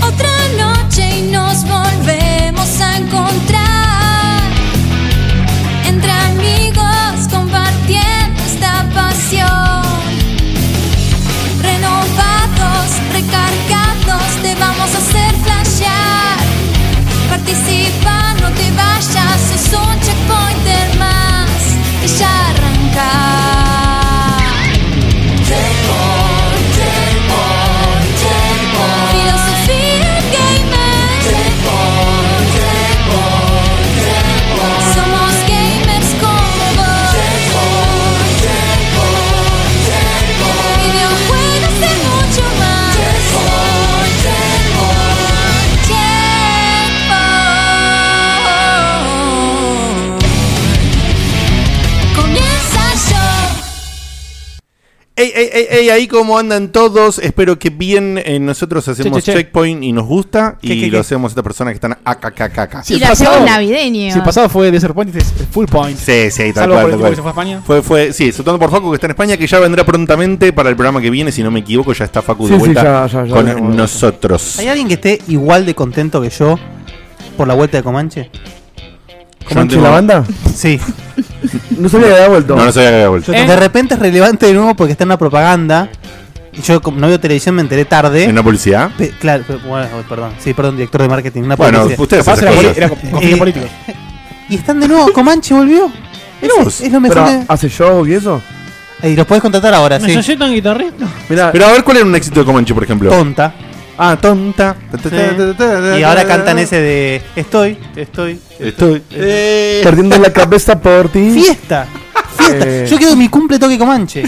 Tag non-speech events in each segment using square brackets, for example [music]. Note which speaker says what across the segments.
Speaker 1: Otra noche y nos volvemos a encontrar entre amigos compartiendo esta pasión. Renovados, recargados, te vamos a hacer flashear. Participa, no te vayas, es un checkpointer más que ya arranca. Filosofía gamer. Somos gamers como vos. Videojuegos de mucho más. Checkpoint. Comienza yo.
Speaker 2: Ey, ey, ey, ey, ahí cómo andan todos. Espero que bien. eh, nosotros hacemos
Speaker 3: Che, che, che.
Speaker 2: checkpoint y nos gusta.
Speaker 3: ¿Qué,
Speaker 2: y
Speaker 3: qué,
Speaker 2: lo
Speaker 3: qué?
Speaker 2: hacemos a estas personas que están acá, acá, acá, acá.
Speaker 3: Sí.
Speaker 4: y
Speaker 3: el
Speaker 4: la
Speaker 3: pasado-
Speaker 4: llevo navideña.
Speaker 3: Si el pasado fue de point, este es el full point.
Speaker 2: Sí, sí, tal
Speaker 3: Salvo
Speaker 2: cual, tal
Speaker 3: por el tipo
Speaker 2: cual.
Speaker 3: que se fue a España.
Speaker 2: Fue, fue, sí, soltando por Facu que está en España, que ya vendrá prontamente para el programa que viene, si no me equivoco, ya está Facu
Speaker 5: Sí,
Speaker 2: de
Speaker 5: sí,
Speaker 2: vuelta
Speaker 5: ya, ya, ya
Speaker 2: con
Speaker 5: veremos.
Speaker 2: nosotros.
Speaker 6: ¿Hay alguien que esté igual de contento que yo por la vuelta de Comanche?
Speaker 5: ¿Comanche la banda?
Speaker 6: Sí.
Speaker 5: [laughs] No sabía que había vuelto.
Speaker 2: No, no sabía que había vuelto.
Speaker 6: Yo- De repente es relevante de nuevo porque está en la propaganda. Y yo, como no veo televisión, me enteré tarde.
Speaker 2: ¿En una publicidad?
Speaker 6: Pe- claro, pe- bueno, perdón. Sí, perdón, director de marketing. Una
Speaker 2: Bueno,
Speaker 6: publicidad.
Speaker 2: ustedes
Speaker 3: Capaz
Speaker 2: hacen
Speaker 3: era,
Speaker 2: esas
Speaker 3: poli-
Speaker 2: cosas.
Speaker 3: era con- con fines
Speaker 6: Eh,
Speaker 3: políticos.
Speaker 6: Y están de nuevo, Comanche volvió. Es, es lo
Speaker 5: Pero,
Speaker 6: mejor que-
Speaker 5: ¿Hace show y eso?
Speaker 6: Y los puedes contratar ahora,
Speaker 7: Me
Speaker 6: sí.
Speaker 7: necesitan guitarrista.
Speaker 5: Mirá,
Speaker 2: Pero a ver, ¿cuál era un éxito de Comanche, por ejemplo?
Speaker 6: Tonta.
Speaker 2: Ah, tonta.
Speaker 6: Y ahora cantan
Speaker 7: Este
Speaker 6: ese de Estoy, estoy,
Speaker 2: Estoy.
Speaker 7: Eh,
Speaker 5: eh, perdiendo la cabeza por ti.
Speaker 2: [laughs]
Speaker 6: Fiesta. Fiesta.
Speaker 5: Eh.
Speaker 6: Yo quiero que mi cumple toque Comanche.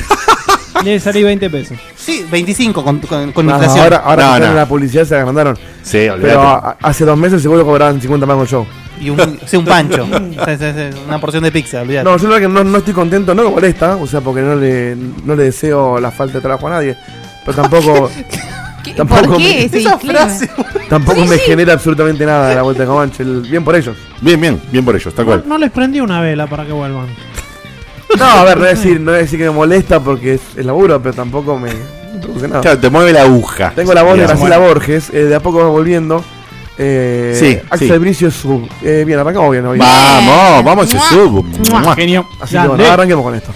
Speaker 7: Le salí 20 pesos.
Speaker 6: Sí, 25 con, con, con
Speaker 5: No,
Speaker 6: inflación.
Speaker 5: Ah, ahora ahora
Speaker 2: No,
Speaker 5: que
Speaker 2: no.
Speaker 5: la publicidad se agrandaron.
Speaker 2: Sí,
Speaker 5: Pero
Speaker 2: olvídate.
Speaker 5: a- hace dos meses seguro cobraban 50 más con show.
Speaker 6: Y
Speaker 5: [laughs]
Speaker 6: un, sí, un pancho. Sí, sí, sí, una porción de pizza, olvidate.
Speaker 5: No, yo la verdad que no, no estoy contento, no me molesta, o sea, porque no le, no le deseo la falta de trabajo a nadie. Pero
Speaker 6: [laughs]
Speaker 5: tampoco,
Speaker 4: ¿Qué-
Speaker 5: Tampoco
Speaker 4: ¿Por
Speaker 5: me-
Speaker 4: qué? ese
Speaker 6: Esa
Speaker 4: disclaimer?
Speaker 6: frase.
Speaker 5: tampoco me genera absolutamente nada la vuelta de Comanche. el- Bien por ellos.
Speaker 2: Bien, bien, bien por ellos, tal
Speaker 7: No,
Speaker 2: cual.
Speaker 7: no les prendí una vela para que vuelvan.
Speaker 5: No, a ver, no voy a decir, no voy a decir que me molesta porque es, es laburo, pero tampoco me produce nada.
Speaker 2: Claro, te mueve la aguja.
Speaker 5: Tengo la voz de
Speaker 2: Digamos.
Speaker 5: Graciela Borges, eh, de a poco va volviendo. Eh,
Speaker 2: Sí,
Speaker 5: Axel
Speaker 2: sí.
Speaker 5: Bricio sub. Eh, bien, arrancamos bien hoy. Ah,
Speaker 2: Vamos, vamos, se
Speaker 4: Mua.
Speaker 2: subo. Mua.
Speaker 3: Genio.
Speaker 5: Así que bueno,
Speaker 3: Grande.
Speaker 5: arranquemos con esto.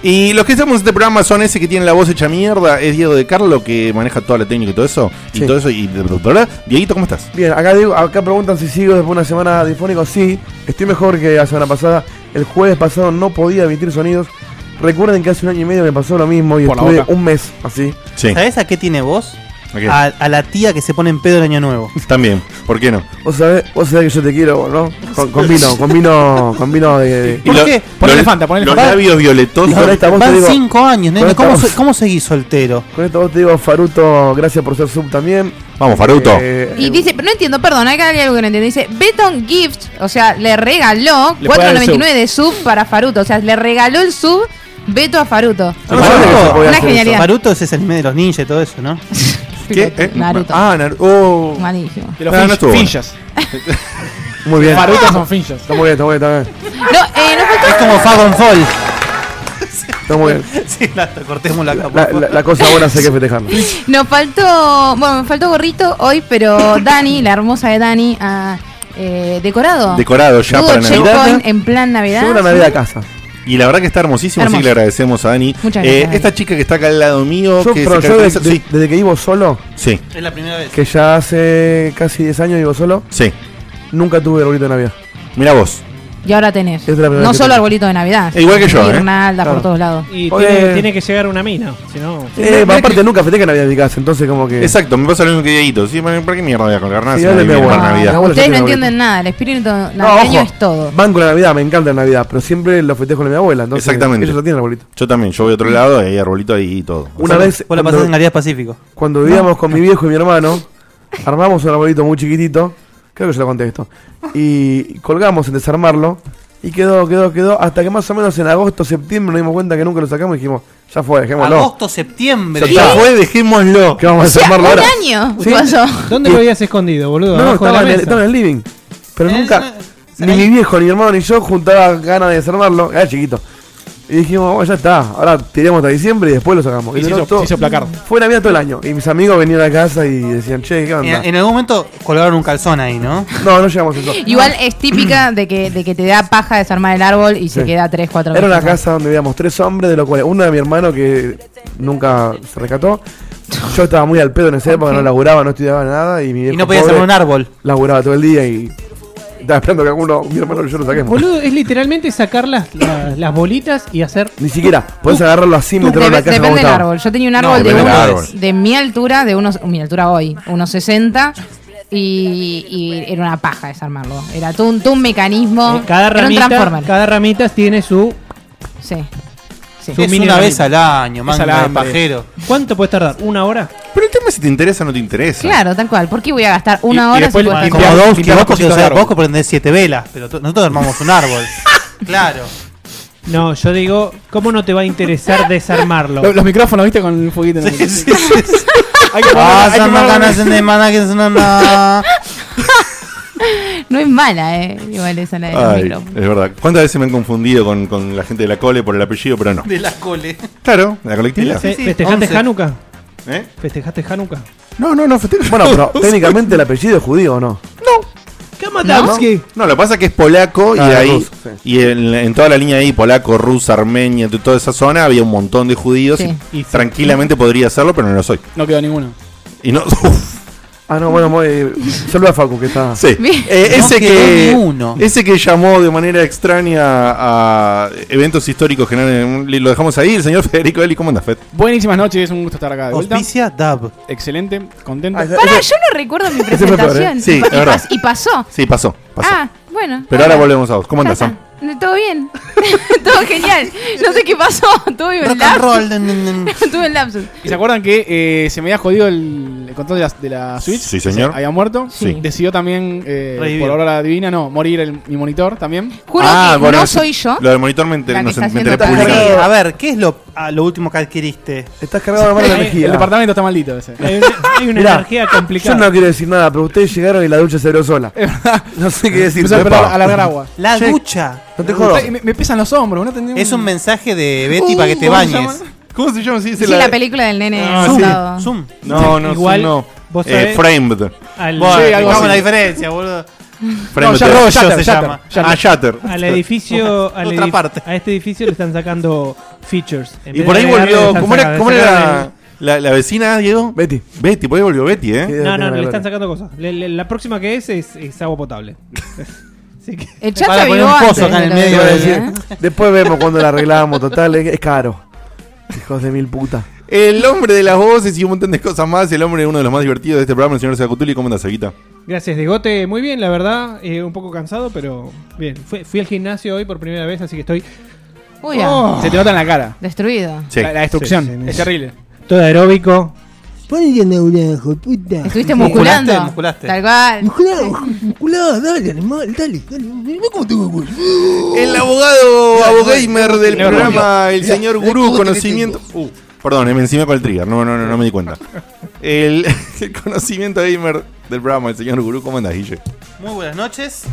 Speaker 2: Y los que estamos en este programa son ese que tiene la voz hecha mierda, es Diego de Carlo, que maneja toda la técnica y todo eso. Y
Speaker 5: Sí.
Speaker 2: todo eso. Y Dieguito, ¿cómo estás?
Speaker 5: Bien, acá, digo- acá preguntan si sigo después de una semana difónico. Sí, estoy mejor que la semana pasada. El jueves pasado no podía emitir sonidos. Recuerden que hace un año y medio me pasó lo mismo y
Speaker 3: Por la
Speaker 5: estuve
Speaker 3: boca.
Speaker 5: un mes así.
Speaker 2: Sí.
Speaker 6: ¿Sabes a qué tiene voz?
Speaker 2: ok.
Speaker 6: A, a la tía que se pone en pedo el año nuevo.
Speaker 2: También, ¿por qué no?
Speaker 5: Vos sabés, vos sabés que yo te quiero, ¿no? Con, con vino, con vino, con vino de... de-
Speaker 2: Y
Speaker 3: ¿Por qué? Ponele
Speaker 2: los-
Speaker 3: Fanta, ponele
Speaker 2: Los
Speaker 3: Fanta.
Speaker 2: labios violetosos.
Speaker 5: Con esta voz te
Speaker 6: Van
Speaker 5: digo-
Speaker 6: cinco años, nene.
Speaker 5: Pero
Speaker 6: ¿Cómo,
Speaker 5: estamos-
Speaker 6: se- ¿Cómo seguís soltero?
Speaker 5: con esta voz te digo, Faruto, gracias por ser sub también.
Speaker 2: Vamos, Faruto.
Speaker 5: Eh,
Speaker 4: Y dice, pero no entiendo, perdón, hay algo que no entiendo. Dice, Beton Gift, o sea, le regaló
Speaker 3: Le puede dar el
Speaker 4: 4.99 de sub para Faruto. O sea, le regaló el sub Beto a Faruto.
Speaker 5: Ah, no sabía que se podía
Speaker 4: Una
Speaker 5: hacer eso.
Speaker 4: genialidad.
Speaker 6: Naruto es ese anime de los ninjas y todo eso,
Speaker 4: [laughs]
Speaker 6: ¿no?
Speaker 2: ¿Qué? ¿Eh?
Speaker 4: Naruto.
Speaker 2: Ah, Naruto. Oh.
Speaker 4: Malísimo.
Speaker 5: Ah,
Speaker 3: De los
Speaker 2: No, no
Speaker 3: fin-
Speaker 2: estuvo bueno.
Speaker 3: finchas.
Speaker 6: [laughs]
Speaker 5: Muy bien. Está
Speaker 3: Farutas son finchas.
Speaker 5: muy bien, [laughs] está muy bien, está muy bien.
Speaker 4: No, eh, nos faltó
Speaker 6: Es como Fagon Fall.
Speaker 5: Está muy bien.
Speaker 6: sí, la cortemos la capa.
Speaker 5: La, la- la cosa buena sé
Speaker 6: [laughs]
Speaker 5: que festejarla.
Speaker 4: [laughs] Nos faltó, bueno, me faltó gorrito hoy, pero Dani, la hermosa de Dani, ah, eh, decorado.
Speaker 2: Decorado ya
Speaker 4: Tuvo
Speaker 2: para Navidad.
Speaker 4: checkpoint en plan Navidad.
Speaker 5: Llegó una Navidad a casa.
Speaker 2: Y la verdad que está hermosísimo, así
Speaker 4: Hermoso.
Speaker 2: que le agradecemos a Dani.
Speaker 4: Muchas
Speaker 2: Eh,
Speaker 4: gracias, Dani.
Speaker 2: esta chica que está acá al lado mío,
Speaker 5: Yo,
Speaker 2: que
Speaker 5: pero
Speaker 2: se
Speaker 5: yo de-
Speaker 2: caracteriza-
Speaker 5: de-
Speaker 2: sí,
Speaker 5: desde que vivo solo,
Speaker 2: sí,
Speaker 6: Es la primera vez.
Speaker 5: que ya hace casi 10 años vivo solo,
Speaker 2: sí.
Speaker 5: nunca tuve arbolito de Navidad.
Speaker 2: Mira vos.
Speaker 4: Y ahora tenés.
Speaker 5: Es la primera
Speaker 4: no
Speaker 5: vez que
Speaker 4: solo
Speaker 5: tengo.
Speaker 4: arbolito de Navidad.
Speaker 2: Eh, igual que yo, ¿eh?
Speaker 4: Guirnalda
Speaker 5: Claro.
Speaker 4: por todos lados.
Speaker 7: Y
Speaker 5: Oye.
Speaker 7: tiene, tiene que llegar una mina. Si no.
Speaker 5: Eh, aparte nunca festeja Navidad en mi casa, entonces como que...
Speaker 2: Exacto, me pasa lo mismo que Dieguito. Sí, bueno, ¿para qué mierda voy a colgar nada?
Speaker 5: Sí,
Speaker 2: si no
Speaker 5: dale, Ah,
Speaker 2: viene
Speaker 5: mi
Speaker 2: para
Speaker 5: abuela.
Speaker 2: Navidad.
Speaker 5: Mi abuela
Speaker 4: Ustedes
Speaker 5: ya
Speaker 4: no
Speaker 5: tiene
Speaker 4: entienden nada, el espíritu
Speaker 5: No,
Speaker 4: navideño
Speaker 5: ojo,
Speaker 4: es todo.
Speaker 5: van con la Navidad, me encanta la Navidad, pero siempre lo festejo con mi abuela, entonces
Speaker 2: Exactamente.
Speaker 5: ellos no tienen arbolito.
Speaker 2: Yo también, yo voy a otro lado y hay arbolito ahí y todo.
Speaker 5: Una vez,
Speaker 6: Vos la
Speaker 5: cuando,
Speaker 6: pasás en Navidad Pacífico.
Speaker 5: cuando vivíamos con mi viejo y mi
Speaker 6: [laughs]
Speaker 5: hermano, armamos un arbolito muy chiquitito, creo que yo lo conté esto, y colgamos en desarmarlo Y quedó, quedó, quedó. Hasta que más o menos en agosto, septiembre nos dimos cuenta que nunca lo sacamos y dijimos, ya fue, dejémoslo.
Speaker 6: Agosto, septiembre.
Speaker 5: Ya está.
Speaker 2: Fue, dejémoslo.
Speaker 5: ¿Qué vamos a
Speaker 4: O sea,
Speaker 5: llamarlo
Speaker 4: un
Speaker 5: ahora?
Speaker 4: año
Speaker 5: Sí.
Speaker 4: pasó.
Speaker 7: ¿Dónde lo habías escondido, boludo?
Speaker 5: No, no,
Speaker 7: Abajo de la
Speaker 5: estaba en, el,
Speaker 7: mesa.
Speaker 5: estaba en el living. Pero
Speaker 6: Eh,
Speaker 5: nunca,
Speaker 6: no,
Speaker 5: ni
Speaker 6: ahí.
Speaker 5: mi viejo, ni mi hermano, ni yo juntaba ganas de desarmarlo. Era chiquito. Y dijimos, bueno, ya está. Ahora tiramos hasta diciembre y después lo sacamos.
Speaker 3: Y
Speaker 5: de
Speaker 3: se hizo,
Speaker 5: pronto,
Speaker 3: se hizo placar.
Speaker 5: Fue Navidad todo el año. Y mis amigos venían a casa y decían, che, ¿qué onda?
Speaker 6: En, en algún momento colgaron un calzón ahí, ¿no?
Speaker 5: No, no llegamos a eso.
Speaker 4: Igual es típica de que, de que te da paja desarmar el árbol y se
Speaker 5: Sí.
Speaker 4: queda 3, 4
Speaker 5: Era una casa donde vivíamos tres hombres, de los cuales uno de mi hermano que nunca se rescató. Yo estaba muy al pedo en esa época, no laburaba, no estudiaba nada. Y mi viejo
Speaker 6: Y no podías
Speaker 5: pobre
Speaker 6: armar un árbol.
Speaker 5: Laburaba todo el día y estaba esperando que alguno, mi hermano y yo lo saquemos.
Speaker 7: Boludo, es literalmente sacar las, las, las bolitas y hacer.
Speaker 5: Ni siquiera, podés agarrarlo así y meterlo en la
Speaker 4: Dep-
Speaker 5: casa como
Speaker 4: depende del
Speaker 5: estaba.
Speaker 4: árbol. Yo tenía un
Speaker 6: No,
Speaker 4: árbol, de,
Speaker 2: depende
Speaker 4: unos-
Speaker 2: del árbol.
Speaker 4: de mi altura, de unos, mi altura hoy, unos 60. Y, y era una paja desarmarlo. Era todo un, todo un mecanismo.
Speaker 7: eh, cada,
Speaker 4: era un
Speaker 7: ramita,
Speaker 4: transformer.
Speaker 7: cada ramita tiene su.
Speaker 4: Sí. Sí.
Speaker 7: Tu
Speaker 6: Es
Speaker 7: mini
Speaker 6: una
Speaker 7: ramita.
Speaker 6: vez al año,
Speaker 3: Esa
Speaker 6: manga
Speaker 3: la
Speaker 6: de
Speaker 3: hambre.
Speaker 6: pajero.
Speaker 7: ¿Cuánto puedes tardar? ¿Una hora?
Speaker 2: Pero el tema es si te interesa o no te interesa.
Speaker 4: Claro, tal cual. ¿Por qué voy a gastar una
Speaker 2: Y- y
Speaker 4: hora
Speaker 2: después
Speaker 4: si puedo
Speaker 2: limpiar-
Speaker 6: Como
Speaker 4: gastar-
Speaker 6: dos,
Speaker 2: limpiar
Speaker 6: que vos,
Speaker 2: los
Speaker 6: porque,
Speaker 2: cositos
Speaker 6: o sea,
Speaker 2: de árbol.
Speaker 6: vos que prendés siete velas, pero to- nosotros armamos [laughs] un
Speaker 4: [laughs]
Speaker 6: árbol. claro.
Speaker 7: No, yo digo, ¿cómo no te va a interesar desarmarlo?
Speaker 3: Los, los micrófonos, viste, con el fueguito. en el- Hay que ponerlo- hay que
Speaker 6: Pasan
Speaker 3: ponerlo-
Speaker 6: ganas de maná que son [laughs] una-
Speaker 4: [laughs] No es mala, ¿eh? Igual esa la de los
Speaker 2: Ay,
Speaker 4: micro.
Speaker 2: es verdad. ¿Cuántas veces me han confundido con, con la gente de la cole por el apellido, pero no?
Speaker 6: de la cole.
Speaker 2: Claro, de la colectividad.
Speaker 7: ¿Fe-
Speaker 6: sí,
Speaker 7: ¿Festejaste
Speaker 6: once.
Speaker 7: Hanukkah?
Speaker 2: ¿Eh?
Speaker 7: ¿Festejaste Hanukkah?
Speaker 2: No, no, no, festejo.
Speaker 5: Bueno,
Speaker 3: [laughs]
Speaker 5: pero técnicamente el apellido es judío, ¿o no?
Speaker 7: Kamatowski.
Speaker 2: No, lo que pasa es que es polaco y
Speaker 5: Ah,
Speaker 2: ahí.
Speaker 5: ruso, sí.
Speaker 2: Y en, en toda la línea ahí, polaco, ruso, armenia, de toda esa zona, había un montón de judíos
Speaker 4: Sí.
Speaker 2: y tranquilamente podría hacerlo, pero no lo soy.
Speaker 3: No quedó ninguno.
Speaker 2: Y no. [laughs] uf,
Speaker 5: Ah, no, bueno, muy, saluda a Facu, que está...
Speaker 2: sí.
Speaker 4: Bien.
Speaker 2: Eh,
Speaker 6: No
Speaker 2: ese
Speaker 6: quedó
Speaker 2: que.
Speaker 6: ni uno.
Speaker 2: Ese que llamó de manera extraña a eventos históricos que no- lo dejamos ahí, el señor [laughs] Federico Eli, ¿cómo andas, Fed?
Speaker 3: Buenísimas noches, un gusto estar acá de vuelta.
Speaker 6: Auspicia Dab.
Speaker 3: Excelente, contento.
Speaker 5: Ah, ese-
Speaker 4: Pará,
Speaker 5: ese-
Speaker 4: yo no
Speaker 2: [laughs]
Speaker 4: recuerdo mi
Speaker 5: fue peor, ¿eh?
Speaker 4: presentación.
Speaker 2: Sí,
Speaker 4: y, pa-
Speaker 2: es
Speaker 4: y
Speaker 2: verdad.
Speaker 4: pas- y pasó.
Speaker 2: Sí, pasó, pasó.
Speaker 4: Ah, bueno.
Speaker 2: pero ahora volvemos a vos. ¿Cómo
Speaker 4: Ya
Speaker 2: andas,
Speaker 4: está.
Speaker 2: Sam?
Speaker 4: Todo bien. [laughs] Todo genial. No sé qué pasó. Tuve un
Speaker 6: Rock and
Speaker 4: lapsus.
Speaker 6: roll. dun, dun.
Speaker 4: [laughs] Tuve un lapsus.
Speaker 3: ¿Y se acuerdan que eh, se me había jodido el, el control de la, de la Switch?
Speaker 2: Sí, señor.
Speaker 3: Se había muerto.
Speaker 2: Sí.
Speaker 3: Decidió también, eh,
Speaker 6: Revivir.
Speaker 3: por hora divina, no, morir el- mi monitor también.
Speaker 4: Juro
Speaker 2: Ah,
Speaker 4: que
Speaker 2: bueno,
Speaker 4: no
Speaker 2: eso-
Speaker 4: soy yo.
Speaker 2: Lo del monitor me enteré,
Speaker 4: la que
Speaker 2: no sé,
Speaker 4: está
Speaker 2: me
Speaker 4: haciendo
Speaker 2: enteré
Speaker 4: todo.
Speaker 2: publicado.
Speaker 6: A ver, ¿qué es lo, a lo último que adquiriste?
Speaker 5: Estás cargado de mano de
Speaker 7: Sí,
Speaker 5: energía.
Speaker 3: El departamento está maldito ese.
Speaker 7: Hay
Speaker 6: [laughs]
Speaker 7: una, hay una
Speaker 5: Mirá,
Speaker 7: energía
Speaker 5: Yo
Speaker 7: complicada.
Speaker 5: no quiero decir nada, pero ustedes llegaron y la ducha se abrió sola. No sé qué decir.
Speaker 3: Empezó a
Speaker 5: Epa.
Speaker 3: esperar- a alargar agua.
Speaker 6: La
Speaker 5: Che,
Speaker 6: ducha.
Speaker 5: No te jodo.
Speaker 3: Ay, Me, me pesan los hombros, ¿no? Tenía
Speaker 6: Es un mensaje de Betty
Speaker 3: Uh,
Speaker 6: para que te
Speaker 3: ¿cómo se
Speaker 6: bañes.
Speaker 3: llama?
Speaker 2: ¿Cómo se llama? Sí,
Speaker 4: Sí,
Speaker 2: se
Speaker 4: la película del nene.
Speaker 2: Ah, sí.
Speaker 4: sentado.
Speaker 6: Zoom. Ah,
Speaker 2: No, no,
Speaker 7: Igual,
Speaker 2: no.
Speaker 7: vos
Speaker 2: Eh,
Speaker 7: sabés-
Speaker 2: framed.
Speaker 7: al,
Speaker 6: Bueno,
Speaker 3: Sí, algo
Speaker 6: vamos a la
Speaker 3: así.
Speaker 6: diferencia, [laughs] boludo.
Speaker 2: Framed.
Speaker 3: ya no,
Speaker 6: Yo
Speaker 3: Shatter,
Speaker 6: se
Speaker 3: Shatter,
Speaker 6: llama.
Speaker 3: Shatter.
Speaker 2: Ah, Shatter.
Speaker 7: al edificio. al
Speaker 6: Otra
Speaker 7: edif-
Speaker 6: parte.
Speaker 7: A este edificio le están sacando features. En
Speaker 2: Y
Speaker 7: vez
Speaker 2: por
Speaker 7: de
Speaker 2: ahí
Speaker 7: agregarle, le
Speaker 2: volvió.
Speaker 7: están
Speaker 2: ¿Cómo era,
Speaker 7: sacando-
Speaker 2: cómo
Speaker 7: le
Speaker 2: era
Speaker 7: sacaron
Speaker 2: la, la vecina, Diego?
Speaker 5: Betty.
Speaker 2: Betty, por ahí volvió Betty, ¿eh?
Speaker 5: Sí,
Speaker 7: el- No, no, le
Speaker 5: tengo la
Speaker 7: están
Speaker 5: verdad.
Speaker 7: sacando cosas. Le- le- la próxima que es es, es agua potable. Así que-
Speaker 4: El chat
Speaker 6: Para
Speaker 4: se
Speaker 6: poner
Speaker 4: avivó
Speaker 6: un pozo
Speaker 4: antes.
Speaker 6: acá en el
Speaker 4: de lo
Speaker 6: medio,
Speaker 4: de
Speaker 5: Iba a
Speaker 4: hoy,
Speaker 5: decir,
Speaker 4: ¿eh?
Speaker 5: Después vemos cuando la arreglamos. Total, es, es caro. Hijos de mil putas.
Speaker 2: El hombre de las voces y un montón de cosas más. El hombre, uno de los más divertidos de este programa, el señor Sacutuli. ¿Cómo andas, Saguita?
Speaker 7: Gracias, Degote. Muy bien, la verdad. eh, un poco cansado, pero bien. Fui, fui al gimnasio hoy por primera vez, así que estoy
Speaker 4: Uy, ah. ya.
Speaker 7: Oh.
Speaker 3: Se te nota en la cara.
Speaker 4: Destruido.
Speaker 2: Sí.
Speaker 3: La, la destrucción.
Speaker 7: Sí, sí, sí.
Speaker 3: es terrible.
Speaker 7: todo aeróbico.
Speaker 8: Ponete en abrazo, puta.
Speaker 6: Musculaste,
Speaker 4: Estuviste musculando.
Speaker 6: musculaste.
Speaker 4: Tal cual.
Speaker 8: Musculado, musculado, dale, animal, dale, dale. Mirá cómo tengo culo.
Speaker 2: El abogado, abogamer del
Speaker 3: Leo
Speaker 2: programa, el señor
Speaker 8: Leo
Speaker 2: gurú,
Speaker 8: Rubio.
Speaker 2: conocimiento. Uh, perdón, me encima con el trigger, no, no, no, no me di cuenta. El, [laughs] el conocimiento gamer del programa, el señor gurú, ¿cómo andas, Guille?
Speaker 6: Muy buenas noches.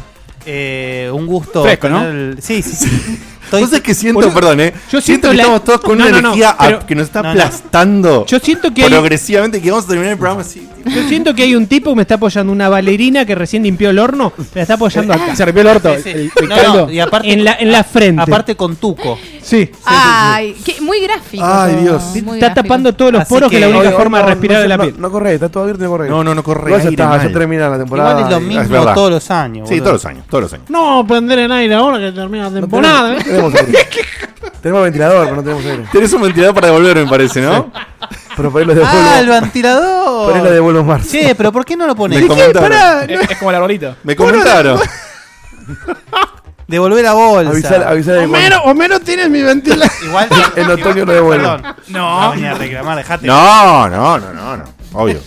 Speaker 6: Eh, un gusto.
Speaker 3: Fresco, ¿no?
Speaker 6: tener el- Sí,
Speaker 2: [laughs]
Speaker 6: sí, sí. Estoy-
Speaker 2: Entonces que siento,
Speaker 7: Boludo,
Speaker 2: perdón, eh.
Speaker 7: yo
Speaker 2: siento
Speaker 7: siento
Speaker 2: que
Speaker 7: la-
Speaker 2: estamos todos con
Speaker 7: No,
Speaker 2: una
Speaker 7: no, no,
Speaker 2: energía a-
Speaker 7: pero-
Speaker 2: que nos está
Speaker 6: No, no.
Speaker 2: aplastando
Speaker 7: Yo siento que hay,
Speaker 2: progresivamente que vamos a terminar el programa así. tipo.
Speaker 7: yo siento que hay un tipo que me está apoyando, una bailarina que recién limpió el horno, me la está apoyando acá.
Speaker 3: Se rompió el orto.
Speaker 6: Sí, sí.
Speaker 3: El, el
Speaker 6: No,
Speaker 3: caldo. Ah.
Speaker 6: no, y aparte,
Speaker 7: En la, en la frente.
Speaker 6: aparte con tuco.
Speaker 7: sí.
Speaker 4: Ay, qué- muy gráfico.
Speaker 2: Ay,
Speaker 4: todo,
Speaker 2: Dios.
Speaker 4: muy
Speaker 7: está
Speaker 4: gráfico.
Speaker 7: tapando todos los
Speaker 6: Así
Speaker 7: poros que, es la
Speaker 6: que-
Speaker 7: única
Speaker 5: Oye,
Speaker 7: forma
Speaker 5: no,
Speaker 7: de respirar
Speaker 5: no,
Speaker 7: de la
Speaker 5: no,
Speaker 7: piel.
Speaker 5: No corre, está todo abierto y no corre.
Speaker 2: No, no, no corre.
Speaker 5: Igual ya
Speaker 2: aire
Speaker 5: está,
Speaker 2: mal.
Speaker 5: ya termina la
Speaker 6: Igual
Speaker 5: temporada.
Speaker 6: es lo
Speaker 2: es
Speaker 6: mismo
Speaker 2: verdad.
Speaker 6: todos los años.
Speaker 2: Sí,
Speaker 6: boludo.
Speaker 2: todos los años, todos los
Speaker 6: [laughs]
Speaker 2: años.
Speaker 7: No, prender el aire ahora que termina la
Speaker 5: No tenemos-
Speaker 7: temporada.
Speaker 5: no
Speaker 7: ¿eh?
Speaker 5: tenemos aire. Tenemos ventilador, pero no tenemos aire.
Speaker 2: Tenés un ventilador para devolver, me parece, ¿no?
Speaker 5: Pero por ahí lo
Speaker 6: Ah, el
Speaker 5: devuelvo. por ahí lo
Speaker 6: ventilador.
Speaker 5: devuelvo en marzo.
Speaker 6: Che, pero ¿por qué no lo pones?
Speaker 2: Me comentaron.
Speaker 3: Es, es como el arbolito.
Speaker 2: Me comentaron.
Speaker 6: Devolver la bolsa.
Speaker 5: Avisar, avisar de cuando-
Speaker 3: Homero tienes mi ventilador.
Speaker 6: Igual
Speaker 5: En otoño lo devuelvo.
Speaker 6: Perdón. No, venía a reclamar, dejate.
Speaker 2: No, no, no, no, no. Obvio.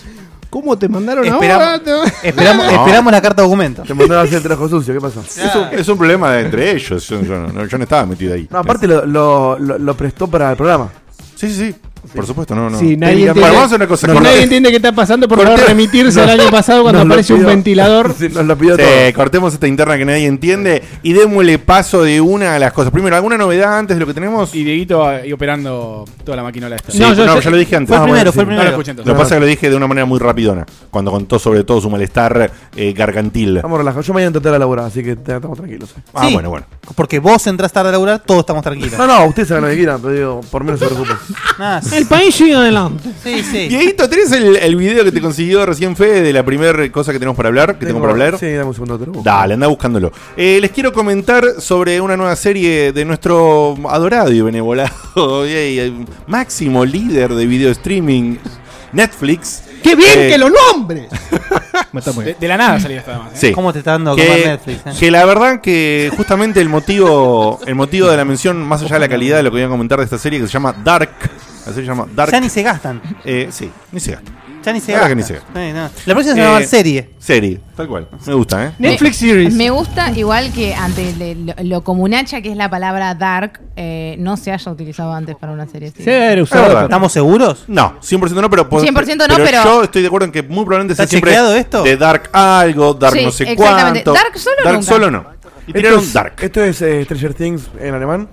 Speaker 7: ¿Cómo te mandaron
Speaker 6: Esperamos,
Speaker 7: ahora?
Speaker 6: esperamos,
Speaker 2: No.
Speaker 6: esperamos la carta documento.
Speaker 5: Te mandaron a hacer el trabajo sucio, ¿qué pasó?
Speaker 2: Es un, es un problema de entre ellos. Yo, yo no, yo no estaba metido ahí.
Speaker 5: No, aparte lo, lo, lo- lo prestó para el programa.
Speaker 2: Sí, sí, sí. Por supuesto, no, no.
Speaker 7: Si nadie
Speaker 2: Bueno, vamos a hacer
Speaker 7: entiende,
Speaker 2: una cosa.
Speaker 7: si nadie
Speaker 2: cortemos-
Speaker 7: entiende qué está pasando, por favor, remitirse al año pasado cuando
Speaker 5: Nos lo
Speaker 7: aparece un
Speaker 5: pidió-
Speaker 6: [laughs]
Speaker 7: ventilador.
Speaker 5: Sí, nos lo pidió
Speaker 2: Sí,
Speaker 5: todo.
Speaker 2: cortemos esta interna que nadie entiende y démosle paso de una a las cosas. Primero, ¿alguna novedad antes de lo que tenemos?
Speaker 3: Y Dieguito ahí operando toda la maquinola esta.
Speaker 2: Sí,
Speaker 7: No, yo-
Speaker 2: no,
Speaker 7: yo-
Speaker 2: ya lo dije antes.
Speaker 6: Fue
Speaker 2: Ah,
Speaker 6: el
Speaker 2: bueno,
Speaker 6: primero,
Speaker 2: sí.
Speaker 6: fue el
Speaker 3: No lo
Speaker 6: primero.
Speaker 3: escuché entonces.
Speaker 2: Lo que pasa es que lo dije de una manera muy rapidona, cuando contó sobre todo su malestar eh, gargantil.
Speaker 5: Estamos relajados. Yo mañana intenté la laburar, así que te- estamos tranquilos. eh.
Speaker 2: Ah,
Speaker 6: Sí.
Speaker 2: bueno, bueno.
Speaker 6: Porque vos entras tarde a laburar, todos estamos tranquilos.
Speaker 5: No, no, ustedes saben lo que quieran, pero digo, por menos se preocupen.
Speaker 6: Nada,
Speaker 7: El
Speaker 6: sí,
Speaker 7: país sigue adelante.
Speaker 6: sí, sí.
Speaker 2: Dieguito, ¿tenés el, el video que te consiguió recién Fede de la primera cosa que tenemos para hablar? Que tengo, para hablar.
Speaker 5: Sí, dame un segundo, te lo busco.
Speaker 2: Dale, anda buscándolo. Eh, les quiero comentar sobre una nueva serie de nuestro adorado y benevolado [laughs] y, eh, máximo líder de video streaming, Netflix.
Speaker 7: ¡Qué bien
Speaker 2: Eh,
Speaker 7: que lo nombres!
Speaker 3: De, de la nada salía esta además. ¿eh?
Speaker 2: Sí.
Speaker 6: ¿Cómo te está dando a comer
Speaker 2: que,
Speaker 6: Netflix? eh?
Speaker 2: que la verdad que justamente el motivo el motivo de la mención, más allá de la calidad de lo que voy a comentar de esta serie que se llama Dark, la serie se llama Dark.
Speaker 6: Ya ni se gastan.
Speaker 2: eh, sí, ni se gasta.
Speaker 6: Ya ni se
Speaker 2: Ahora que
Speaker 6: gastan.
Speaker 2: ni se gastan.
Speaker 6: Eh, no. La próxima se va a llamar
Speaker 2: Eh,
Speaker 6: serie.
Speaker 2: Serie, tal cual. Me gusta, ¿eh?
Speaker 7: Netflix
Speaker 4: Me-
Speaker 7: series.
Speaker 4: Me gusta igual que ante le- lo, lo comunacha que es la palabra dark, eh, no se haya utilizado antes para una serie. así.
Speaker 7: Se debe haber
Speaker 2: Es
Speaker 7: usado.
Speaker 2: verdad.
Speaker 6: ¿Estamos seguros?
Speaker 2: No, 100% no, pero... po-
Speaker 4: 100% no, pero-
Speaker 2: Yo estoy de acuerdo en que muy probablemente
Speaker 6: ¿Está
Speaker 2: sea siempre
Speaker 6: chequeado esto?
Speaker 2: de Dark algo, Dark
Speaker 4: Sí,
Speaker 2: no sé
Speaker 4: exactamente.
Speaker 2: cuánto.
Speaker 4: Dark solo
Speaker 2: Dark
Speaker 4: nunca.
Speaker 2: solo no. Y
Speaker 5: Esto
Speaker 2: tiraron
Speaker 5: es,
Speaker 2: Dark.
Speaker 5: Esto es eh, Stranger Things en alemán.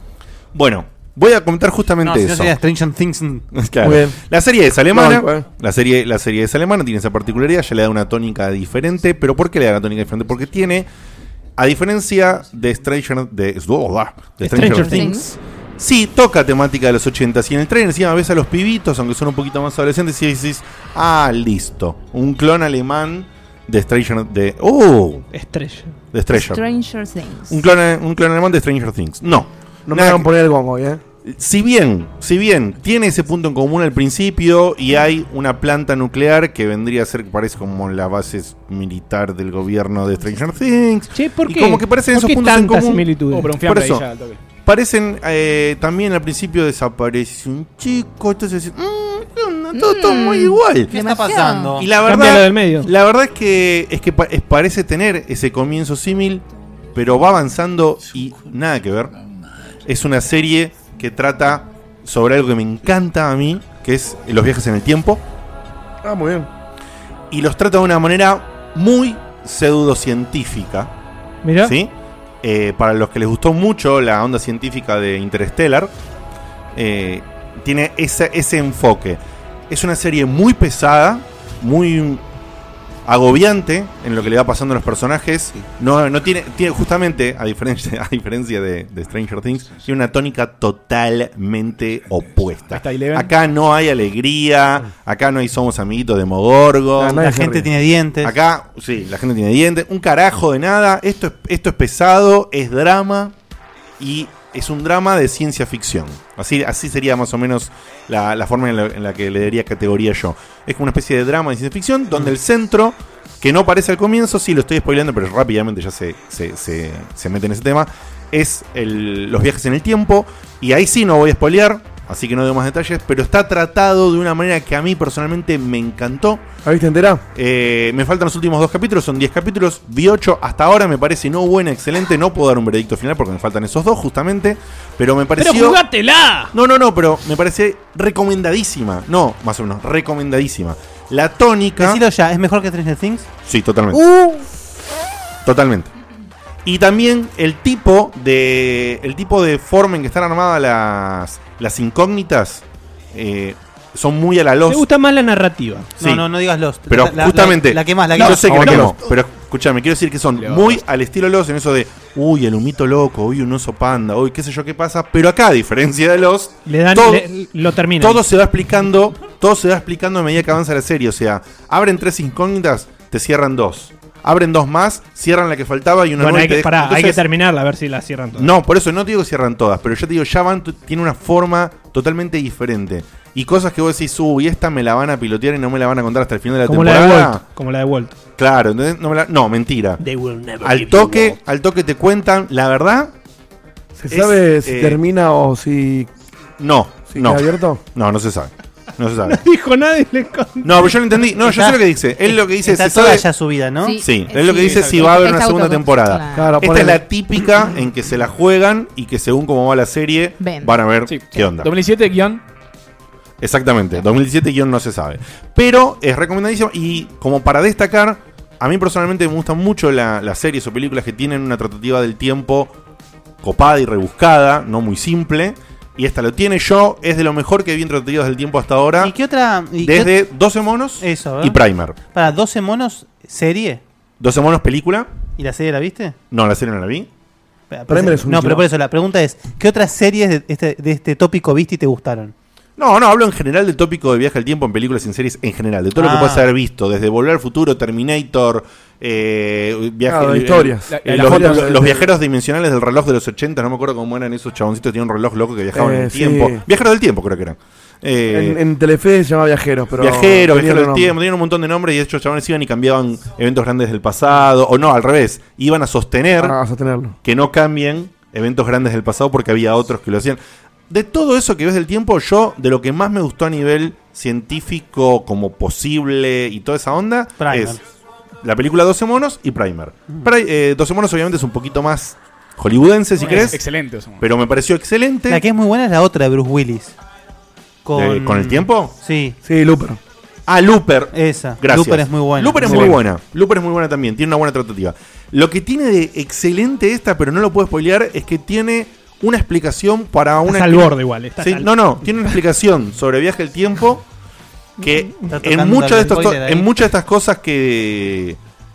Speaker 2: Bueno, voy a comentar justamente
Speaker 6: No, si no
Speaker 2: eso.
Speaker 6: sería Stranger Things.
Speaker 2: [laughs] Claro.
Speaker 5: Muy bien.
Speaker 2: La serie es alemana.
Speaker 5: No, bueno.
Speaker 2: la, serie, la serie es alemana, tiene esa particularidad, ya le da una tónica diferente. ¿Pero por qué le da una tónica diferente? Porque tiene, a diferencia de Stranger, de, de Stranger,
Speaker 7: Stranger
Speaker 2: Things,
Speaker 4: Things.
Speaker 2: sí toca temática de los 80. Si en el tren encima ves a los pibitos, aunque son un poquito más adolescentes, y decís, ah, listo, un clon alemán de Stranger, de, oh,
Speaker 7: Estrella.
Speaker 2: de Stranger.
Speaker 4: Stranger Things.
Speaker 2: Un clon, un clon alemán de Stranger Things. No.
Speaker 5: No me
Speaker 2: Nada
Speaker 5: hagan
Speaker 2: que-
Speaker 5: poner el gong hoy, ¿eh?
Speaker 2: si bien, si bien tiene ese punto en común al principio y hay una planta nuclear que vendría a ser, parece como la base militar del gobierno de Stranger Things.
Speaker 7: Che, ¿por
Speaker 2: Y
Speaker 7: qué?
Speaker 2: como que parecen
Speaker 7: ¿Por
Speaker 2: esos
Speaker 7: qué
Speaker 2: puntos en
Speaker 7: tanta
Speaker 2: común.
Speaker 7: similitud?
Speaker 3: Oh, pero
Speaker 2: Por
Speaker 3: un fiambre ahí
Speaker 2: eso.
Speaker 3: ya al toque.
Speaker 2: Parecen eh, también al principio desaparece un chico, entonces decís, "Mm, ¿qué onda? todo, todo muy igual.
Speaker 6: ¿Qué está
Speaker 4: Demasiado.
Speaker 6: pasando?
Speaker 2: Y la
Speaker 7: Cambia
Speaker 2: verdad,
Speaker 7: lo del medio.
Speaker 2: la verdad es que es que pa- es- parece tener ese comienzo símil, pero va avanzando y nada que ver. Es una serie que trata sobre algo que me encanta a mí, que es los viajes en el tiempo,
Speaker 5: Ah, muy bien.
Speaker 2: y los trata de una manera muy pseudocientífica.
Speaker 7: Mirá.
Speaker 2: ¿Sí? Eh, para los que les gustó mucho la onda científica de Interstellar, eh, tiene ese, ese enfoque. Es una serie muy pesada, muy agobiante en lo que le va pasando a los personajes. No, no tiene, tiene justamente, a diferencia, [laughs] a diferencia de, de Stranger Things, tiene una tónica totalmente opuesta.
Speaker 3: Hasta Eleven.
Speaker 2: Acá no hay alegría, acá no hay somos amiguitos de Mogorgo.
Speaker 5: Ah, no,
Speaker 6: La
Speaker 5: Nadie se
Speaker 6: gente
Speaker 5: ríe.
Speaker 6: tiene dientes.
Speaker 2: Acá, sí, la gente tiene dientes. Un carajo de nada. Esto es, esto es pesado, es drama y es un drama de ciencia ficción. Así, así sería más o menos la, la forma en la, en la que le daría categoría yo. Es como una especie de drama de ciencia ficción donde el centro, que no aparece al comienzo, sí lo estoy spoileando, pero rápidamente ya se, se, se- se mete en ese tema, es el- los viajes en el tiempo. Y ahí sí no voy a spoilear, así que no doy más detalles, pero está tratado de una manera que a mí personalmente me encantó.
Speaker 5: ¿La viste entera?
Speaker 2: Eh, me faltan los últimos dos capítulos, son 10 capítulos. Vi 8 hasta ahora, me parece no buena, excelente. No puedo dar un veredicto final porque me faltan esos dos, justamente. Pero me pareció.
Speaker 7: ¡Pero jugátela!
Speaker 2: No, no, no, pero me parece recomendadísima. No, más o menos, recomendadísima. La tónica.
Speaker 6: Decilo ya, ¿es mejor que Stranger Things?
Speaker 2: Sí, totalmente. Totalmente. Y también el tipo de. El tipo de forma en que están armadas las. las incógnitas. eh, son muy a la
Speaker 7: Me
Speaker 2: los.
Speaker 7: gusta más la narrativa.
Speaker 2: Sí.
Speaker 6: No, no, no digas Lost.
Speaker 2: Pero
Speaker 6: La- la-
Speaker 2: justamente.
Speaker 6: La, la que más, la que
Speaker 2: Yo
Speaker 6: más.
Speaker 2: sé que la
Speaker 5: Ahora
Speaker 2: quemo,
Speaker 5: Lost.
Speaker 2: pero escúchame, quiero decir que son
Speaker 3: Lost.
Speaker 2: muy al estilo Lost en eso de. Uy, el humito loco, uy, un oso panda, uy, qué sé yo qué pasa. Pero acá, a diferencia de Lost,
Speaker 7: Le dan,
Speaker 2: todo,
Speaker 7: le- lo termina.
Speaker 2: todo se va explicando. Todo se va explicando a medida que avanza la serie. O sea, abren tres incógnitas, te cierran dos. Abren dos más, cierran la que faltaba y una
Speaker 7: bueno,
Speaker 2: nueva y
Speaker 7: hay
Speaker 2: te
Speaker 7: que,
Speaker 2: dejan.
Speaker 7: pará, hay que
Speaker 2: Entonces,
Speaker 7: terminarla a ver si la cierran todas.
Speaker 2: no, por eso no te digo que cierran todas, pero yo te digo, ya van, t- tiene una forma totalmente diferente. Y cosas que vos decís, uy, esta me la van a pilotear y no me la van a contar hasta el final de la
Speaker 7: como la de
Speaker 2: temporada.
Speaker 7: Walt. Como la de Walt.
Speaker 2: Claro, ¿entendés? No, me la- no, mentira.
Speaker 8: They will never
Speaker 2: Al
Speaker 8: give
Speaker 2: toque, al toque te cuentan, la verdad,
Speaker 5: ¿Se
Speaker 2: Es,
Speaker 5: sabe si
Speaker 2: eh,
Speaker 5: termina o si,
Speaker 2: no,
Speaker 5: si
Speaker 2: no,
Speaker 5: queda abierto?
Speaker 2: no, no se sabe. No se
Speaker 7: [laughs] No
Speaker 2: sabe.
Speaker 7: dijo nada y le contó.
Speaker 2: No, pero yo no entendí. No, yo
Speaker 6: Está-
Speaker 2: sé lo que dice. Él lo que dice
Speaker 6: Está
Speaker 2: se
Speaker 6: toda
Speaker 2: sabe-
Speaker 6: ya su vida, ¿no?
Speaker 4: Sí.
Speaker 2: Sí, es lo que
Speaker 4: Sí,
Speaker 2: dice
Speaker 4: exacto.
Speaker 2: si va a haber una
Speaker 4: Está
Speaker 2: segunda
Speaker 4: auto-
Speaker 2: temporada.
Speaker 4: claro.
Speaker 5: Claro,
Speaker 2: Esta es
Speaker 5: ponele.
Speaker 2: la típica en que se la juegan y que según cómo va la serie
Speaker 4: Ven.
Speaker 2: van a ver
Speaker 3: Sí.
Speaker 2: qué onda.
Speaker 3: 2007 guión.
Speaker 2: Exactamente, 2017 guión no se sabe. Pero es recomendadísimo y como para destacar, a mí personalmente me gustan mucho la- las series o películas que tienen una tratativa del tiempo copada y rebuscada, no muy simple. Y esta lo tiene yo, es de lo mejor que vi en tratativas del tiempo hasta ahora.
Speaker 6: ¿Y qué otra? y qué
Speaker 2: Desde 12 monos
Speaker 6: ot- Eso,
Speaker 2: y
Speaker 6: ¿verdad?
Speaker 2: Primer.
Speaker 6: Para 12 monos, serie.
Speaker 2: 12 monos película.
Speaker 6: ¿Y la serie la viste?
Speaker 2: No, la serie no la vi.
Speaker 5: Primer es un
Speaker 6: no,
Speaker 5: kilo.
Speaker 6: pero por eso la pregunta es, ¿qué otras series de este, de este tópico viste y te gustaron?
Speaker 2: No, no, hablo en general del tópico de viaje al tiempo en películas y en series en general, de todo lo que
Speaker 6: Ah.
Speaker 2: puedes haber visto, desde Volver al Futuro, Terminator, eh, viaje,
Speaker 5: Claro,
Speaker 2: el-
Speaker 5: historias.
Speaker 2: el- el-
Speaker 5: La-
Speaker 2: los,
Speaker 5: la-
Speaker 2: los-
Speaker 5: la-
Speaker 2: los viajeros dimensionales del reloj de los 80, no me acuerdo cómo eran esos chaboncitos, tenían un reloj loco que viajaban en
Speaker 5: Eh,
Speaker 2: el
Speaker 5: sí.
Speaker 2: tiempo. Viajeros del tiempo creo que eran. Eh,
Speaker 5: En, en Telefe se llama Viajeros, pero.
Speaker 2: viajeros,
Speaker 5: tenía
Speaker 2: viajeros del
Speaker 5: otro
Speaker 2: tiempo,
Speaker 5: nombre.
Speaker 2: tenían un montón de nombres y estos chabones iban y cambiaban eventos grandes del pasado, o no, al revés, iban a sostener
Speaker 5: Ah, vas a tenerlo.
Speaker 2: que no cambien eventos grandes del pasado porque había otros que lo hacían. De todo eso que ves del tiempo, yo de lo que más me gustó a nivel científico como posible y toda esa onda
Speaker 6: Primer. Mm.
Speaker 2: es la película 12 monos y Primer. Pri- eh, 12 monos obviamente es un poquito más hollywoodense si
Speaker 3: Es
Speaker 2: querés,
Speaker 3: Excelente. ese momento.
Speaker 2: pero me pareció excelente.
Speaker 6: La que es muy buena es la otra de Bruce Willis.
Speaker 2: Eh, ¿con el tiempo?
Speaker 6: Sí,
Speaker 5: Sí, Looper.
Speaker 2: Ah, Looper.
Speaker 6: esa.
Speaker 2: Gracias.
Speaker 6: Looper es muy buena.
Speaker 2: Looper es
Speaker 5: Muy
Speaker 2: muy
Speaker 5: buena.
Speaker 2: buena. Looper es muy buena también. Tiene una buena tratativa. Lo que tiene de excelente esta, pero no lo puedo spoilear, es que tiene una explicación para una.
Speaker 7: Estás al borde igual.
Speaker 2: Sí,
Speaker 7: estás al-
Speaker 2: no, no. Tiene una explicación sobre viaje al tiempo que
Speaker 6: Está tocando
Speaker 2: en, muchas de
Speaker 6: el
Speaker 2: estos to-
Speaker 6: spoiler ahí.
Speaker 2: en muchas de estas cosas que,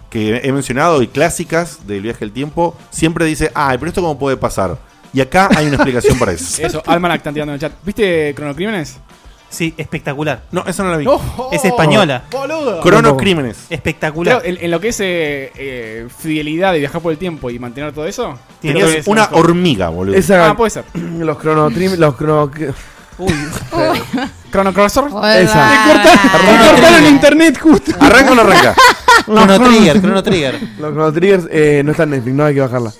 Speaker 2: que he mencionado y clásicas del viaje al tiempo, siempre dice, ah, pero esto cómo puede pasar. Y acá hay una explicación para eso.
Speaker 3: [laughs] Eso, Almanac están tirando en el chat. ¿Viste Cronocrímenes?
Speaker 6: Sí, espectacular.
Speaker 2: No, eso no la vi.
Speaker 6: Es española.
Speaker 3: Oh, ¡Boludo!
Speaker 2: Cronos Crímenes.
Speaker 6: Espectacular.
Speaker 3: Claro, en, en lo que es eh, eh, fidelidad y viajar por el tiempo y mantener todo eso.
Speaker 6: Tiene
Speaker 3: creo que
Speaker 2: Tenías
Speaker 3: es
Speaker 2: una
Speaker 3: mejor.
Speaker 2: hormiga, boludo.
Speaker 5: Esa.
Speaker 3: Ah, puede ser.
Speaker 5: [laughs] Los cronotrim. Los crono.
Speaker 6: Uy,
Speaker 3: pues, Chronocrossor.
Speaker 5: Esa.
Speaker 6: [laughs]
Speaker 3: Me cortaron internet justo.
Speaker 2: Arranca o no arranca.
Speaker 6: Ah. Chrono Trigger, Chrono Trigger.
Speaker 5: Los cronotriggers eh, no están en Netflix, no hay que bajarla.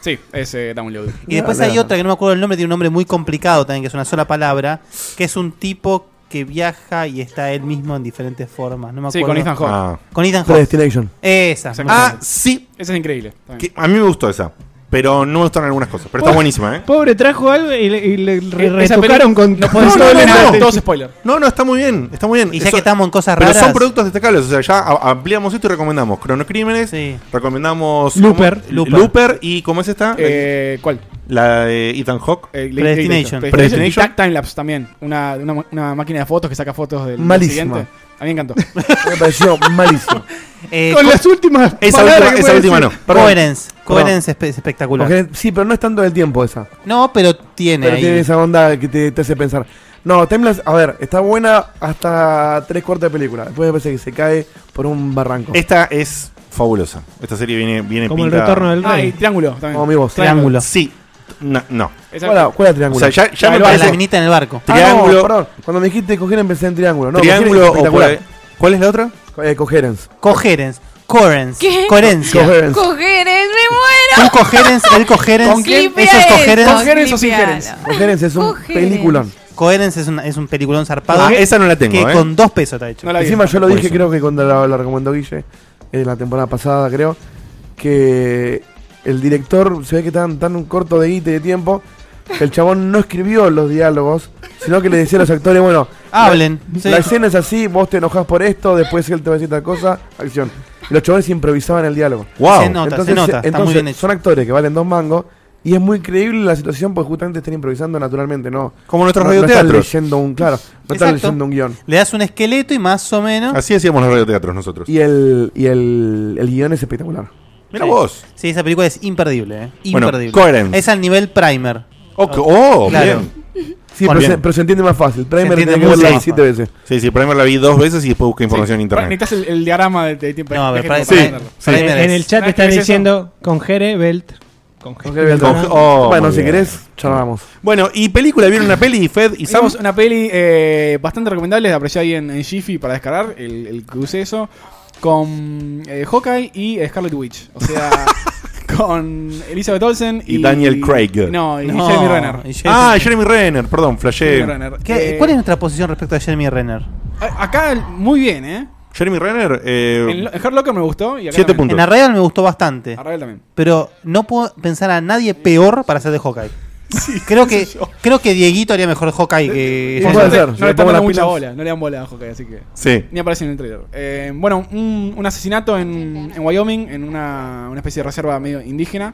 Speaker 3: Sí, ese download.
Speaker 6: Y después hay otra que no me acuerdo el nombre, tiene un nombre muy complicado también, que es una sola palabra, que es un tipo que viaja y está él mismo en diferentes formas. No me
Speaker 3: Sí,
Speaker 6: acuerdo.
Speaker 3: con Ethan Hawke.
Speaker 2: Ah.
Speaker 6: Con Ethan Hawke.
Speaker 5: Predestination.
Speaker 6: Esa.
Speaker 2: Ah, sí.
Speaker 3: Ese es increíble. también.
Speaker 2: que a mí me gustó esa. Pero no me gustan algunas cosas. Pero está
Speaker 7: Pues-
Speaker 2: buenísima, ¿eh?
Speaker 7: Pobre, trajo algo y le, y le re-
Speaker 3: Esa
Speaker 7: retocaron [laughs] con
Speaker 3: No
Speaker 2: No,
Speaker 3: podés
Speaker 2: no,
Speaker 3: spoiler
Speaker 2: no,
Speaker 3: nada,
Speaker 2: no.
Speaker 3: todo es spoiler.
Speaker 2: No, no, está muy bien. Está muy bien.
Speaker 6: Y ya
Speaker 2: Eso-
Speaker 6: que estamos en cosas
Speaker 2: Pero
Speaker 6: raras.
Speaker 2: [laughs] son productos destacables. O sea, ya a- ampliamos esto y recomendamos Cronocrímenes.
Speaker 6: Sí.
Speaker 2: Recomendamos.
Speaker 7: Looper.
Speaker 2: ¿cómo?
Speaker 6: Looper.
Speaker 2: Looper. ¿Y cómo es esta?
Speaker 3: Eh, ¿Cuál?
Speaker 2: la de Ethan Hawke.
Speaker 3: Eh, le-
Speaker 6: Predestination.
Speaker 3: le- le-
Speaker 2: Predestination.
Speaker 3: Y Time- Timelapse también. Una, una, una máquina de fotos que saca fotos del
Speaker 5: Malísima.
Speaker 3: del siguiente. A mí
Speaker 2: [laughs]
Speaker 3: me encantó.
Speaker 5: Me pareció malísimo.
Speaker 6: Eh,
Speaker 7: Con
Speaker 6: Co-
Speaker 7: las últimas.
Speaker 2: Esa
Speaker 7: palabras
Speaker 2: última,
Speaker 7: que
Speaker 2: esa
Speaker 7: puede
Speaker 2: última no.
Speaker 7: decir.
Speaker 6: Coherence. Coherence espe- espectacular.
Speaker 5: Porque- sí, pero no es tanto del tiempo esa.
Speaker 6: No, pero tiene
Speaker 5: Pero
Speaker 6: ahí.
Speaker 5: tiene esa onda que te, te hace pensar. No, Timeless, a ver, está buena hasta tres cuartos de película. Después me parece que se cae por un barranco.
Speaker 2: Esta es fabulosa. Esta serie viene, viene
Speaker 7: Como el
Speaker 2: pinta-
Speaker 7: retorno del
Speaker 3: Ah, y
Speaker 7: rey.
Speaker 3: Triángulo también.
Speaker 5: Como mi voz.
Speaker 6: Triángulo.
Speaker 2: Sí. No. no.
Speaker 3: Esa-
Speaker 5: ¿Cuál, era- cuál era
Speaker 2: O
Speaker 5: triángulo?
Speaker 2: sea, ya, ya
Speaker 3: La
Speaker 2: me
Speaker 3: del
Speaker 6: La
Speaker 2: parece.
Speaker 6: minita en el barco.
Speaker 5: Ah, no,
Speaker 2: triángulo-
Speaker 5: Ah, perdón. Cuando me dijiste coger empecé en triángulo. No,
Speaker 2: triángulo
Speaker 5: coger es
Speaker 2: o
Speaker 5: espectacular.
Speaker 2: por- ¿Cuál es la otra?
Speaker 5: Eh, coherence.
Speaker 6: Coherence. Coherence.
Speaker 4: ¿Qué?
Speaker 6: Coherencia.
Speaker 5: Coherence.
Speaker 1: Cogeres, me
Speaker 6: Un
Speaker 1: muero.
Speaker 6: coherence, el coherence. Eso [laughs] es coherence.
Speaker 3: Coherence o sin coherence.
Speaker 5: Coherence es un
Speaker 1: Coherence.
Speaker 5: peliculón.
Speaker 6: Coherence es, una- es un peliculón zarpado.
Speaker 2: Ah,
Speaker 6: que-
Speaker 2: esa no la
Speaker 6: que
Speaker 2: tengo, ¿eh?
Speaker 6: con dos pesos está hecho.
Speaker 3: No la vi.
Speaker 5: Encima yo lo
Speaker 2: Por
Speaker 5: dije,
Speaker 2: eso.
Speaker 5: creo que cuando la, la recomendó Guille, en la temporada pasada, creo, que el director se ve que tan, tan un corto de guita y de tiempo, que el chabón no escribió los diálogos, sino que le decía a los actores, bueno,
Speaker 6: Hablen. sí.
Speaker 5: la escena es así, vos te enojás por esto, después él te va a decir tal cosa, acción. Y los chabones improvisaban el diálogo.
Speaker 2: Wow.
Speaker 6: Se nota, se nota. Está muy
Speaker 5: entonces,
Speaker 6: bien hecho.
Speaker 5: son actores que valen dos mangos. Y es muy creíble la situación porque justamente están improvisando naturalmente, ¿no?
Speaker 2: Como nuestros
Speaker 5: no, no están
Speaker 2: radioteatros.
Speaker 5: leyendo un, claro, no están
Speaker 6: Exacto.
Speaker 5: leyendo un guión.
Speaker 6: Le das un esqueleto y más o menos.
Speaker 2: Así hacíamos los radioteatros nosotros.
Speaker 5: Y el, y el, el guión es espectacular.
Speaker 2: Mira
Speaker 6: Sí.
Speaker 2: vos.
Speaker 6: Sí, esa película es imperdible. ¿eh?
Speaker 2: Bueno,
Speaker 6: Imperdible.
Speaker 2: Coherence.
Speaker 6: Es al nivel primer.
Speaker 2: Oh, que- oh,
Speaker 6: Claro.
Speaker 2: bien.
Speaker 5: Sí,
Speaker 2: Bueno,
Speaker 5: pero se,
Speaker 2: bien.
Speaker 5: pero se entiende más fácil. Primer
Speaker 6: entiende
Speaker 5: tiene que
Speaker 6: mucho
Speaker 5: verla
Speaker 6: más
Speaker 5: siete veces.
Speaker 2: Sí, sí, primero la vi dos veces y después busqué información en
Speaker 3: Bueno,
Speaker 2: internet.
Speaker 3: Necesitas el, el diagrama de, de tiempo.
Speaker 6: No, a ver,
Speaker 3: de
Speaker 6: para-
Speaker 3: ejemplo
Speaker 2: Sí.
Speaker 3: para
Speaker 6: para-
Speaker 3: entenderlo.
Speaker 6: para-
Speaker 7: En, en el chat
Speaker 3: ¿Sabes
Speaker 7: están
Speaker 3: qué es
Speaker 7: diciendo con Jere Belt. Con Jere.
Speaker 5: Ok, bien.
Speaker 2: Con- oh,
Speaker 5: bueno,
Speaker 2: muy
Speaker 5: si
Speaker 2: bien.
Speaker 5: querés, charlamos.
Speaker 2: Bueno, y película, vieron una peli, Fed y Sam.
Speaker 3: Hicimos una peli eh, bastante recomendable, la aprecié ahí en, en Jiffy para descargar,
Speaker 2: [laughs]
Speaker 3: el, el cruce eso, con eh, Hawkeye y Scarlet Witch. O sea, con Elizabeth Olsen y,
Speaker 2: Y Daniel Craig.
Speaker 3: No, y
Speaker 6: No,
Speaker 3: Jeremy Renner.
Speaker 6: y Jeremy-
Speaker 2: Ah, Jeremy Renner, perdón, flashé.
Speaker 3: Jeremy
Speaker 2: Jeremy,
Speaker 3: Renner.
Speaker 6: ¿Qué-
Speaker 3: Eh,
Speaker 6: ¿Cuál es nuestra posición respecto a Jeremy Renner?
Speaker 3: a- Acá muy bien, ¿eh?
Speaker 2: Renner, eh,
Speaker 3: En, lo- en Hurt Locker me gustó y acá
Speaker 2: Siete
Speaker 3: también.
Speaker 2: puntos.
Speaker 6: En Arrayal me gustó bastante,
Speaker 3: Arrabal también.
Speaker 6: pero no puedo pensar a nadie peor para hacer de Hawkeye. creo que creo que Dieguito haría mejor Hawkeye que
Speaker 5: Puede
Speaker 3: Aparte,
Speaker 5: ser, si le
Speaker 3: no le
Speaker 5: pongo
Speaker 3: están dando
Speaker 5: las
Speaker 3: mucha
Speaker 5: pilas.
Speaker 3: bola, no le dan bola a Hawkeye, así que.
Speaker 2: sí.
Speaker 3: Ni aparece en el trailer. Eh, bueno, un, un asesinato en, en Wyoming, en una, una especie de reserva medio indígena,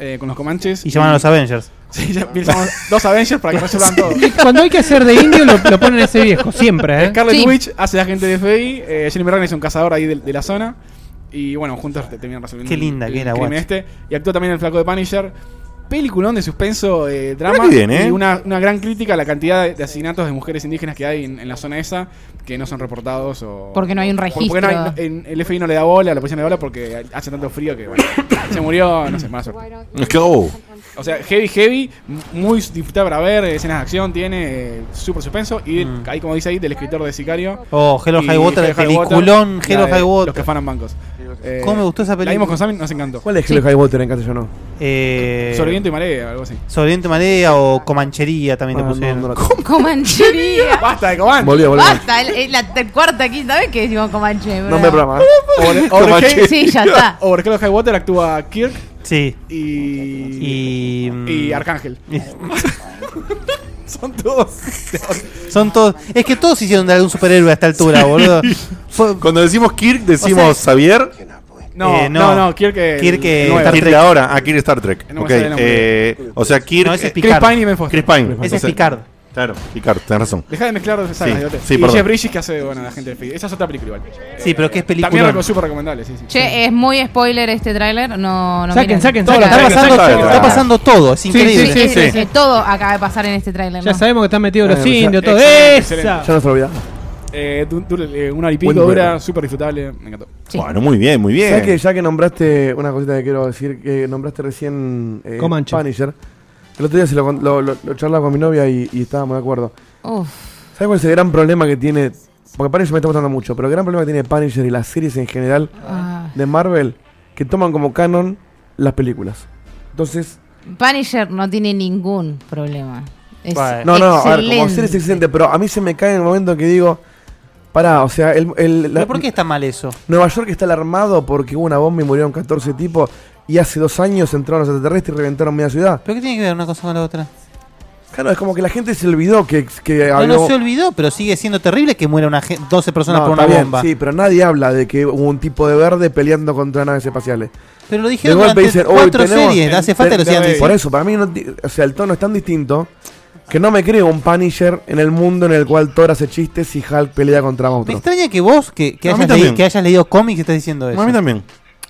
Speaker 3: eh, con los comanches.
Speaker 6: y llaman a los Avengers.
Speaker 3: [laughs] Sí, ya pensamos dos Avengers para que resuelvan todo.
Speaker 7: Cuando hay que hacer de [laughs] indio, lo, lo ponen a ese viejo, siempre, ¿eh?
Speaker 3: Scarlet
Speaker 4: Sí.
Speaker 3: Witch hace de agente de FBI. Eh, Jeremy Renner es un cazador ahí de, de la zona. Y bueno, juntos te- terminan resolviendo
Speaker 6: Qué linda
Speaker 3: el,
Speaker 6: que
Speaker 3: el
Speaker 6: era,
Speaker 3: crimen
Speaker 6: guacho.
Speaker 3: este. Y actúa también el flaco de Punisher. Peliculón de suspenso, eh, drama.
Speaker 2: Mirá que bien, ¿eh?
Speaker 3: Y una, una gran crítica a la cantidad de, de asesinatos de mujeres indígenas que hay en, en la zona esa que no son reportados o.
Speaker 4: Porque no hay un
Speaker 3: Porque- porque no hay-
Speaker 4: registro.
Speaker 3: en- el FBI no le da bola, la policía no le da bola porque hace tanto frío que bueno, [coughs] se murió, no sé, mala suerte.
Speaker 2: Es que, oh,
Speaker 3: O sea, heavy, heavy, m- muy disfrutable para ver, escenas de acción, tiene eh, súper suspenso. Y
Speaker 6: Mm.
Speaker 3: ahí, como dice ahí, del escritor de Sicario.
Speaker 6: Oh, Hello
Speaker 3: y
Speaker 6: High Water, el
Speaker 3: Hello High Water,
Speaker 6: peliculón
Speaker 3: la
Speaker 6: Hello
Speaker 3: de
Speaker 6: High
Speaker 3: Los que
Speaker 6: Water.
Speaker 3: fanan bancos. Eh,
Speaker 6: ¿Cómo me gustó esa
Speaker 3: La vimos con
Speaker 6: película?
Speaker 3: Sammy, nos encantó.
Speaker 5: ¿Cuál es Hello High Water en castellano?
Speaker 6: Eh,
Speaker 3: Sobreviviente y marea, algo así.
Speaker 6: Sobreviviente Marea o Comanchería también
Speaker 5: Ah,
Speaker 6: te
Speaker 5: no,
Speaker 6: pusieron.
Speaker 5: no la-
Speaker 4: Comanchería.
Speaker 3: ¡Basta de Coman!
Speaker 5: Volvió, volvió.
Speaker 4: Basta, es es la ter- cuarta, quinta vez que decimos Comanche.
Speaker 5: No
Speaker 4: bro.
Speaker 5: me
Speaker 3: [laughs]
Speaker 5: programa.
Speaker 3: Overkill
Speaker 4: Sí,
Speaker 3: [laughs]
Speaker 4: ya está.
Speaker 3: Overkill High Water actúa Kirk
Speaker 6: Sí.
Speaker 3: y.
Speaker 6: Y.
Speaker 2: mm,
Speaker 3: Y Arcángel. Son todos.
Speaker 6: Son todos. Es que todos hicieron de algún superhéroe a esta altura, boludo. Fue-
Speaker 2: Cuando decimos Kirk, decimos
Speaker 6: O
Speaker 2: Xavier.
Speaker 3: No,
Speaker 6: Eh,
Speaker 3: no,
Speaker 6: no.
Speaker 3: no, Kirk. el-
Speaker 6: Kirk, eh,
Speaker 3: el nuevo.
Speaker 6: Star
Speaker 2: Kirk de
Speaker 6: Trek.
Speaker 2: ahora, ah, Kirk Star Trek.
Speaker 3: No me
Speaker 2: ok,
Speaker 3: sale el nombre.
Speaker 2: eh, o sea, Kirk.
Speaker 6: No, ese es
Speaker 2: eh,
Speaker 3: Chris
Speaker 6: Picard.
Speaker 3: Pine y Ben Foster.
Speaker 2: Chris Pine.
Speaker 6: Ese
Speaker 2: O
Speaker 6: es
Speaker 2: sea,
Speaker 6: Picard.
Speaker 2: Claro, Picard, tenés razón.
Speaker 3: Deja de mezclar los sagas
Speaker 2: Sí,
Speaker 3: de otros.
Speaker 2: sí,
Speaker 3: y
Speaker 2: perdón.
Speaker 3: Jeff Bridges que hace, bueno, la gente del pibe. Esa es otra película igual.
Speaker 6: Sí, pero que es
Speaker 3: También
Speaker 6: película.
Speaker 3: algo súper recomendable, sí, sí.
Speaker 4: Che, es muy spoiler este tráiler. No, no
Speaker 7: Saquen,
Speaker 4: miren.
Speaker 7: saquen,
Speaker 4: Todo
Speaker 7: saquen.
Speaker 6: Está
Speaker 4: lo que-
Speaker 6: pasando,
Speaker 2: Exacto.
Speaker 6: está pasando todo, es increíble.
Speaker 4: Sí,
Speaker 2: Sí.
Speaker 4: sí, sí, sí, Eh, Todo acaba de pasar en este tráiler.
Speaker 7: Ya
Speaker 4: ¿no?
Speaker 7: sabemos que están
Speaker 2: Ah,
Speaker 7: metidos los
Speaker 5: Bueno, ya-
Speaker 7: indios, todo. ¡Eh!
Speaker 3: excelente,
Speaker 7: ¡Esa!
Speaker 5: Ya no se lo olvidaba.
Speaker 3: Eh, du- dura, eh, una hora y pico
Speaker 5: Buen duelo.
Speaker 3: dura, súper disfrutable, me encantó.
Speaker 4: Sí.
Speaker 2: Bueno, muy bien, muy bien.
Speaker 5: ¿Sabes que ya que nombraste una cosita que quiero decir, que nombraste recién eh,
Speaker 7: Comanche.
Speaker 5: Punisher? El otro día se lo, con- lo, lo- lo charlaba con mi novia y, y estábamos de acuerdo.
Speaker 4: Uf,
Speaker 5: ¿Sabes cuál es el gran problema que tiene? Porque Punisher me está gustando mucho, pero el gran problema que tiene Punisher y las series en general
Speaker 4: ah.
Speaker 5: de Marvel, que toman como canon las películas. Entonces,
Speaker 4: Punisher no tiene ningún problema. Es
Speaker 6: Vale.
Speaker 5: no, no, a ver, como
Speaker 4: excelente.
Speaker 5: series excelente, pero a mí se me cae en el momento que digo, pará, o sea, el, el- la-
Speaker 6: ¿Pero por qué está mal eso?
Speaker 5: Nueva York está alarmado porque hubo una bomba y murieron 14 tipos y hace dos años entraron los extraterrestres y reventaron media ciudad.
Speaker 6: ¿Pero qué tiene que ver una cosa con la otra?
Speaker 5: Eh, Claro, es como que la gente se olvidó que, que
Speaker 6: No,
Speaker 5: había...
Speaker 6: no se olvidó, pero sigue siendo terrible que muera una ge- 12 personas
Speaker 5: No,
Speaker 6: por una
Speaker 5: está bien,
Speaker 6: bomba.
Speaker 5: Sí, pero nadie habla de que hubo un tipo de verde peleando contra naves espaciales.
Speaker 6: Pero lo dijeron
Speaker 5: De golpe
Speaker 6: durante
Speaker 5: dicen, "Hoy
Speaker 6: cuatro
Speaker 5: tenemos-
Speaker 6: series, hace falta que lo sigan
Speaker 3: Sí.
Speaker 5: Por
Speaker 6: diciendo.
Speaker 5: eso, para mí, no ti- o sea, el tono es tan distinto que no me creo un Punisher en el mundo en el cual Thor hace chistes y Hulk pelea contra
Speaker 6: Me
Speaker 5: otro.
Speaker 6: extraña que vos, que, que
Speaker 2: No, a mí
Speaker 6: hayas, leído,
Speaker 2: también.
Speaker 6: que hayas leído cómics, estés diciendo eso.
Speaker 2: No, a mí también.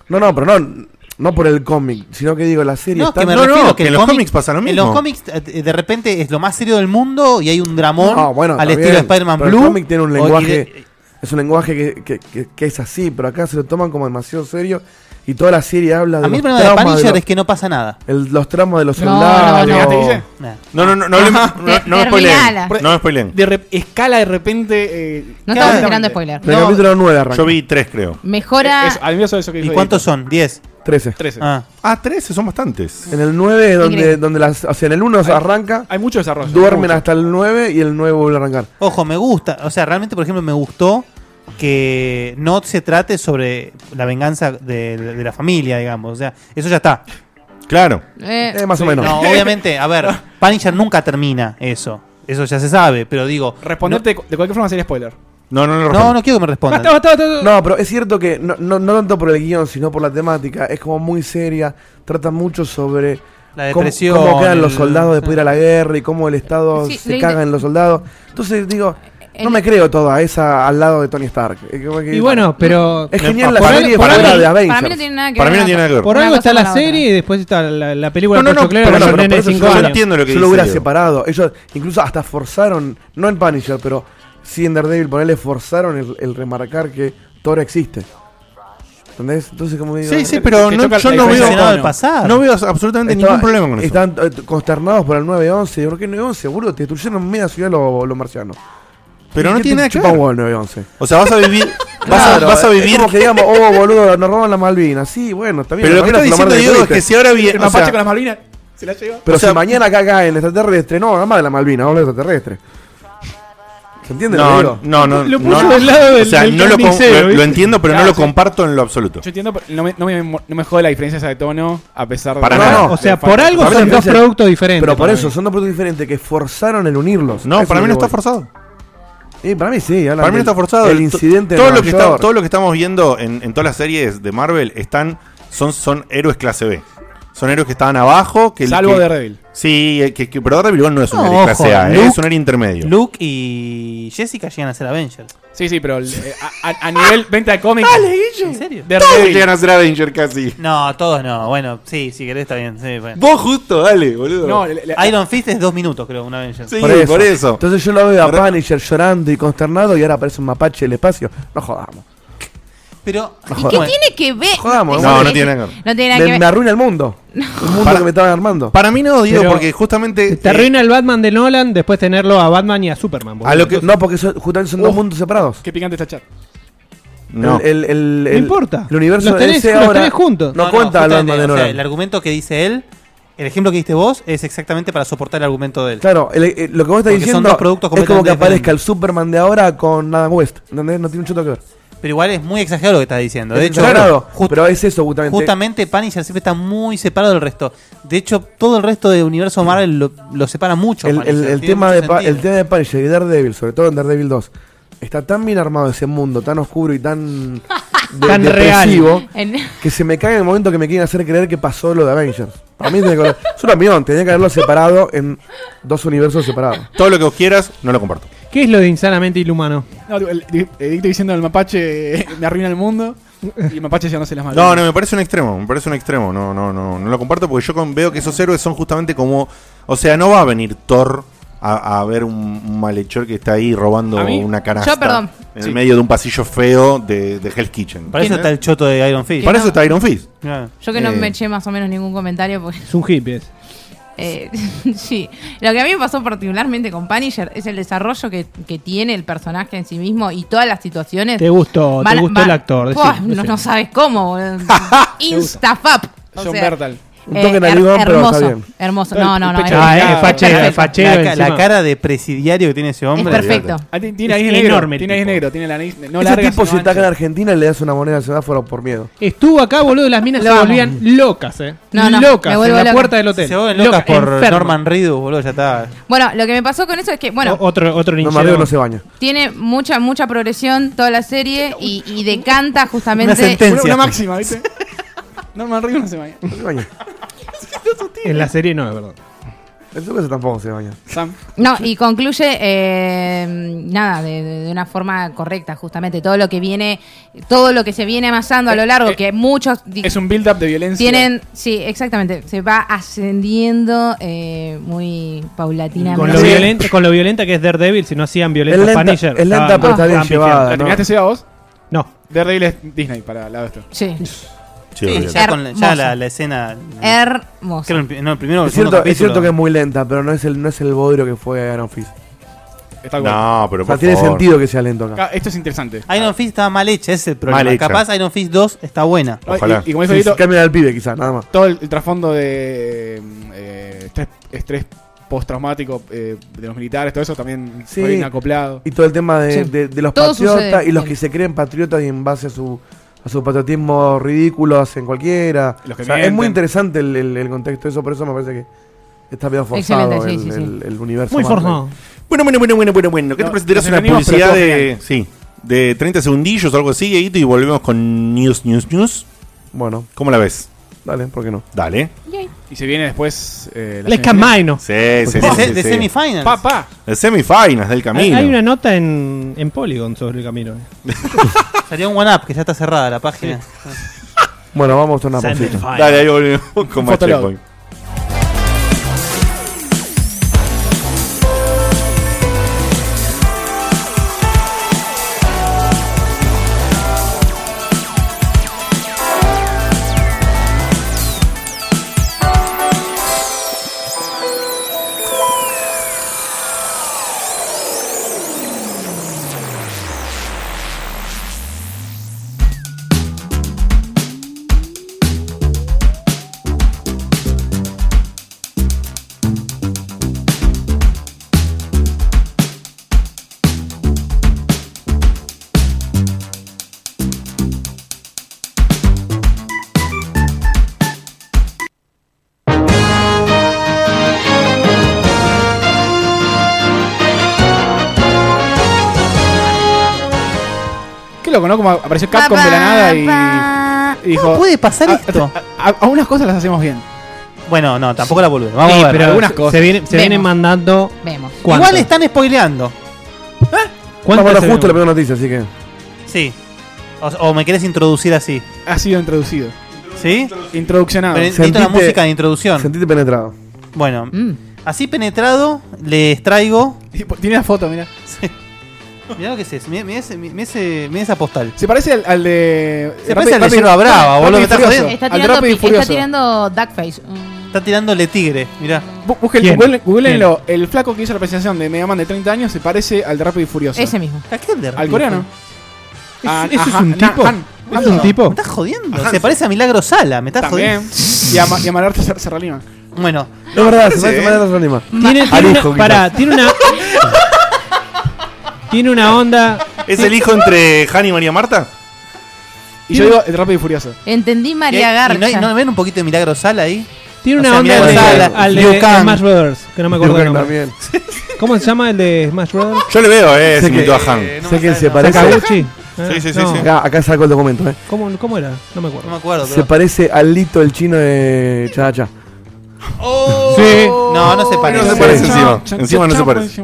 Speaker 5: No, no, pero no, no por el cómic, sino que digo, la serie
Speaker 6: No,
Speaker 5: está...
Speaker 6: que me
Speaker 2: No, no, que
Speaker 6: refiero que,
Speaker 2: en
Speaker 6: el
Speaker 2: los
Speaker 6: cómic-
Speaker 2: cómics pasa lo
Speaker 6: En
Speaker 2: mismo.
Speaker 6: los cómics, eh, de repente, es lo más serio del mundo y hay un dramón
Speaker 5: No, Ah, bueno,
Speaker 6: al
Speaker 5: está
Speaker 6: estilo
Speaker 5: bien,
Speaker 6: Spider-Man
Speaker 5: pero el
Speaker 6: Blue.
Speaker 5: cómic tiene un
Speaker 6: o- y
Speaker 5: lenguaje-
Speaker 6: de-
Speaker 5: Es un lenguaje que, que- que- que es así, pero acá se lo toman como demasiado serio y toda la serie habla de
Speaker 6: a mí el
Speaker 5: los
Speaker 6: problema de
Speaker 5: traumas
Speaker 6: Punisher
Speaker 5: los-
Speaker 6: es que no pasa nada.
Speaker 5: el- los tramos de los
Speaker 4: No, no,
Speaker 5: soldados.
Speaker 4: no.
Speaker 3: ¿Llegaste, Guille?
Speaker 6: Nah.
Speaker 2: No, no, no, no, hablemos-
Speaker 4: Ajá.
Speaker 2: no, no me
Speaker 4: Te-
Speaker 2: spoileen.
Speaker 4: terminala.
Speaker 2: No me spoileen.
Speaker 3: De re- escala de repente. eh,
Speaker 4: No
Speaker 6: Claro.
Speaker 4: estamos esperando spoiler.
Speaker 5: Del
Speaker 6: No,
Speaker 5: capítulo 9 arranca.
Speaker 2: Yo vi tres, creo.
Speaker 4: Mejora.
Speaker 3: eso- a mí me pasó eso que
Speaker 6: ¿Y
Speaker 3: dijo
Speaker 6: cuántos
Speaker 3: Edito.
Speaker 6: son? 10.
Speaker 5: 13.
Speaker 3: 13.
Speaker 6: Ah.
Speaker 2: Ah, tres, son bastantes.
Speaker 5: En el 9 es donde,
Speaker 4: Increíble.
Speaker 5: donde las... O sea, en el 1 se arranca,
Speaker 3: Hay mucho desarrollo.
Speaker 5: duermen
Speaker 3: mucho.
Speaker 5: hasta el 9 y el 9 vuelve a arrancar.
Speaker 6: Ojo, me gusta. O sea, realmente, por ejemplo, me gustó que no se trate sobre la venganza de, de la familia, digamos. O sea, eso ya está.
Speaker 2: Claro.
Speaker 4: eh,
Speaker 5: Eh, más o menos.
Speaker 6: No, obviamente, a
Speaker 5: [laughs]
Speaker 6: ver, Punisher nunca termina eso. Eso ya se sabe, pero digo.
Speaker 3: Responderte de cualquier forma sería spoiler. Ah,
Speaker 2: No, no, no. lo
Speaker 6: No, no,
Speaker 2: respondo.
Speaker 6: no quiero que me
Speaker 7: [laughs]
Speaker 6: respondan.
Speaker 7: Basta, basta, basta, basta.
Speaker 5: No, pero es cierto que no, no, no tanto por el guión, sino por la temática. Es como muy seria. Trata mucho sobre
Speaker 6: La
Speaker 5: cómo,
Speaker 6: depresión.
Speaker 5: cómo quedan los
Speaker 6: el-
Speaker 5: soldados después de ir a la guerra y cómo el Estado
Speaker 4: Sí,
Speaker 5: se
Speaker 4: lo
Speaker 5: caga
Speaker 4: inte-
Speaker 5: en los soldados. Entonces digo,
Speaker 4: el-
Speaker 5: no me creo toda esa al lado de Tony Stark. Es como que-
Speaker 7: Y bueno, pero.
Speaker 5: es genial la
Speaker 7: Por
Speaker 5: serie
Speaker 7: algo- por
Speaker 5: para
Speaker 7: algo-
Speaker 5: de
Speaker 4: para mí no
Speaker 5: Avengers.
Speaker 4: tiene nada que
Speaker 2: Para mí
Speaker 4: ver.
Speaker 2: no tiene nada que ver.
Speaker 7: Por
Speaker 4: Una
Speaker 7: algo
Speaker 4: cosa
Speaker 7: está la,
Speaker 4: con la otra.
Speaker 7: serie y después está la, la película
Speaker 2: No, no,
Speaker 7: de
Speaker 2: no,
Speaker 7: Pochoclero
Speaker 2: pero
Speaker 7: con
Speaker 2: no,
Speaker 7: los
Speaker 2: pero por
Speaker 7: nenes
Speaker 5: eso
Speaker 7: de 5
Speaker 5: yo
Speaker 2: Yo
Speaker 5: Bueno,
Speaker 7: años.
Speaker 2: entiendo lo que
Speaker 5: Yo lo
Speaker 2: dice
Speaker 5: hubiera
Speaker 2: Diego.
Speaker 5: separado. Ellos incluso hasta forzaron, no en Punisher, pero sí en Daredevil, ponerle forzaron el, el remarcar que Thor existe. ¿Entendés? Entonces como digo... eh,
Speaker 2: Sí, sí,
Speaker 3: Te-
Speaker 2: pero
Speaker 3: te
Speaker 2: no-
Speaker 3: choca
Speaker 2: yo
Speaker 3: la
Speaker 2: no
Speaker 6: el
Speaker 3: diferencia
Speaker 2: veo,
Speaker 6: aficionado
Speaker 3: no,
Speaker 6: del
Speaker 3: no.
Speaker 6: pasar.
Speaker 2: no veo absolutamente
Speaker 5: Estaba-
Speaker 2: ningún problema con eso.
Speaker 5: Están eh, consternados por el 9-11. ¿Por qué 9-11? Boludo, te destruyeron media ciudad los los marcianos.
Speaker 2: Pero no tiene nada que
Speaker 5: ver. [laughs]
Speaker 2: ver. O sea, vas a vivir. Vas, a,
Speaker 5: Claro, eh,
Speaker 2: vas a
Speaker 5: es
Speaker 2: vivir.
Speaker 5: como que digamos, oh, boludo, nos roban las Malvinas. Sí, bueno, está bien.
Speaker 2: Pero lo que está
Speaker 5: las Malvinas
Speaker 2: diciendo
Speaker 5: tomaron
Speaker 2: Diego es
Speaker 5: el
Speaker 2: que
Speaker 5: frente.
Speaker 2: si ahora
Speaker 3: El
Speaker 2: bien. o
Speaker 3: mapache
Speaker 2: sea,
Speaker 3: con las Malvinas se la lleva.
Speaker 5: Pero
Speaker 2: o sea-
Speaker 5: si mañana acá cae el extraterrestre, no, nada más de las Malvinas, hablo de extraterrestre. ¿Se entiende? lo que
Speaker 2: no,
Speaker 5: digo?
Speaker 2: no, no.
Speaker 7: Lo
Speaker 2: no,
Speaker 7: puso del lado del-
Speaker 2: o sea,
Speaker 7: del
Speaker 2: no lo, com-
Speaker 7: carnicero,
Speaker 2: lo- lo
Speaker 7: ¿viste?
Speaker 2: entiendo, pero no
Speaker 3: Claro,
Speaker 2: lo comparto en lo absoluto.
Speaker 3: Yo entiendo, pero no me, no, me, no me jode la diferencia esa de tono, a pesar de.
Speaker 2: Para
Speaker 5: No,
Speaker 2: nada.
Speaker 5: no,
Speaker 7: O sea, por algo
Speaker 5: Para mí
Speaker 7: son
Speaker 5: la
Speaker 7: dos
Speaker 5: diferencia-
Speaker 7: productos diferentes.
Speaker 5: Pero por
Speaker 7: para
Speaker 5: eso,
Speaker 7: mí.
Speaker 5: son dos productos diferentes que forzaron el unirlos.
Speaker 2: No,
Speaker 5: Eso
Speaker 2: para mí no
Speaker 5: es lo
Speaker 2: está
Speaker 5: que voy.
Speaker 2: forzado.
Speaker 5: Sí, para mí sí. hablan
Speaker 2: Para mí no
Speaker 5: del-
Speaker 2: está forzado.
Speaker 5: El
Speaker 2: To-
Speaker 5: incidente. de
Speaker 2: Todo, lo
Speaker 5: Nueva
Speaker 2: que está-
Speaker 5: York.
Speaker 2: todo lo que estamos viendo en, en todas las series de Marvel están son, son héroes clase B. Son héroes que estaban abajo. Que el-
Speaker 3: Salvo
Speaker 2: que-
Speaker 3: Daredevil.
Speaker 2: Sí, eh, que, que- pero Daredevil igual no es un
Speaker 6: No,
Speaker 2: héroe clase
Speaker 6: ojo,
Speaker 2: A, eh,
Speaker 6: Luke-
Speaker 2: es un héroe intermedio.
Speaker 6: Luke y Jessica llegan a ser Avengers.
Speaker 3: Sí, sí, pero el- eh, a, a- a nivel venta de cómics.
Speaker 6: ¿En serio?
Speaker 2: Todos
Speaker 3: Daredevil.
Speaker 2: llegan a ser Avenger casi.
Speaker 6: No, todos no. Bueno, sí, si querés está bien. sí, bueno.
Speaker 2: Vos justo, dale, boludo.
Speaker 3: No, le- le-
Speaker 6: Iron Fist es dos minutos, creo, un Avengers.
Speaker 2: Sí, por eso.
Speaker 5: Entonces yo lo veo a
Speaker 2: Por-
Speaker 5: Punisher llorando y consternado y ahora aparece un mapache del espacio. No jodamos.
Speaker 6: Pero,
Speaker 4: ¿Y qué tiene que ver?
Speaker 5: Jodamos,
Speaker 4: Es-
Speaker 5: no,
Speaker 4: es-
Speaker 2: no tiene nada que ver.
Speaker 4: No tiene nada
Speaker 5: Me,
Speaker 4: que
Speaker 5: me
Speaker 4: ver.
Speaker 5: arruina el mundo. El mundo
Speaker 2: Para-
Speaker 5: que me estaban armando.
Speaker 2: Para mí no, Digo,
Speaker 7: Pero-
Speaker 2: porque justamente.
Speaker 5: este.
Speaker 6: eh,
Speaker 7: Te arruina el Batman de Nolan después tenerlo a Batman y a Superman. boludo.
Speaker 2: a lo que-
Speaker 5: No, porque son- justamente son dos mundos separados.
Speaker 3: Qué picante está chat.
Speaker 2: No.
Speaker 5: El, el- el-
Speaker 7: No
Speaker 5: el-
Speaker 7: importa.
Speaker 5: El universo
Speaker 7: Los tenés-
Speaker 5: de DC
Speaker 7: los
Speaker 5: ahora
Speaker 7: tenés juntos.
Speaker 5: No, cuenta el
Speaker 6: justamente,
Speaker 5: Batman de
Speaker 6: o sea,
Speaker 5: Nolan.
Speaker 6: El argumento que dice él, el ejemplo que diste vos, es exactamente para soportar el argumento de él.
Speaker 5: Claro, el- el- lo que vos estás
Speaker 6: Porque son
Speaker 5: diciendo
Speaker 6: dos productos
Speaker 5: es como
Speaker 6: completamente
Speaker 5: que aparezca
Speaker 6: diferentes.
Speaker 5: el Superman de ahora con Adam West. ¿Entendés? No tiene un choto que ver.
Speaker 6: Pero igual es muy exagerado lo que estás diciendo. De
Speaker 5: Es
Speaker 6: hecho,
Speaker 5: exagerado,
Speaker 6: just-
Speaker 5: pero es eso justamente.
Speaker 6: justamente Punisher siempre está muy separado del resto. De hecho, todo el resto del universo Marvel lo, lo separa mucho.
Speaker 5: el, el-
Speaker 6: Punisher.
Speaker 5: el
Speaker 6: Tiene
Speaker 5: tema
Speaker 6: mucho
Speaker 5: de, Pa-
Speaker 6: sentido.
Speaker 5: el tema de Punisher y Daredevil, sobre todo en Daredevil 2, está tan bien armado ese mundo, tan oscuro
Speaker 7: [laughs]
Speaker 5: y tan, de-
Speaker 7: Tan
Speaker 5: depresivo,
Speaker 4: En- [laughs]
Speaker 5: que se me cae en el momento que me quieren hacer creer que pasó lo de Avengers. Para mí tiene que haber- es una opinión, tenía que haberlo separado en dos universos separados.
Speaker 2: Todo lo que vos quieras, no lo comparto.
Speaker 7: ¿Qué es lo de insanamente ilumano?
Speaker 3: No, digo, el, el- el dicto diciendo el mapache eh, me arruina el mundo. Y el mapache ya no se las manos.
Speaker 2: No, no, me parece un extremo, me parece un extremo. No, no, no, no lo comparto porque yo con- veo que esos héroes son justamente como. O sea, no va a venir Thor a, a ver un, un malhechor que está ahí robando
Speaker 3: ¿A mí?
Speaker 2: una canasta.
Speaker 4: Yo, perdón.
Speaker 2: En
Speaker 3: Sí.
Speaker 2: el medio de un pasillo feo de, de Hell's Kitchen.
Speaker 6: Para eso está el choto de Iron Fist.
Speaker 2: Para eso está Iron Fist.
Speaker 6: Claro.
Speaker 4: Yo que no
Speaker 2: Eh.
Speaker 4: me eché más o menos ningún comentario porque
Speaker 7: Es un hippie. ese.
Speaker 4: Eh, [laughs] sí, lo que a mí me pasó particularmente con Punisher es el desarrollo que, que tiene el personaje en sí mismo y todas las situaciones.
Speaker 7: Te gustó, te
Speaker 4: Van-
Speaker 7: gustó
Speaker 4: van-
Speaker 7: el actor.
Speaker 4: Buah,
Speaker 7: decí,
Speaker 4: no,
Speaker 7: sé.
Speaker 4: no sabes
Speaker 7: [laughs]
Speaker 4: cómo. Instafap. eh,
Speaker 3: John Bertal.
Speaker 5: Un toque narigón, pero está
Speaker 4: hermoso,
Speaker 5: bien.
Speaker 4: hermoso.
Speaker 3: Todo el
Speaker 4: No, no, no.
Speaker 3: pecho
Speaker 4: era-
Speaker 7: Ah,
Speaker 3: Claro,
Speaker 7: es fachero,
Speaker 4: perfecto.
Speaker 7: es fachero.
Speaker 6: La, ca- la
Speaker 7: encima.
Speaker 6: cara de presidiario que tiene ese
Speaker 4: es
Speaker 6: hombre.
Speaker 4: perfecto.
Speaker 3: Ah, ti- tiene
Speaker 7: Es
Speaker 3: ahí negro.
Speaker 7: enorme el
Speaker 3: Tiene ahí
Speaker 7: tipo.
Speaker 3: negro. Tiene la nariz no
Speaker 5: Ese
Speaker 3: larga.
Speaker 5: tipo,
Speaker 3: sino
Speaker 5: si está acá en
Speaker 3: ancha.
Speaker 5: Argentina, le das una moneda al semáforo por miedo.
Speaker 7: Estuvo acá, boludo, y las minas se
Speaker 4: Lo amo.
Speaker 7: volvían locas, eh.
Speaker 4: No, no,
Speaker 7: locas,
Speaker 4: me
Speaker 7: en
Speaker 4: vuelvo
Speaker 7: la
Speaker 4: loca.
Speaker 7: puerta del hotel.
Speaker 6: Se vuelven locas por
Speaker 7: enfermas.
Speaker 6: Norman Reedus, boludo, ya está.
Speaker 4: Bueno, lo que me pasó con eso es que, bueno,
Speaker 7: O- otro, otro
Speaker 5: No,
Speaker 7: ninjero.
Speaker 5: Marrero no se baña.
Speaker 7: oh.
Speaker 4: tiene mucha, mucha progresión toda la serie y, y decanta
Speaker 6: Una
Speaker 4: justamente.
Speaker 6: sentencia.
Speaker 4: [laughs]
Speaker 3: Una, una máxima, ¿viste? Norman Reedus no se baña.
Speaker 5: No se baña.
Speaker 7: En la serie no, es verdad.
Speaker 5: El Zucca tampoco se baña.
Speaker 3: Sam.
Speaker 4: No, y concluye, eh, nada, de, de- de una forma correcta, justamente. Todo lo que viene, todo lo que se viene amasando a lo largo,
Speaker 3: Eh, eh,
Speaker 4: que muchos di-
Speaker 3: Es un build-up de violencia.
Speaker 4: tienen, sí, exactamente, se va ascendiendo eh, muy paulatinamente.
Speaker 7: Con lo,
Speaker 3: Sí.
Speaker 7: violenta, con lo violenta que es Daredevil, si no hacían
Speaker 5: Es
Speaker 7: violenta
Speaker 5: lenta,
Speaker 7: Punisher.
Speaker 5: es lenta
Speaker 7: estaba-
Speaker 5: pero está bien
Speaker 7: estaban pifiando.
Speaker 5: llevada.
Speaker 3: Ah. ¿La
Speaker 5: ¿no?
Speaker 3: terminaste Seba, vos?
Speaker 7: No.
Speaker 3: Daredevil es Disney para lado esto.
Speaker 4: Sí,
Speaker 2: Sí,
Speaker 6: Sí,
Speaker 2: obvio.
Speaker 6: ya, con la- ya
Speaker 4: Hermoso.
Speaker 6: la, la escena.
Speaker 4: hermoso.
Speaker 6: creo en el pri- no, el primero o el
Speaker 5: Es cierto,
Speaker 6: segundo
Speaker 5: es cierto que es
Speaker 6: capítulo.
Speaker 5: muy lenta, pero no es el, no es el bodrio que fue Iron Fist.
Speaker 3: Está bueno.
Speaker 2: No, pero
Speaker 5: O sea,
Speaker 2: por
Speaker 5: tiene
Speaker 2: favor.
Speaker 5: sentido que sea lento acá.
Speaker 3: Ah, Esto es interesante.
Speaker 6: Iron Fist estaba mal hecha, ese es el problema.
Speaker 2: Mal hecha.
Speaker 6: Capaz Iron Fist 2 está buena.
Speaker 3: No, y-
Speaker 2: Ojalá.
Speaker 3: Y, como dice
Speaker 5: Sí,
Speaker 3: Dieguito,
Speaker 5: sí, cambian al pibe, quizás, nada más.
Speaker 3: todo el, el trasfondo de eh, estrés, estrés postraumático eh, de los militares, todo eso también
Speaker 5: Sí.
Speaker 3: fue bien acoplado.
Speaker 5: Y todo el tema de,
Speaker 4: Sí.
Speaker 5: de- de los
Speaker 4: Todo
Speaker 5: patriotas
Speaker 4: sucede.
Speaker 5: y los que se creen patriotas y en base a su, a su patriotismo ridículo hacen cualquiera.
Speaker 3: Los que
Speaker 5: O sea, es
Speaker 3: mienten.
Speaker 5: muy interesante el, el- el contexto de eso, por eso me parece que está medio forzado
Speaker 4: Excelente, sí,
Speaker 5: el,
Speaker 4: sí, sí.
Speaker 5: el- el universo.
Speaker 7: Muy
Speaker 5: Marvel.
Speaker 7: forzado.
Speaker 2: Bueno, bueno, bueno, bueno, bueno, bueno. ¿Qué
Speaker 3: No,
Speaker 2: te parece? Tirás
Speaker 3: nos
Speaker 2: una
Speaker 3: entendimos, pero
Speaker 2: publicidad
Speaker 3: estuvo
Speaker 2: de. Sí. De 30 segundillos o algo así, Dieguito, y volvemos con News, News, News.
Speaker 5: Bueno,
Speaker 2: ¿Cómo la ves?
Speaker 5: dale, ¿por qué no?
Speaker 2: Dale.
Speaker 4: Yay.
Speaker 3: Y se viene después. Eh, la
Speaker 7: Les
Speaker 3: semifinal.
Speaker 7: Camino.
Speaker 2: Sí, sí,
Speaker 6: De,
Speaker 2: sí,
Speaker 6: se-
Speaker 2: sí,
Speaker 6: Oh, de
Speaker 2: sí.
Speaker 6: semifinals.
Speaker 3: Pa, pa.
Speaker 2: De semifinals del
Speaker 7: Hay,
Speaker 2: camino.
Speaker 7: hay una nota en, en Polygon sobre el camino. eh.
Speaker 6: Sería un one-up que ya está cerrada la página.
Speaker 5: Bueno, vamos a una pausita.
Speaker 2: Dale, ahí volvemos con más
Speaker 3: Fotolog.
Speaker 2: Checkpoint.
Speaker 3: loco, ¿no? Como apareció Capcom de la nada y, y dijo...
Speaker 6: ¿Cómo puede pasar
Speaker 3: "Ah,
Speaker 6: esto?
Speaker 3: A, a- algunas cosas las hacemos bien.
Speaker 6: Bueno, no, tampoco la volvemos. Vamos
Speaker 7: Sí,
Speaker 6: a ver.
Speaker 7: pero
Speaker 3: algunas
Speaker 7: se-
Speaker 3: cosas.
Speaker 7: Se, viene- se vienen
Speaker 4: Vemos.
Speaker 7: mandando.
Speaker 4: Vemos.
Speaker 7: ¿Cuánto?
Speaker 6: Igual están spoileando.
Speaker 5: Vamos
Speaker 7: ¿Cuántas
Speaker 5: a
Speaker 7: se
Speaker 5: justo la
Speaker 7: vienen?
Speaker 5: primera noticia, así que.
Speaker 6: Sí. O, o me querés introducir así.
Speaker 3: Ha sido introducido.
Speaker 6: ¿Sí?
Speaker 3: Introduccionado.
Speaker 6: Pero necesito la
Speaker 5: Sentiste-
Speaker 6: música de introducción.
Speaker 5: Sentiste penetrado.
Speaker 6: Bueno,
Speaker 4: Mm.
Speaker 6: así penetrado, les traigo.
Speaker 3: Y po- Tiene la foto, mira.
Speaker 6: Mirá lo que es eso. Mirá, mirá ese- mirá ese- mirá esa postal.
Speaker 3: Se parece al, al de... eh,
Speaker 6: Se parece al de Yerba Brava, boludo, me estás jodiendo.
Speaker 4: Está
Speaker 3: Al de
Speaker 4: tirando,
Speaker 3: Rápido y
Speaker 4: pi- está
Speaker 3: Furioso.
Speaker 4: tirando Duckface. Mm.
Speaker 6: Está tirándole tigre, mirá.
Speaker 3: Bu- búsquenlo,
Speaker 7: ¿Quién?
Speaker 3: googlen- googleenlo. El flaco que hizo la presentación de Mega Man de 30 años se parece al de Rápido y Furioso.
Speaker 4: Ese mismo.
Speaker 6: ¿A qué le
Speaker 3: Al
Speaker 6: repito?
Speaker 3: coreano.
Speaker 7: ¿Es-
Speaker 3: Ah,
Speaker 7: ¿Eso es
Speaker 3: ajá,
Speaker 7: un
Speaker 3: na-
Speaker 7: tipo?
Speaker 3: Han-
Speaker 7: ¿Eso es un
Speaker 6: ¿Me
Speaker 7: tipo?
Speaker 6: estás jodiendo?
Speaker 2: Ajá.
Speaker 6: Se parece a Milagro Sala, me estás
Speaker 3: También. Y a, Ma- y a Malarta Ser- Serralima.
Speaker 6: jodiendo. Bueno,
Speaker 5: No, es verdad, se
Speaker 2: sí.
Speaker 5: parece más a los animas.
Speaker 7: Tiene, tiene
Speaker 5: Al hijo,
Speaker 7: una, pará, tiene una. tiene una onda.
Speaker 2: ¿Es el hijo entre Han y María Marta?
Speaker 3: Y yo digo el de Rápido y Furioso.
Speaker 4: Entendí
Speaker 6: ¿y,
Speaker 4: María
Speaker 6: hay- y no, hay-
Speaker 4: Garza.
Speaker 6: no ven un poquito de Milagro Sala ahí?
Speaker 7: Tiene
Speaker 6: O
Speaker 7: una
Speaker 6: sea,
Speaker 7: onda
Speaker 6: mirá,
Speaker 7: al de,
Speaker 6: Gonzalo,
Speaker 7: al de
Speaker 6: Liu Kang.
Speaker 7: Smash Brothers, que no me acuerdo el
Speaker 5: Yo
Speaker 7: nombre.
Speaker 5: también.
Speaker 7: ¿Cómo se llama el de Smash Brothers?
Speaker 2: Yo le veo, eh,
Speaker 5: Sé
Speaker 2: se imitó a
Speaker 5: que-
Speaker 2: Han.
Speaker 5: Sé que se parece.
Speaker 7: ¿Sakaguchi? Ah,
Speaker 2: Sí, sí, sí,
Speaker 7: no.
Speaker 2: sí.
Speaker 5: Acá, acá saco el documento, eh.
Speaker 7: ¿Cómo, ¿Cómo era? No me
Speaker 6: No
Speaker 7: acuerdo.
Speaker 6: me acuerdo.
Speaker 5: Se
Speaker 6: Pero...
Speaker 5: parece al Lito el chino de Chacha.
Speaker 7: Sí.
Speaker 6: Ah, No, no se parece.
Speaker 2: No se parece encima. Encima no se parece.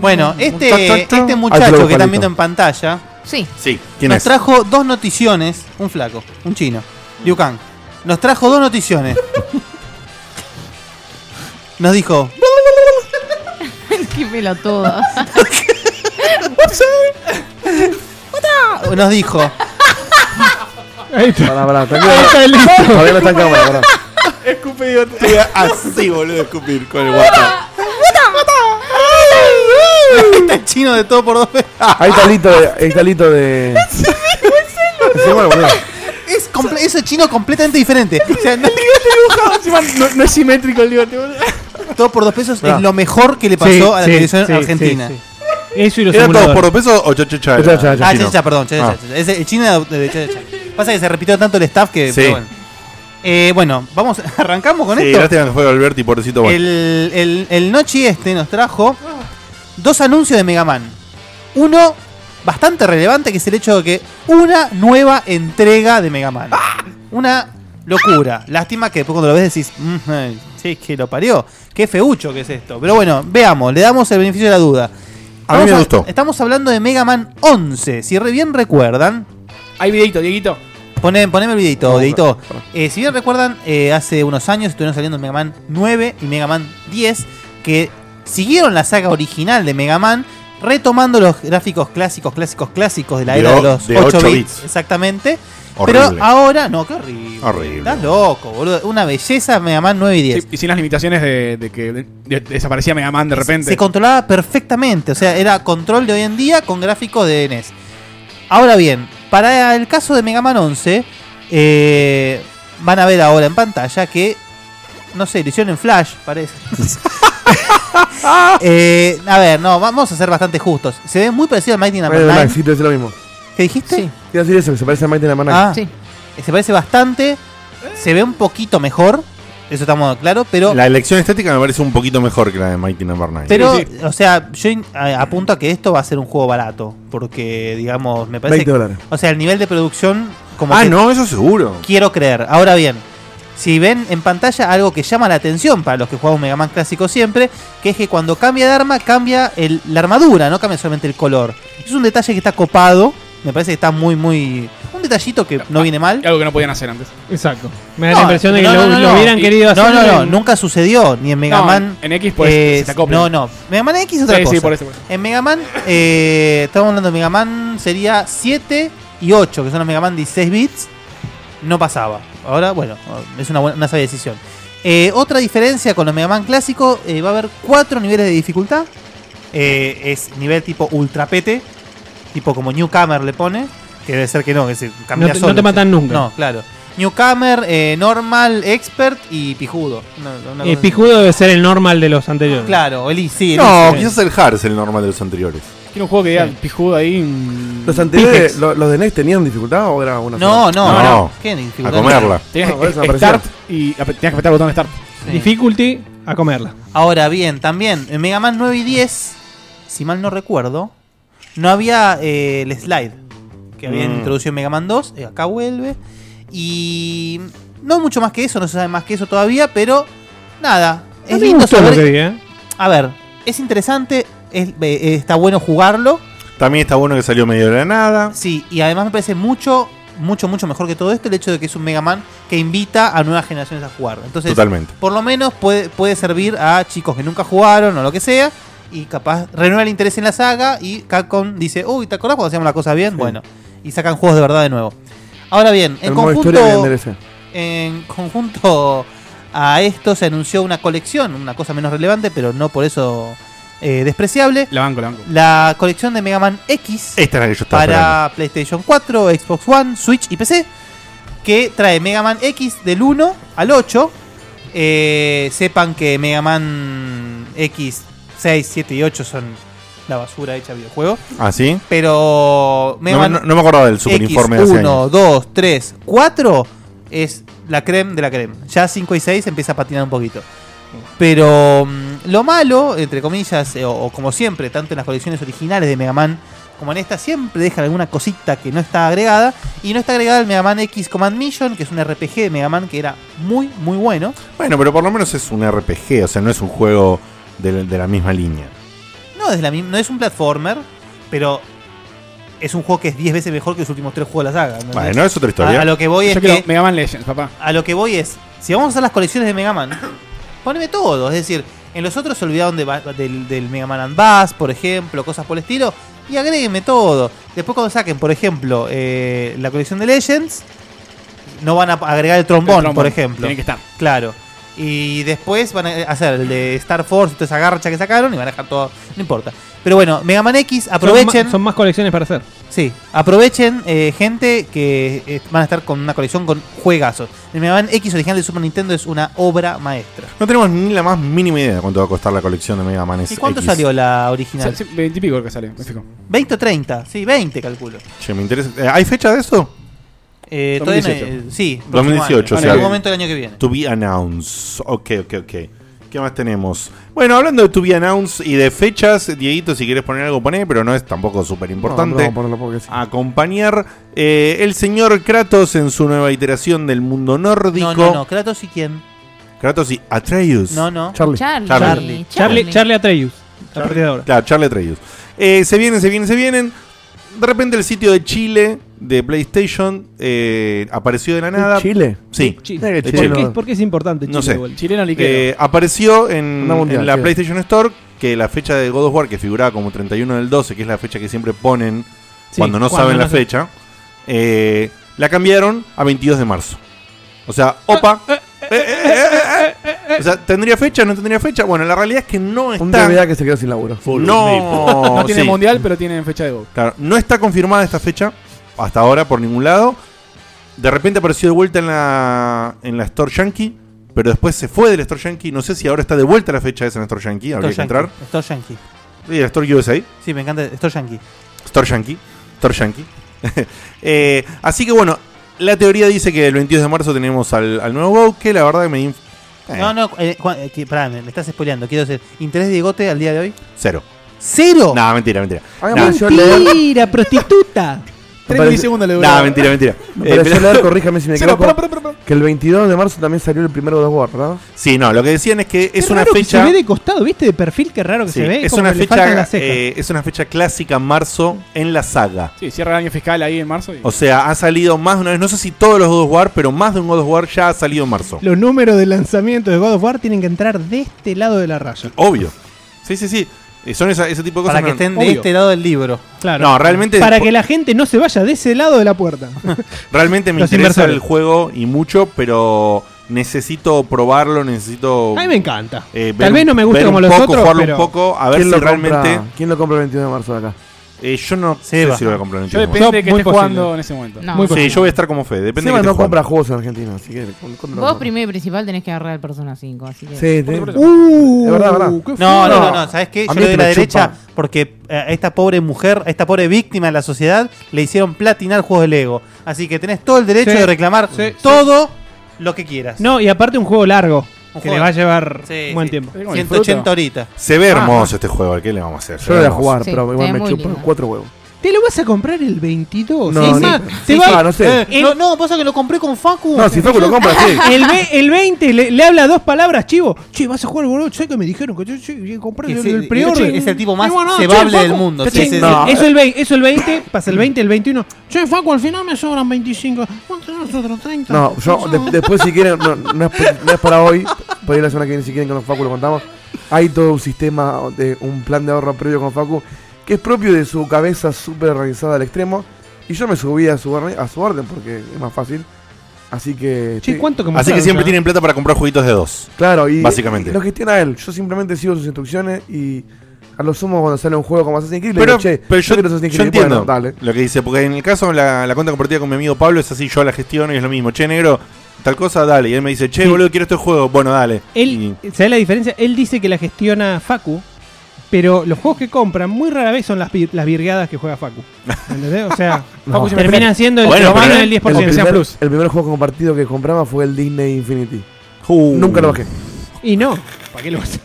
Speaker 6: Bueno,
Speaker 2: Chac, chac,
Speaker 6: este,
Speaker 2: chac.
Speaker 6: este
Speaker 5: Ah, claro,
Speaker 6: muchacho que
Speaker 5: palito.
Speaker 6: están viendo en pantalla
Speaker 4: Sí.
Speaker 2: Sí, ¿quién
Speaker 6: nos
Speaker 2: es?
Speaker 6: trajo dos noticiones. Un flaco, un chino, Liu Kang. Nos trajo dos noticiones. Nos dijo,
Speaker 4: Qué pelotudo.
Speaker 6: nos dijo,
Speaker 7: Ahí está.
Speaker 5: Pará, pará, está en cámara. Todavía no está en cámara, pará.
Speaker 2: Estoy así, boludo, de escupir con el WhatsApp.
Speaker 6: está el chino de todo por dos veces.
Speaker 5: Ahí está Lito de. Ahí está Lito de. Sí, bueno, boludo.
Speaker 6: Es, comple- es el chino completamente diferente. O sea, no-
Speaker 3: Encima [laughs] no, no es simétrico el bigote. boludo.
Speaker 6: todo por dos pesos
Speaker 5: Claro.
Speaker 6: es lo mejor que le pasó
Speaker 7: Ah. Sí,
Speaker 6: a la
Speaker 7: sí,
Speaker 6: televisión
Speaker 7: sí,
Speaker 6: argentina.
Speaker 7: sí, sí. Eso y los
Speaker 2: ¿Era todo por
Speaker 7: emuladores.
Speaker 2: dos pesos o chachacha?
Speaker 5: Cha, cha, cha.
Speaker 6: Ah,
Speaker 2: Chino.
Speaker 6: Checha, perdón, Checha,
Speaker 2: Ah.
Speaker 6: Checha. Es el chino de- de Checha. Pasa que se repitió tanto el staff que.
Speaker 2: Sí.
Speaker 6: pero bueno. Eh, bueno, vamos, [laughs] arrancamos con
Speaker 2: Sí,
Speaker 6: esto.
Speaker 2: lástima que fue Alberti, pobrecito. bueno.
Speaker 6: El, el, el Nochi este nos trajo dos anuncios de Mega Man. Uno bastante relevante, que es el hecho de que una nueva entrega de Mega Man. Una locura. Lástima que después cuando lo ves decís, "Mm, ay, sí, que lo parió. Qué feucho que es esto. Pero bueno, veamos, le damos el beneficio de la duda.
Speaker 2: A mí me
Speaker 6: Estamos
Speaker 2: gustó.
Speaker 6: Estamos hablando de Mega Man 11. Si re bien recuerdan,
Speaker 3: Hay videito, Dieguito.
Speaker 6: Poné, poneme el videito, Dieguito. Eh, si bien recuerdan, eh, hace unos años estuvieron saliendo Mega Man 9 y Mega Man 10, que siguieron la saga original de Mega Man, retomando los gráficos clásicos, clásicos, clásicos de la
Speaker 2: De
Speaker 6: era de
Speaker 2: o-
Speaker 6: los
Speaker 2: de
Speaker 6: 8
Speaker 2: 8
Speaker 6: bits.
Speaker 2: bits.
Speaker 6: Exactamente.
Speaker 2: Horrible.
Speaker 6: Pero ahora, no, qué horrible.
Speaker 2: Horrible.
Speaker 6: Estás loco, boludo. Una belleza Mega Man 9 y 10.
Speaker 3: Sí, y sin las limitaciones de, de que de- de- desaparecía Mega Man de repente.
Speaker 6: Se controlaba perfectamente. O sea, era control de hoy en día con gráficos de NES. Ahora bien, para el caso de Mega Man 11, eh, van a ver ahora en pantalla que, no sé, lo hicieron en Flash,
Speaker 5: [laughs]
Speaker 6: parece. Eh, a ver, no, vamos a ser bastante justos. Se ve muy parecido al Mighty Number
Speaker 5: Bueno,
Speaker 6: Nine.
Speaker 5: Max, sí, te decía lo mismo.
Speaker 6: ¿Qué dijiste?
Speaker 4: Sí.
Speaker 5: Quiero decir eso, que se parece a Mighty Namanak.
Speaker 6: Ah,
Speaker 4: Sí.
Speaker 6: Se parece bastante. Se ve un poquito mejor. Eso estamos claro, pero...
Speaker 2: La elección estética me parece un poquito mejor que la de Mighty Number 9.
Speaker 6: Pero,
Speaker 3: Sí,
Speaker 6: o sea, yo in- a- apunto a que esto va a ser un juego barato. Porque, digamos, me parece.
Speaker 5: 20
Speaker 6: que-
Speaker 5: dólares.
Speaker 6: o sea, el nivel de producción, como
Speaker 2: Ah,
Speaker 6: que
Speaker 2: no, eso seguro.
Speaker 6: quiero creer. Ahora bien, si ven en pantalla algo que llama la atención para los que jugamos Mega Man clásico siempre, que es que cuando cambia de arma, cambia el- la armadura, no cambia solamente el color. Es un detalle que está copado. Me parece que está muy, muy. Un detallito que no viene mal.
Speaker 3: Algo que no podían hacer antes.
Speaker 7: Exacto. Me da la
Speaker 6: No,
Speaker 7: impresión de que
Speaker 6: no,
Speaker 7: lo,
Speaker 6: no, no,
Speaker 7: lo
Speaker 6: no.
Speaker 7: hubieran
Speaker 6: Y-
Speaker 7: querido hacer.
Speaker 6: No, no, no.
Speaker 7: en-
Speaker 6: Nunca sucedió. Ni en Mega
Speaker 3: No,
Speaker 6: Man.
Speaker 3: en X pues
Speaker 6: eh,
Speaker 3: se acoplan.
Speaker 6: no, no. Mega Man X es otra
Speaker 3: Sí,
Speaker 6: cosa.
Speaker 3: sí, por eso, por eso.
Speaker 6: En Mega Man, eh, estamos hablando de Mega Man, sería 7 y 8, que son los Mega Man 16 bits. No pasaba. Ahora, bueno, es una, buena, una sabia decisión. Eh, otra diferencia con los Mega Man clásicos, eh, va a haber cuatro niveles de dificultad. Eh, es nivel tipo ultrapete, tipo como Newcomer le pone, que debe ser que no, que se cambia
Speaker 7: No te- no
Speaker 6: solo.
Speaker 7: te matan nunca.
Speaker 6: No, claro. Newcomer, eh, normal, expert y pijudo. No, una
Speaker 7: El
Speaker 6: cosa así.
Speaker 7: Eh, pijudo debe ser el normal de los anteriores.
Speaker 6: Claro, el, sí, el
Speaker 2: No,
Speaker 6: Easy.
Speaker 2: quizás el Hard es el normal de los anteriores.
Speaker 3: Quiere un juego que diga pijudo ahí. mm,
Speaker 5: ¿Los anteriores, lo- los de Next tenían dificultad o era una
Speaker 6: No, no, no.
Speaker 2: No, no.
Speaker 6: ¿Qué
Speaker 2: A
Speaker 6: dificultad?
Speaker 2: comerla.
Speaker 3: Tenías
Speaker 5: Ah, por eso
Speaker 3: que-
Speaker 5: me
Speaker 3: start y ap- tenías que apretar el botón de start.
Speaker 6: Sí.
Speaker 7: Difficulty a comerla.
Speaker 6: Ahora bien, también en Mega Man 9 y 10, si mal no recuerdo, no había eh, el slide. Que que habían
Speaker 2: Mm.
Speaker 6: introducido en Mega Man 2, eh, acá vuelve. Y no mucho más que eso, no se sabe más que eso todavía, pero nada.
Speaker 7: No
Speaker 6: Es
Speaker 7: me
Speaker 6: lindo
Speaker 7: gustó lo
Speaker 6: saber-
Speaker 7: que vi, ¿eh?
Speaker 6: A ver, es interesante, es- eh, está bueno jugarlo.
Speaker 2: También está bueno que salió medio de la nada.
Speaker 6: Sí, y además me parece mucho, mucho, mucho mejor que todo esto el hecho de que es un Mega Man que invita a nuevas generaciones a jugar. Entonces,
Speaker 2: Totalmente.
Speaker 6: por lo menos puede, puede servir a chicos que nunca jugaron o lo que sea. Y capaz renueva el interés en la saga. Y Capcom dice, uy, ¿te acordás cuando hacíamos la cosa bien? Bueno, y sacan juegos de verdad de nuevo. Ahora bien, en
Speaker 5: El modo historia que
Speaker 6: conjunto,
Speaker 5: endereza.
Speaker 6: en conjunto a esto se anunció una colección, una cosa menos relevante, pero no por eso eh, despreciable.
Speaker 3: La banco, la banco.
Speaker 6: La colección de Mega Man X
Speaker 2: Esta es la que yo estaba esperando.
Speaker 6: para PlayStation 4, Xbox One, Switch y PC, que trae Mega Man X del 1 al 8. Eh, sepan que Mega Man X 6, 7 y 8 son la basura hecha videojuego.
Speaker 2: ¿Ah, sí?
Speaker 6: Pero Mega
Speaker 2: No,
Speaker 6: Man
Speaker 2: no- no me acordaba del super
Speaker 6: X
Speaker 2: informe de hace
Speaker 6: 1,
Speaker 2: años.
Speaker 6: 2, 3, 4 es la creme de la creme. Ya 5 y 6 empieza a patinar un poquito. Pero mm, lo malo, entre comillas, eh, o, o como siempre, tanto en las colecciones originales de Mega Man como en esta, siempre dejan alguna cosita que no está agregada. Y no está agregada el Mega Man X Command Mission, que es un RPG de Mega Man que era muy, muy bueno.
Speaker 2: Bueno, pero por lo menos es un RPG, o sea, no es un juego de, de la misma línea.
Speaker 6: No es, la mim- no es un platformer, pero es un juego que es 10 veces mejor que los últimos 3 juegos de la saga. ¿entendés?
Speaker 2: Bueno, es otra
Speaker 6: a,
Speaker 2: historia.
Speaker 6: a lo que voy es
Speaker 3: Yo
Speaker 6: que
Speaker 3: quiero Mega Man Legends, papá.
Speaker 6: a lo que voy es, si vamos a hacer las colecciones de Mega
Speaker 2: [coughs]
Speaker 6: Man, poneme todo. Es decir, en los otros se olvidaron de Ba- del, del Mega Man and Bass, por ejemplo, cosas por el estilo, y agréguenme todo. Después cuando saquen, por ejemplo, eh, la colección de Legends, no van a agregar el trombón,
Speaker 3: El trombón.
Speaker 6: por ejemplo.
Speaker 3: Tiene que estar.
Speaker 6: Claro. Y después van a hacer el de Star Force, toda esa garcha que sacaron, y van a dejar todo, no importa. Pero bueno, Mega Man X,
Speaker 7: Son,
Speaker 6: aprovechen.
Speaker 7: ma- son más colecciones para hacer.
Speaker 6: Sí, aprovechen eh, gente que eh, van a estar con una colección con juegazos. El Mega Man X original de Super Nintendo es una obra maestra.
Speaker 2: No tenemos ni la más mínima idea de cuánto va a costar la colección de Mega Man
Speaker 6: ¿Y
Speaker 2: X.
Speaker 6: cuánto salió la original?
Speaker 3: Sí, sí, 20 y pico creo que sale, me fijo.
Speaker 6: 20 o 30, sí, 20 calculo.
Speaker 2: Che, me interesa. eh, ¿Hay fecha de eso?
Speaker 6: Eh, todavía no-
Speaker 3: 2018.
Speaker 6: eh, sí, próximo
Speaker 2: 2018,
Speaker 6: año.
Speaker 3: o
Speaker 6: en
Speaker 3: sea
Speaker 6: algún
Speaker 3: que-
Speaker 6: momento del año que viene.
Speaker 2: To be announced. Ok, ok, ok. ¿Qué más tenemos? Bueno, hablando de To be announced y de fechas, Dieguito, si quieres poner algo, poné, pero no es tampoco súper
Speaker 5: No, pero
Speaker 2: importante.
Speaker 5: vamos a ponerlo porque sí.
Speaker 2: Acompañar eh, el señor Kratos en su nueva iteración del mundo nórdico.
Speaker 6: No, no, no, Kratos y quién.
Speaker 2: Kratos y Atreus.
Speaker 6: No, no.
Speaker 5: Charlie.
Speaker 4: Charlie.
Speaker 2: Charlie.
Speaker 4: Charlie.
Speaker 7: Charlie, Charlie Atreus, a partir de ahora.
Speaker 2: Claro, Charlie Atreus. Eh, se vienen, se vienen, se vienen. De repente el sitio de Chile de PlayStation eh, apareció de la nada.
Speaker 5: Chile.
Speaker 2: Sí.
Speaker 5: Mira
Speaker 2: de
Speaker 5: que
Speaker 7: ¿Por,
Speaker 2: Chile.
Speaker 7: qué, por qué es importante?
Speaker 2: Eh, No
Speaker 7: Chile
Speaker 2: sé.
Speaker 7: Gold?
Speaker 3: Chileno liquero.
Speaker 2: Eh, apareció en,
Speaker 5: Una mundial,
Speaker 2: en la
Speaker 5: sí.
Speaker 2: PlayStation Store que la fecha de God of War, que figuraba como 31 del 12, que es la fecha que siempre ponen
Speaker 7: Sí,
Speaker 2: cuando no saben la
Speaker 7: se-
Speaker 2: fecha, eh, la cambiaron a 22 de marzo. O sea, opa. Eh, eh, eh, eh, eh, eh. O sea, ¿tendría fecha? ¿No tendría fecha? Bueno, la realidad es que no
Speaker 5: Un DBA
Speaker 2: está.
Speaker 5: que se quedó sin laburo.
Speaker 2: [laughs] No,
Speaker 3: no tiene
Speaker 2: sí.
Speaker 3: mundial, pero tiene fecha de Go.
Speaker 2: Claro, no está confirmada esta fecha hasta ahora por ningún lado. De repente apareció de vuelta en la, en la Store Yankee, pero después se fue del Store Yankee. No sé si ahora está de vuelta la fecha esa en la Store Yankee, habría que
Speaker 6: Store
Speaker 2: entrar.
Speaker 6: Yankee, Store Yankee.
Speaker 2: Sí, la Store USA,
Speaker 6: Sí, me encanta. Store Yankee.
Speaker 2: Store Yankee, Store Yankee. [laughs] Eh, así que bueno, la teoría dice que el 22 de marzo tenemos al, al nuevo WoW, que la verdad que me... inf- eh,
Speaker 6: No, no, eh, Juan, eh, que- pará, me, me estás spoileando. Quiero decir, ¿interés de bigote al día de hoy?
Speaker 2: Cero.
Speaker 6: ¡Cero!
Speaker 2: No, mentira, Ah, mentira.
Speaker 5: Hagan
Speaker 2: No,
Speaker 5: mención leer.
Speaker 7: Mentira, prostituta.
Speaker 3: 3
Speaker 5: parece-
Speaker 3: milisegundos le duró.
Speaker 2: no, mentira, mentira.
Speaker 5: Me
Speaker 2: Eh,
Speaker 5: pareció
Speaker 2: pero-
Speaker 5: leer, corríjame si me
Speaker 3: Cero,
Speaker 5: equivoco.
Speaker 3: pará, pará, pará, pará.
Speaker 5: Que el 22 de marzo también salió el primero de War, ¿verdad?
Speaker 2: sí, no, lo que decían es que es
Speaker 7: Qué
Speaker 2: una
Speaker 7: raro que
Speaker 2: fecha...
Speaker 7: se ve de costado, ¿viste? De perfil, qué raro que
Speaker 2: Sí,
Speaker 7: se ve.
Speaker 2: es
Speaker 7: como
Speaker 2: una
Speaker 7: que le faltan
Speaker 2: fecha
Speaker 7: las cejas.
Speaker 2: eh, es una fecha clásica marzo en la saga.
Speaker 3: Sí, cierra el año fiscal ahí en marzo. y-
Speaker 2: O sea, ha salido más de una vez, no sé si todos los God of War, pero más de un God of War ya ha salido en marzo.
Speaker 7: Los números de lanzamiento de God of War tienen que entrar de este lado de la raya.
Speaker 2: Obvio. Sí, sí, sí. Eh, Son esa- ese tipo de cosas.
Speaker 6: Para que
Speaker 2: no-
Speaker 6: estén de
Speaker 7: obvio.
Speaker 6: este lado del libro.
Speaker 7: Claro.
Speaker 2: No, realmente-
Speaker 7: Para que la gente no se vaya de ese lado de la
Speaker 2: [laughs]
Speaker 7: puerta.
Speaker 2: Realmente me
Speaker 7: Los
Speaker 2: interesa
Speaker 7: inversores.
Speaker 2: el juego y mucho, pero necesito probarlo, necesito...
Speaker 7: A mí me encanta.
Speaker 2: eh, ver
Speaker 7: Tal vez
Speaker 2: un-
Speaker 7: no me gusta
Speaker 2: ver
Speaker 7: como
Speaker 2: un
Speaker 7: los
Speaker 2: poco,
Speaker 7: otros,
Speaker 2: jugarlo
Speaker 7: pero
Speaker 2: un poco, a ver si realmente...
Speaker 5: compra, ¿Quién lo compra el 22 de marzo de acá?
Speaker 2: Eh, yo no sé
Speaker 6: Seba.
Speaker 2: si lo voy a comprar en
Speaker 3: Yo
Speaker 2: el
Speaker 3: depende
Speaker 7: No,
Speaker 3: de que
Speaker 7: muy
Speaker 3: esté
Speaker 7: posible.
Speaker 3: jugando en ese momento.
Speaker 4: No.
Speaker 7: Muy
Speaker 2: Sí, yo voy a estar como Fede, depende
Speaker 5: Seba
Speaker 2: de que
Speaker 5: no compra juegos en Argentina, así que... con- con-
Speaker 4: Vos primero y principal tenés que agarrar el Persona 5, así que...
Speaker 5: Sí, te-
Speaker 7: Uh,
Speaker 5: Es verdad, verdad.
Speaker 7: qué feo.
Speaker 6: No, no,
Speaker 5: No.
Speaker 6: no, no, ¿sabes qué?
Speaker 5: A
Speaker 6: Yo
Speaker 5: mí
Speaker 6: le doy
Speaker 5: te
Speaker 6: la
Speaker 5: lo
Speaker 6: derecha
Speaker 5: chupa.
Speaker 6: porque eh, a esta pobre mujer, a esta pobre víctima de la sociedad, le hicieron platinar juegos de Lego. Así que tenés todo el derecho
Speaker 7: Sí,
Speaker 6: de reclamar
Speaker 7: sí,
Speaker 6: todo lo que quieras.
Speaker 7: No, y aparte un juego largo. que
Speaker 6: Un
Speaker 7: le
Speaker 6: juego-
Speaker 7: va a llevar
Speaker 6: Sí,
Speaker 7: un buen
Speaker 6: sí.
Speaker 7: tiempo.
Speaker 3: Es como
Speaker 6: 180
Speaker 3: disfruto.
Speaker 6: ahorita.
Speaker 7: Ah,
Speaker 2: Se ve hermoso este juego, ¿qué le vamos a hacer? Se
Speaker 5: Yo lo
Speaker 2: ve
Speaker 5: voy a
Speaker 2: hermoso.
Speaker 5: jugar,
Speaker 4: Sí,
Speaker 5: pero igual
Speaker 4: está
Speaker 5: me
Speaker 4: muy
Speaker 5: chupo
Speaker 4: lindo.
Speaker 5: cuatro huevos.
Speaker 7: Te lo vas a comprar el 22.
Speaker 5: No,
Speaker 7: es
Speaker 5: ni-
Speaker 7: más, te
Speaker 5: sí,
Speaker 7: va-
Speaker 5: ah, no sé.
Speaker 7: Eh,
Speaker 6: no, no, pasa que lo compré con Facu.
Speaker 5: No, si Facu lo compra, sí.
Speaker 7: [laughs] El, ve- el 20 le, le habla dos palabras, chivo. Che, vas a jugar, boludo. ¿Sabes que me dijeron que yo, yo- yo compré
Speaker 6: Que
Speaker 7: el,
Speaker 6: sí,
Speaker 7: el
Speaker 6: es-
Speaker 7: preorden?
Speaker 6: es el tipo
Speaker 7: Y
Speaker 6: más
Speaker 7: che,
Speaker 6: cebable del
Speaker 7: Facu,
Speaker 6: mundo, sí,
Speaker 7: che,
Speaker 6: sí, sí.
Speaker 5: No.
Speaker 7: Eso el, vei- eso el 20, pasa el 20, el 21. Che, Facu, al final me sobran 25. ¿Cuánto son los otros 30? [laughs]
Speaker 5: No, yo de- después si quieren, no, no es, pa- no es para hoy, por ir la semana que viene si quieren con los Facu lo contamos. Hay todo un sistema, de, un plan de ahorro previo con Facu, que es propio de su cabeza súper organizada al extremo. Y yo me subí a su, orden, a su orden porque es más fácil. Así que...
Speaker 7: Che,
Speaker 5: estoy-
Speaker 7: ¿cuánto
Speaker 2: Así que
Speaker 7: compraron
Speaker 2: siempre
Speaker 7: ya?
Speaker 2: tienen plata para comprar jueguitos de dos.
Speaker 5: Claro, y
Speaker 2: Básicamente.
Speaker 5: y lo gestiona él. Yo simplemente sigo sus instrucciones y a lo sumo cuando sale un juego como Assassin's Creed, le
Speaker 2: Pero,
Speaker 5: digo, che,
Speaker 2: pero yo,
Speaker 5: quiero Assassin's
Speaker 2: yo
Speaker 5: Creed".
Speaker 2: entiendo
Speaker 5: Bueno, dale.
Speaker 2: lo que dice, porque en el caso la, la cuenta compartida con mi amigo Pablo es así, yo la gestiono y es lo mismo. Che, negro, tal cosa, dale. Y él me dice, che,
Speaker 7: Sí.
Speaker 2: boludo, quiero este juego. Bueno, dale.
Speaker 7: Él,
Speaker 2: Y-
Speaker 7: ¿Sabes la diferencia? Él dice que la gestiona Facu, pero los juegos que compran muy rara vez son las, vi- las virgadas que juega Facu. ¿Entendés?
Speaker 2: [laughs]
Speaker 7: O sea, Facu
Speaker 5: No.
Speaker 7: termina siendo el
Speaker 2: Bueno,
Speaker 7: romano
Speaker 2: pero-
Speaker 7: del 10%.
Speaker 5: El
Speaker 7: o sea,
Speaker 5: primer,
Speaker 7: plus.
Speaker 5: el primer juego compartido que compraba fue el Disney Infinity.
Speaker 2: Uh.
Speaker 5: Nunca lo bajé.
Speaker 7: Y no, ¿para qué lo vas a-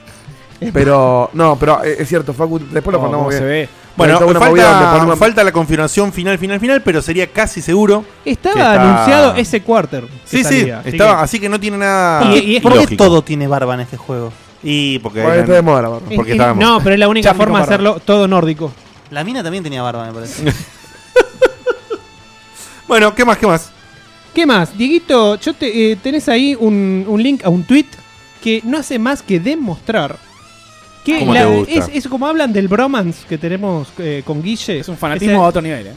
Speaker 5: Pero, no, pero eh, es cierto, Facu, después lo contamos bien.
Speaker 7: ve.
Speaker 2: Bueno,
Speaker 5: Está una
Speaker 2: falta,
Speaker 5: movida donde ponen una-
Speaker 2: falta la confirmación final, final, final, pero sería casi seguro.
Speaker 7: Estaba
Speaker 2: Que está-
Speaker 7: anunciado ese quarter. que
Speaker 2: Sí, sí,
Speaker 7: salía, así
Speaker 2: estaba,
Speaker 7: que-
Speaker 2: así que no tiene nada.
Speaker 6: ¿Por qué-
Speaker 7: Y- y-
Speaker 6: ¿Por qué
Speaker 2: ilógico.
Speaker 6: todo tiene barba en este juego?
Speaker 2: Y porque.
Speaker 5: Bueno, está de moda la barba.
Speaker 2: Eh, porque
Speaker 7: Es- es-
Speaker 2: estábamos-
Speaker 7: No, pero es la única
Speaker 3: Chapman
Speaker 7: forma de
Speaker 3: con barba.
Speaker 7: hacerlo todo nórdico.
Speaker 6: La mina también tenía barba, me parece.
Speaker 2: Bueno, ¿qué más? ¿Qué más?
Speaker 7: ¿Qué más? Dieguito, yo te, eh, tenés ahí un, un link a un tweet que no hace más que demostrar que
Speaker 2: ¿Cómo te gusta?
Speaker 7: es, es como hablan del bromance que tenemos eh, con Guille.
Speaker 3: Es un fanatismo a
Speaker 7: Ese-
Speaker 3: otro nivel, ¿eh?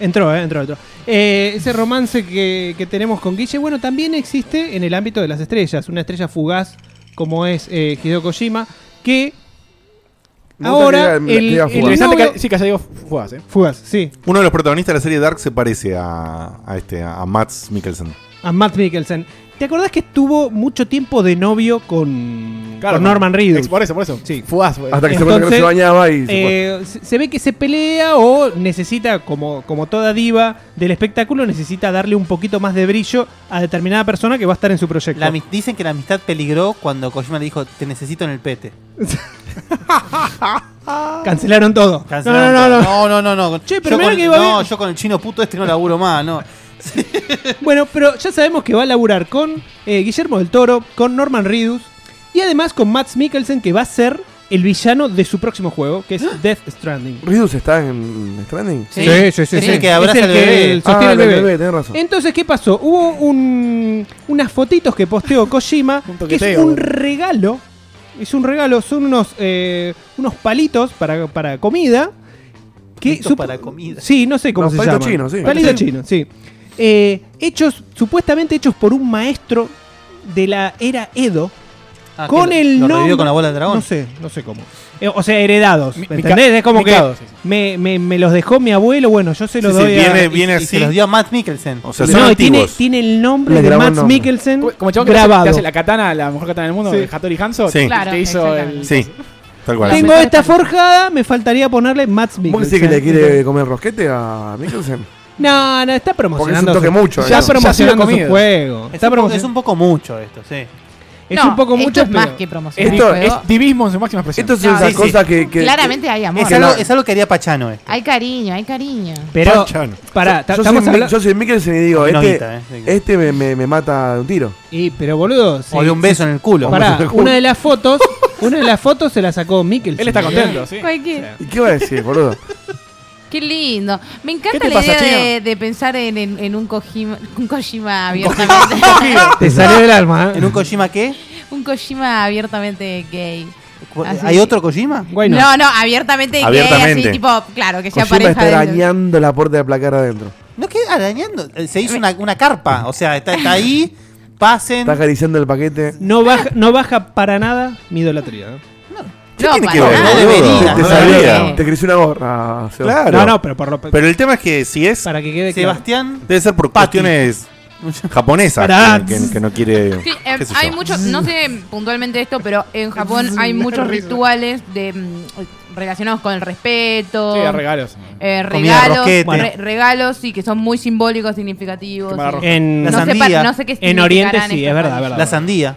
Speaker 7: entró, eh, entró, entró. Eh, ese romance que, que tenemos con Guille, bueno, también existe en el ámbito de las estrellas. Una estrella fugaz como es eh, Hideo Kojima, que
Speaker 5: Me gusta
Speaker 7: ahora...
Speaker 5: que diga- que
Speaker 7: el-
Speaker 5: diga
Speaker 7: el
Speaker 5: fugaz.
Speaker 3: Interesante
Speaker 7: novio-
Speaker 3: que sí que haya ido fugaz, ¿eh?
Speaker 7: Fugaz, sí.
Speaker 2: Uno de los protagonistas de la serie Dark se parece a, a este, a Mats Mikkelsen.
Speaker 7: A Matt Mikkelsen. ¿Te acordás que estuvo mucho tiempo de novio con, con Norman
Speaker 3: Reedus.
Speaker 7: Reedus?
Speaker 3: Por eso, por eso.
Speaker 7: Sí.
Speaker 3: Fugaz, güey.
Speaker 5: Hasta que se
Speaker 7: Entonces,
Speaker 5: pone que no se bañaba y se fue.
Speaker 7: Eh, se se ve que se pelea o necesita, como, como toda diva del espectáculo, necesita darle un poquito más de brillo a determinada persona que va a estar en su proyecto.
Speaker 6: La ami- dicen que la amistad peligró cuando Kojima le dijo, te necesito en el pete.
Speaker 7: Cancelaron todo.
Speaker 6: Cancelaron
Speaker 7: No, no, no, no.
Speaker 6: todo. no, no, no, no.
Speaker 7: Che,
Speaker 6: Yo
Speaker 7: pero mirá
Speaker 6: con-
Speaker 7: que iba
Speaker 6: No,
Speaker 7: bien.
Speaker 6: yo con el chino puto este no laburo más, no.
Speaker 7: [laughs] Bueno, pero ya sabemos que va a laburar con eh, Guillermo del Toro, con Norman Reedus y además con Matt Mikkelsen, que va a ser el villano de su próximo juego, que
Speaker 6: ¡Ah!
Speaker 7: es Death Stranding.
Speaker 5: ¿Ridus está en Stranding?
Speaker 4: Sí,
Speaker 7: sí,
Speaker 4: sí,
Speaker 6: sí.
Speaker 7: Es
Speaker 6: Que abraza
Speaker 7: el
Speaker 6: al
Speaker 7: que
Speaker 6: bebé.
Speaker 7: el- sostiene
Speaker 5: ah,
Speaker 7: el
Speaker 5: del
Speaker 7: bebé.
Speaker 5: tenés razón.
Speaker 7: Entonces, ¿qué pasó? Hubo un- unas fotitos que posteó Kojima,
Speaker 3: Un
Speaker 7: que es
Speaker 3: toqueteo.
Speaker 7: un regalo. Es un regalo, son unos, eh, unos palitos para, para comida. Que
Speaker 6: Palitos
Speaker 7: supo-
Speaker 6: para comida.
Speaker 7: Sí, no sé cómo
Speaker 5: Los
Speaker 7: se
Speaker 5: palitos
Speaker 7: llaman.
Speaker 5: chinos, sí.
Speaker 7: Palitos
Speaker 5: Sí.
Speaker 7: chinos, sí. Eh, hechos, supuestamente hechos por un maestro de la era Edo.
Speaker 6: Ah,
Speaker 7: con
Speaker 6: que
Speaker 7: el
Speaker 6: lo revivió
Speaker 7: nombre-
Speaker 6: con la bola de dragón.
Speaker 7: No sé, no sé cómo. Eh, o sea, heredados.
Speaker 3: Mi-
Speaker 7: ¿me ¿Entendés? Es como que
Speaker 3: micados, sí, sí.
Speaker 7: me, me- me los dejó mi abuelo. Bueno, yo se los
Speaker 2: Sí, sí,
Speaker 7: doy a-
Speaker 2: viene, viene
Speaker 6: Y
Speaker 2: así.
Speaker 6: Se los dio a Matt Mikkelsen.
Speaker 2: O sea, son
Speaker 7: no, y tiene,
Speaker 2: antiguos.
Speaker 7: tiene el
Speaker 5: Le
Speaker 7: nombre de
Speaker 5: grabó el
Speaker 7: Max
Speaker 5: nombre.
Speaker 7: Mikkelsen
Speaker 3: Como el chabón que
Speaker 7: grabado.
Speaker 3: Te hace la katana, la mejor katana del mundo,
Speaker 7: Sí.
Speaker 3: de Hattori Hanzo.
Speaker 2: Sí.
Speaker 4: Claro,
Speaker 3: Te hizo el.
Speaker 2: Sí, tal cual.
Speaker 7: Tengo este-
Speaker 4: Las
Speaker 7: esta
Speaker 4: mejores tarjetas.
Speaker 7: forjada, me faltaría ponerle Max
Speaker 5: ¿Vos decís que
Speaker 7: Mikkelsen.
Speaker 5: le quiere comer rosquete a Mikkelsen?
Speaker 7: No, no, está
Speaker 5: Porque es un
Speaker 7: promocionando.
Speaker 5: toque
Speaker 7: su-
Speaker 5: mucho.
Speaker 7: Está
Speaker 5: eso.
Speaker 3: se lo
Speaker 7: promocionando su
Speaker 3: comido.
Speaker 7: juego.
Speaker 6: Es
Speaker 7: Está
Speaker 6: un, poco,
Speaker 7: promocionando-
Speaker 6: es un poco mucho esto, sí.
Speaker 7: es un poco mucho,
Speaker 4: Esto es más
Speaker 7: pero-
Speaker 4: que promocionar
Speaker 3: Esto
Speaker 4: el juego.
Speaker 3: es divismo en su máxima expresión.
Speaker 5: Esto es
Speaker 4: No,
Speaker 5: una
Speaker 4: sí, sí.
Speaker 5: cosa que, que-
Speaker 4: Claramente hay amor.
Speaker 6: Es
Speaker 5: que
Speaker 6: algo,
Speaker 5: la-
Speaker 6: es algo que haría Pachano esto.
Speaker 4: Hay cariño, hay cariño.
Speaker 7: Pero,
Speaker 2: Pachano.
Speaker 7: pará, ta-
Speaker 5: Yo soy,
Speaker 7: estamos
Speaker 5: Mi-
Speaker 7: hablando.
Speaker 5: yo soy Mikkelsen y digo,
Speaker 6: Una
Speaker 5: este,
Speaker 6: novita, eh, sí.
Speaker 5: este me, me- me mata de un tiro.
Speaker 7: Y, pero boludo. sí,
Speaker 6: o de un beso en el culo.
Speaker 5: [laughs]
Speaker 7: Pará,
Speaker 5: Vamos a-
Speaker 7: una de las fotos, una de las fotos se la sacó Mikkelsen.
Speaker 3: Él está contento, sí.
Speaker 4: Cualquier-
Speaker 5: ¿Y qué va a decir, boludo?
Speaker 4: Qué lindo. Me
Speaker 3: ¿Qué
Speaker 4: encanta
Speaker 3: te
Speaker 4: la
Speaker 3: pasa,
Speaker 4: idea
Speaker 3: chino?
Speaker 4: de, de pensar en, en- en un Kojima, un Kojima abiertamente.
Speaker 7: Ah, Te salió del alma, ¿eh?
Speaker 6: ¿En un Kojima qué?
Speaker 4: [laughs] un Kojima abiertamente gay. Así.
Speaker 6: ¿Hay otro Kojima?
Speaker 7: Guay, no.
Speaker 4: Ah, No, no, abiertamente, gay,
Speaker 2: Abiertamente.
Speaker 4: así tipo, claro, que sea
Speaker 5: Kojima
Speaker 4: pareja
Speaker 5: está
Speaker 4: de-
Speaker 5: arañando la puerta de placar adentro.
Speaker 6: No que arañando. Eh, Se hizo una, una carpa. O sea, está, está ahí, pasen.
Speaker 5: Está acariciando el paquete.
Speaker 7: No baja, no baja para nada mi idolatría. ¿eh?
Speaker 4: No,
Speaker 2: tiene
Speaker 4: para
Speaker 2: que ver,
Speaker 4: nada.
Speaker 6: No debería,
Speaker 5: te,
Speaker 6: no
Speaker 5: salía,
Speaker 4: debería.
Speaker 5: te creció una gorra. Seba.
Speaker 2: Claro.
Speaker 7: No, no, pero por lo
Speaker 2: Pero el tema es que si es,
Speaker 7: para que quede claro.
Speaker 6: Sebastián.
Speaker 2: debe ser por
Speaker 6: Pati.
Speaker 2: cuestiones japonesas
Speaker 7: Pará.
Speaker 2: que, que- que no quiere.
Speaker 4: Sí, eh,
Speaker 2: qué sé
Speaker 4: hay
Speaker 2: yo.
Speaker 4: muchos, no sé puntualmente esto, pero en
Speaker 3: [laughs]
Speaker 4: Japón hay muchos rituales de mm, relacionados con el respeto,
Speaker 3: Sí, a regalos.
Speaker 4: eh,
Speaker 6: Comida,
Speaker 4: regalos,
Speaker 6: rosquete.
Speaker 4: re- regalos, sí, que son muy simbólicos, significativos.
Speaker 3: Quemar
Speaker 4: y-
Speaker 3: rosquete.
Speaker 7: En,
Speaker 6: La
Speaker 4: no, sé,
Speaker 6: sandía.
Speaker 4: pa- no sé qué este
Speaker 7: en Oriente
Speaker 4: significarán
Speaker 7: sí,
Speaker 4: estos
Speaker 7: es verdad, es
Speaker 4: países,
Speaker 7: verdad.
Speaker 6: La sandía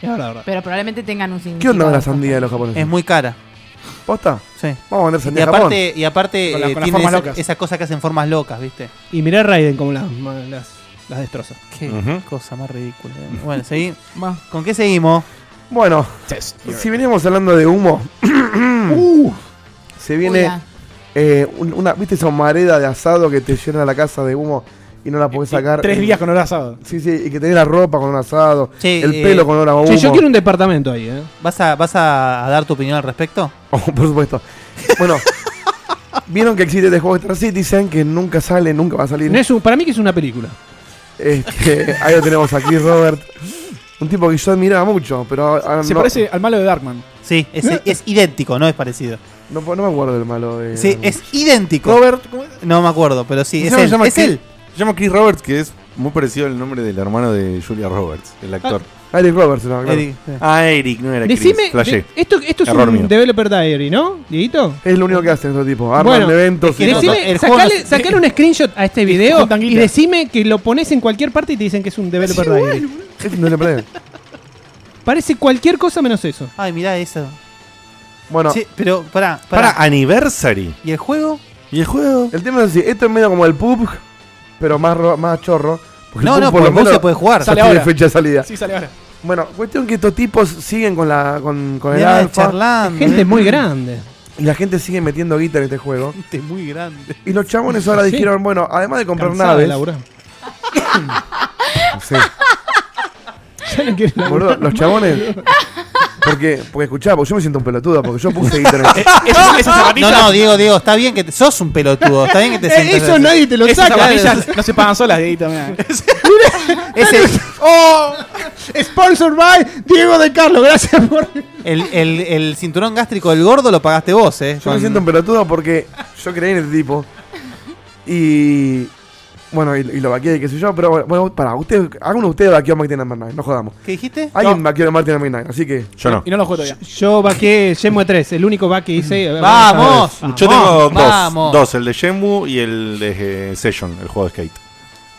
Speaker 7: Es verdad, es verdad.
Speaker 4: Pero probablemente tengan un
Speaker 5: ¿Qué onda
Speaker 4: significado.
Speaker 5: con la sandía de los japoneses?
Speaker 6: es muy cara.
Speaker 5: ¿Posta?
Speaker 6: Sí.
Speaker 5: Vamos a vender
Speaker 6: Y
Speaker 5: sandía a Japón.
Speaker 6: aparte, y aparte
Speaker 3: Con la-
Speaker 6: eh,
Speaker 3: con las
Speaker 6: tiene
Speaker 3: formas
Speaker 6: esa,
Speaker 3: locas.
Speaker 6: esa cosa que hacen formas locas, ¿viste?
Speaker 7: Y mirá a Raiden como las, las, las destroza.
Speaker 6: Qué
Speaker 2: Ujú.
Speaker 6: cosa más ridícula. Bueno, seguí.
Speaker 3: Va.
Speaker 6: ¿Con qué seguimos?
Speaker 5: Bueno, si veníamos hablando de humo, [clears throat] se viene
Speaker 4: Hola.
Speaker 5: eh, un- una, ¿viste esa humareda de asado que te llena la casa de humo y no la podés sacar?
Speaker 3: Eh, Tres días con hora asado.
Speaker 5: Sí, sí, y que tenés la ropa con un asado,
Speaker 6: Sí,
Speaker 5: el
Speaker 6: eh,
Speaker 5: pelo con olor a humo.
Speaker 7: Che, yo quiero un departamento ahí, ¿eh?
Speaker 6: ¿Vas a, vas a dar tu opinión al respecto?
Speaker 5: [laughs] Oh, por supuesto. Bueno, vieron que existe este juego de Star Citizen que nunca sale, nunca va a salir.
Speaker 7: No es un- para mí que es una película.
Speaker 5: Este, ahí lo tenemos aquí, Robert. Un tipo que yo admiraba mucho, pero ahora
Speaker 3: Se
Speaker 5: no,
Speaker 3: parece al malo de Darkman.
Speaker 6: Sí, es, es idéntico, no es parecido.
Speaker 5: no, no me acuerdo del malo. De,
Speaker 6: Sí, es idéntico.
Speaker 5: Robert. ¿cómo es?
Speaker 6: No me acuerdo, pero sí,
Speaker 5: ¿No
Speaker 6: es
Speaker 5: se
Speaker 6: él.
Speaker 5: llama
Speaker 6: Es
Speaker 5: Chris?
Speaker 6: él.
Speaker 2: Se llama Chris Roberts, que es muy parecido al nombre del hermano de Julia Roberts, el actor.
Speaker 7: Ah.
Speaker 5: Eric Roberts, no, claro.
Speaker 6: Eric, sí.
Speaker 2: Ah, Eric, no era
Speaker 7: Decime,
Speaker 2: Chris. Flashé.
Speaker 7: de- esto, esto es
Speaker 2: Error
Speaker 7: un
Speaker 2: mío.
Speaker 7: Developer Diary, ¿no, Dieguito?
Speaker 5: Es lo único que hacen estos tipos. Arman
Speaker 7: Bueno,
Speaker 5: eventos.
Speaker 6: es que
Speaker 5: y
Speaker 6: decime-
Speaker 5: cosas.
Speaker 6: el
Speaker 7: Decime,
Speaker 6: juego
Speaker 7: sacale,
Speaker 6: no-
Speaker 7: sacale un screenshot a este video
Speaker 3: Juntan
Speaker 7: y
Speaker 3: guita.
Speaker 7: decime que lo pones en cualquier parte y te dicen que es un Developer Diary.
Speaker 5: Es un developer.
Speaker 7: Parece cualquier cosa menos eso.
Speaker 6: Ay, mirá eso.
Speaker 5: Bueno,
Speaker 6: Sí, pero pará, pará. [laughs]
Speaker 2: Para Anniversary.
Speaker 6: ¿Y el juego?
Speaker 2: ¿Y el juego?
Speaker 5: el tema es así. Esto es medio como el PUBG, pero más, ro- más chorro. porque
Speaker 6: No,
Speaker 5: el
Speaker 6: no,
Speaker 5: PUBG
Speaker 6: por lo menos se puede jugar.
Speaker 3: Sale
Speaker 5: no tiene
Speaker 3: ahora.
Speaker 5: fecha de salida.
Speaker 3: Sí, sale ahora.
Speaker 5: Bueno, cuestión que estos tipos siguen con, la, con, con el
Speaker 6: Mirá,
Speaker 5: alfa.
Speaker 6: charlando. eh.
Speaker 7: Gente muy grande.
Speaker 5: Y la gente sigue metiendo guita en este juego.
Speaker 6: Gente muy grande.
Speaker 5: Y los chabones ahora
Speaker 7: Sí.
Speaker 5: dijeron, bueno, además de comprar
Speaker 7: Cansada de
Speaker 5: naves.
Speaker 7: laburar.
Speaker 5: [coughs] Sí,
Speaker 7: Ya no quiero laburar.
Speaker 5: boludo, los chabones. Porque, porque escuchá, porque yo me siento un pelotudo, porque yo puse guita en
Speaker 6: Eh,
Speaker 5: el-
Speaker 7: eh,
Speaker 3: Esas, esas
Speaker 6: No,
Speaker 3: zapatillas.
Speaker 6: no, Diego, Diego, está bien que te- sos un pelotudo. Está bien que te sientas.
Speaker 7: eso nadie te lo
Speaker 3: esas
Speaker 7: saca.
Speaker 3: zapatillas no se pagan solas, Dieguito. mirá.
Speaker 6: Ese-
Speaker 7: ¡Oh! Sponsor by Diego de Carlos. Gracias por.
Speaker 6: el, el, el cinturón gástrico del gordo lo pagaste vos, eh.
Speaker 5: Yo me
Speaker 6: con-
Speaker 5: siento un pelotudo porque yo creí en el tipo. Y. Bueno, y, y lo vaqueé, qué sé yo, pero bueno, para ustedes, alguno de ustedes vaqueó a Martin and Midnight, no jodamos.
Speaker 6: ¿Qué dijiste?
Speaker 5: Alguien vaqueó a Martin and Midnight, así que.
Speaker 2: Yo no.
Speaker 3: Y no lo juego todavía.
Speaker 7: Yo vaqué Shenmue 3, el único vaque que hice.
Speaker 6: Vamos.
Speaker 2: Yo tengo dos.
Speaker 6: Vamos.
Speaker 2: Dos, el de Shenmue y el de eh, Session, el juego de skate.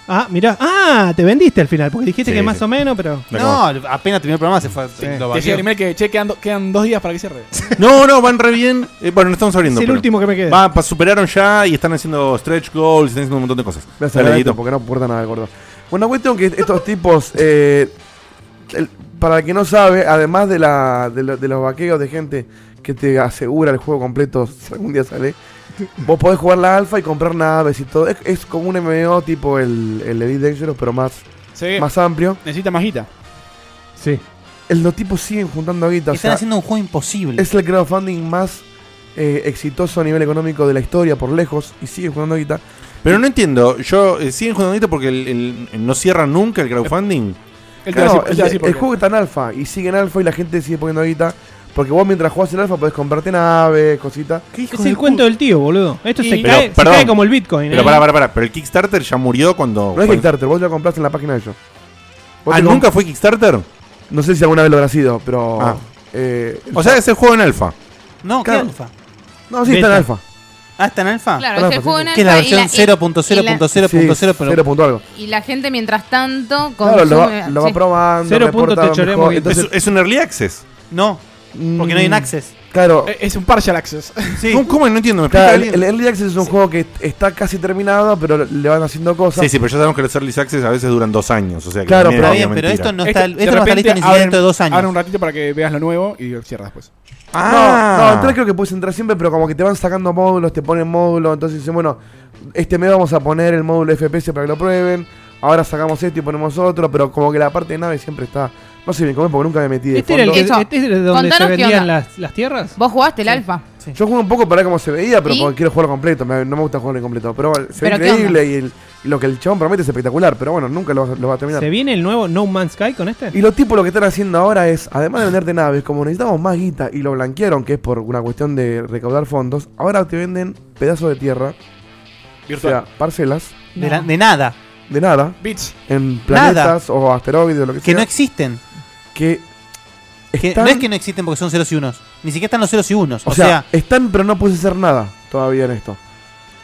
Speaker 7: Ah, mirá. Ah, te vendiste al final, porque dijiste
Speaker 2: Sí,
Speaker 7: que
Speaker 2: sí.
Speaker 7: más o menos, pero.
Speaker 6: No, apenas terminó el programa se fue. lo
Speaker 3: Te llega
Speaker 6: vaqueó.
Speaker 3: el email que che, quedan, do- quedan dos días para que cierre.
Speaker 2: No, no, van re bien. Eh, bueno, no estamos abriendo.
Speaker 7: Es el
Speaker 2: pero-
Speaker 7: último que me queda.
Speaker 2: Va, pa- superaron ya y están haciendo stretch goals, están haciendo un montón de cosas.
Speaker 5: Voy a
Speaker 2: Dale,
Speaker 5: cerrar esto
Speaker 2: Dieguito.
Speaker 5: porque no aporta nada, gordo. Bueno, cuestión que estos tipos, eh, el- para el que no sabe, además de, la, de, lo- de los vaqueos de gente que te asegura el juego completo si algún día sale, vos podés jugar la alfa y comprar naves y todo. Es, es como un MMO tipo el, el Elite Dangerous, pero más,
Speaker 3: Sí.
Speaker 5: más amplio.
Speaker 3: Necesita más guita.
Speaker 7: Sí.
Speaker 5: El- los tipos siguen juntando guita. o
Speaker 6: Están
Speaker 5: sea,
Speaker 6: haciendo un juego imposible.
Speaker 5: es el crowdfunding más eh, exitoso a nivel económico de la historia, por lejos, y siguen juntando guita.
Speaker 2: Pero no entiendo. Yo eh, siguen jugando ahorita porque el- el- no cierran nunca el crowdfunding.
Speaker 3: Él te va a
Speaker 5: Claro,
Speaker 3: decir- él
Speaker 5: el,
Speaker 3: te va a decir
Speaker 5: el
Speaker 3: por qué.
Speaker 5: juego está en alfa y sigue en alfa y la gente sigue poniendo guita. Porque vos mientras jugás en alfa podés comprarte naves, cositas.
Speaker 7: Es el cuento del tío, boludo. Esto
Speaker 3: Y-
Speaker 7: se,
Speaker 2: Pero,
Speaker 7: cae, se
Speaker 2: perdón.
Speaker 7: cae como el Bitcoin.
Speaker 2: Pero
Speaker 7: eh.
Speaker 2: pará, pará, pará. Pero el Kickstarter ya murió cuando.
Speaker 5: No es
Speaker 2: cuando-
Speaker 5: Kickstarter, vos lo compraste en la página de ellos. Vos
Speaker 2: Ah,
Speaker 5: te comp-
Speaker 2: nunca fue Kickstarter.
Speaker 5: No sé si alguna vez lo habrá sido, pero.
Speaker 2: Ah.
Speaker 5: eh,
Speaker 2: O sea, es el juego en alfa.
Speaker 6: No, ¿qué
Speaker 5: Claro.
Speaker 6: alfa?
Speaker 5: no, sí, está en
Speaker 7: beta.
Speaker 5: alfa.
Speaker 6: Ah, está en alfa.
Speaker 4: Claro, es el
Speaker 5: Hola,
Speaker 4: juego en
Speaker 6: Que es la
Speaker 4: alfa y
Speaker 6: versión
Speaker 4: y-
Speaker 5: Sí,
Speaker 6: 0.0.0.0,
Speaker 5: cero
Speaker 6: pero eh,
Speaker 5: punto algo.
Speaker 4: y la gente mientras tanto eh,
Speaker 5: Claro,
Speaker 4: consume.
Speaker 5: lo va, lo va
Speaker 4: sí.
Speaker 5: probando.
Speaker 7: Cero punto te
Speaker 5: reporta mejor,
Speaker 7: choreamos guita.
Speaker 5: entonces,
Speaker 2: Es, es un early access.
Speaker 6: no, porque no hay un access.
Speaker 5: Claro,
Speaker 3: Eh, Es un partial access.
Speaker 2: ¿Cómo, cómo? No entiendo. ¿Me explica
Speaker 5: claro, el,
Speaker 2: alguien?
Speaker 5: el Early Access es un juego que está casi terminado, pero le van haciendo cosas.
Speaker 2: Sí, sí, pero ya sabemos que los early access a veces duran dos años. O sea, que
Speaker 5: Claro,
Speaker 2: también
Speaker 6: Está
Speaker 5: pero-
Speaker 2: es
Speaker 6: bien,
Speaker 2: medio
Speaker 6: pero
Speaker 2: mentira.
Speaker 6: esto no está,
Speaker 3: Este,
Speaker 6: esto no está listo ni siquiera
Speaker 3: abren-
Speaker 6: dentro de dos
Speaker 3: abren
Speaker 6: años.
Speaker 3: un ratito para que veas lo nuevo y cierra después.
Speaker 2: Ah,
Speaker 5: No, no, entrás creo que puedes entrar siempre, pero como que te van sacando módulos, te ponen módulos, entonces dicen, bueno, este mes vamos a poner el módulo FPS para que lo prueben, ahora sacamos este y ponemos otro, pero como que la parte de nave siempre está, no sé bien cómo es porque nunca me metí de
Speaker 7: Este era el
Speaker 5: fondo.
Speaker 7: que-
Speaker 4: Eso.
Speaker 7: este era donde
Speaker 4: Contanos
Speaker 7: se
Speaker 4: qué
Speaker 7: vendían
Speaker 4: onda.
Speaker 7: las, las tierras.
Speaker 4: Vos jugaste el alfa.
Speaker 5: Yo jugué un poco para ver cómo se veía, pero
Speaker 4: ¿Y?
Speaker 5: porque quiero jugar completo, me- no me gusta jugar completo, pero bueno, se ve
Speaker 4: ¿Pero qué onda?
Speaker 5: increíble y, el- y lo que el chabón promete es espectacular, pero bueno, nunca lo, vas- lo va a terminar.
Speaker 7: ¿Se viene el nuevo No Man's Sky con este?
Speaker 5: Y los tipos lo que están haciendo ahora es, además de venderte naves, como necesitamos más guita y lo blanquearon, que es por una cuestión de recaudar fondos, ahora te venden pedazos de tierra O
Speaker 3: Virtual.
Speaker 5: sea, parcelas
Speaker 6: De, la- de nada,
Speaker 5: de nada
Speaker 3: Bits.
Speaker 5: en planetas o asteroides o lo que,
Speaker 6: que
Speaker 5: sea.
Speaker 6: no existen.
Speaker 5: que
Speaker 6: Que
Speaker 5: están,
Speaker 6: no es que no existen porque son ceros y unos. Ni siquiera están los ceros y unos.
Speaker 5: o, sea, están, pero no puedes hacer nada todavía en esto.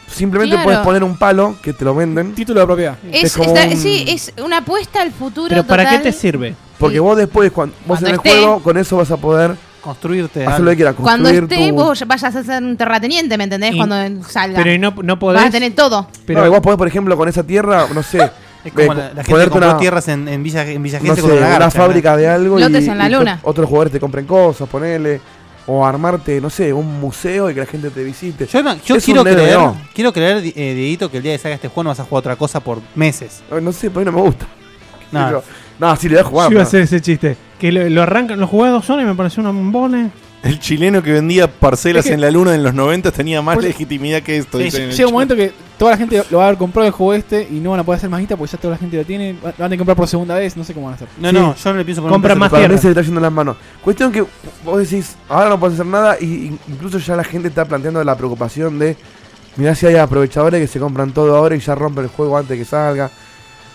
Speaker 5: Simplemente
Speaker 4: Claro.
Speaker 5: puedes poner un palo que te lo venden.
Speaker 3: Título de propiedad.
Speaker 4: Es,
Speaker 5: es como
Speaker 4: está-
Speaker 5: un-
Speaker 4: Sí, es una apuesta al futuro.
Speaker 7: ¿Pero para qué
Speaker 4: total.
Speaker 7: te sirve?
Speaker 5: Porque
Speaker 4: Sí.
Speaker 5: vos después, cuando, vos
Speaker 4: Cuando
Speaker 5: en el
Speaker 4: esté.
Speaker 5: juego, con eso vas a poder
Speaker 6: construirte.
Speaker 5: Haz
Speaker 6: algo.
Speaker 5: lo que quieras.
Speaker 4: Cuando
Speaker 5: construir
Speaker 4: esté,
Speaker 5: tu-
Speaker 4: vos vayas a ser un terrateniente, ¿me entendés?
Speaker 7: Y-
Speaker 4: Cuando salga.
Speaker 7: Pero no, no
Speaker 4: Vas a
Speaker 7: podés.
Speaker 4: tener todo.
Speaker 7: Pero
Speaker 5: No, vos podés, por ejemplo, con esa tierra,
Speaker 7: [laughs]
Speaker 5: no sé.
Speaker 6: Es como la,
Speaker 5: eh,
Speaker 6: la gente que
Speaker 5: ponerte
Speaker 6: compró
Speaker 5: una-
Speaker 6: tierras en, en Villa, en Villa
Speaker 5: no
Speaker 6: Gente
Speaker 5: sé,
Speaker 6: con la
Speaker 5: una
Speaker 6: garcha,
Speaker 5: fábrica de algo y,
Speaker 4: Lotes en la
Speaker 5: y que
Speaker 4: luna.
Speaker 5: otros jugadores te compren cosas, ponele. O armarte, no sé, un museo y que la gente te visite.
Speaker 6: Yo, ima- yo
Speaker 5: Es
Speaker 6: quiero,
Speaker 5: un héroe,
Speaker 6: creer,
Speaker 5: ¿no?
Speaker 6: quiero creer, Di- eh, Dieguito, que el día que salga este juego no vas a jugar otra cosa por meses. Ah.
Speaker 5: No, no sé, por ahí no me gusta.
Speaker 6: No.
Speaker 5: Digo, no, sí le voy a jugar.
Speaker 7: yo iba a
Speaker 5: pero-
Speaker 7: hacer ese chiste. Que lo, lo arrancan, lo jugué a dos horas y me pareció una bombone.
Speaker 2: El chileno que vendía parcelas
Speaker 3: Es que-
Speaker 2: en la luna en los 90 tenía más
Speaker 3: Pues-
Speaker 2: legitimidad que esto.
Speaker 3: Sí,
Speaker 2: dicen en el
Speaker 3: llega un
Speaker 2: chat.
Speaker 3: momento que toda la gente lo va a haber comprado el juego este y no van a poder hacer más guita porque ya toda la gente lo tiene. Van a tener que comprar por segunda vez, no sé cómo van a hacer.
Speaker 6: No,
Speaker 7: Sí.
Speaker 6: no, yo no le pienso poner
Speaker 7: Compra
Speaker 6: un
Speaker 7: más
Speaker 6: peso
Speaker 5: Para
Speaker 6: en
Speaker 5: mí
Speaker 6: el
Speaker 5: se le está yendo las manos. Cuestión que vos decís, ahora no puedes hacer nada, y incluso ya la gente está planteando la preocupación de mirá si hay aprovechadores que se compran todo ahora y ya rompen el juego antes que salga.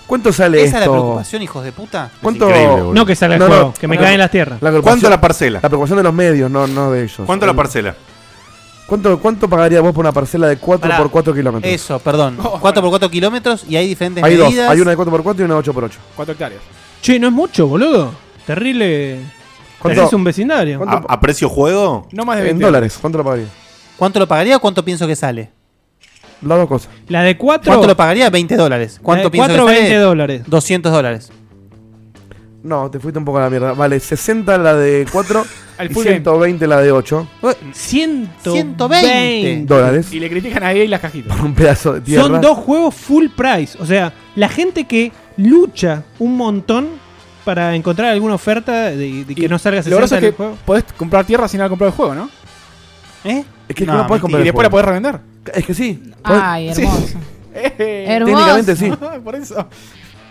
Speaker 5: ¿Cuánto sale
Speaker 6: Esa es la
Speaker 5: esto?
Speaker 6: preocupación, hijos de puta.
Speaker 5: ¿Cuánto
Speaker 2: increíble, boludo.
Speaker 7: No que salga el
Speaker 5: No, no,
Speaker 7: juego, que me
Speaker 5: no.
Speaker 7: caen las tierras.
Speaker 5: la
Speaker 2: ¿Cuánto
Speaker 5: preocupación,
Speaker 2: la parcela?
Speaker 5: la preocupación de los medios, no, no de ellos.
Speaker 2: ¿Cuánto la
Speaker 5: El-
Speaker 2: parcela?
Speaker 5: ¿Cuánto, cuánto pagarías vos por una parcela de 4
Speaker 6: Pará.
Speaker 5: por 4 kilómetros?
Speaker 6: Eso, perdón.
Speaker 7: Oh,
Speaker 6: 4x4 kilómetros y hay diferentes
Speaker 5: Hay dos,
Speaker 6: medidas.
Speaker 5: hay una de 4x4 y una de 8x8.
Speaker 3: 4 hectáreas.
Speaker 7: Che, no es mucho, boludo. Terrible.
Speaker 5: ¿Cuánto-
Speaker 7: Tenés un vecindario.
Speaker 5: cuánto-
Speaker 2: ¿A, a precio juego?
Speaker 3: No más de 20.
Speaker 5: En dólares, ¿cuánto la pagarías?
Speaker 6: ¿Cuánto lo pagaría o cuánto pienso que sale?
Speaker 5: Las dos cosas.
Speaker 7: La de cuatro.
Speaker 6: ¿Cuánto lo pagaría? 20 dólares.
Speaker 7: la de
Speaker 6: ¿Cuánto pienso
Speaker 7: cuatro,
Speaker 6: que
Speaker 7: 20
Speaker 6: sale?
Speaker 7: dólares.
Speaker 6: 200 dólares.
Speaker 5: No, te fuiste un poco a la mierda. Vale, 60 la de 4
Speaker 3: [laughs] Al
Speaker 5: y
Speaker 3: full game.
Speaker 5: 120 la de 8
Speaker 7: Ciento
Speaker 6: 120.
Speaker 5: dólares.
Speaker 3: Y le critican a EA y las cajitas.
Speaker 5: un pedazo de tierra.
Speaker 7: Son dos juegos full price. O sea, la gente que lucha un montón para encontrar alguna oferta de, de que
Speaker 3: Y
Speaker 7: no salga
Speaker 3: Lo
Speaker 7: 60
Speaker 3: groso es
Speaker 7: del
Speaker 3: que
Speaker 7: juego.
Speaker 3: podés comprar tierra sin haber comprado el juego, ¿no?
Speaker 6: ¿Eh?
Speaker 5: Es que no podés
Speaker 6: mentira.
Speaker 5: Pero
Speaker 3: y
Speaker 5: el
Speaker 3: después
Speaker 5: juego.
Speaker 3: la podés revender.
Speaker 5: Es que sí.
Speaker 4: Ay,
Speaker 3: Sí.
Speaker 4: hermoso.
Speaker 3: Eh,
Speaker 4: Hermoso.
Speaker 5: Técnicamente sí.
Speaker 3: [laughs] Por eso.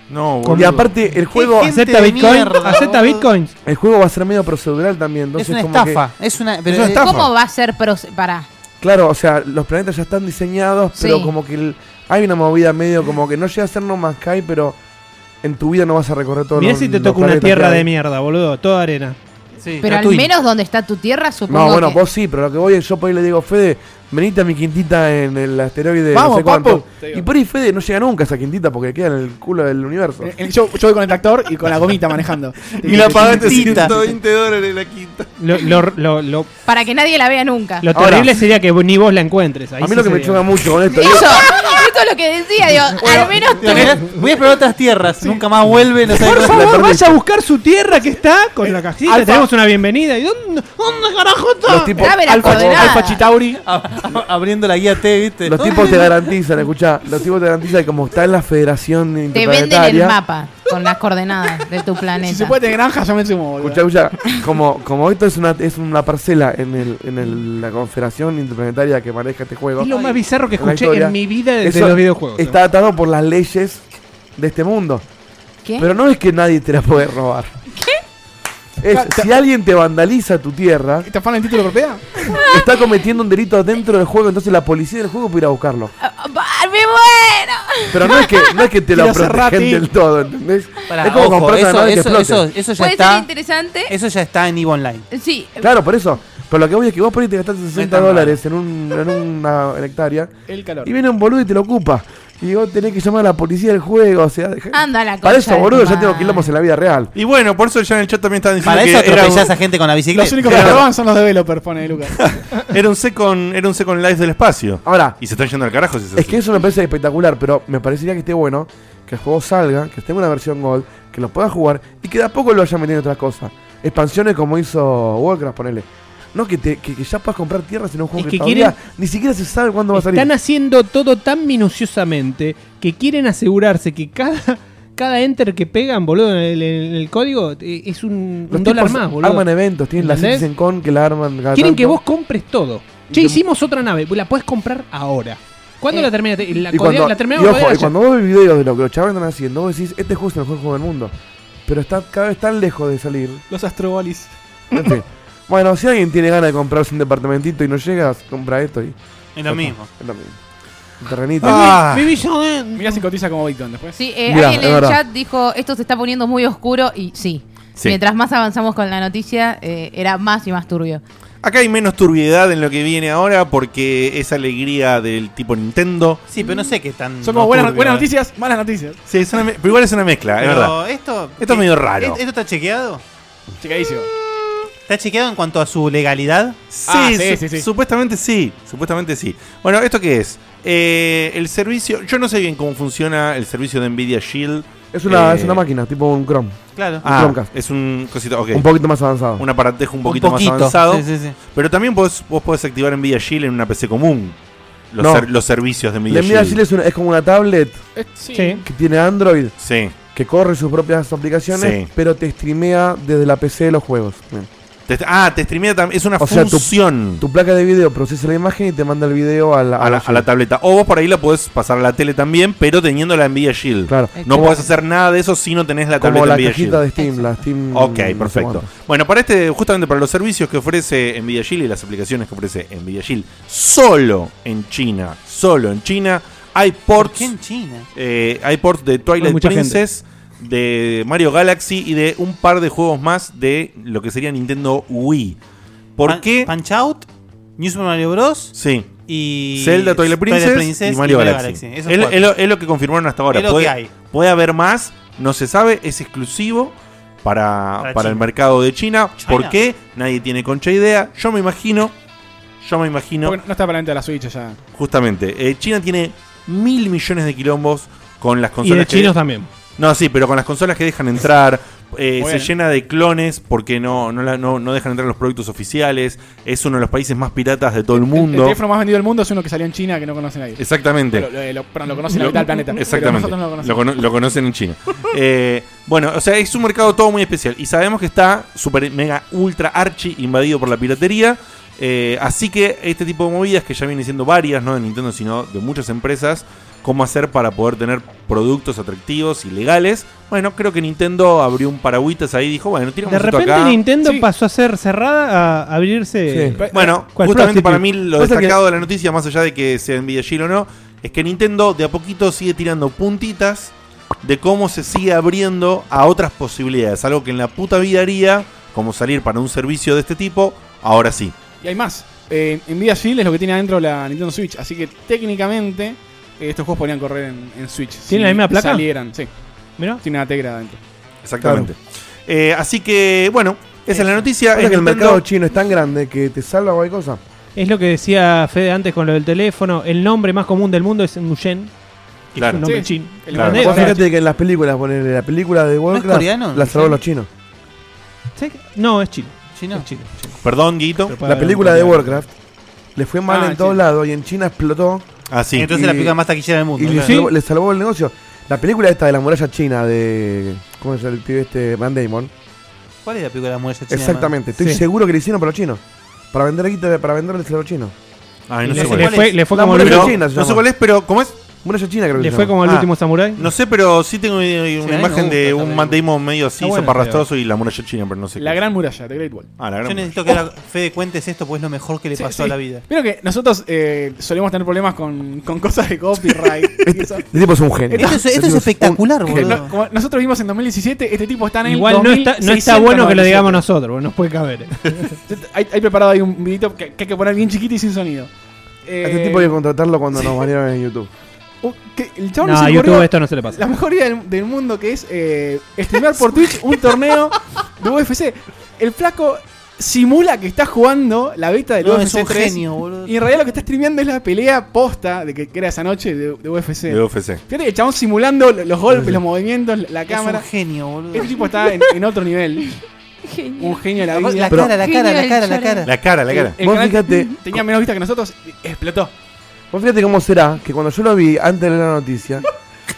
Speaker 2: No,
Speaker 5: Y
Speaker 2: boludo.
Speaker 5: aparte, el juego,
Speaker 6: gente
Speaker 7: ¿Acepta
Speaker 6: de
Speaker 7: Bitcoin?
Speaker 6: mierda,
Speaker 7: ¿Acepta
Speaker 6: boludo.
Speaker 7: Bitcoins?
Speaker 5: el juego va a ser medio procedural también.
Speaker 6: es
Speaker 5: Entonces,
Speaker 6: una
Speaker 5: como que-
Speaker 6: estafa. Es una, pero-
Speaker 2: Es una estafa.
Speaker 4: ¿Cómo va a ser proce- para
Speaker 5: claro, o sea, los planetas ya están diseñados, pero
Speaker 4: Sí.
Speaker 5: como que el- hay una movida medio como que no llega a ser No Man's Sky, pero en tu vida no vas a recorrer todo
Speaker 7: Mirá si te toca una tierra de mierda, boludo. Toda arena.
Speaker 6: Sí,
Speaker 4: Pero al
Speaker 6: gratuito.
Speaker 4: menos donde está tu tierra, supongo
Speaker 5: No, bueno,
Speaker 4: que-
Speaker 5: vos sí, pero lo que voy es yo por ahí le digo, Fede, venite a mi quintita en el asteroide. no
Speaker 3: Vamos,
Speaker 5: sé cuánto".
Speaker 3: papu. Te digo.
Speaker 5: Y por ahí Fede no llega nunca a esa quintita porque queda en el culo del universo.
Speaker 3: Eh, eh, Yo, yo voy con el tractor y con la gomita manejando.
Speaker 2: [laughs] Y la pagaste
Speaker 6: Tita.
Speaker 2: 120 dólares la quinta.
Speaker 7: Lo, lo- lo- lo-
Speaker 4: para que nadie la vea nunca.
Speaker 7: lo
Speaker 5: Ahora.
Speaker 7: terrible sería que ni vos la encuentres. Ahí
Speaker 5: a mí
Speaker 7: sí
Speaker 5: lo que me
Speaker 7: sería.
Speaker 5: choca mucho con esto.
Speaker 4: Eso,
Speaker 5: digo,
Speaker 4: esto es lo que decía, digo, al menos
Speaker 6: Voy a- Voy a explorar otras tierras. Nunca más vuelve. No sé
Speaker 7: Por
Speaker 6: dónde-
Speaker 7: favor, vaya a buscar su tierra que está con la cajita.
Speaker 3: Alfa.
Speaker 7: Tenemos una bienvenida. ¿Y dónde, dónde carajo
Speaker 5: los
Speaker 7: está?
Speaker 5: tipos-
Speaker 4: Dame la
Speaker 5: Alfa-
Speaker 4: coordenada.
Speaker 3: Alfa
Speaker 6: [laughs]
Speaker 3: Chitauri.
Speaker 6: Ab- abriendo la guía T, ¿viste?
Speaker 5: Los tipos
Speaker 2: [laughs]
Speaker 5: te garantizan, escuchá, los tipos te garantizan que como está en la Federación
Speaker 4: te venden el
Speaker 5: Interplanetaria,
Speaker 4: mapa con las coordenadas de tu planeta.
Speaker 3: Si se puede tener granja, yo me sumo, boludo.
Speaker 5: escuchá, escuchá, como, como esto es una, es una parcela en, el, en el- la Confederación Interplanetaria que maneja este juego,
Speaker 7: Es lo más bizarro que
Speaker 5: Una
Speaker 7: escuché
Speaker 5: historia.
Speaker 7: en mi vida de, de
Speaker 5: eso
Speaker 7: los videojuegos.
Speaker 5: está atado por las leyes de este mundo.
Speaker 4: ¿Qué?
Speaker 5: Pero no es que nadie te la puede robar. ¿Qué? si alguien te vandaliza tu tierra,
Speaker 3: ¿Te afanan el título de propiedad?
Speaker 5: [laughs] está cometiendo un delito dentro del juego, entonces la policía del juego puede ir a buscarlo.
Speaker 4: Ah, ah, ¡Me muero!
Speaker 5: Pero no es que, no es
Speaker 3: [laughs]
Speaker 5: que te lo
Speaker 3: Quiero ser
Speaker 5: protegen
Speaker 3: Rati.
Speaker 5: del todo, ¿entendés?
Speaker 6: Pará,
Speaker 5: es como
Speaker 6: ojo,
Speaker 5: comprar una
Speaker 6: eso,
Speaker 5: nave que
Speaker 6: eso,
Speaker 5: explote.
Speaker 6: eso, eso ya
Speaker 4: ¿Puede ser
Speaker 6: está.
Speaker 4: interesante?
Speaker 6: Eso ya está en Evo Online.
Speaker 4: Sí.
Speaker 5: Claro, por eso. Pero lo que voy es que vos por ahí te gastaste
Speaker 6: es
Speaker 5: 60
Speaker 6: tan
Speaker 5: dólares en, un, en una hectárea
Speaker 3: El calor.
Speaker 5: y viene un boludo y te lo ocupa. Y vos tenés que llamar a la policía del juego. O sea, deja-
Speaker 4: Anda la
Speaker 5: para
Speaker 4: concha
Speaker 5: eso,
Speaker 4: de tu
Speaker 5: boludo, ya
Speaker 4: madre.
Speaker 5: tengo quilombos en la vida real.
Speaker 2: Y bueno, por eso ya en el chat también estaban diciendo
Speaker 6: Para eso
Speaker 2: que era
Speaker 6: atropellás a
Speaker 2: un,
Speaker 6: gente con la
Speaker 3: Los
Speaker 6: bicicleta.
Speaker 3: únicos que roban son los developers, pone Lucas.
Speaker 2: [laughs] era, un second, era un second life del espacio.
Speaker 5: Ahora,
Speaker 2: Y se están yendo al carajo si es así.
Speaker 5: es que eso me parece espectacular, pero me parecería que esté bueno que el juego salga, que esté en una versión Gold, que lo puedas jugar y que de a poco lo vayan metiendo otras cosas. Expansiones como hizo Warcraft, ponele. No, que, te, que, que ya puedas comprar tierras en un
Speaker 7: Es
Speaker 5: juego que,
Speaker 7: que
Speaker 5: todavía ni siquiera se sabe cuándo va a salir.
Speaker 7: Están haciendo todo tan minuciosamente que quieren asegurarse que cada, cada enter que pegan, boludo, en el, en el código eh, es un,
Speaker 5: Los
Speaker 7: un dólar
Speaker 5: tipos
Speaker 7: más, boludo.
Speaker 5: Arman eventos, tienen la
Speaker 7: ¿Entendés?
Speaker 5: Citizen Con que la arman cada
Speaker 7: Quieren
Speaker 5: tanto.
Speaker 7: que vos compres todo. Che,
Speaker 5: Y que-
Speaker 7: hicimos otra nave, la puedes comprar ahora. ¿Cuándo
Speaker 4: Eh.
Speaker 7: la terminaste? La,
Speaker 5: y
Speaker 7: codea-
Speaker 5: cuando,
Speaker 7: la
Speaker 5: y
Speaker 7: terminamos
Speaker 5: ojo,
Speaker 7: de codear
Speaker 5: y
Speaker 7: ayer.
Speaker 5: cuando vos ves videos de lo que los chavales están haciendo, vos decís, este juego es el mejor juego del mundo. Pero está cada vez tan lejos de salir.
Speaker 3: Los Astrobolis.
Speaker 2: [laughs]
Speaker 5: En fin. bueno, si alguien tiene ganas de comprarse un departamentito y no llegas, compra esto y.
Speaker 6: Es lo mismo.
Speaker 5: Es lo mismo. Un terrenito.
Speaker 2: Ah.
Speaker 3: Mirá si cotiza como Bitcoin después.
Speaker 4: Sí, eh,
Speaker 5: Mirá,
Speaker 4: alguien
Speaker 5: es
Speaker 4: en el
Speaker 5: verdad.
Speaker 4: chat dijo, esto se está poniendo muy oscuro y sí.
Speaker 2: Sí.
Speaker 4: Mientras más avanzamos con la noticia, eh, era más y más turbio.
Speaker 2: Acá hay menos turbiedad en lo que viene ahora porque es alegría del tipo Nintendo.
Speaker 6: Sí, pero no sé qué tan.
Speaker 3: Son como buenas,
Speaker 6: turbio,
Speaker 3: buenas
Speaker 6: eh.
Speaker 3: noticias, malas noticias.
Speaker 2: Sí, es una me- pero igual es una mezcla, es
Speaker 6: Pero
Speaker 2: verdad.
Speaker 6: Esto,
Speaker 2: Esto es medio raro.
Speaker 6: ¿Esto está chequeado?
Speaker 3: Checadísimo.
Speaker 6: ¿Está chequeado en cuanto a su legalidad?
Speaker 2: Sí,
Speaker 3: Ah, sí,
Speaker 2: su-
Speaker 3: sí, sí.
Speaker 2: supuestamente sí, supuestamente sí. Bueno, ¿esto qué es? Eh, el servicio, yo no sé bien cómo funciona el servicio de Nvidia Shield.
Speaker 5: Es una,
Speaker 2: Eh,
Speaker 5: es una máquina, tipo un Chrome.
Speaker 6: Claro.
Speaker 2: Ah,
Speaker 5: Chromecast.
Speaker 2: es un cosito, ok.
Speaker 5: Un poquito más avanzado.
Speaker 2: un aparatejo un poquito, más avanzado.
Speaker 6: Sí, sí, sí.
Speaker 2: Pero también vos, vos podés activar Nvidia Shield en una PC común. Los,
Speaker 5: No.
Speaker 2: ser- los servicios de Nvidia
Speaker 5: La Nvidia Shield es, una- es como una tablet
Speaker 3: Eh, sí.
Speaker 7: Sí.
Speaker 5: que tiene Android,
Speaker 2: Sí,
Speaker 5: que corre sus propias aplicaciones,
Speaker 2: Sí.
Speaker 5: pero te streamea desde la PC los juegos. Bien.
Speaker 2: Te- ah, te streamea también. Es una
Speaker 5: O sea, tu-
Speaker 2: función Ah,
Speaker 5: Tu placa de video procesa la imagen y te manda el video a la,
Speaker 2: a, la, a la tableta. O vos por ahí la podés pasar a la tele también, pero teniendo la Nvidia Shield.
Speaker 5: Claro.
Speaker 2: No
Speaker 5: Como-
Speaker 2: podés hacer nada de eso si no tenés la
Speaker 5: Como
Speaker 2: tableta
Speaker 5: la
Speaker 2: Nvidia
Speaker 5: cajita
Speaker 2: Shield.
Speaker 5: de Steam, la Steam.
Speaker 2: Ok,
Speaker 5: Mm, no sé
Speaker 2: perfecto.
Speaker 5: cuánto.
Speaker 2: Bueno, para este, justamente para los servicios que ofrece Nvidia Shield y las aplicaciones que ofrece Nvidia Shield, solo en China, solo en China, hay
Speaker 6: ¿Por qué en
Speaker 2: ports,
Speaker 6: China?
Speaker 2: eh, hay ports de Twilight
Speaker 7: mucha gente.
Speaker 2: Princess, de Mario Galaxy y de un par de juegos más de lo que sería Nintendo Wii. ¿Por
Speaker 6: Pan-
Speaker 2: qué?
Speaker 6: Punch Out, New Super Mario Bros.
Speaker 2: sí.
Speaker 6: y.
Speaker 2: Zelda, Twilight Princess, y Mario Galaxy.
Speaker 6: Esos
Speaker 2: Es, lo-
Speaker 6: cuatro.
Speaker 2: es lo, es lo que confirmaron hasta ahora.
Speaker 6: Es lo
Speaker 2: puede,
Speaker 6: que hay.
Speaker 2: puede haber más, no se sabe, es exclusivo para,
Speaker 6: Para
Speaker 2: para, el
Speaker 6: China.
Speaker 2: mercado de China.
Speaker 6: China.
Speaker 2: ¿Por qué? Nadie tiene concha idea. Yo me imagino, yo me imagino,
Speaker 3: Porque no está para la venta de la Switch allá.
Speaker 2: justamente, eh, China tiene mil millones de quilombos con las
Speaker 7: Y
Speaker 2: consolas
Speaker 7: de
Speaker 2: que-
Speaker 7: chinos también.
Speaker 2: no, sí, pero con las consolas que dejan entrar, eh,
Speaker 3: Muy
Speaker 2: se
Speaker 3: bien.
Speaker 2: llena de clones porque no, no, la- no- no dejan entrar los productos oficiales. Es uno de los países más piratas de todo el
Speaker 3: El, el
Speaker 2: mundo.
Speaker 3: teléfono más vendido del mundo es uno que salió en China que no conoce nadie.
Speaker 2: Exactamente.
Speaker 3: Lo, lo- lo- perdón, lo conoce la
Speaker 2: Lo-
Speaker 3: mitad del planeta. pero
Speaker 2: Exactamente.
Speaker 3: nosotros no lo
Speaker 2: lo,
Speaker 3: conocemos.
Speaker 2: cono- lo conocen en China. [laughs] Eh, bueno, o sea, es un mercado todo muy especial. Y sabemos que está super, mega, ultra, archi invadido por la piratería. Eh, así que este tipo de movidas, que ya vienen siendo varias, no de Nintendo, sino de muchas empresas, cómo hacer para poder tener productos atractivos y legales. Bueno, creo que Nintendo abrió un paragüitas ahí y dijo, bueno, tiramos
Speaker 7: De
Speaker 2: esto
Speaker 7: repente
Speaker 2: acá.
Speaker 7: Nintendo
Speaker 3: Sí.
Speaker 7: pasó a ser cerrada a abrirse.
Speaker 5: eh, Sí.
Speaker 2: Bueno,
Speaker 7: ¿Cuál
Speaker 2: justamente
Speaker 7: prostitute?
Speaker 2: para mí lo
Speaker 5: Pasa que-
Speaker 2: destacado de la noticia, más allá de que sea Nvidia Shield o no, es que Nintendo de a poquito sigue tirando puntitas de cómo se sigue abriendo a otras posibilidades. Algo que en la puta vida haría, como salir para un servicio de este tipo, ahora sí.
Speaker 3: Y hay más. Eh, Nvidia Shield es lo que tiene adentro la Nintendo Switch. Así que técnicamente eh, estos juegos podrían correr en, en Switch.
Speaker 7: ¿Tiene la misma placa?
Speaker 3: Salieran, sí.
Speaker 7: Mirá.
Speaker 3: Tiene una Tegra adentro.
Speaker 2: Exactamente. Eh, así que, bueno, esa es la noticia.
Speaker 5: Pasa
Speaker 2: Es
Speaker 5: que el
Speaker 2: Nintendo-
Speaker 5: mercado chino es tan grande que te salva cualquier cosa.
Speaker 7: Es lo que decía Fede antes con lo del teléfono. El nombre más común del mundo es Nguyen. que
Speaker 2: Claro.
Speaker 7: Es un nombre
Speaker 3: Sí.
Speaker 7: chino.
Speaker 3: El
Speaker 2: Claro.
Speaker 7: ¿Entendés?
Speaker 5: Vos
Speaker 7: O sea,
Speaker 5: fíjate que en las películas, ponele la película de Warcraft,
Speaker 6: coreano?
Speaker 5: la salvaron los chinos.
Speaker 7: ¿sabés qué? No, es chino.
Speaker 6: Chino.
Speaker 7: Es chino, chino.
Speaker 2: Perdón, Guito.
Speaker 7: Pero
Speaker 5: La
Speaker 7: para-
Speaker 5: película de
Speaker 7: para-
Speaker 5: Warcraft le fue mal
Speaker 3: Ah,
Speaker 5: en todos
Speaker 3: sí.
Speaker 5: lados y en China explotó
Speaker 2: Ah, sí.
Speaker 6: Entonces
Speaker 5: Y-
Speaker 6: la pica más taquillera del
Speaker 5: y
Speaker 6: mundo.
Speaker 5: le,
Speaker 6: claro.
Speaker 5: salvó, le salvó el negocio. La película esta de la muralla china de. ¿Cómo se llama el pibe este? Van Damon.
Speaker 6: ¿Cuál es la película de la muralla china?
Speaker 5: Exactamente, estoy
Speaker 7: Sí.
Speaker 5: seguro que lo hicieron para los chinos. Para vender guita- para venderles a los chinos.
Speaker 2: Ay, no
Speaker 7: Le,
Speaker 2: sé
Speaker 6: sé
Speaker 2: cuál
Speaker 7: le
Speaker 2: es.
Speaker 6: cuál
Speaker 7: fue,
Speaker 6: es.
Speaker 7: le fue
Speaker 5: La
Speaker 7: como,
Speaker 5: muralla
Speaker 7: el,
Speaker 2: Pero-
Speaker 5: China se
Speaker 2: no sé
Speaker 5: llama.
Speaker 2: cuál es, pero ¿cómo es?
Speaker 5: Muralla china creo que
Speaker 7: le
Speaker 5: se
Speaker 7: fue
Speaker 5: llama.
Speaker 7: como el
Speaker 2: Ah.
Speaker 7: último samurái.
Speaker 2: No sé, pero sí tengo eh, una
Speaker 6: Sí, a mí me
Speaker 2: imagen de
Speaker 6: gusta
Speaker 2: un
Speaker 6: esa
Speaker 2: Matt Damon medio así,
Speaker 7: Está buena,
Speaker 2: soparrastroso y la muralla china, pero no sé
Speaker 3: La
Speaker 2: qué.
Speaker 3: gran muralla, The Great Wall.
Speaker 2: Ah, la gran
Speaker 6: Yo necesito que ahora Fede cuentes esto, pues es lo mejor que le
Speaker 3: Sí,
Speaker 6: pasó a
Speaker 3: sí.
Speaker 6: la vida.
Speaker 3: Vieron que nosotros eh, solemos tener problemas con, con cosas
Speaker 2: [laughs]
Speaker 3: de copyright. Y eso-
Speaker 5: Este tipo es un genio.
Speaker 6: Esto es, esto
Speaker 5: Este
Speaker 6: es
Speaker 5: tipo un-
Speaker 6: espectacular,
Speaker 5: que-
Speaker 6: boludo.
Speaker 3: no, como nosotros vimos en 2017, este tipo está en el
Speaker 7: Igual no está, no está
Speaker 3: 2697.
Speaker 7: bueno que lo digamos nosotros, porque nos puede caber.
Speaker 3: [laughs]
Speaker 7: eh.
Speaker 3: Hay, hay preparado ahí un videito que, que hay que poner bien chiquito y sin sonido. Eh,
Speaker 5: Este tipo hay que contratarlo cuando nos banearon en YouTube.
Speaker 3: uh, que el chabón
Speaker 7: No,
Speaker 3: se
Speaker 7: a
Speaker 3: le
Speaker 7: YouTube
Speaker 3: ocurrió
Speaker 7: esto no se le
Speaker 3: La
Speaker 7: pasa.
Speaker 3: mejor idea del, del mundo que es eh, streamear
Speaker 6: [laughs]
Speaker 3: por Twitch un torneo de UFC. El flaco simula que está jugando la beta del
Speaker 6: No,
Speaker 3: UFC.
Speaker 6: es un
Speaker 3: 3,
Speaker 6: genio, boludo.
Speaker 3: Y en realidad lo que está streameando es la pelea posta de que, que era esa noche de, de UFC.
Speaker 2: de UFC.
Speaker 3: Fíjate que el chabón simulando lo- los golpes, los movimientos, la- la
Speaker 6: Es un
Speaker 3: cámara.
Speaker 6: genio, boludo.
Speaker 3: Este tipo está en, en otro nivel.
Speaker 4: Genio.
Speaker 3: Un genio de la
Speaker 6: La,
Speaker 3: vida.
Speaker 5: Pero-
Speaker 6: cara, la cara, la cara, la cara.
Speaker 2: La cara, la cara.
Speaker 3: Eh, El
Speaker 5: Vos
Speaker 3: canal
Speaker 5: fíjate-
Speaker 3: Tenía menos vista que nosotros. y
Speaker 2: [gasps]
Speaker 3: Explotó.
Speaker 5: Vos Pues fíjate cómo será que cuando yo lo vi antes de la noticia,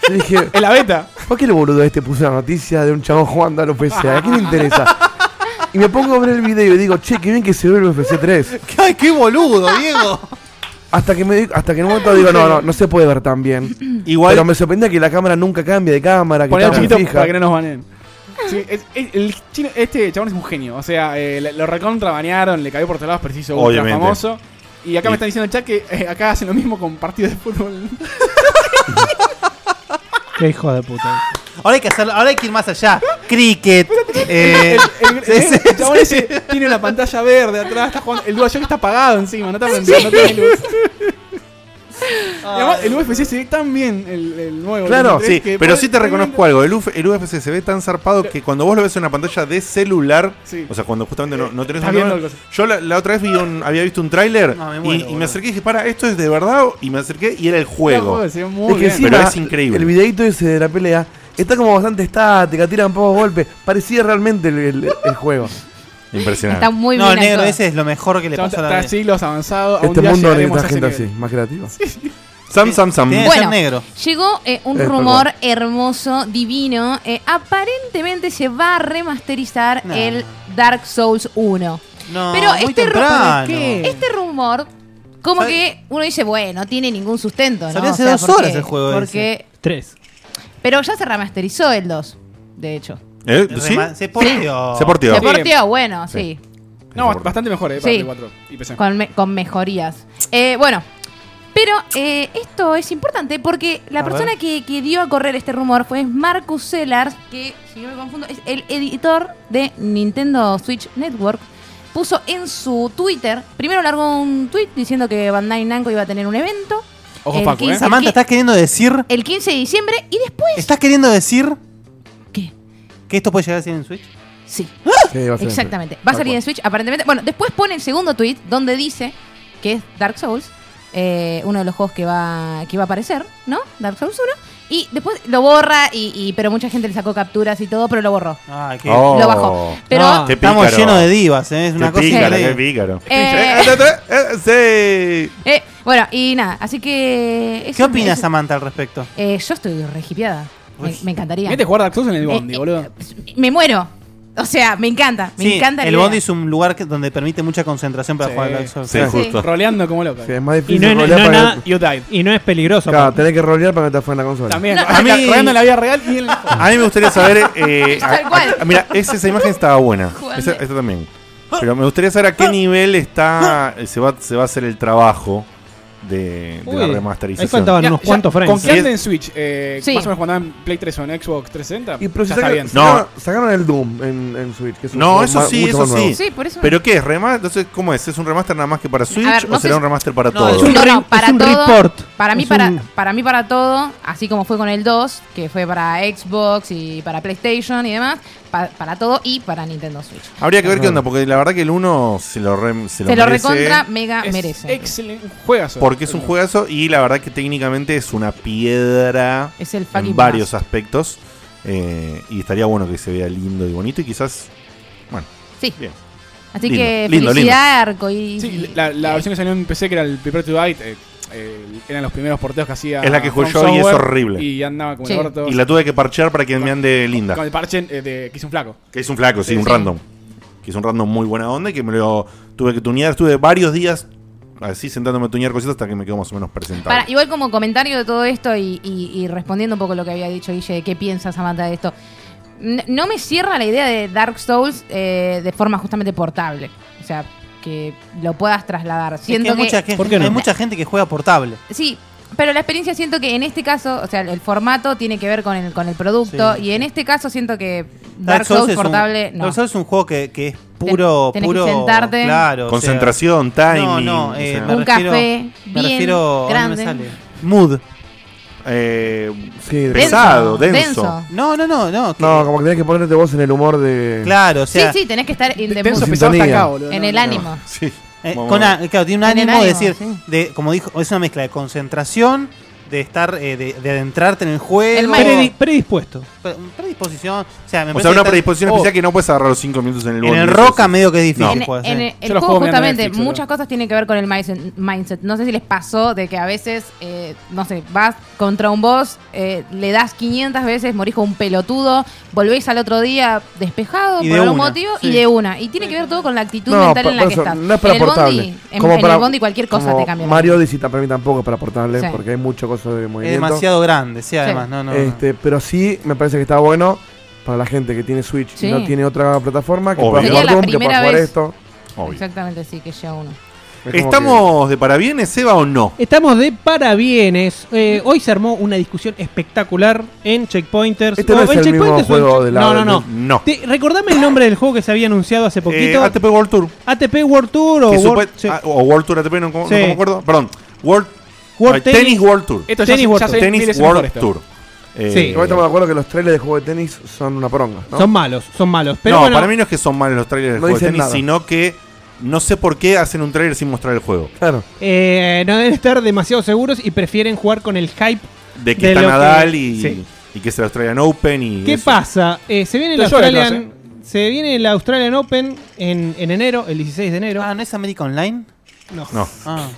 Speaker 5: yo dije,
Speaker 3: [laughs] En la beta.
Speaker 5: ¿por qué el boludo este puso una noticia de un chabón jugando al UFC? ¿A quién le interesa? Y me pongo a ver el video y digo, che, qué bien que se ve el UFC
Speaker 3: [laughs]
Speaker 5: 3.
Speaker 6: ¡Ay, qué boludo, Diego!
Speaker 5: Hasta que, me, di- hasta que en un momento digo, no, no, no se puede ver tan bien.
Speaker 2: Igual,
Speaker 5: Pero me sorprendía que la cámara nunca cambie de cámara, que
Speaker 3: Ponelo
Speaker 5: está
Speaker 3: chiquito
Speaker 5: muy fija.
Speaker 3: para que no nos baneen. Sí, es- es- el chino- este chabón es un genio. O sea, eh, le- lo recontra banearon, le cayó por todos lados, pero se hizo ultra
Speaker 2: Obviamente.
Speaker 3: famoso. Y acá
Speaker 2: Y-
Speaker 3: me están diciendo en el chat que eh, acá hacen lo mismo con partidos de fútbol. [laughs]
Speaker 7: Qué hijo de puta.
Speaker 6: Ahora hay que hacerlo, ahora hay que ir más allá. Cricket. eh, [laughs]
Speaker 3: El, el-
Speaker 6: sí, sí,
Speaker 3: el chabón ese tiene la
Speaker 2: [laughs]
Speaker 3: pantalla verde atrás, está jugando- el DualShock está apagado encima, no está prendido, no tiene luz. Y además, el UFC se ve tan bien el, el nuevo.
Speaker 2: Claro,
Speaker 3: el
Speaker 2: sí,
Speaker 3: 23, que
Speaker 2: pero
Speaker 3: puede-
Speaker 2: sí te reconozco algo. El, Uf- el UFC se ve tan zarpado que cuando vos lo ves en una pantalla de celular,
Speaker 3: Sí.
Speaker 2: o sea, cuando justamente no, no tenés
Speaker 3: Está
Speaker 2: un
Speaker 3: viendo
Speaker 2: celular-
Speaker 3: algo.
Speaker 2: Yo la, la otra vez vi un- había visto un tráiler
Speaker 6: No, me
Speaker 2: y-
Speaker 6: muero,
Speaker 2: y, me
Speaker 6: boludo.
Speaker 2: acerqué y dije, para, ¿esto es de verdad? Y me acerqué y era el juego.
Speaker 3: No, se ve muy
Speaker 5: que
Speaker 3: bien.
Speaker 5: encima,
Speaker 2: Pero es increíble.
Speaker 5: El videito ese de la pelea está como bastante estática, tiran pocos golpes. Parecía realmente el, el- el juego.
Speaker 2: Impresionante.
Speaker 4: Está muy
Speaker 6: No,
Speaker 4: bien.
Speaker 6: el negro
Speaker 4: actuado.
Speaker 6: ese es lo mejor que le
Speaker 3: Ya
Speaker 6: pasó a la
Speaker 3: está
Speaker 6: vida.
Speaker 3: siglos avanzados.
Speaker 5: este mundo necesita
Speaker 3: ese
Speaker 5: gente así,
Speaker 3: nivel.
Speaker 5: más creativa.
Speaker 2: Sam, Sam, Sam.
Speaker 6: Tiene-
Speaker 4: Bueno,
Speaker 6: ser negro.
Speaker 4: llegó eh, un
Speaker 5: Eh,
Speaker 4: rumor hermoso, divino. eh, aparentemente se va a remasterizar
Speaker 6: No.
Speaker 4: el Dark Souls 1.
Speaker 6: No,
Speaker 4: Pero
Speaker 6: muy
Speaker 4: este rumor-
Speaker 6: temprano.
Speaker 7: ¿Qué?
Speaker 4: Este rumor, como
Speaker 6: Sal-
Speaker 4: que uno dice, bueno, no tiene ningún sustento. ¿no?
Speaker 6: Salió hace dos
Speaker 4: porque-
Speaker 6: horas el juego
Speaker 4: Porque,
Speaker 7: Tres.
Speaker 4: Pero ya se remasterizó el 2, de hecho.
Speaker 2: ¿Eh? ¿Sí?
Speaker 6: Rema- Se porteó.
Speaker 2: Se porteó.
Speaker 4: Se porteó, bueno, sí.
Speaker 3: No, bastante mejor, eh, para
Speaker 4: Sí.
Speaker 3: Play 4 y PC.
Speaker 4: Con, me- con mejorías. Eh, bueno, pero eh, esto es importante porque la
Speaker 6: A
Speaker 4: persona
Speaker 6: ver.
Speaker 4: que, que dio a correr este rumor fue Marcus Sellars, que, si no me confundo, es el editor de Nintendo Switch Network. Puso en su Twitter, primero largó un tweet diciendo que Bandai Namco iba a tener un evento.
Speaker 3: Ojo,
Speaker 4: el
Speaker 3: Facu, eh.
Speaker 6: Samantha,
Speaker 4: el
Speaker 6: ¿estás queriendo decir?
Speaker 4: el 15 de diciembre y después.
Speaker 6: ¿Estás queriendo decir
Speaker 4: ¿Qué?
Speaker 6: que esto puede llegar a ser en Switch? ¡Ah!
Speaker 4: Sí.
Speaker 5: Sí, va a ser el
Speaker 4: Exactamente. Va a salir en Switch, aparentemente. Bueno, después pone el segundo tweet donde dice que es Dark Souls, eh, uno de los juegos que va que iba a aparecer, ¿no? Dark Souls 1. Y después lo borra, y, y- pero mucha gente le sacó capturas y todo, pero lo borró.
Speaker 6: Ah, qué.
Speaker 2: Oh,
Speaker 4: Lo bajó. Pero
Speaker 7: Ah,
Speaker 2: qué
Speaker 6: Estamos
Speaker 2: pícaro.
Speaker 6: llenos de divas, ¿eh? Es una
Speaker 2: qué
Speaker 6: cosa
Speaker 2: pícaro,
Speaker 6: increíble.
Speaker 2: qué pícaro.
Speaker 4: Eh.
Speaker 2: Eh, eh, eh, eh, sí.
Speaker 4: eh, bueno, y nada, así que.
Speaker 6: ¿Qué opinas, Samantha,
Speaker 4: Samantha?
Speaker 6: al respecto?
Speaker 4: yo estoy regipiada. Me,
Speaker 6: Uy.
Speaker 4: me encantaría.
Speaker 3: Mete a jugar este Dark Souls en el
Speaker 4: Eh,
Speaker 3: Bondi,
Speaker 4: eh,
Speaker 3: boludo.
Speaker 4: me muero. O sea, me encanta. Me
Speaker 6: Sí,
Speaker 4: encanta la
Speaker 6: el
Speaker 4: idea.
Speaker 6: bondi es un lugar que- donde permite mucha concentración para
Speaker 3: Sí.
Speaker 6: jugar al Dark Souls.
Speaker 2: Sí,
Speaker 6: Claro.
Speaker 2: justo.
Speaker 3: Roleando como loco.
Speaker 5: Sí, es más
Speaker 7: Y
Speaker 5: difícil
Speaker 7: no, es-
Speaker 5: rolear
Speaker 7: no es
Speaker 5: para
Speaker 7: nada-
Speaker 3: You died.
Speaker 7: y no es peligroso.
Speaker 5: que, claro,
Speaker 7: aparte.
Speaker 5: Ah, tenés que rolear para que te afuera en la consola.
Speaker 4: [laughs]
Speaker 3: También.
Speaker 4: No,
Speaker 3: a
Speaker 2: a mí-
Speaker 3: roleando en la vida real y en la...
Speaker 2: A mí me gustaría saber. eh, a-
Speaker 4: Tal cual.
Speaker 2: a- mira, esa, esa imagen estaba buena. Esa, esta también. Pero me gustaría saber a qué nivel está. eh, Se va, se va a hacer el trabajo de, de [laughs] la
Speaker 7: Uy,
Speaker 2: remasterización.
Speaker 7: Ahí faltaban unos
Speaker 3: Ya,
Speaker 7: cuantos
Speaker 3: ya,
Speaker 7: frames.
Speaker 3: Con que anda
Speaker 2: Sí.
Speaker 3: en Switch, eh,
Speaker 4: Sí.
Speaker 3: más o menos cuando andaba en Play 3 o en Xbox 360,
Speaker 5: Y pero si
Speaker 3: ya está
Speaker 5: saca-
Speaker 3: bien.
Speaker 5: sacaron, sacaron el Doom en, en Switch. que es un
Speaker 2: No,
Speaker 5: juego
Speaker 2: eso
Speaker 5: más-
Speaker 2: sí,
Speaker 5: mucho
Speaker 2: eso
Speaker 5: más nuevo.
Speaker 2: sí.
Speaker 4: Sí, por eso.
Speaker 2: ¿Pero qué es? ¿Rema- Entonces, ¿cómo es? ¿Es un remaster nada más que para Switch
Speaker 4: ver, no
Speaker 2: o
Speaker 4: sé
Speaker 2: será
Speaker 4: si-
Speaker 2: un remaster para
Speaker 6: No,
Speaker 2: todos?
Speaker 6: es
Speaker 7: un
Speaker 4: No,
Speaker 7: re-
Speaker 4: no, para
Speaker 7: es un
Speaker 4: todo,
Speaker 7: report.
Speaker 4: Para mí,
Speaker 7: Es
Speaker 4: para,
Speaker 7: un-
Speaker 4: para mí, para todo, así como fue con el 2, que fue para Xbox y para PlayStation y demás, pa- para todo y para Nintendo Switch.
Speaker 2: Habría que ver qué onda, porque la verdad que el 1 se lo, re- se lo
Speaker 4: Se lo
Speaker 2: merece,
Speaker 4: recontra mega
Speaker 3: Es
Speaker 4: merece.
Speaker 3: Excelente. un Juegazo.
Speaker 2: Porque es un juegazo y la verdad que técnicamente es una piedra
Speaker 4: Es el fucking
Speaker 2: en varios aspectos. eh, y estaría bueno que se vea lindo y bonito y quizás. Bueno,
Speaker 4: más. Sí.
Speaker 2: bien.
Speaker 4: Así
Speaker 2: Lindo,
Speaker 4: que
Speaker 2: lindo,
Speaker 4: felicidad, arcoíris.
Speaker 3: Sí, la, la versión que salió en PC, que era el Prepare to Bite, eh, eh, eran los primeros porteos que hacía.
Speaker 2: Es la que jugué
Speaker 3: From
Speaker 2: yo y es
Speaker 3: Software,
Speaker 2: horrible.
Speaker 3: Y andaba como
Speaker 4: Sí.
Speaker 3: el orto.
Speaker 2: Y la tuve que parchear para que me ande
Speaker 3: Con
Speaker 2: linda.
Speaker 3: el parche eh, de, que hizo un flaco.
Speaker 2: Que es un flaco, sí,
Speaker 3: Sí,
Speaker 2: un
Speaker 4: sí.
Speaker 2: random. Que es un random muy buena onda y que me lo tuve que tunear. Estuve varios días así sentándome a tunear cositas hasta que me quedó más o menos presentado.
Speaker 4: Para, igual como comentario de todo esto y, y- y respondiendo un poco lo que había dicho Guille, de qué piensas, Samantha, de esto. N- No me cierra la idea de Dark Souls eh, de forma justamente portable. O sea, que lo puedas trasladar.
Speaker 6: Es que hay
Speaker 4: Siento que,
Speaker 6: mucha gente-
Speaker 7: ¿Por qué no?
Speaker 6: hay mucha gente que juega portable.
Speaker 4: Sí, pero la experiencia siento que en este caso, o sea, el formato tiene que ver con el, con el producto.
Speaker 6: Sí.
Speaker 4: y en este caso siento que Dark, Souls,
Speaker 6: es un-
Speaker 4: portable, no.
Speaker 6: Dark Souls es un juego que, que es puro.
Speaker 4: tenés que
Speaker 6: puro
Speaker 4: sentarte.
Speaker 6: Claro, o sea,
Speaker 2: Concentración, timing.
Speaker 6: No, no,
Speaker 2: o
Speaker 6: eh,
Speaker 2: sea,
Speaker 6: me
Speaker 4: Un
Speaker 6: refiero-
Speaker 4: café
Speaker 6: me
Speaker 4: bien
Speaker 6: refiero. ay, no me
Speaker 4: grande.
Speaker 6: sale. Mood.
Speaker 2: eh,
Speaker 5: Sí, de-
Speaker 2: pesado, denso.
Speaker 6: No, no, no, no. que-
Speaker 5: No, como que tenés que ponerte vos en el humor de.
Speaker 6: Claro, o sea.
Speaker 4: sí, sí, tenés que estar in the
Speaker 3: Tenso
Speaker 4: mood,
Speaker 5: sin
Speaker 3: pesado hasta
Speaker 5: sintonía.
Speaker 3: acá, boludo.
Speaker 4: en
Speaker 3: No,
Speaker 4: el
Speaker 3: no.
Speaker 4: ánimo.
Speaker 2: Sí.
Speaker 6: Eh,
Speaker 2: Vamos
Speaker 6: con
Speaker 2: a
Speaker 6: a- claro, tiene un
Speaker 4: Tiene
Speaker 6: ánimo,
Speaker 4: un
Speaker 6: de
Speaker 4: ánimo,
Speaker 6: decir,
Speaker 4: sí.
Speaker 6: de, como dijo, es una mezcla de concentración, de estar, eh, de, de adentrarte en el juego,
Speaker 4: El Mario.
Speaker 7: Predi- predispuesto.
Speaker 6: pre- predisposición, o sea, me
Speaker 2: O sea,
Speaker 6: parece que
Speaker 2: una
Speaker 6: estar-
Speaker 2: predisposición
Speaker 3: Oh.
Speaker 2: especial que no puedes agarrar los 5 minutos en el
Speaker 6: en
Speaker 2: bondi,
Speaker 6: el
Speaker 2: eso
Speaker 6: roca
Speaker 2: sí.
Speaker 6: medio que es difícil.
Speaker 4: En,
Speaker 6: puede
Speaker 4: en
Speaker 6: ser.
Speaker 4: el
Speaker 3: Yo lo
Speaker 4: juego,
Speaker 3: juego mirando
Speaker 4: justamente,
Speaker 3: Netflix,
Speaker 4: muchas
Speaker 3: boludo.
Speaker 4: cosas tienen que ver con el mindset- mindset. No sé si les pasó de que a veces, eh, no sé, vas contra un boss, eh, le das 500 veces, morís con un pelotudo, volvés al otro día despejado
Speaker 6: Y
Speaker 4: por
Speaker 6: de
Speaker 4: algún
Speaker 6: una,
Speaker 4: motivo
Speaker 6: sí.
Speaker 4: y de una. Y tiene que ver todo con la actitud
Speaker 5: No,
Speaker 4: mental
Speaker 5: pa-
Speaker 4: en la
Speaker 5: por
Speaker 4: que
Speaker 5: eso,
Speaker 4: estás.
Speaker 5: no es para
Speaker 4: en el
Speaker 5: portable.
Speaker 4: bondi, en,
Speaker 5: Como
Speaker 4: en
Speaker 5: para-
Speaker 4: el bondi cualquier cosa
Speaker 5: como
Speaker 4: te cambia. la
Speaker 5: Mario Odyssey para mí tampoco es para portable,
Speaker 4: Sí.
Speaker 5: porque hay mucho cosa de movimiento.
Speaker 6: es demasiado grande, sí, además, no, no. no.
Speaker 5: Este, pero sí me parece que está bueno para la gente que tiene Switch
Speaker 4: Sí.
Speaker 5: y no tiene otra plataforma que
Speaker 2: Obvio.
Speaker 5: pueda
Speaker 2: Sería
Speaker 5: jugar
Speaker 4: la
Speaker 5: Doom, que
Speaker 4: primera
Speaker 5: pueda jugar
Speaker 4: vez.
Speaker 5: esto.
Speaker 4: vida.
Speaker 2: Obvio.
Speaker 4: Exactamente, sí, que llega uno.
Speaker 5: Es como
Speaker 2: ¿Estamos de parabienes, Eva, o no?
Speaker 7: Estamos de parabienes. Eh, hoy se armó una discusión espectacular en Checkpointers.
Speaker 5: Este no
Speaker 7: O
Speaker 5: es
Speaker 7: en
Speaker 5: el mismo
Speaker 7: Checkpointers o en
Speaker 5: juego
Speaker 7: Che-
Speaker 5: de la-
Speaker 7: No, no, no.
Speaker 2: No.
Speaker 7: Te- recordame el nombre del juego que se había anunciado hace poquito.
Speaker 2: Eh, ATP World Tour.
Speaker 7: ATP World Tour o
Speaker 2: Que
Speaker 7: World...
Speaker 2: supe-
Speaker 7: sí.
Speaker 2: ah, o World Tour ATP, no, no
Speaker 7: Sí.
Speaker 2: me acuerdo. Perdón. World
Speaker 7: World
Speaker 2: Tennis,
Speaker 7: Tennis.
Speaker 2: World Tour.
Speaker 3: Esto
Speaker 7: Tenis
Speaker 3: ya,
Speaker 7: World
Speaker 3: ya
Speaker 7: Tour.
Speaker 3: sé mil
Speaker 2: Tennis
Speaker 3: veces mejor
Speaker 2: World
Speaker 3: esto.
Speaker 2: Tour. Eh,
Speaker 7: Sí.
Speaker 5: Igual estamos de acuerdo que los trailers de juego de tenis son una poronga, ¿no?
Speaker 7: Son malos, son malos. Pero
Speaker 2: no,
Speaker 7: bueno,
Speaker 2: para mí no es que son malos los trailers del
Speaker 5: No
Speaker 2: juego de
Speaker 5: dicen
Speaker 2: tenis,
Speaker 5: nada.
Speaker 2: sino que no sé por qué hacen un trailer sin mostrar el juego.
Speaker 5: Claro.
Speaker 7: eh, no deben estar demasiado seguros y prefieren jugar con el hype.
Speaker 2: De que
Speaker 7: De
Speaker 2: está
Speaker 7: lo que-
Speaker 2: Nadal y,
Speaker 7: sí.
Speaker 2: y que se los traigan Open y.
Speaker 7: ¿Qué
Speaker 2: eso.
Speaker 7: pasa? Eh, se viene el
Speaker 3: Yo lloro,
Speaker 7: Australian, se viene el Australian Open en, en enero, el 16 de enero.
Speaker 6: Ah, ¿no es América Online?
Speaker 2: No.
Speaker 6: Ah.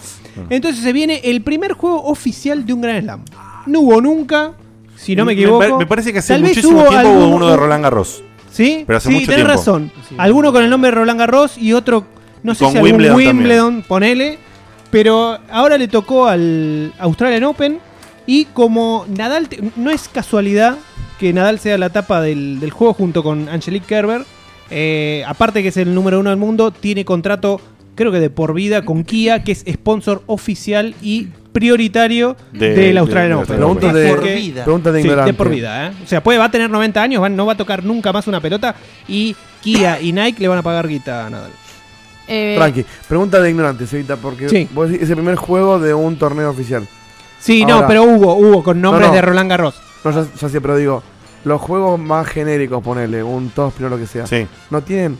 Speaker 7: Entonces se viene el primer juego oficial de un Gran Slam. No hubo nunca, si no me
Speaker 2: Me-
Speaker 7: equivoco.
Speaker 2: Me, parece que hace
Speaker 7: Tal vez
Speaker 2: muchísimo
Speaker 7: hubo
Speaker 2: tiempo hubo
Speaker 7: alguno-
Speaker 2: uno de Roland Garros.
Speaker 7: Sí,
Speaker 2: Pero hace
Speaker 7: sí,
Speaker 2: mucho
Speaker 7: tenés
Speaker 2: tiempo.
Speaker 7: razón. Alguno con el nombre de Roland Garros y otro, no sé
Speaker 2: Con
Speaker 7: si algún
Speaker 2: Wimbledon
Speaker 7: Wimbledon,
Speaker 2: también.
Speaker 7: ponele. Pero ahora le tocó al Australian Open y como Nadal, te- no es casualidad que Nadal sea la tapa del, del juego junto con Angelique Kerber, eh, aparte que es el número uno del mundo, tiene contrato creo que de por vida con Kia, que es sponsor oficial y prioritario
Speaker 2: De-
Speaker 7: del
Speaker 2: de-
Speaker 7: Australian
Speaker 2: de-
Speaker 7: Open.
Speaker 5: Pregunta
Speaker 7: Así
Speaker 5: de-
Speaker 7: que-
Speaker 6: Por vida.
Speaker 5: Pregunta de
Speaker 7: Sí,
Speaker 5: ignorante.
Speaker 7: de por vida, ¿eh? O sea, puede, va a tener 90 años, va- no va a tocar nunca más una pelota y Kia y Nike le van a pagar guita a Nadal.
Speaker 4: Eh,
Speaker 5: Tranqui. Pregunta de ignorante, Evita, porque
Speaker 7: Sí.
Speaker 5: vos decís, es el primer juego de un torneo oficial.
Speaker 7: Sí, no,
Speaker 5: Ahora-
Speaker 7: pero hubo, hubo, con nombres
Speaker 5: no.
Speaker 7: de Roland Garros.
Speaker 5: No, ya, ya sé, pero digo, los juegos más genéricos, ponele, un Tospin o lo que sea,
Speaker 2: Sí.
Speaker 5: no tienen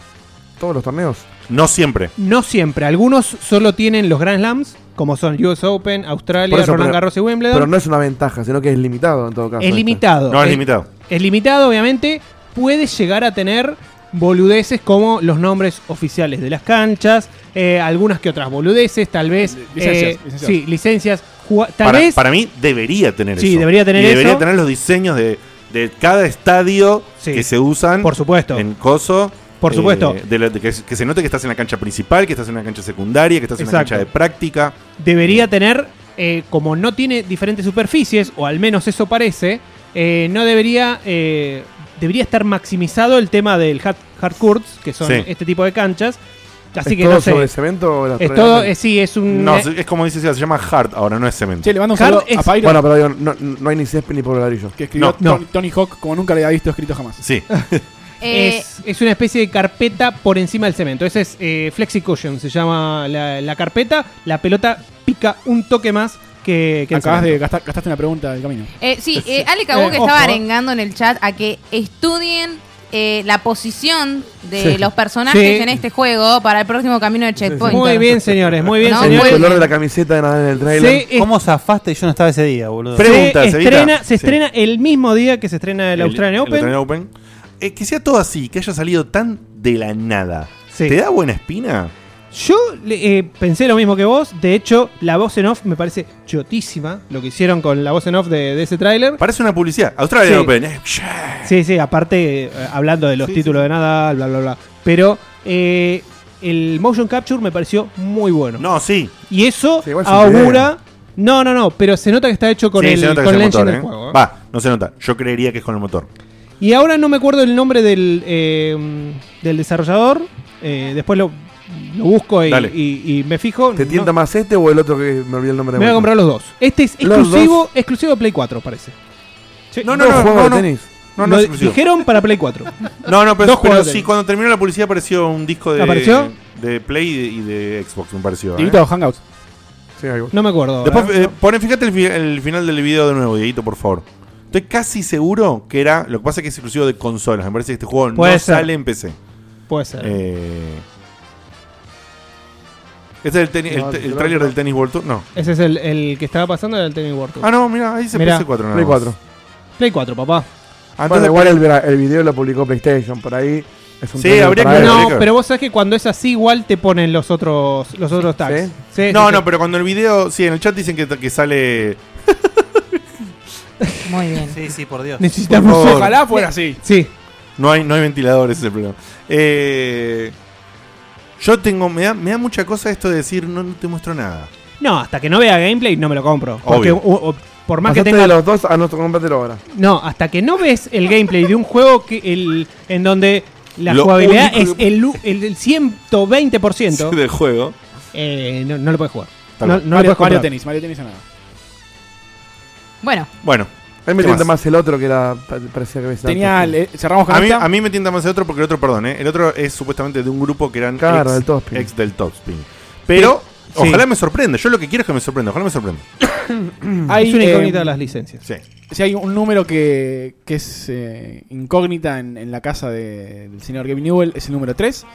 Speaker 5: todos los torneos.
Speaker 2: No siempre.
Speaker 7: No siempre, algunos solo tienen los Grand Slams, como son US Open, Australia,
Speaker 5: Por eso,
Speaker 7: Roland
Speaker 5: pero-
Speaker 7: Garros y Wimbledon.
Speaker 5: Pero no es una ventaja, sino que es limitado en todo caso.
Speaker 7: es
Speaker 5: este.
Speaker 7: limitado.
Speaker 2: No es limitado.
Speaker 7: Es limitado, obviamente. Puede llegar a tener boludeces como los nombres oficiales de las canchas, eh, algunas que otras boludeces, tal vez.
Speaker 3: Licencias,
Speaker 7: eh,
Speaker 3: licencias.
Speaker 7: Sí, licencias. jugua- Tal
Speaker 2: Para,
Speaker 7: vez.
Speaker 2: para mí debería tener
Speaker 7: Sí,
Speaker 2: eso.
Speaker 7: debería tener
Speaker 2: Y debería
Speaker 7: eso.
Speaker 2: tener los diseños de, de cada estadio
Speaker 7: Sí.
Speaker 2: que se usan.
Speaker 7: Por supuesto.
Speaker 2: En Coso. eh,
Speaker 7: Por supuesto.
Speaker 2: de la- de que, que se note que estás en la cancha principal, que estás en una cancha secundaria, que estás en una
Speaker 7: Exacto.
Speaker 2: cancha de práctica.
Speaker 7: debería tener, eh, como no tiene diferentes superficies, o al menos eso parece, eh, no debería, eh, debería estar maximizado el tema del hard, hard courts, que son
Speaker 2: Sí.
Speaker 7: este tipo de canchas. Así
Speaker 5: ¿Es
Speaker 7: que
Speaker 5: todo
Speaker 7: no
Speaker 5: sobre
Speaker 7: sé.
Speaker 5: cemento o la
Speaker 7: Es todo,
Speaker 5: realmente?
Speaker 7: es, sí, es un.
Speaker 2: No,
Speaker 7: eh,
Speaker 2: es como dice, Seba, se llama hard ahora, no es cemento.
Speaker 3: Che, le mando un
Speaker 7: Hard
Speaker 3: saludo a
Speaker 7: es-
Speaker 3: Pyro,
Speaker 5: Bueno, pero digo, no, no hay ni césped ni polvo ladrillo.
Speaker 3: que escribió
Speaker 7: no.
Speaker 3: Tony, Tony Hawk como nunca le había visto escrito jamás.
Speaker 2: Sí.
Speaker 4: eh,
Speaker 7: es, es una especie de carpeta por encima del cemento. Ese es eh, Flexi Cushion, se llama la, la carpeta. La pelota pica un toque más que, que el
Speaker 3: Acabas de
Speaker 7: cemento.
Speaker 3: gastar, gastaste una pregunta del camino.
Speaker 4: Eh, sí, eh, Ale Cabo
Speaker 7: Eh,
Speaker 4: que
Speaker 7: ojo,
Speaker 4: estaba
Speaker 7: eh.
Speaker 4: arengando en el chat a que estudien eh, la posición de
Speaker 5: Sí.
Speaker 4: los personajes
Speaker 7: Sí.
Speaker 4: en este juego para el próximo camino de Checkpoint.
Speaker 7: Muy bien, señores, muy bien,
Speaker 4: No,
Speaker 5: el
Speaker 4: puede-
Speaker 7: señores.
Speaker 5: color de la camiseta de Nadal en el trailer.
Speaker 7: Se
Speaker 6: ¿Cómo zafaste? Yo no estaba ese día, boludo.
Speaker 2: Pre- Pregunta,
Speaker 7: se
Speaker 2: Cevita.
Speaker 7: estrena,
Speaker 2: Sí.
Speaker 7: se estrena el mismo día que se estrena el, Australian Open.
Speaker 2: Australian Open. Eh, que sea todo así, que haya salido tan de la nada.
Speaker 7: Sí.
Speaker 2: ¿Te da buena espina?
Speaker 7: Yo le- eh, pensé lo mismo que vos. De hecho, la voz en off me parece chotísima lo que hicieron con la voz en off de, de ese tráiler.
Speaker 2: Parece una publicidad. Australian
Speaker 7: Sí.
Speaker 2: Open. eh, yeah.
Speaker 7: Sí, sí, aparte eh, hablando de los títulos de Nadal, bla, bla, bla. Pero eh, el motion capture me pareció muy bueno.
Speaker 2: No, sí.
Speaker 7: Y eso
Speaker 5: Sí, igual es un
Speaker 7: augura... No, no, no, pero se nota que está hecho con
Speaker 2: Sí,
Speaker 7: el,
Speaker 2: se nota que
Speaker 7: con
Speaker 2: es
Speaker 7: el
Speaker 2: el
Speaker 7: engine
Speaker 2: motor,
Speaker 7: del
Speaker 2: ¿eh?
Speaker 7: juego. ¿eh?
Speaker 2: Va, no se nota. Yo creería que es con el motor.
Speaker 7: Y ahora no me acuerdo el nombre del, eh, del desarrollador. Eh, después lo, lo busco y,
Speaker 2: Dale.
Speaker 7: y- y me fijo.
Speaker 5: ¿Te
Speaker 7: No-
Speaker 5: tienta más este o el otro que me olvidé el nombre?
Speaker 7: Me voy a comprar los dos. Este es
Speaker 5: Los
Speaker 7: exclusivo, exclusivo de Play 4, parece. Sí.
Speaker 2: No,
Speaker 5: No,
Speaker 2: no, no,
Speaker 5: no, juego
Speaker 2: no, no.
Speaker 5: de tenis.
Speaker 2: No, no,
Speaker 7: Lo
Speaker 2: es exclusivo.
Speaker 7: dijeron para Play 4.
Speaker 2: No, no, pero,
Speaker 7: Dos
Speaker 2: pero
Speaker 7: juegos de
Speaker 2: sí,
Speaker 7: tenis.
Speaker 2: cuando terminó la publicidad apareció un disco de, ¿Eh?
Speaker 7: ¿Apareció?
Speaker 2: de Play y de, y de Xbox, me pareció. ¿eh?
Speaker 3: Dieguito, Hangouts.
Speaker 5: Sí, ahí voy.
Speaker 7: No me acuerdo. ahora.
Speaker 2: Después, eh, ponen, fíjate el, fi- el final del video de nuevo, Dieguito, por favor. Estoy casi seguro que era. Lo que pasa es que es exclusivo de consolas. Me parece que este juego no
Speaker 7: Puede ser.
Speaker 2: sale en PC.
Speaker 7: Puede ser.
Speaker 2: Eh, ¿Este es el, teni-
Speaker 5: No,
Speaker 2: el, te-
Speaker 5: no,
Speaker 2: el trailer
Speaker 5: no.
Speaker 2: del Tennis World Tour? No.
Speaker 7: [laughs] Ese es el, el que estaba pasando era el Tennis World Tour.
Speaker 2: Ah, no, mira, ahí se
Speaker 7: Mirá,
Speaker 2: PC 4. nada
Speaker 5: Play
Speaker 2: más.
Speaker 5: 4.
Speaker 7: Play 4, papá.
Speaker 2: Ah,
Speaker 5: Bueno,
Speaker 2: entonces-
Speaker 5: igual el, el video lo publicó PlayStation, por ahí. Es un
Speaker 2: Sí,
Speaker 5: trailer
Speaker 2: habría
Speaker 5: para
Speaker 2: que-
Speaker 5: él.
Speaker 7: No,
Speaker 2: Ricardo.
Speaker 7: pero vos sabés que cuando es así igual te ponen los otros los otros tags.
Speaker 5: ¿Sí?
Speaker 7: Ah, Sí, sí,
Speaker 2: no,
Speaker 7: sí.
Speaker 2: no, pero cuando el video. Sí, en el chat dicen que, que
Speaker 7: [laughs]
Speaker 2: sale.
Speaker 4: Muy bien.
Speaker 6: Sí, sí, por Dios.
Speaker 7: Necesitamos
Speaker 2: Por favor.
Speaker 3: Ojalá fuera así.
Speaker 7: Sí.
Speaker 2: No hay, no hay ventiladores, ese es el problema. Eh, yo tengo. Me da, me da mucha cosa esto de decir, no, no te muestro nada.
Speaker 7: No, hasta que no vea gameplay no me lo compro. Porque
Speaker 2: Obvio.
Speaker 7: o- o- por más
Speaker 5: Pasaste
Speaker 7: que tenga
Speaker 5: de los dos a nuestro compártelo ahora.
Speaker 7: No, hasta que no ves el gameplay de un juego que el, en donde la
Speaker 2: Lo
Speaker 7: jugabilidad es
Speaker 2: único que-
Speaker 7: el, u- el, el 120%,
Speaker 2: Del juego.
Speaker 7: eh, no, no lo puedes jugar.
Speaker 2: Tal
Speaker 7: No,
Speaker 2: cual.
Speaker 7: no lo
Speaker 3: Mario,
Speaker 7: puedes comprar.
Speaker 3: Mario Tenis, Mario Tenis a nada.
Speaker 4: Bueno,
Speaker 2: Bueno,
Speaker 5: A mí me
Speaker 2: ¿Qué
Speaker 5: tienta
Speaker 2: más?
Speaker 5: más el otro que era, pa- parecía que me
Speaker 3: Tenía, le- cerramos con
Speaker 2: a mí,
Speaker 3: esta.
Speaker 2: a mí me tienta más el otro porque el otro, perdón, ¿eh? el otro es supuestamente de un grupo que eran
Speaker 5: Claro,
Speaker 2: ex,
Speaker 5: del Topspin.
Speaker 2: ex del Topspin. Pero Ojalá me sorprenda. Yo lo que quiero es que me sorprenda. Ojalá me sorprenda.
Speaker 3: Hay,
Speaker 7: Mm. es una incógnita
Speaker 3: eh,
Speaker 7: de las licencias.
Speaker 2: Sí.
Speaker 3: Si hay un número que, que es eh, incógnita en, en la casa de- del señor Gavin Newell, es el número 3.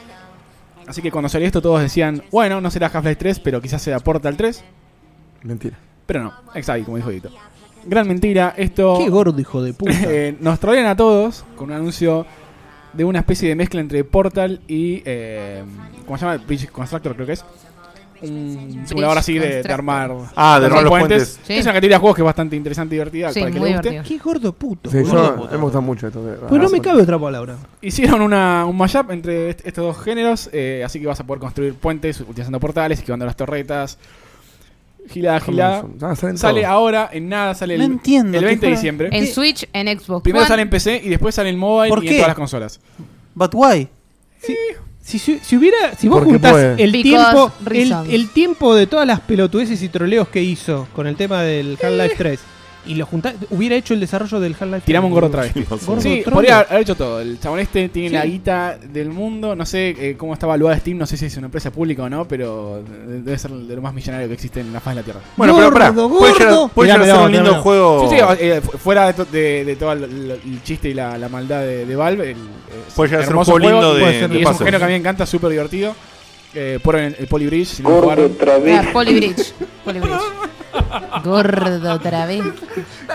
Speaker 3: Así que cuando salió esto todos decían, bueno, no será Half-Life 3, pero quizás sea Portal 3.
Speaker 5: Mentira.
Speaker 3: Pero no, exacto, como dijo Dito. Gran mentira, esto
Speaker 7: Qué gordo, hijo de puta.
Speaker 3: [laughs] eh, nos trolean a todos con un anuncio de una especie de mezcla entre Portal y, eh, ¿cómo se llama? Bridge Constructor creo que es. Un simulador así de, de
Speaker 4: Constructor.
Speaker 3: armar...
Speaker 2: Ah, de
Speaker 3: armar
Speaker 2: armar los puentes.
Speaker 4: Sí.
Speaker 3: Es una categoría de juegos que es bastante interesante y divertida
Speaker 4: Sí,
Speaker 3: para el que
Speaker 4: muy
Speaker 3: le guste.
Speaker 4: divertido.
Speaker 7: Qué gordo puto.
Speaker 5: Sí,
Speaker 7: boludo.
Speaker 5: yo, a mí me gusta mucho esto. de-
Speaker 7: Pues no me cabe otra palabra.
Speaker 3: Hicieron una, un mashup entre est- estos dos géneros, eh, así que vas a poder construir puentes utilizando portales, esquivando las torretas. Gilada, gilada.
Speaker 5: Ah, salen
Speaker 3: [coughs] Sale
Speaker 5: todos.
Speaker 3: ahora, en nada, sale el,
Speaker 6: No entiendo,
Speaker 3: el
Speaker 6: te
Speaker 3: 20 de
Speaker 6: juro.
Speaker 3: diciembre.
Speaker 4: En Switch, en Xbox
Speaker 3: Primero
Speaker 4: One.
Speaker 3: sale en PC y después sale en mobile
Speaker 6: ¿Por
Speaker 3: y en
Speaker 6: qué?
Speaker 3: todas las consolas.
Speaker 6: But why?
Speaker 3: Eh.
Speaker 7: Si, si- si hubiera, si vos
Speaker 5: Porque
Speaker 7: juntás
Speaker 5: puede.
Speaker 7: el
Speaker 4: Because
Speaker 7: tiempo, el,
Speaker 4: reasons.
Speaker 7: el tiempo de todas las pelotudeces y troleos que hizo con el tema
Speaker 3: Eh.
Speaker 7: del Half-Life 3 y lo juntás, hubiera hecho el desarrollo del Half-Life 3.
Speaker 3: Tiramos un gorro otra vez.
Speaker 2: [laughs] No sé.
Speaker 7: Gordo
Speaker 3: Sí,
Speaker 7: trolo.
Speaker 3: podría haber hecho todo. El chabón este tiene
Speaker 7: Sí.
Speaker 3: la guita del mundo. No sé eh, cómo está evaluada Steam, no sé si es una empresa pública o no, pero de- debe ser de lo más millonario que existe en la faz de la Tierra.
Speaker 2: Bueno, pero pará.
Speaker 7: Gordo,
Speaker 2: Puede llegar,
Speaker 7: gordo.
Speaker 2: puede llegar a ser
Speaker 7: Mirá, mirá,
Speaker 2: un lindo
Speaker 7: mirá.
Speaker 2: juego.
Speaker 3: Sí, sí, eh, fu- fuera de, to- de- de todo el, el- el chiste y la, la maldad de, de Valve. el- es
Speaker 2: Puede llegar a ser un
Speaker 3: hermoso
Speaker 2: juego lindo de-
Speaker 3: y puede ser-
Speaker 2: de
Speaker 3: y es un
Speaker 2: pasos.
Speaker 3: género que a mí me encanta, súper divertido. Eh, por el, el Polybridge, si no lo
Speaker 9: Gordo
Speaker 3: jugaron.
Speaker 9: otra vez.
Speaker 4: Ah, Polybridge. Polybridge. Gordo otra vez.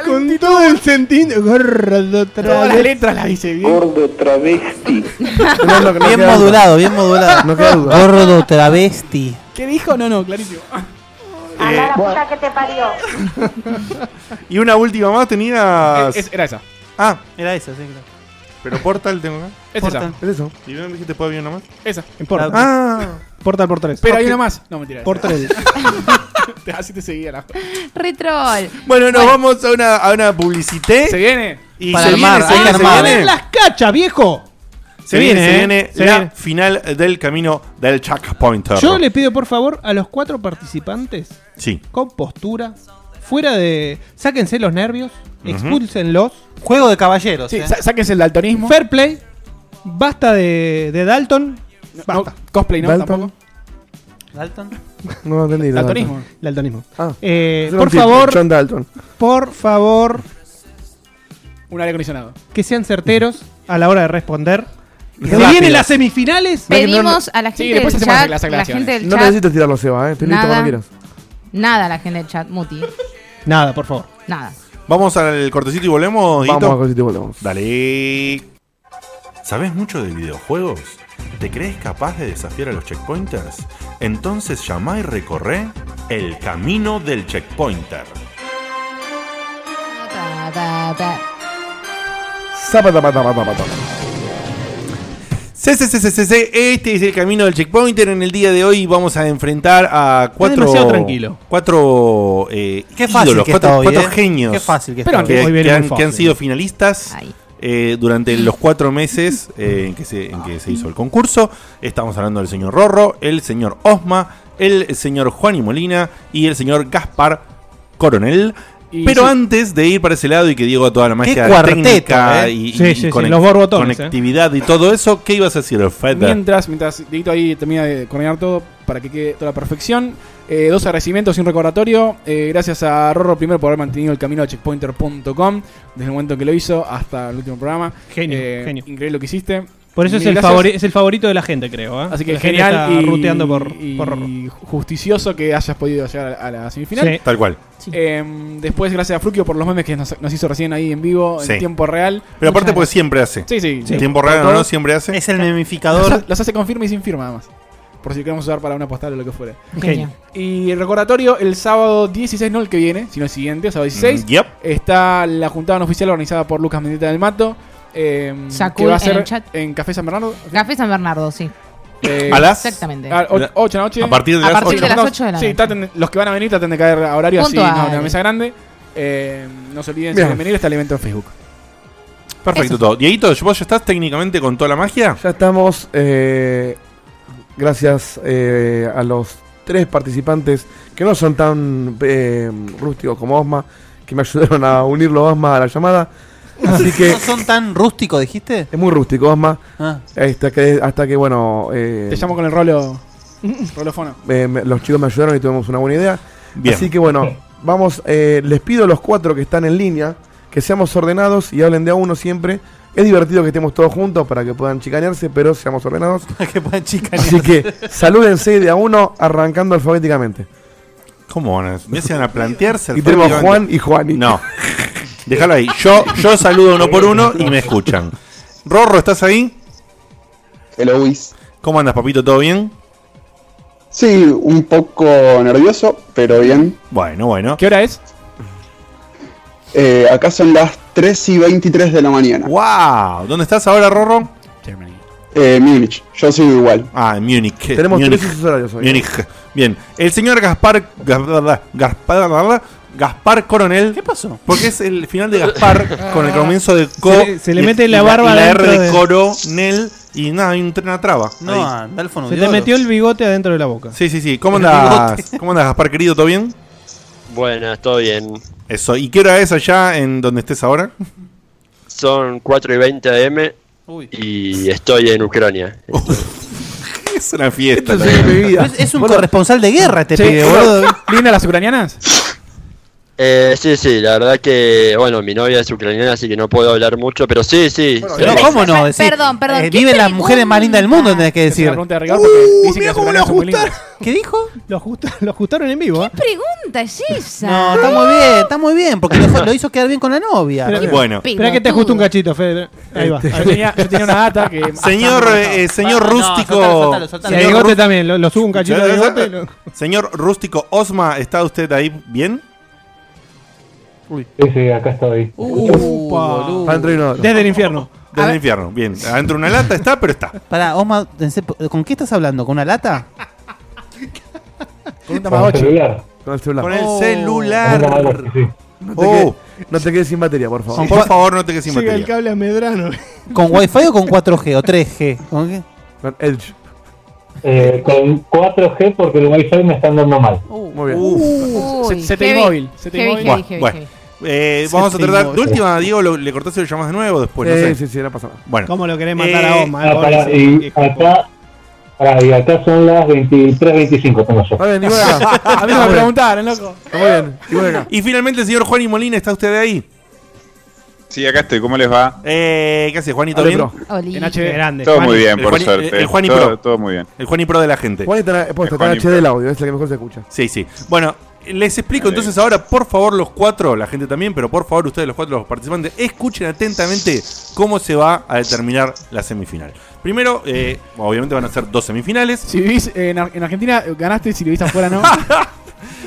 Speaker 7: Con todo el sentido. Gordo otra
Speaker 3: Todas las
Speaker 7: vez.
Speaker 3: letras las hice bien.
Speaker 9: Gordo travesti.
Speaker 5: No, no, no
Speaker 6: Bien
Speaker 5: queda duda.
Speaker 6: modulado, bien modulado.
Speaker 5: No queda duda.
Speaker 6: Gordo travesti.
Speaker 3: ¿Qué dijo? No, no, clarísimo.
Speaker 2: Eh, y una última más tenía.
Speaker 3: Es- es- era esa.
Speaker 2: Ah,
Speaker 6: Era eso, sí, claro.
Speaker 2: pero Portal tengo acá.
Speaker 3: Es
Speaker 6: Portal.
Speaker 5: Es eso.
Speaker 2: ¿Y no me dijiste puede haber una más?
Speaker 3: esa. Esa. En Portal.
Speaker 2: Ah,
Speaker 7: Portal por 3.
Speaker 3: Pero hay una más. No, mentira.
Speaker 7: Por 3.
Speaker 3: [laughs] Te- [laughs] Así te seguía la.
Speaker 4: Retrol.
Speaker 2: bueno, nos vamos a una, a una publicité.
Speaker 3: ¿Se viene?
Speaker 2: y
Speaker 6: Para
Speaker 2: se
Speaker 6: armar,
Speaker 2: viene, se
Speaker 6: hay que
Speaker 2: viene, se
Speaker 6: armar.
Speaker 2: viene.
Speaker 7: las cachas, viejo!
Speaker 2: Se viene, se
Speaker 7: ¿eh?
Speaker 2: viene
Speaker 7: Se
Speaker 2: la
Speaker 7: viene.
Speaker 2: final del camino del checkpointer.
Speaker 7: Yo le pido por favor a los cuatro participantes
Speaker 2: Sí.
Speaker 7: con postura, fuera de. Sáquense los nervios, expulsenlos.
Speaker 6: Juego de caballeros.
Speaker 3: Sí,
Speaker 6: eh.
Speaker 3: sa- saques el daltonismo.
Speaker 7: Fair play, basta de, de Dalton.
Speaker 3: No, cosplay, ¿no?
Speaker 5: Dalton.
Speaker 3: Tampoco.
Speaker 6: Dalton.
Speaker 5: No entendí. no,
Speaker 3: Daltonismo.
Speaker 7: Daltonismo.
Speaker 5: Ah.
Speaker 7: Eh,
Speaker 5: Yo no
Speaker 7: por
Speaker 5: entiendo,
Speaker 7: favor,
Speaker 5: John Dalton.
Speaker 7: por favor,
Speaker 3: Un aire acondicionado.
Speaker 7: que sean certeros a la hora de responder. Se
Speaker 5: Rápido.
Speaker 7: vienen las semifinales.
Speaker 5: Ve- no, no.
Speaker 4: Pedimos a la gente
Speaker 3: Sí, después
Speaker 4: del
Speaker 3: hacemos
Speaker 4: chat,
Speaker 3: las
Speaker 4: la
Speaker 3: aclaraciones.
Speaker 4: gente del
Speaker 5: No
Speaker 4: chat,
Speaker 5: necesitas tirarlo, Seba, eh. Estoy listo
Speaker 4: Nada.
Speaker 5: cuando quieras.
Speaker 4: nada la gente del chat, Muti,
Speaker 7: Nada, por favor.
Speaker 4: nada.
Speaker 2: Vamos al cortecito y volvemos.
Speaker 5: Vamos
Speaker 2: Dieguito.
Speaker 5: a ver si te volvemos.
Speaker 2: Dale. ¿Sabes mucho de videojuegos? ¿Te crees capaz de desafiar a los checkpointers? Entonces llama y recorre el camino del checkpointer.
Speaker 4: Ta, ta, ta.
Speaker 5: Zapata, pata, pata, pata.
Speaker 2: Sí, sí, sí, sí, sí, sí. Este es el camino del checkpointer. En el día de hoy vamos a enfrentar a cuatro.
Speaker 7: demasiado tranquilo.
Speaker 2: Cuatro. eh,
Speaker 6: Qué fácil
Speaker 2: ídolos,
Speaker 6: que
Speaker 2: cuatro,
Speaker 6: está hoy,
Speaker 2: cuatro
Speaker 6: eh.
Speaker 2: genios.
Speaker 6: Qué fácil que
Speaker 7: Pero
Speaker 6: está hoy.
Speaker 2: que,
Speaker 7: Hoy viene
Speaker 2: que han,
Speaker 7: muy fácil.
Speaker 2: que han sido finalistas
Speaker 4: Ay.
Speaker 2: eh, durante los cuatro meses eh, en, que se, en que se hizo el concurso. Estamos hablando del señor Rorro, el señor Osma, el señor Juan y Molina y el señor Gaspar Coronel.
Speaker 3: Y
Speaker 2: Pero
Speaker 3: sí.
Speaker 2: antes de ir para ese lado y que Diego toda la magia
Speaker 6: cuarteto,
Speaker 2: técnica
Speaker 6: eh.
Speaker 2: y, y-
Speaker 7: Sí,
Speaker 2: y
Speaker 7: sí, sí,
Speaker 2: conec-
Speaker 7: los borbotones, ¿eh?
Speaker 2: conectividad y todo eso, ¿qué ibas a decir, Feder?
Speaker 3: Mientras, mientras Dieguito ahí termina de coordinar todo para que quede toda la perfección. Eh, dos agradecimientos y un recordatorio. Eh, gracias a Rorro primero por haber mantenido el camino a checkpointer.com desde el momento en que lo hizo hasta el último programa.
Speaker 7: Genio,
Speaker 3: Eh,
Speaker 7: genio.
Speaker 3: Increíble lo que hiciste.
Speaker 7: Por eso es
Speaker 3: Mil
Speaker 7: el,
Speaker 3: gracias.
Speaker 7: favori- es el favorito de la gente, creo. ¿eh?
Speaker 3: Así que
Speaker 7: La gente
Speaker 3: genial
Speaker 7: está
Speaker 3: y,
Speaker 7: ruteando por,
Speaker 3: y
Speaker 7: por Rorro.
Speaker 3: justicioso que hayas podido llegar a, a la semifinal.
Speaker 7: Sí.
Speaker 2: Tal cual.
Speaker 3: Em, después, gracias a Fruquio por los memes que nos, nos hizo recién ahí en vivo,
Speaker 2: Sí.
Speaker 3: en tiempo real.
Speaker 2: Pero aparte, porque siempre hace.
Speaker 3: Sí, sí.
Speaker 2: En tiempo real o no, siempre hace.
Speaker 6: Es el
Speaker 3: Los,
Speaker 6: memificador.
Speaker 3: ha- los hace con firma y sin firma, además. Por si queremos usar para una postal o lo que fuera.
Speaker 4: Genio.
Speaker 3: Y el recordatorio, el sábado 16, no el que viene, sino el siguiente, sábado 16,
Speaker 2: Mm, Yep.
Speaker 3: está la juntada no oficial organizada por Lucas Mendita del Mato. em,
Speaker 4: Sacó
Speaker 3: que va a
Speaker 4: en
Speaker 3: ser
Speaker 4: el chat.
Speaker 3: en Café San Bernardo.
Speaker 4: Café San Bernardo, sí.
Speaker 3: eh,
Speaker 2: A las.
Speaker 4: Exactamente.
Speaker 3: a o- ocho de la noche.
Speaker 2: A partir de
Speaker 4: A
Speaker 2: las
Speaker 4: partir de
Speaker 2: 8.
Speaker 4: las ocho de la
Speaker 3: Sí,
Speaker 4: noche.
Speaker 3: traten de- los que van a venir traten de caer a horario así,
Speaker 4: Puntuales.
Speaker 3: no, una mesa grande. Eh, no se olviden si
Speaker 5: Bien.
Speaker 3: quieren venir, está el evento este en Facebook.
Speaker 2: Perfecto
Speaker 4: Eso.
Speaker 2: todo. Dieguito, ¿vos ya estás técnicamente con toda la magia?
Speaker 5: Ya estamos. eh, gracias eh, a los tres participantes que no son tan eh, rústicos como Osma, que me [laughs] ayudaron a unirlo Osma a la llamada. Así que
Speaker 6: ¿No son tan rústicos, dijiste?
Speaker 5: es muy rústico Osma.
Speaker 6: Ah.
Speaker 5: Hasta que, hasta que bueno. eh,
Speaker 3: Te llamo con el rolo.
Speaker 2: [laughs]
Speaker 3: Rolofono.
Speaker 5: Eh, me- los chicos me ayudaron y tuvimos una buena idea.
Speaker 2: Bien.
Speaker 5: Así
Speaker 2: [laughs]
Speaker 5: que bueno, vamos, eh, les pido a los cuatro que están en línea que seamos ordenados y hablen de a uno siempre. Es divertido que estemos todos juntos para que puedan chicanearse, pero seamos
Speaker 2: [laughs]
Speaker 5: ordenados.
Speaker 6: que puedan chicanear.
Speaker 5: Así que salúdense de a uno arrancando alfabéticamente.
Speaker 2: ¿Cómo van a, mirá si van a plantearse?
Speaker 5: Y tenemos
Speaker 2: alfabéticamente.
Speaker 5: Juan y Juani.
Speaker 2: No. Déjalo ahí. Yo, yo saludo uno por uno y me escuchan. Rorro, ¿estás ahí?
Speaker 9: Hello, Luis.
Speaker 2: ¿Cómo andas, papito? ¿Todo bien?
Speaker 9: Sí, un poco nervioso, pero bien.
Speaker 2: Bueno, bueno.
Speaker 3: ¿Qué hora es?
Speaker 9: Eh, acá son las 3 y 23 de la mañana.
Speaker 2: ¡Wow! ¿Dónde estás ahora, Rorro?
Speaker 9: Eh, Múnich, yo soy igual.
Speaker 2: Ah, en Múnich.
Speaker 5: Tenemos
Speaker 2: Múnich.
Speaker 5: tres usos horarios hoy.
Speaker 2: Múnich. Bien. El señor Gaspar. Gaspar. Gaspar, Gaspar Coronel.
Speaker 6: ¿Qué pasó?
Speaker 2: Porque es el final de Gaspar con el comienzo de Co.
Speaker 7: Se le- se le
Speaker 2: y-
Speaker 7: mete
Speaker 2: y
Speaker 7: la barba
Speaker 2: y la
Speaker 7: dentro
Speaker 2: R de
Speaker 7: de-
Speaker 2: Coronel. Y nada, hay un- una traba.
Speaker 6: No,
Speaker 2: Ahí.
Speaker 6: anda al fondo.
Speaker 7: Se
Speaker 6: de
Speaker 7: te
Speaker 6: oro.
Speaker 7: metió el bigote adentro de la boca.
Speaker 2: Sí, sí, sí. ¿Cómo
Speaker 6: El
Speaker 2: andas?
Speaker 6: bigote.
Speaker 2: [laughs] ¿Cómo andas, Gaspar, querido? ¿Todo bien?
Speaker 10: Bueno, todo bien.
Speaker 2: Eso. ¿Y qué hora es allá en donde estés ahora?
Speaker 10: Son 4 y 20 AM
Speaker 6: Uy.
Speaker 10: y estoy en Ucrania.
Speaker 2: [laughs] Es una fiesta.
Speaker 5: Esto es mi vida.
Speaker 6: Es, es un corresponsal de guerra este
Speaker 3: Sí.
Speaker 6: pibe, boludo.
Speaker 3: ¿Linda las ucranianas?
Speaker 10: Eh, sí, sí, la verdad que, bueno, mi novia es ucraniana, así que no puedo hablar mucho, pero sí, sí. sí.
Speaker 6: No, ¿cómo no?
Speaker 4: Per-
Speaker 6: Decí,
Speaker 4: perdón, perdón,
Speaker 6: eh,
Speaker 4: ¿qué
Speaker 6: viven las
Speaker 4: pregunta?
Speaker 6: mujeres más lindas del mundo, tenés que
Speaker 3: Es una
Speaker 6: decir.
Speaker 3: pregunta de rigor porque
Speaker 2: Uh,
Speaker 3: dice que las ucranianas son muy lindas.
Speaker 6: ¿Qué dijo?
Speaker 7: Lo, ajusta- lo ajustaron en vivo, ¿eh?
Speaker 4: pregunta es esa?
Speaker 6: No, está muy bien, está muy bien, porque lo, lo hizo quedar bien con la novia. Este.
Speaker 7: Pero-
Speaker 2: Bueno.
Speaker 7: Esperá que te ajuste un cachito, Fede. Ahí va.
Speaker 6: [laughs]
Speaker 3: Yo tenía, yo tenía una
Speaker 2: [laughs]
Speaker 7: [laughs]
Speaker 3: gata que.
Speaker 2: Señor, eh, señor
Speaker 6: No,
Speaker 2: rústico.
Speaker 6: soltalo, soltalo,
Speaker 7: Y
Speaker 6: soltalo.
Speaker 7: el
Speaker 2: Señor
Speaker 7: bigote
Speaker 2: rú-
Speaker 7: también, lo, lo subo un cachito de bigote. y lo-
Speaker 2: Señor rústico Osma, ¿está usted ahí bien?
Speaker 6: Uh.
Speaker 3: Upa.
Speaker 5: Para dentro y no.
Speaker 7: Desde el infierno.
Speaker 2: Desde el infierno, bien. Adentro de una lata está, pero está.
Speaker 6: Pará, Osma, en serio, ¿con qué estás hablando? ¿Con una lata?
Speaker 3: Con un tamagotchi.
Speaker 5: Con el celular.
Speaker 2: Con el celular.
Speaker 5: No, te
Speaker 2: Oh,
Speaker 5: quedes, no te quedes sin batería, por favor.
Speaker 2: por favor, no te quedes sin batería.
Speaker 7: cable a Medrano.
Speaker 6: ¿Con Wi-Fi o con 4G
Speaker 11: [laughs]
Speaker 6: o 3G? ¿Con qué?
Speaker 5: Con Edge.
Speaker 12: Eh, con 4G porque el Wi-Fi me está andando mal.
Speaker 5: Uh, Muy bien.
Speaker 2: Uf.
Speaker 4: Uy,
Speaker 3: CTI
Speaker 4: heavy,
Speaker 3: móvil, CTI
Speaker 4: heavy,
Speaker 3: móvil.
Speaker 4: heavy, heavy,
Speaker 2: Bueno,
Speaker 4: heavy.
Speaker 2: Eh, vamos a tratar. De última, Diego, lo- le cortaste y lo llamas de nuevo después. No
Speaker 5: Eh,
Speaker 2: sé.
Speaker 5: sí, sí, no pasa nada.
Speaker 2: Bueno,
Speaker 7: ¿Cómo lo querés matar a
Speaker 2: Eh,
Speaker 7: Osma?
Speaker 12: Ah, pará, y,
Speaker 2: [laughs]
Speaker 12: acá, pará, y acá son las 23.25, tengo yo.
Speaker 5: Está bien, Nicolás.
Speaker 2: [laughs]
Speaker 3: A mí no me preguntaron, loco.
Speaker 5: Está muy bien. Nicolás acá.
Speaker 2: y finalmente, el señor Juan y Molina, ¿está usted ahí?
Speaker 13: Sí, acá estoy, ¿cómo les va?
Speaker 2: Eh, ¿Qué hace, Juanito?
Speaker 5: Dale,
Speaker 2: ¿Bien?
Speaker 5: pro.
Speaker 4: Oli.
Speaker 3: En
Speaker 7: Qué
Speaker 3: HD.
Speaker 7: grande.
Speaker 13: Todo muy
Speaker 7: Juani.
Speaker 13: bien,
Speaker 2: el
Speaker 13: por
Speaker 2: Juani-
Speaker 13: suerte.
Speaker 2: el Juani
Speaker 13: todo,
Speaker 2: Pro.
Speaker 13: todo muy bien.
Speaker 2: El Juan y Pro de la gente.
Speaker 5: Juan está en- posta, está en
Speaker 13: Juan y-
Speaker 5: HD el audio, es la que mejor se escucha.
Speaker 2: Sí, sí. Bueno, les explico
Speaker 13: Dale.
Speaker 2: entonces ahora, por favor, los cuatro, la gente también, pero por favor, ustedes los cuatro, los participantes, escuchen atentamente cómo se va a determinar la semifinal. Primero, eh, obviamente van a ser dos semifinales.
Speaker 3: Si vivís en, Ar- en Argentina, ganaste y si vivís
Speaker 2: [laughs]
Speaker 3: afuera, no.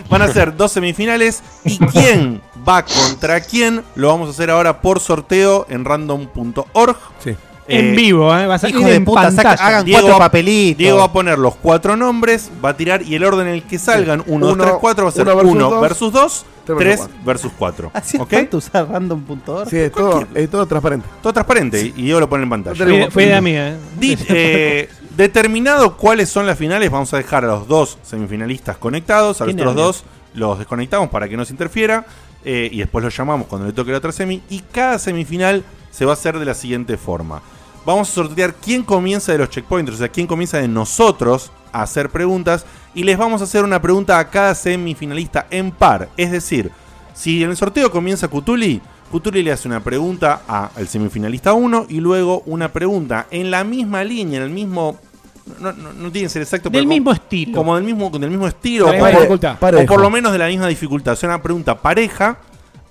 Speaker 2: Van a ser dos semifinales.
Speaker 7: [laughs]
Speaker 2: Y quién va contra quién lo vamos a hacer ahora por sorteo en random.org.
Speaker 5: Sí.
Speaker 7: En
Speaker 2: Eh,
Speaker 7: vivo, ¿eh? Va a salir
Speaker 6: Hijo de
Speaker 7: en
Speaker 6: puta, saca-
Speaker 7: pantalla.
Speaker 6: hagan
Speaker 2: Diego-
Speaker 6: cuatro papelitos.
Speaker 2: Diego va a poner los cuatro nombres, va a tirar y el orden en el que salgan, 1, 2,
Speaker 5: Uno,
Speaker 2: 3, 4, va a ser
Speaker 5: uno versus
Speaker 2: 1
Speaker 5: dos,
Speaker 2: versus 2,
Speaker 5: tres
Speaker 2: 3
Speaker 5: versus
Speaker 2: versus 4.
Speaker 5: cuatro.
Speaker 6: Así
Speaker 2: ¿Ok?
Speaker 6: falta usar random.org.
Speaker 5: Sí, es [laughs] todo, es todo transparente.
Speaker 2: Todo transparente y yo lo pone en pantalla.
Speaker 7: [laughs]
Speaker 5: No
Speaker 7: Fue- Fue idea mía, ¿eh? [laughs]
Speaker 2: Di- eh, determinado cuáles son las finales, vamos a dejar a los dos semifinalistas conectados, a los
Speaker 7: Qué
Speaker 2: otros
Speaker 7: nervio.
Speaker 2: dos los desconectamos para que no se interfiera eh, y después los llamamos cuando le toque la otra semi. Y cada semifinal se va a hacer de la siguiente forma. Vamos a sortear quién comienza de los checkpointers, o sea, quién comienza de nosotros a hacer preguntas y les vamos a hacer una pregunta a cada semifinalista en par. Es decir, si en el sorteo comienza Cutuli, Cutuli le hace una pregunta a- al semifinalista 1 y luego una pregunta en la misma línea, en el mismo. No, no- no tiene que ser exacto,
Speaker 7: Del
Speaker 2: como-
Speaker 7: mismo estilo.
Speaker 2: Como del mismo, del mismo estilo,
Speaker 3: La
Speaker 2: o
Speaker 3: misma
Speaker 2: por-
Speaker 3: dificultad.
Speaker 5: Parejo.
Speaker 2: o por lo menos de la misma dificultad. O sea, una pregunta pareja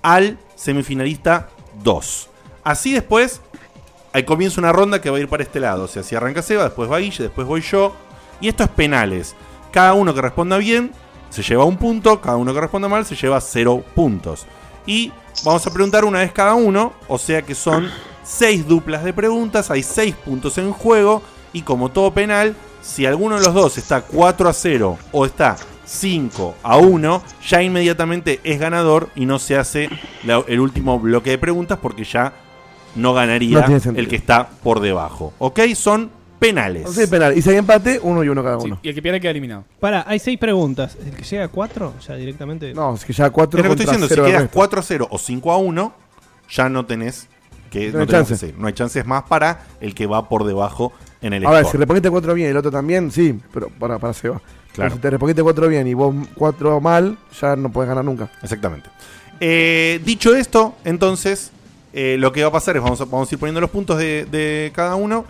Speaker 2: al semifinalista 2. Así después, ahí comienza una ronda que va a ir para este lado. O sea, si arranca Seba, después va Guille, después voy yo. Y esto es penales. Cada uno que responda bien se lleva un punto, cada uno que responda mal se lleva cero puntos. Y vamos a preguntar una vez cada uno, o sea que son seis duplas de preguntas, hay seis puntos en juego y como todo penal, si alguno de los dos está 4 a 0 o está 5 a 1, ya inmediatamente es ganador y no se hace la- el último bloque de preguntas porque ya no
Speaker 5: No
Speaker 2: ganaría
Speaker 5: tiene sentido.
Speaker 2: el que está por debajo. ¿Ok? Son penales.
Speaker 5: Sí, penal. Y si hay empate, uno y uno cada
Speaker 3: Sí,
Speaker 5: uno.
Speaker 3: y el que pierde queda eliminado.
Speaker 7: Pará, hay seis preguntas. El que llega a cuatro, ya directamente.
Speaker 5: No, es que ya cuatro
Speaker 2: Es lo que estoy
Speaker 5: contra
Speaker 2: diciendo, si
Speaker 5: cero del
Speaker 2: quedas
Speaker 5: resto.
Speaker 2: 4 a 0 o 5 a 1, ya no tenés que
Speaker 5: No
Speaker 2: no
Speaker 5: hay
Speaker 2: tenés
Speaker 5: chance.
Speaker 2: que hacer. No hay chances más para el que va por debajo en el
Speaker 5: A ver,
Speaker 2: sport.
Speaker 5: si respondiste cuatro bien y el otro también, sí, pero para, para se va. Pero
Speaker 2: Claro.
Speaker 5: Si te respondiste cuatro bien y vos cuatro mal, ya no puedes ganar nunca.
Speaker 2: Exactamente. Eh, dicho esto, entonces, eh, lo que va a pasar es vamos a, vamos a ir poniendo los puntos de, de cada uno.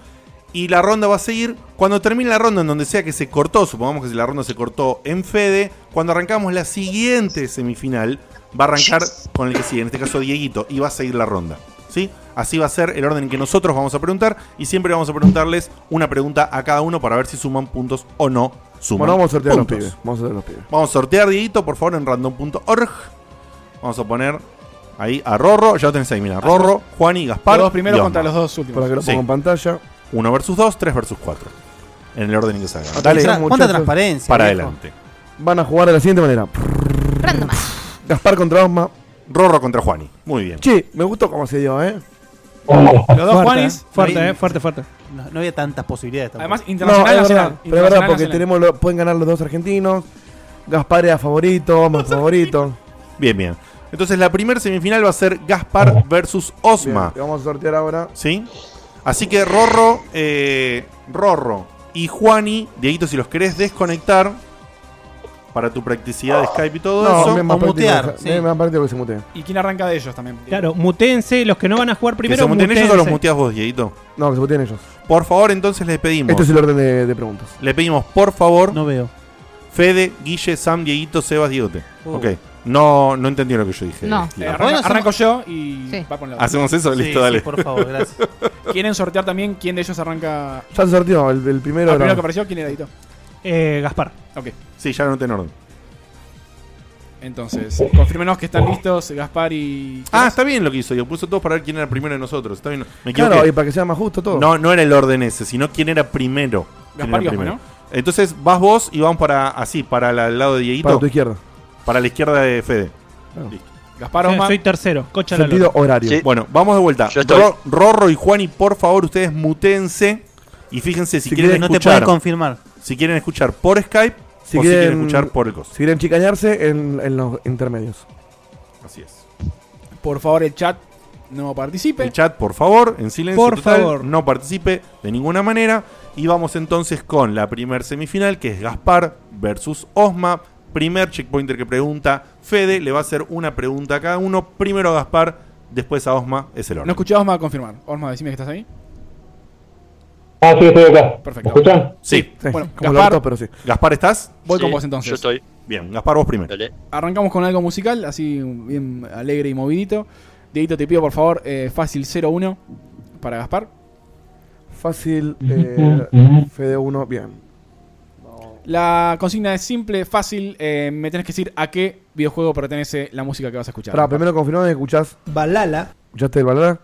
Speaker 2: Y la ronda va a seguir. Cuando termine la ronda, en donde sea que se cortó, supongamos que la ronda se cortó en Fede, cuando arrancamos la siguiente semifinal, va a arrancar con el que sigue, en este caso Dieguito, y va a seguir la ronda. ¿Sí? Así va a ser el orden en que nosotros vamos a preguntar. Y siempre vamos a preguntarles una pregunta a cada uno para ver si suman puntos o no suman.
Speaker 5: Bueno, vamos a sortear a los
Speaker 2: puntos.
Speaker 5: pibes. Vamos a sortear a los pibes.
Speaker 2: Vamos a sortear, Dieguito, por favor, en random.org. Vamos a poner ahí a Rorro. Ya lo tenés ahí, mira. Rorro, Juan y Gaspar.
Speaker 3: Los dos primeros
Speaker 2: y Osma.
Speaker 3: contra los dos últimos.
Speaker 5: Para que lo
Speaker 2: Sí.
Speaker 5: ponga en pantalla.
Speaker 2: 1 versus 2, 3 versus 4. En el orden en que salga.
Speaker 5: Atención,
Speaker 2: Dale,
Speaker 5: muchachos.
Speaker 2: muchachos. Para adelante.
Speaker 5: Van a jugar de la siguiente manera. Gaspar contra Osma.
Speaker 2: Rorro contra Juani. Muy bien.
Speaker 5: Che, me gustó cómo se dio, ¿eh?
Speaker 7: Los dos Juanis. Fuerte, eh, fuerte, fuerte.
Speaker 6: No, no había tantas posibilidades tampoco.
Speaker 5: No, es verdad, pero es verdad, porque tenemos lo- pueden ganar los dos argentinos. Gaspar era favorito,
Speaker 7: [laughs]
Speaker 5: Osma es favorito.
Speaker 2: Bien, bien. Entonces la primera semifinal va a ser Gaspar versus Osma.
Speaker 5: Bien, vamos a sortear ahora.
Speaker 2: ¿Sí? Así que Rorro, eh, Rorro y Juani, Dieguito, si los querés desconectar para tu practicidad de Skype y todo
Speaker 5: No,
Speaker 2: eso,
Speaker 5: me- me
Speaker 2: o mutear.
Speaker 5: parece-
Speaker 2: ¿sí?
Speaker 5: me- Me parece que se mutea.
Speaker 3: ¿Y quién arranca de ellos también?
Speaker 7: Claro, mutense, los que no van a jugar
Speaker 2: ¿Que
Speaker 7: primero.
Speaker 2: se muteen ellos o los
Speaker 7: mutéense.
Speaker 2: muteas vos, Dieguito?
Speaker 5: No, que se muteen ellos.
Speaker 2: Por favor, entonces les pedimos.
Speaker 5: Este es el orden de, de preguntas.
Speaker 2: Le pedimos, por favor.
Speaker 6: No veo.
Speaker 2: Fede, Guille, Sam, Dieguito, Sebas, Diegote.
Speaker 5: Uh.
Speaker 3: Oh.
Speaker 2: Ok. No, no entendí lo que yo dije. "Ah,
Speaker 3: No.
Speaker 2: Guille.
Speaker 3: arranco, arranco yo y va con la otra.
Speaker 2: ¿Hacemos eso? Sí, Listo, sí, dale. por favor,
Speaker 6: gracias.
Speaker 3: [laughs] ¿Quieren sortear también quién de ellos arranca?
Speaker 5: Ya se sorteó el, el primero.
Speaker 3: Ah,
Speaker 5: era-
Speaker 3: primero que apareció, ¿quién era Dito?
Speaker 7: Eh, Gaspar.
Speaker 3: Ok.
Speaker 2: ah, Sí, ya no en orden.
Speaker 3: Entonces, eh, confirmenos que están listos Gaspar y.
Speaker 2: Ah, está bien lo que hizo. Yo puso todos para ver quién era el primero de nosotros. Está bien. Me
Speaker 5: Claro,
Speaker 2: equivoqué.
Speaker 5: y para que sea más justo todo.
Speaker 2: No, no era el orden ese, sino quién era primero. ¿Quién
Speaker 5: Gaspar
Speaker 2: era
Speaker 5: y Osma,
Speaker 2: primero. Entonces vas vos y vamos para así, para la- el lado de Dieguito.
Speaker 5: Para tu izquierda.
Speaker 2: Para la izquierda de Fede.
Speaker 3: Gaspar
Speaker 7: Osma. Soy tercero, cocha la
Speaker 5: Sentido
Speaker 7: lora.
Speaker 5: horario.
Speaker 7: Sí.
Speaker 2: Bueno, vamos de vuelta.
Speaker 7: Yo estoy.
Speaker 2: Ro- Rorro y Juani, por favor, ustedes mutense. Y fíjense si,
Speaker 5: Si
Speaker 2: quieren
Speaker 5: quieren- no te
Speaker 2: escuchar.
Speaker 5: pueden
Speaker 6: confirmar.
Speaker 2: Si quieren escuchar por Skype
Speaker 5: Si
Speaker 2: o
Speaker 5: quieren,
Speaker 2: si quieren escuchar por el coso.
Speaker 5: Si quieren chicañarse en, en los intermedios.
Speaker 2: Así es.
Speaker 3: Por favor, el chat no participe.
Speaker 2: El chat, por favor, en silencio
Speaker 3: Por
Speaker 2: total,
Speaker 3: favor.
Speaker 2: no participe de ninguna manera. Y vamos entonces con la primer semifinal, que es Gaspar versus Osma. Primer checkpointer que pregunta Fede, le va a hacer una pregunta a cada uno. Primero a Gaspar, después a Osma, es el
Speaker 3: No
Speaker 2: orden.
Speaker 3: escuché a Osma confirmar. Osma, decime que estás ahí.
Speaker 12: Ah, sí, estoy acá.
Speaker 3: Perfecto.
Speaker 12: ¿Me escuchan?
Speaker 2: Sí.
Speaker 5: Sí,
Speaker 3: Bueno,
Speaker 5: como
Speaker 3: Gaspar-
Speaker 5: Lorto, pero sí.
Speaker 2: Gaspar, ¿estás?
Speaker 3: Voy con vos entonces.
Speaker 2: Yo estoy. Bien, Gaspar, vos primero.
Speaker 3: Arrancamos con algo musical, así bien alegre y movidito. Dieguito, te pido por favor, eh, fácil 0-1 para Gaspar.
Speaker 5: Fácil, eh, Fede 1, bien.
Speaker 3: La consigna es simple, fácil. eh, me tenés que decir a qué videojuego pertenece la música que vas a escuchar.
Speaker 5: Pará, primero confirmamos que escuchás.
Speaker 7: Balala.
Speaker 5: ¿Escuchaste el Balala?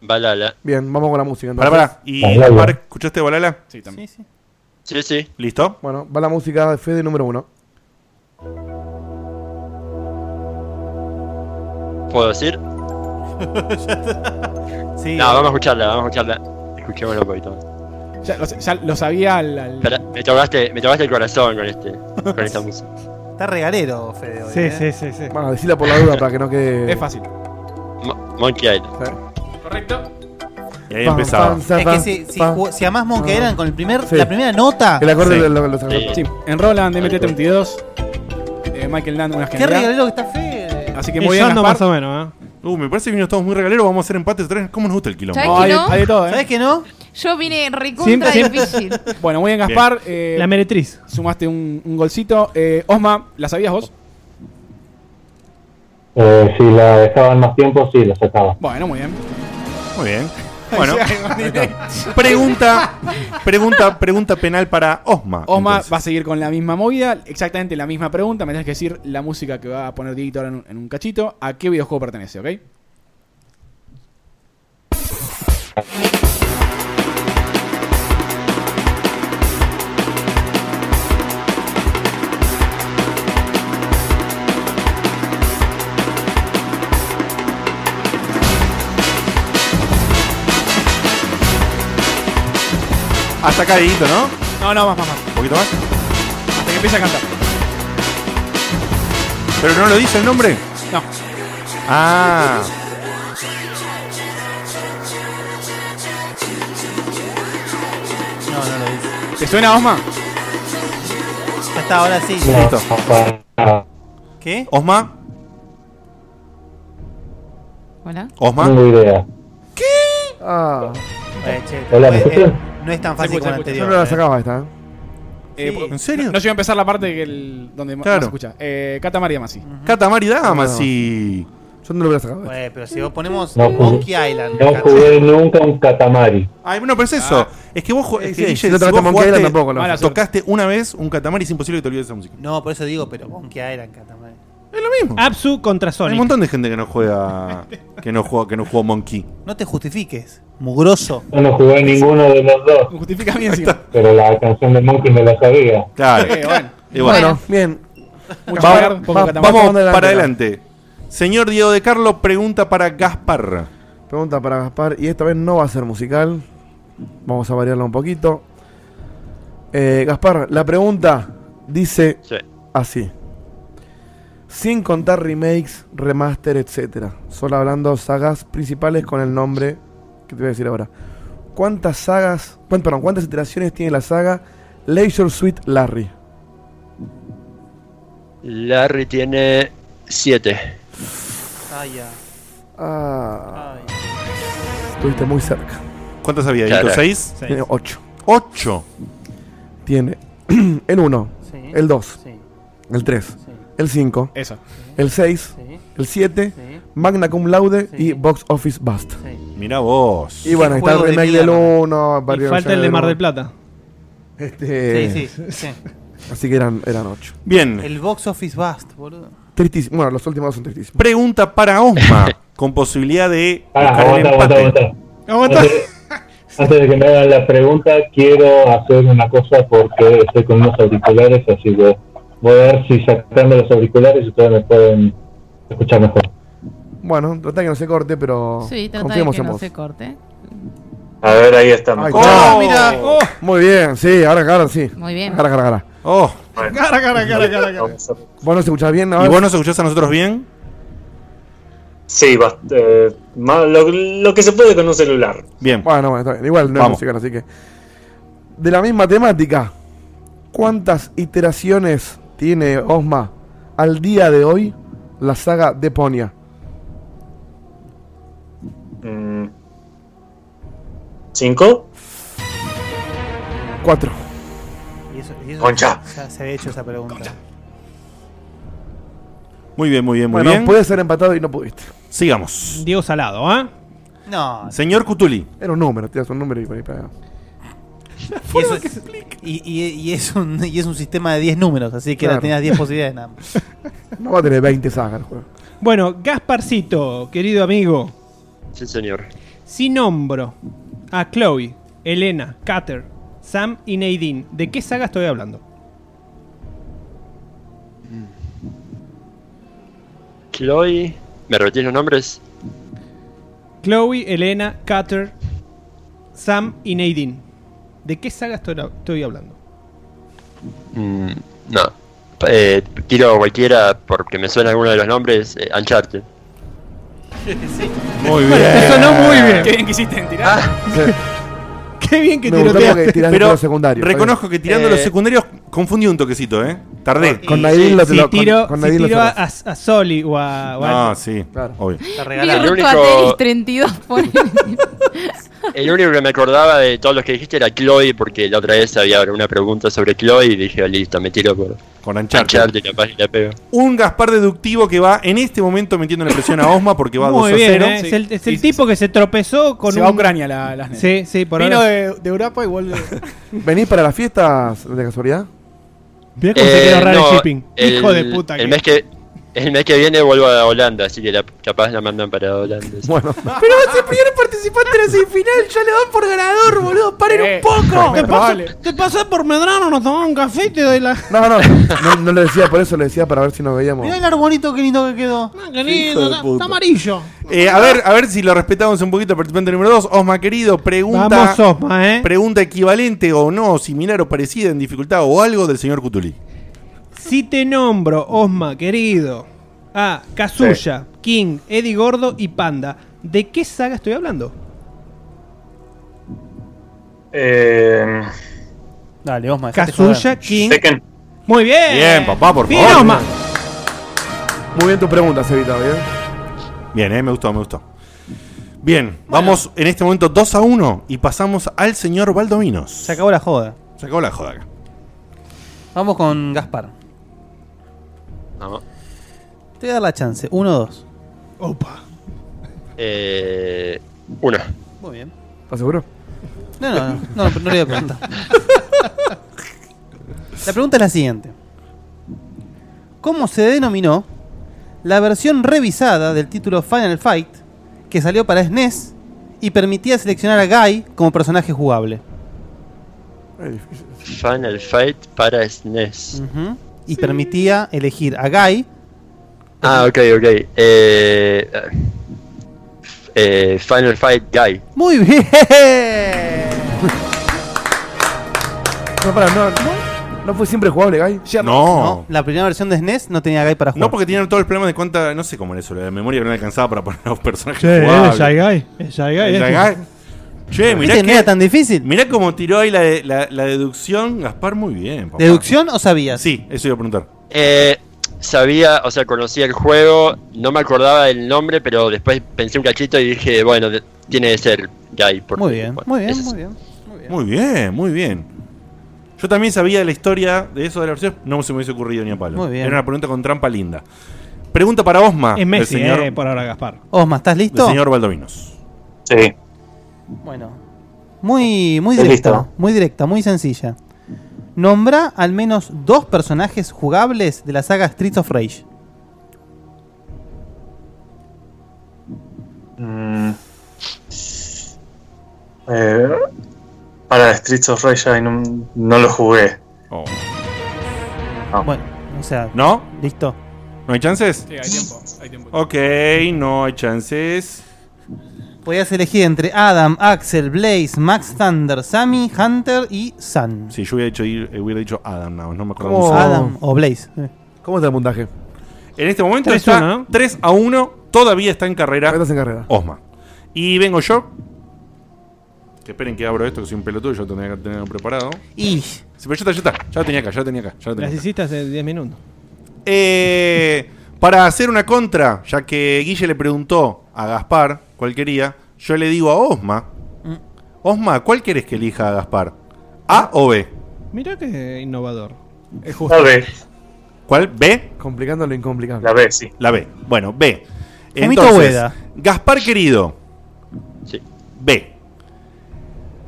Speaker 10: Balala.
Speaker 5: Bien, vamos con la música.
Speaker 2: Pará,
Speaker 5: Entonces.
Speaker 2: pará. ¿Y Gaspar, escuchaste Balala?
Speaker 3: Sí, también.
Speaker 10: Sí, sí.
Speaker 2: ¿Listo?
Speaker 5: Bueno, va la música de Fede número 1.
Speaker 10: ¿Puedo
Speaker 5: [laughs]
Speaker 10: decir?
Speaker 6: sí.
Speaker 10: No, vamos a escucharla, vamos a escucharla. Escuchémosla un poquito.
Speaker 3: Ya, lo, ya lo sabía al- al-
Speaker 10: Espera, me tocaste, me tocaste el corazón con este, con esta música.
Speaker 6: Está regalero, Fede, hoy.
Speaker 7: Sí, sí,
Speaker 6: eh.
Speaker 7: sí, sí.
Speaker 5: Bueno, Ah, decila por la duda para que no quede.
Speaker 3: Es fácil.
Speaker 10: Mo- Monkey Island.
Speaker 3: Correcto.
Speaker 2: Y ahí
Speaker 5: Pam,
Speaker 2: empezaba.
Speaker 5: pam, sa-
Speaker 6: Es que si, si,
Speaker 5: pa-
Speaker 6: jugó- si amás Monkey Island con el primer,
Speaker 5: Sí.
Speaker 6: la primera nota.
Speaker 5: El acorde
Speaker 2: Sí.
Speaker 5: de lo, lo sacó.
Speaker 2: Sí.
Speaker 3: Sí, en Roland, MT32. eh, Michael Land, unas
Speaker 6: Qué
Speaker 3: genialidad.
Speaker 6: regalero que está Fede.
Speaker 3: Así que muy bien. Gaspar.
Speaker 7: menos, ¿eh?
Speaker 2: Uh, me parece que vinimos todos muy regaleros. Vamos a hacer empate de tres. ¿Cómo nos gusta el quilombo?
Speaker 4: ¿Sabes que no?
Speaker 3: ¿eh?
Speaker 2: ¿eh?
Speaker 6: ¿Sabes que no?
Speaker 4: Yo vine recontra
Speaker 3: Siempre- siempre- [laughs]
Speaker 4: difícil.
Speaker 3: Bueno, muy bien, Gaspar. eh,
Speaker 7: La meretriz.
Speaker 3: Sumaste un, un golcito. Eh, Osma, ¿la sabías vos?
Speaker 12: Eh, si la dejaban más tiempo, sí, la sacaba.
Speaker 3: Bueno, muy bien.
Speaker 2: Muy bien.
Speaker 3: [laughs]
Speaker 2: Bueno,
Speaker 3: Ahí está.
Speaker 2: pregunta, pregunta, pregunta penal para Osma.
Speaker 3: Osma
Speaker 2: Ah, entonces.
Speaker 3: va a seguir con la misma movida, exactamente la misma pregunta. Me tenés que decir la música que va a poner Dieguito ahora en un, en un cachito. ¿A qué videojuego pertenece, ok?
Speaker 2: Hasta acá, Dieguito, ¿no? ¿Un
Speaker 3: No, no, más, más, más.
Speaker 2: poquito más?
Speaker 3: Hasta que empiece a cantar.
Speaker 2: ¿Pero no lo dice el nombre?
Speaker 3: No.
Speaker 2: Ah.
Speaker 3: ¿Te suena Osma?
Speaker 6: Hasta ahora sí.
Speaker 2: Listo.
Speaker 6: ¿Qué?
Speaker 2: Osma,
Speaker 4: Hola.
Speaker 2: Osma.
Speaker 12: Tengo idea.
Speaker 5: Ah.
Speaker 6: Eh, che,
Speaker 12: Hola,
Speaker 6: no,
Speaker 12: ¿me
Speaker 6: es-
Speaker 12: escuchan?
Speaker 6: no es tan fácil
Speaker 3: Se escucha,
Speaker 6: como el
Speaker 3: se
Speaker 6: anterior.
Speaker 5: no la sacaba esta, ¿eh?
Speaker 3: ¿En serio? No, yo iba a empezar la parte que el, donde más-
Speaker 2: Claro.
Speaker 3: más se escucha. Eh, Catamari Masi.
Speaker 2: Catamari Dama,
Speaker 3: No.
Speaker 2: sí.
Speaker 5: Yo no lo hubiera sacado.
Speaker 6: Eh, pero si vos ponemos
Speaker 12: No jugué-
Speaker 6: Monkey Island.
Speaker 12: No jugué nunca un Katamari.
Speaker 2: Ay, no, pero es eso. Es que vos, ju- es que,
Speaker 5: sí,
Speaker 2: DJ,
Speaker 5: Ah, si no
Speaker 2: si
Speaker 5: tocaste
Speaker 2: vos
Speaker 5: Monkey Island
Speaker 2: jugaste-
Speaker 5: tampoco, no. Mala suerte.
Speaker 2: tocaste una vez un Catamari, es imposible que te olvides de esa música.
Speaker 6: No, por eso digo, pero Monkey Island, Katamari.
Speaker 7: Apsu contra
Speaker 2: Hay un
Speaker 7: Sonic.
Speaker 2: montón de gente que no juega que no juega, que no jugó Monkey.
Speaker 6: No te justifiques, mugroso.
Speaker 12: Yo no jugué ninguno de los dos,
Speaker 3: Justifica bien, encima.
Speaker 12: pero la canción de Monkey me la sabía.
Speaker 2: Claro.
Speaker 3: Eh, bueno.
Speaker 2: [laughs] Y bueno,
Speaker 5: bien.
Speaker 2: vamos,
Speaker 3: Mucho Bayard, poco
Speaker 2: va-
Speaker 3: Catamarca.
Speaker 2: vamos
Speaker 3: Vamos adelante,
Speaker 2: para
Speaker 3: va.
Speaker 2: adelante. Señor Diego de Carlo pregunta para Gaspar.
Speaker 5: Pregunta para Gaspar, y esta vez no va a ser musical. Vamos a variarla un poquito. Eh, Gaspar, la pregunta dice
Speaker 10: Sí.
Speaker 5: así. Sin contar remakes, remaster, etcétera. Solo hablando sagas principales con el nombre que te voy a decir ahora. ¿Cuántas sagas, cuán- perdón, cuántas iteraciones tiene la saga Leisure Suit Larry?
Speaker 10: Larry tiene 7.
Speaker 6: Ah, ya.
Speaker 5: Ah, estuviste muy cerca.
Speaker 2: ¿Cuántas había?
Speaker 10: Claro.
Speaker 2: Dito? ¿Seis?
Speaker 6: Seis.
Speaker 5: Tiene 8.
Speaker 2: ¿Ocho?
Speaker 5: Tiene [clears throat] el 1,
Speaker 6: Sí.
Speaker 5: el 2,
Speaker 6: Sí.
Speaker 5: el 3, el 5,
Speaker 3: Esa.
Speaker 5: el 6,
Speaker 6: Sí.
Speaker 5: el 7,
Speaker 6: Sí.
Speaker 5: Magna Cum Laude
Speaker 6: Sí.
Speaker 5: y Box Office Bust.
Speaker 2: Mirá vos.
Speaker 5: Y bueno, ahí está el
Speaker 6: juego de
Speaker 5: remake del
Speaker 6: mierda.
Speaker 5: 1,
Speaker 7: Y falta el de Mar del Plata.
Speaker 5: Este,
Speaker 6: Sí, sí, sí.
Speaker 5: Así que eran, eran 8.
Speaker 2: Bien.
Speaker 6: El box office bust, boludo.
Speaker 5: Tristísimo. Bueno, los últimos dos son tristísimos.
Speaker 2: Pregunta para Osma
Speaker 5: [laughs]
Speaker 2: con posibilidad de
Speaker 12: Pará,
Speaker 2: buscar el
Speaker 12: aguanta, aguanta,
Speaker 2: empate.
Speaker 12: aguanta. Antes, antes de que me hagan la pregunta, quiero hacer una cosa porque estoy con unos auriculares, así que voy a ver si sacando los auriculares ustedes me pueden escuchar mejor.
Speaker 5: Bueno, trata de que no se corte, pero
Speaker 4: Sí, trata de
Speaker 5: confiemos
Speaker 4: que
Speaker 5: en
Speaker 4: no
Speaker 5: vos.
Speaker 4: se corte.
Speaker 12: A ver, ahí estamos.
Speaker 5: Ahí
Speaker 2: Oh,
Speaker 5: está.
Speaker 2: mira. Oh,
Speaker 5: Muy bien, sí, ahora, ahora sí.
Speaker 4: Muy bien.
Speaker 5: Ahora, ahora, ahora.
Speaker 2: oh.
Speaker 7: Cara, cara, cara, cara, cara.
Speaker 5: ¿Vos nos escuchás bien ahora?
Speaker 2: ¿Y vos nos escuchás a nosotros bien?
Speaker 11: Sí, bast- eh, ma- lo, lo que se puede con un celular.
Speaker 2: Bien.
Speaker 5: Bueno, bueno, está bien. Igual no
Speaker 2: Vamos.
Speaker 5: es musical, así que. De la misma temática, ¿cuántas iteraciones tiene Osma al día de hoy la saga Deponia?
Speaker 11: Mm. ¿Cinco?
Speaker 5: Cuatro.
Speaker 6: Y eso, y eso
Speaker 11: Concha.
Speaker 6: Ya se había hecho esa pregunta.
Speaker 2: Muy bien, muy bien, muy
Speaker 5: bueno,
Speaker 2: bien.
Speaker 5: puede ser empatado y no pudiste.
Speaker 2: Sigamos.
Speaker 7: Diego Salado, ¿ah?
Speaker 6: No.
Speaker 2: Señor Cutuli.
Speaker 5: Era un número, tiras un número y por ahí
Speaker 2: [laughs]
Speaker 5: para.
Speaker 6: Y, eso- y- y- y es un, y es un sistema de 10 números, así que
Speaker 5: Claro.
Speaker 6: ahora tenías 10 posibilidades
Speaker 2: [laughs]
Speaker 6: nada más.
Speaker 5: No va a tener 20 sagas el juego.
Speaker 7: Bueno, Gasparcito, querido amigo.
Speaker 10: Sí, señor.
Speaker 7: Si nombro a Ah, Chloe, Elena, Cater, Sam y Nadine, ¿de qué saga estoy hablando?
Speaker 10: Chloe. ¿Me repetís los nombres?
Speaker 7: Chloe, Elena, Cater, Sam y Nadine. ¿De qué saga estoy, estoy hablando?
Speaker 10: Mm, no. Eh, tiro cualquiera porque me suena alguno de los nombres. eh, Uncharted.
Speaker 3: [laughs]
Speaker 2: Muy
Speaker 7: Te
Speaker 2: bien.
Speaker 7: sonó muy bien.
Speaker 3: Qué bien Ah, que hiciste en tirar.
Speaker 1: [laughs]
Speaker 7: Qué bien que
Speaker 5: Me gustó
Speaker 7: tiroteaste.
Speaker 5: porque tiraste
Speaker 2: Pero
Speaker 5: los secundarios.
Speaker 2: reconozco que tirando
Speaker 10: Eh.
Speaker 2: los secundarios confundí un toquecito, ¿eh? Tardé.
Speaker 5: Con
Speaker 6: Y
Speaker 5: Nadine
Speaker 6: sí,
Speaker 5: lo
Speaker 7: Si
Speaker 5: lo- con-
Speaker 7: tiro,
Speaker 5: con
Speaker 7: si
Speaker 5: Nadine lo
Speaker 7: tiro a,
Speaker 5: cerrás.
Speaker 7: a Soli o a. o a-
Speaker 2: Ah, sí.
Speaker 5: Claro.
Speaker 2: Obvio.
Speaker 6: Está regalado.
Speaker 4: Virtual
Speaker 10: único-
Speaker 4: Tennis 32 pone.
Speaker 10: El único que me acordaba de todos los que dijiste era Chloe porque la otra vez había una pregunta sobre Chloe y dije, listo, me tiro por
Speaker 2: Con Uncharted.
Speaker 10: Uncharted capaz y la pego.
Speaker 2: Un Gaspar deductivo que va en este momento metiendo la presión a Osma porque va 2
Speaker 7: Muy
Speaker 2: a
Speaker 7: bien,
Speaker 2: 0.
Speaker 7: ¿eh?
Speaker 3: sí.
Speaker 7: Es el, es el
Speaker 3: Sí,
Speaker 7: tipo que se tropezó con
Speaker 3: se
Speaker 7: un.
Speaker 3: va a Ucrania la, las nenas.
Speaker 7: Sí, sí, por
Speaker 3: Vino
Speaker 7: ahora.
Speaker 3: de, Eh, de Europa y
Speaker 2: [laughs]
Speaker 3: vuelve.
Speaker 5: ¿Venís para las fiestas de casualidad?
Speaker 7: Mirá cómo se
Speaker 10: Eh,
Speaker 7: quedó raro
Speaker 10: no,
Speaker 7: el shipping. Hijo de puta.
Speaker 10: El
Speaker 7: que-
Speaker 10: mes que, el mes que viene vuelvo a Holanda, así que la- capaz la mandan para Holanda.
Speaker 5: Bueno,
Speaker 8: Pero es el primer participante de la semifinal, ya le dan por ganador, boludo. Paren
Speaker 3: Eh,
Speaker 8: un poco.
Speaker 3: me
Speaker 7: Te pasas
Speaker 3: vale.
Speaker 7: por Medrano, nos tomamos un café y te doy la.
Speaker 5: no, no, no, no lo decía por eso, lo decía para ver si nos veíamos.
Speaker 6: Mirá el arbolito, qué lindo que quedó.
Speaker 7: está, amarillo.
Speaker 2: Eh, a, ver, a ver si lo respetamos un poquito, participante número 2. Osma, querido, pregunta,
Speaker 7: Vamos, Osma, eh.
Speaker 2: pregunta equivalente o no, similar o parecida en dificultad o algo del señor Cutuli.
Speaker 7: Si te nombro, Osma, querido, a Kazuya, King, Eddie Gordo y Panda, ¿de qué saga estoy hablando?
Speaker 11: Eh,
Speaker 6: Dale, Osma. dejate
Speaker 7: Kazuya
Speaker 6: joder.
Speaker 7: King. Muy bien.
Speaker 2: Bien, papá, por
Speaker 7: Bien,
Speaker 2: favor.
Speaker 7: Osma.
Speaker 5: Muy bien tu pregunta, Cevita, bien.
Speaker 2: Bien, eh, me gustó, me gustó. Bien, vamos en este momento 2 a 1 y pasamos al señor Valdominos. Se
Speaker 6: acabó la joda.
Speaker 2: Se acabó la joda acá.
Speaker 6: Vamos con Gaspar. Te voy a dar la chance. Uno, dos.
Speaker 10: Opa. Eh, uno.
Speaker 6: Muy bien.
Speaker 2: [laughs]
Speaker 5: ¿Estás seguro?
Speaker 6: No, no, no. No, no le voy a preguntar.
Speaker 2: [laughs]
Speaker 6: La pregunta es la siguiente. ¿Cómo se denominó la versión revisada del título Final Fight que salió para SNES y permitía seleccionar a Guy como personaje jugable?
Speaker 10: Final Fight para E SNES.
Speaker 6: Ujú. Y permitía elegir a Guy.
Speaker 10: Ah, ok, ok. Eh, eh, Final Fight Guy.
Speaker 6: Muy bien.
Speaker 5: No, para, no, no. ¿No fue siempre jugable, Guy?
Speaker 2: No.
Speaker 6: La primera versión de SNES no tenía Guy para jugar.
Speaker 2: No, porque tenían todo el problema de cuánta. No sé cómo era eso, la memoria que no alcanzaba para poner a los personajes.
Speaker 7: Che,
Speaker 2: jugables.
Speaker 7: es Shy Guy, es Shy Guy,
Speaker 2: Es
Speaker 7: es-
Speaker 2: Shy Guy. Che, mirá.
Speaker 6: ¿Viste? No era tan difícil.
Speaker 2: Mirá cómo tiró ahí la, de- la- la deducción, Gaspar, muy bien. papá.
Speaker 6: ¿Deducción o sabías?
Speaker 2: Sí, eso iba a preguntar.
Speaker 10: Eh, sabía, o sea, conocía el juego, no me acordaba del nombre, pero después pensé un cachito y dije, bueno, de- tiene que ser Guy. porque,
Speaker 6: Muy bien,
Speaker 10: bueno,
Speaker 6: muy bien,
Speaker 10: ese es-
Speaker 6: muy bien.
Speaker 2: Muy bien, muy bien. Yo también sabía de la historia de eso de la versión, no se me hubiese ocurrido ni a palo.
Speaker 6: Muy bien.
Speaker 2: Era una pregunta con trampa linda. Pregunta para Osma.
Speaker 6: Es Messi,
Speaker 2: del señor,
Speaker 6: eh,
Speaker 7: por ahora, Gaspar.
Speaker 6: Osma, ¿estás
Speaker 2: del
Speaker 6: listo?
Speaker 2: señor Valdominos.
Speaker 9: Sí.
Speaker 6: Bueno. Muy, muy
Speaker 9: Estoy
Speaker 6: directa.
Speaker 9: listo.
Speaker 6: Muy directa, muy sencilla. Nombra al menos dos personajes jugables de la saga Streets of Rage.
Speaker 11: Mm. Eh, para Streets of Rage ay, no, no lo jugué.
Speaker 6: Bueno, o sea.
Speaker 2: Oh. ¿No?
Speaker 6: Listo.
Speaker 2: ¿No hay chances?
Speaker 3: Sí, hay tiempo, hay tiempo.
Speaker 2: Ok, no hay chances.
Speaker 6: Podías elegir entre Adam, Axel, Blaze, Max Thunder, Sammy, Hunter y Sun.
Speaker 2: Sí, yo hubiera dicho, eh, hubiera dicho Adam, no, no me acuerdo.
Speaker 6: ¿Cómo?
Speaker 2: cómo se-
Speaker 6: Adam o Blaze. eh.
Speaker 5: ¿Cómo está el puntaje?
Speaker 2: En este momento
Speaker 5: 3
Speaker 2: está
Speaker 5: a uno,
Speaker 2: 3 a 1, todavía está en carrera. Osma. Y vengo yo. Que esperen que abro esto, que soy un pelotudo, yo tendría que tenerlo preparado.
Speaker 6: Y.
Speaker 2: Sí, pero ya está, ya está, ya lo tenía acá, ya lo tenía acá, ya lo tenía
Speaker 7: Las
Speaker 2: acá.
Speaker 7: hiciste hace 10 minutos.
Speaker 2: Eh, para hacer una contra, ya que Guille le preguntó a Gaspar cuál quería, yo le digo a Osma.
Speaker 7: Mm.
Speaker 2: Osma, ¿cuál querés que elija a Gaspar? ¿A o B?
Speaker 7: Mirá que innovador. Es
Speaker 11: La B.
Speaker 2: ¿Cuál? ¿B?
Speaker 5: Complicando lo incomplicable.
Speaker 11: La B, sí.
Speaker 2: La B. Bueno, B.
Speaker 11: Fumito
Speaker 2: Entonces,
Speaker 11: Ueda.
Speaker 2: Gaspar querido.
Speaker 10: Sí.
Speaker 2: B.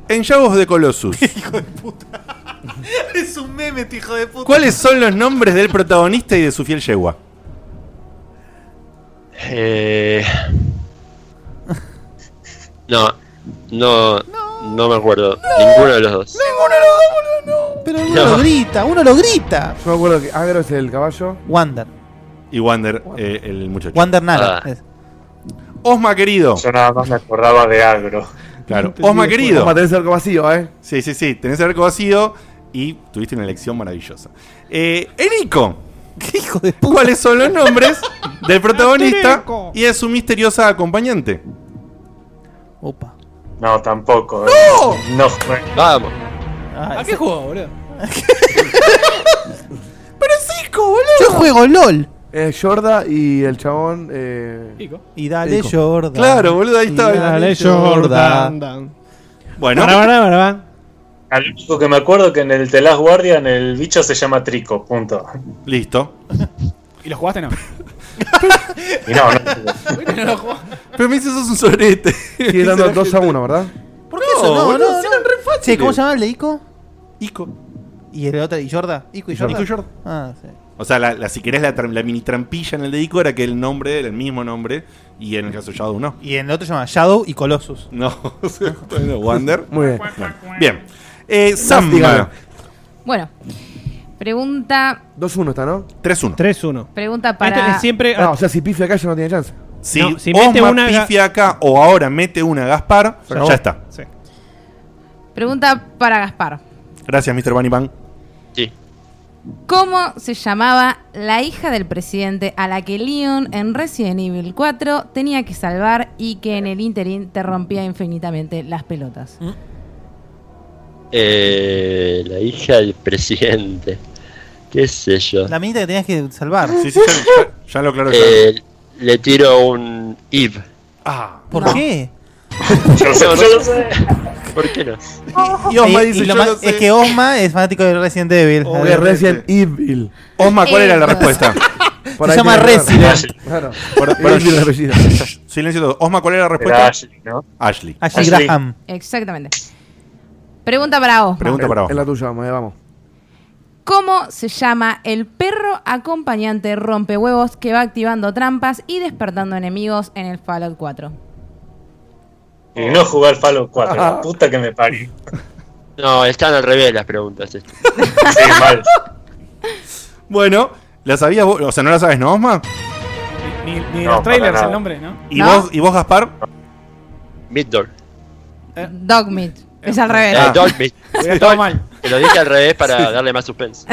Speaker 2: En Llavos de Colossus.
Speaker 6: [laughs] es un meme, este hijo de puta.
Speaker 2: ¿Cuáles son los nombres del protagonista y de su fiel yegua?
Speaker 10: [laughs] Eh, no, no, no me acuerdo. Ninguno de los dos.
Speaker 6: Pero uno
Speaker 10: No.
Speaker 6: lo grita, uno lo grita.
Speaker 5: Yo me acuerdo que Agro es el caballo.
Speaker 6: Wander.
Speaker 2: Y Wander, eh, el muchacho.
Speaker 6: Wander Nara.
Speaker 2: Ah. Osma querido.
Speaker 11: Yo nada más me acordaba de Agro.
Speaker 2: Claro. Osma querido.
Speaker 5: Osma, tenés el arco vacío, ¿eh?
Speaker 2: Sí, sí, sí. Tenés el arco vacío y tuviste una elección maravillosa. Eh, Enrico.
Speaker 6: [laughs] hijo de
Speaker 2: ¿Cuáles son los nombres del protagonista y de su misteriosa acompañante?
Speaker 11: No, tampoco. eh. No jugué.
Speaker 10: Vamos.
Speaker 6: Ah,
Speaker 7: ¿A qué jugó, boludo?
Speaker 6: Pero Cisco, boludo. Yo juego LOL.
Speaker 5: Eh, Jorda y el chabón. Eh...
Speaker 6: Y dale
Speaker 5: Ico.
Speaker 6: Jordan.
Speaker 5: Claro, boludo, ahí
Speaker 6: Y
Speaker 5: está.
Speaker 6: Dale
Speaker 5: Dale
Speaker 6: Jordan.
Speaker 2: Bueno.
Speaker 7: Para, para, para.
Speaker 11: Al único que me acuerdo que en el The Last Guardian el bicho se llama Trico, punto.
Speaker 2: Listo.
Speaker 3: ¿Y lo jugaste no?
Speaker 11: Y no, no.
Speaker 3: [laughs] no lo jugó.
Speaker 2: Pero me dices sos un sorete. [laughs]
Speaker 3: [laughs]
Speaker 5: Sigue dando 2 a 1, ¿verdad?
Speaker 7: Este
Speaker 6: ¿Por qué eso? No, no, no. Sí, ¿cómo se llama el de Ico?
Speaker 2: Ico.
Speaker 6: ¿Y el otro? ¿Y Jordan? ¿Ico y
Speaker 2: Jordan.
Speaker 6: Jordan?
Speaker 2: Ico y Jordan.
Speaker 6: Ah, sí.
Speaker 2: O sea, la, la- si querés, la, tra- la mini trampilla en el dedico era que el nombre era el mismo nombre y en el caso de Shadow no.
Speaker 6: Y en el otro se llama Shadow y Colossus.
Speaker 2: No, Wander.
Speaker 5: Muy bien.
Speaker 2: Bien. Eh, Samba.
Speaker 4: Bueno, pregunta,
Speaker 5: 2-1 está, ¿no?
Speaker 2: 3-1.
Speaker 7: 3-1.
Speaker 5: Este
Speaker 4: pregunta
Speaker 7: Esto
Speaker 4: para.
Speaker 7: es siempre-
Speaker 5: No, o sea, si pifia acá ya no tiene chance.
Speaker 2: Si,
Speaker 7: No, si
Speaker 2: Osma
Speaker 7: mete una ga-
Speaker 2: pifia acá o ahora mete una Gaspar,
Speaker 7: Se acabó.
Speaker 2: ya está.
Speaker 7: Sí.
Speaker 4: Pregunta para Gaspar.
Speaker 2: Gracias, Mr. Bunny Bang.
Speaker 4: ¿Cómo se llamaba la hija del presidente a la que Leon en Resident Evil 4 tenía que
Speaker 5: Mm.
Speaker 4: salvar y que en el interín te rompía infinitamente las pelotas?
Speaker 10: Eh, la hija del presidente. ¿Qué sé yo?
Speaker 6: La minita que tenías que salvar.
Speaker 2: Sí, sí, ya, lo aclaró.
Speaker 10: Eh, le tiro un Eve.
Speaker 2: Ah,
Speaker 6: ¿Por qué?
Speaker 10: Yo sé, yo lo sé. [laughs] ¿Por qué no?
Speaker 6: Y,
Speaker 10: y Osma
Speaker 6: y
Speaker 10: dice,
Speaker 6: lo
Speaker 10: "Yo
Speaker 6: más-
Speaker 10: lo sé".
Speaker 6: Es que Osma es fanático de Resident Evil.
Speaker 5: Obviamente. De Resident Evil.
Speaker 2: Osma, ¿cuál era la respuesta?
Speaker 6: Se llama Resident.
Speaker 5: Claro.
Speaker 2: Por- por-
Speaker 5: Evil de apellido.
Speaker 2: Silencio todo. Osma, ¿cuál era la respuesta?
Speaker 5: Era
Speaker 10: Ashley, ¿no?
Speaker 2: Ashley.
Speaker 6: Ashley Graham.
Speaker 4: Exactamente. Pregunta para vos.
Speaker 2: Pregunta para vos.
Speaker 5: Es la tuya, vamos, eh, vamos.
Speaker 4: ¿Cómo se llama el perro acompañante rompehuevos que va activando trampas y despertando enemigos en el Fallout 4?
Speaker 11: Y no jugar Fallout 4,
Speaker 6: Ah.
Speaker 11: la puta que me parió.
Speaker 10: No, están al revés las preguntas. este. estas.
Speaker 2: Bueno, ¿la sabías vos? O sea, no la sabes, ¿no, Osma?
Speaker 3: Ni, ni
Speaker 10: No,
Speaker 3: los trailers
Speaker 10: para
Speaker 3: el
Speaker 10: nada.
Speaker 3: nombre, ¿no?
Speaker 2: ¿Y, Vos, ¿Y vos, Gaspar?
Speaker 10: Middog.
Speaker 4: Dogmeat. Es al revés.
Speaker 10: Eh, Dog Meat.
Speaker 2: Ah. [laughs]
Speaker 10: Dog- Te lo dije al revés para darle más suspense.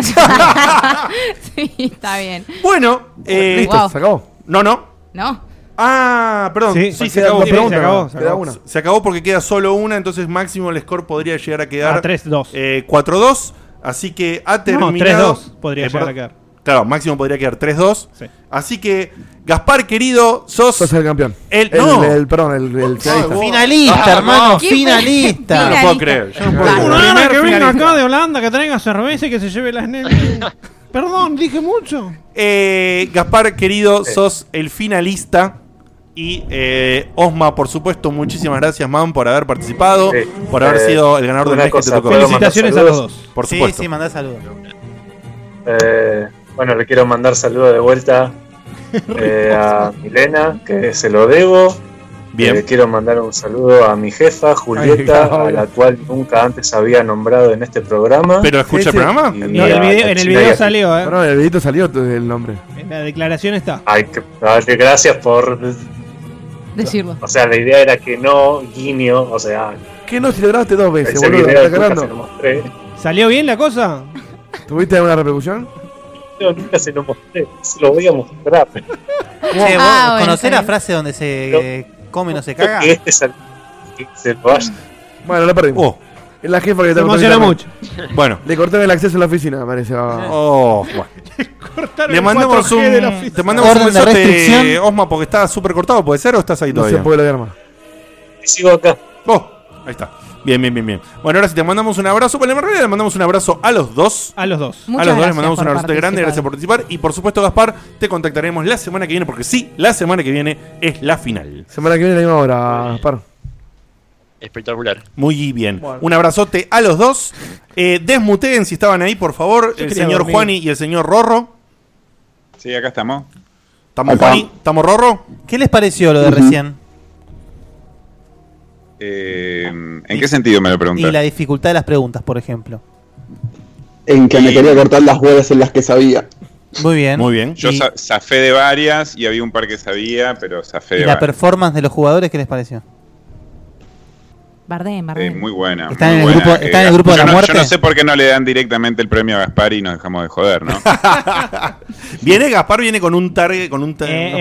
Speaker 4: sí, está bien.
Speaker 2: Bueno, eh,
Speaker 4: Listo, Wow. se
Speaker 2: acabó. No, no.
Speaker 4: No.
Speaker 2: Ah, perdón. Sí,
Speaker 7: Sí,
Speaker 2: se
Speaker 7: queda
Speaker 2: acabó.
Speaker 7: una pregunta, se acabó, se
Speaker 2: Queda
Speaker 7: acabó.
Speaker 2: una. Se acabó porque queda solo una, entonces máximo el score podría llegar a quedar
Speaker 7: Ah, 3-2.
Speaker 2: eh, 4-2. Así que ha terminado. Eh,
Speaker 7: 3-2 podría llegar a
Speaker 2: perdón.
Speaker 7: quedar.
Speaker 2: Claro, máximo podría quedar 3-2. Así que, Gaspar, querido, sos. Sos el campeón. El,
Speaker 5: El-
Speaker 2: no.
Speaker 5: El, perdón, el, el finalista.
Speaker 6: Finalista, hermano,
Speaker 5: ¿Qué fue?
Speaker 6: Ah, finalista.
Speaker 5: Yo no puedo creer, yo no puedo creer.
Speaker 7: Una
Speaker 5: Primer
Speaker 7: nana que venga
Speaker 5: finalista.
Speaker 7: acá de Holanda, que traiga cerveza y que se lleve las nenas. Perdón, dije mucho.
Speaker 2: Eh, Gaspar, querido,
Speaker 7: Sí.
Speaker 2: sos el finalista. Y eh, Osma, por supuesto, muchísimas gracias, man, por haber participado,
Speaker 6: Sí.
Speaker 2: por haber
Speaker 6: Eh,
Speaker 2: sido el ganador del
Speaker 6: una
Speaker 2: mes que te
Speaker 6: cosa,
Speaker 2: tocó.
Speaker 6: ¿puedo mandar
Speaker 7: Felicitaciones a los saludos?
Speaker 6: dos.
Speaker 2: Por
Speaker 6: Sí,
Speaker 2: supuesto.
Speaker 6: sí, mandá saludos.
Speaker 11: Eh, bueno, le quiero mandar saludos
Speaker 7: [laughs]
Speaker 11: de vuelta eh, a Milena, que se lo debo.
Speaker 2: Bien.
Speaker 11: Le Eh, quiero mandar un saludo a mi
Speaker 7: [laughs]
Speaker 11: jefa, Julieta,
Speaker 2: Ay,
Speaker 11: a la cual nunca antes había nombrado en este programa.
Speaker 2: ¿Pero escucha el programa?
Speaker 11: Y
Speaker 7: No,
Speaker 11: a
Speaker 7: el
Speaker 11: la
Speaker 7: video- en el
Speaker 11: China
Speaker 7: video
Speaker 11: y a-
Speaker 7: salió, eh.
Speaker 5: No, en el videito salió tu- el nombre.
Speaker 7: En la declaración está.
Speaker 11: Ay, que- dale, gracias por.
Speaker 4: Decirlo.
Speaker 11: O sea, la idea era que no, guiño, o sea,
Speaker 5: ¿Qué no si lo grabaste dos veces,
Speaker 11: ese
Speaker 5: boludo?
Speaker 11: video
Speaker 5: ¿Te estás
Speaker 11: nunca se lo
Speaker 5: cagando?
Speaker 11: mostré.
Speaker 7: ¿Salió bien la cosa?
Speaker 5: ¿Tuviste alguna repercusión?
Speaker 11: Yo nunca se lo mostré, se lo voy a mostrar.
Speaker 6: Che, vos,
Speaker 11: Ah, bueno,
Speaker 6: ¿Conocés
Speaker 11: está
Speaker 6: la
Speaker 11: bien.
Speaker 6: frase donde se eh, come y no se
Speaker 11: Creo
Speaker 6: caga?
Speaker 11: que este sal- que se lo haya-
Speaker 5: Bueno, la perdimos. Es la jefa que
Speaker 11: Se
Speaker 5: te
Speaker 11: emociona
Speaker 2: Oh. Bueno.
Speaker 5: Le cortaron el acceso a la oficina, me parece. Ah.
Speaker 2: Oh, bueno. Le mandamos un, te mandamos un
Speaker 5: Orden de
Speaker 2: besote,
Speaker 5: restricción.
Speaker 2: Osma, porque está súper cortado, ¿puede ser o estás ahí
Speaker 5: No
Speaker 2: todavía?
Speaker 5: se puede lograr más.
Speaker 11: Sigo acá.
Speaker 2: Oh, ahí está. Bien, bien, bien, bien. Bueno, ahora sí te mandamos un abrazo. Bueno, en realidad le mandamos un abrazo a los dos.
Speaker 7: A los dos.
Speaker 2: a
Speaker 7: Muchas
Speaker 2: los dos les
Speaker 7: gracias
Speaker 2: mandamos
Speaker 7: por
Speaker 2: un abrazo grande,
Speaker 7: participar.
Speaker 2: gracias por participar. Y por supuesto, Gaspar, te contactaremos la semana que viene, porque sí, la semana que viene es la final.
Speaker 5: Semana que viene a la misma hora, Gaspar.
Speaker 10: Espectacular.
Speaker 2: Muy bien.
Speaker 10: Bueno.
Speaker 2: Un abrazote a los dos. Eh, desmuteen si estaban ahí, por favor,
Speaker 13: Yo
Speaker 2: el
Speaker 13: quería
Speaker 2: señor
Speaker 13: dormir.
Speaker 2: Juani y el señor Rorro.
Speaker 13: Sí, acá estamos.
Speaker 2: ¿Estamos
Speaker 13: Acá.
Speaker 2: Juani? ¿Estamos Rorro?
Speaker 6: ¿Qué les pareció lo de recién?
Speaker 13: Eh, ¿En qué sentido me lo
Speaker 6: Y
Speaker 13: preguntas?
Speaker 6: la dificultad de las preguntas, por ejemplo.
Speaker 9: En que me quería cortar las huevas en las que sabía.
Speaker 6: Muy bien.
Speaker 2: Muy bien.
Speaker 13: Yo sa- zafé de varias y había un par que sabía, pero zafé
Speaker 6: ¿Y
Speaker 13: de
Speaker 6: la
Speaker 13: varias.
Speaker 6: performance de los jugadores qué les pareció?
Speaker 4: Bardem,
Speaker 13: Eh,
Speaker 4: Bardem.
Speaker 13: muy buena.
Speaker 6: ¿Están en
Speaker 13: muy
Speaker 6: el
Speaker 13: buena,
Speaker 6: grupo-
Speaker 13: eh,
Speaker 6: están en el grupo de
Speaker 13: yo
Speaker 6: la
Speaker 13: no-
Speaker 6: muerte?
Speaker 13: Yo no sé por qué no le dan directamente el premio a Gaspar y nos dejamos de joder,
Speaker 6: [laughs]
Speaker 13: ¿no?
Speaker 2: Viene Gaspar, viene con un target, con un target.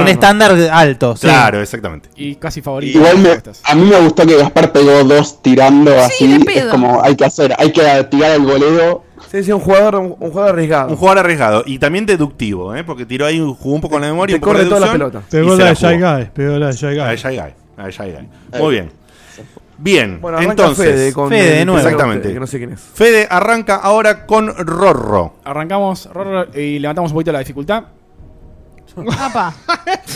Speaker 6: un estándar alto. sí.
Speaker 2: Claro, exactamente.
Speaker 3: Y casi favorito.
Speaker 9: Igual me- a mí me gustó que Gaspar pegó dos tirando así. Es como hay que hacer, hay que tirar el boleo.
Speaker 5: Sí, sí, un jugador, un, un jugador arriesgado.
Speaker 2: Un jugador arriesgado y también deductivo, ¿eh? porque tiró ahí, un- jugó un poco con la memoria.
Speaker 5: Te
Speaker 2: un poco
Speaker 5: corre
Speaker 2: de
Speaker 5: toda la
Speaker 2: deducción,
Speaker 5: pelota.
Speaker 2: y se la jugó.
Speaker 7: Guy, pegó la de Shy
Speaker 2: A Shy Guy, a Shy Guy. Muy bien. Bien,
Speaker 5: Bueno, arranca
Speaker 2: entonces.
Speaker 5: Fede con Fede, el- de nuevo.
Speaker 2: Exactamente.
Speaker 5: que no sé quién es.
Speaker 2: Fede arranca ahora con Rorro.
Speaker 3: Arrancamos Rorro, y levantamos un poquito la dificultad.
Speaker 4: Apa.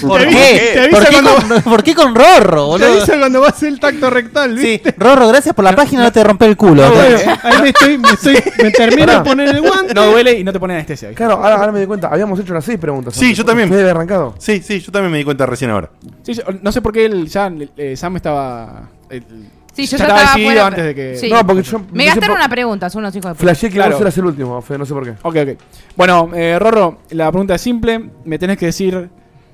Speaker 6: ¿Por qué?
Speaker 3: Te avisa
Speaker 6: ¿Por qué,
Speaker 3: cuando-
Speaker 6: con, por qué con Rorro,
Speaker 7: Te
Speaker 6: boludo?
Speaker 7: avisa cuando vas el tacto rectal, ¿viste?
Speaker 6: Rorro, gracias por la página, no te rompe el culo.
Speaker 7: No, bueno, ahí me estoy, me estoy, me termino de
Speaker 5: Pará.
Speaker 7: poner el guante.
Speaker 3: No duele y no te pone anestesia. ¿viste?
Speaker 5: Claro, ahora, ahora me di cuenta, habíamos hecho las seis preguntas.
Speaker 2: Sí, yo también.
Speaker 5: Fede había arrancado.
Speaker 2: Sí, sí, yo también me di cuenta recién ahora.
Speaker 3: Sí, yo- no sé por qué el, ya, eh, Sam estaba. el-
Speaker 4: Sí, yo
Speaker 3: ya
Speaker 4: ya
Speaker 3: estaba
Speaker 4: estaba
Speaker 3: decidido
Speaker 4: fuera-
Speaker 3: antes de que.
Speaker 4: sí.
Speaker 5: No, porque yo.
Speaker 4: Me gastaron una pregunta, son unos hijos de puta.
Speaker 5: Flashé que
Speaker 3: Claro.
Speaker 5: vos eras el último, Fede, no sé por qué.
Speaker 3: Ok, ok. Bueno, eh, Rorro, la pregunta es simple. Me tenés que decir,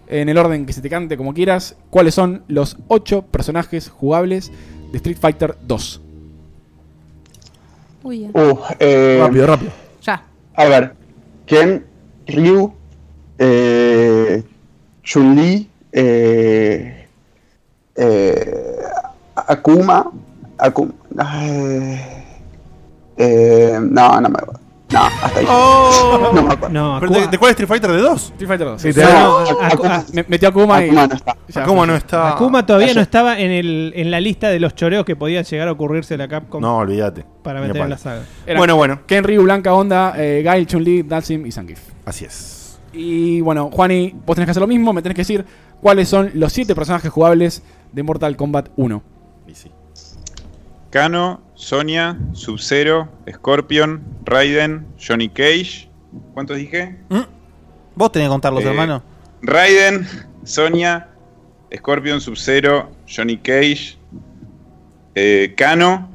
Speaker 3: en el orden que se te cante, como quieras, cuáles son los ocho personajes jugables de Street Fighter 2.
Speaker 4: Uy, ya.
Speaker 3: Oh.
Speaker 9: Uh, eh,
Speaker 5: Rápido, rápido.
Speaker 4: Ya.
Speaker 9: A ver, Ken, Ryu, eh, Chun-Li, eh, eh, Akuma, Akuma, eh, Eh, no, no me acuerdo. No, hasta ahí.
Speaker 5: [laughs]
Speaker 9: no me acuerdo.
Speaker 2: Pero ¿De, de cuál es Street Fighter de 2?
Speaker 3: Street Fighter 2.
Speaker 2: Sí,
Speaker 3: Sí, no, a- a- a- me- metió a Akuma y-
Speaker 2: Akuma no está.
Speaker 3: Ya.
Speaker 2: Akuma no está.
Speaker 7: pues, Akuma todavía no estaba en, el, en la lista de los choreos que podían llegar a ocurrirse la Capcom.
Speaker 2: No, olvídate.
Speaker 7: Para
Speaker 2: Ni
Speaker 7: meter en
Speaker 2: a
Speaker 7: la
Speaker 2: palo.
Speaker 7: saga.
Speaker 3: Era
Speaker 2: Bueno, bueno.
Speaker 3: Kenryu, Blanca Onda, eh, Gail, Chun-Li, Dalsim y Zangief.
Speaker 2: Así es.
Speaker 3: Y bueno, Juani, vos tenés que hacer lo mismo. Me tenés que decir cuáles son los 7 personajes jugables de Mortal Kombat 1.
Speaker 13: Kano, Sonia, Sub-Zero, Scorpion, Raiden, Johnny Cage. ¿Cuántos dije?
Speaker 6: Vos tenés que contarlos,
Speaker 13: Eh,
Speaker 6: hermano.
Speaker 13: Raiden, Sonia, Scorpion, Sub-Zero, Johnny Cage, eh, Kano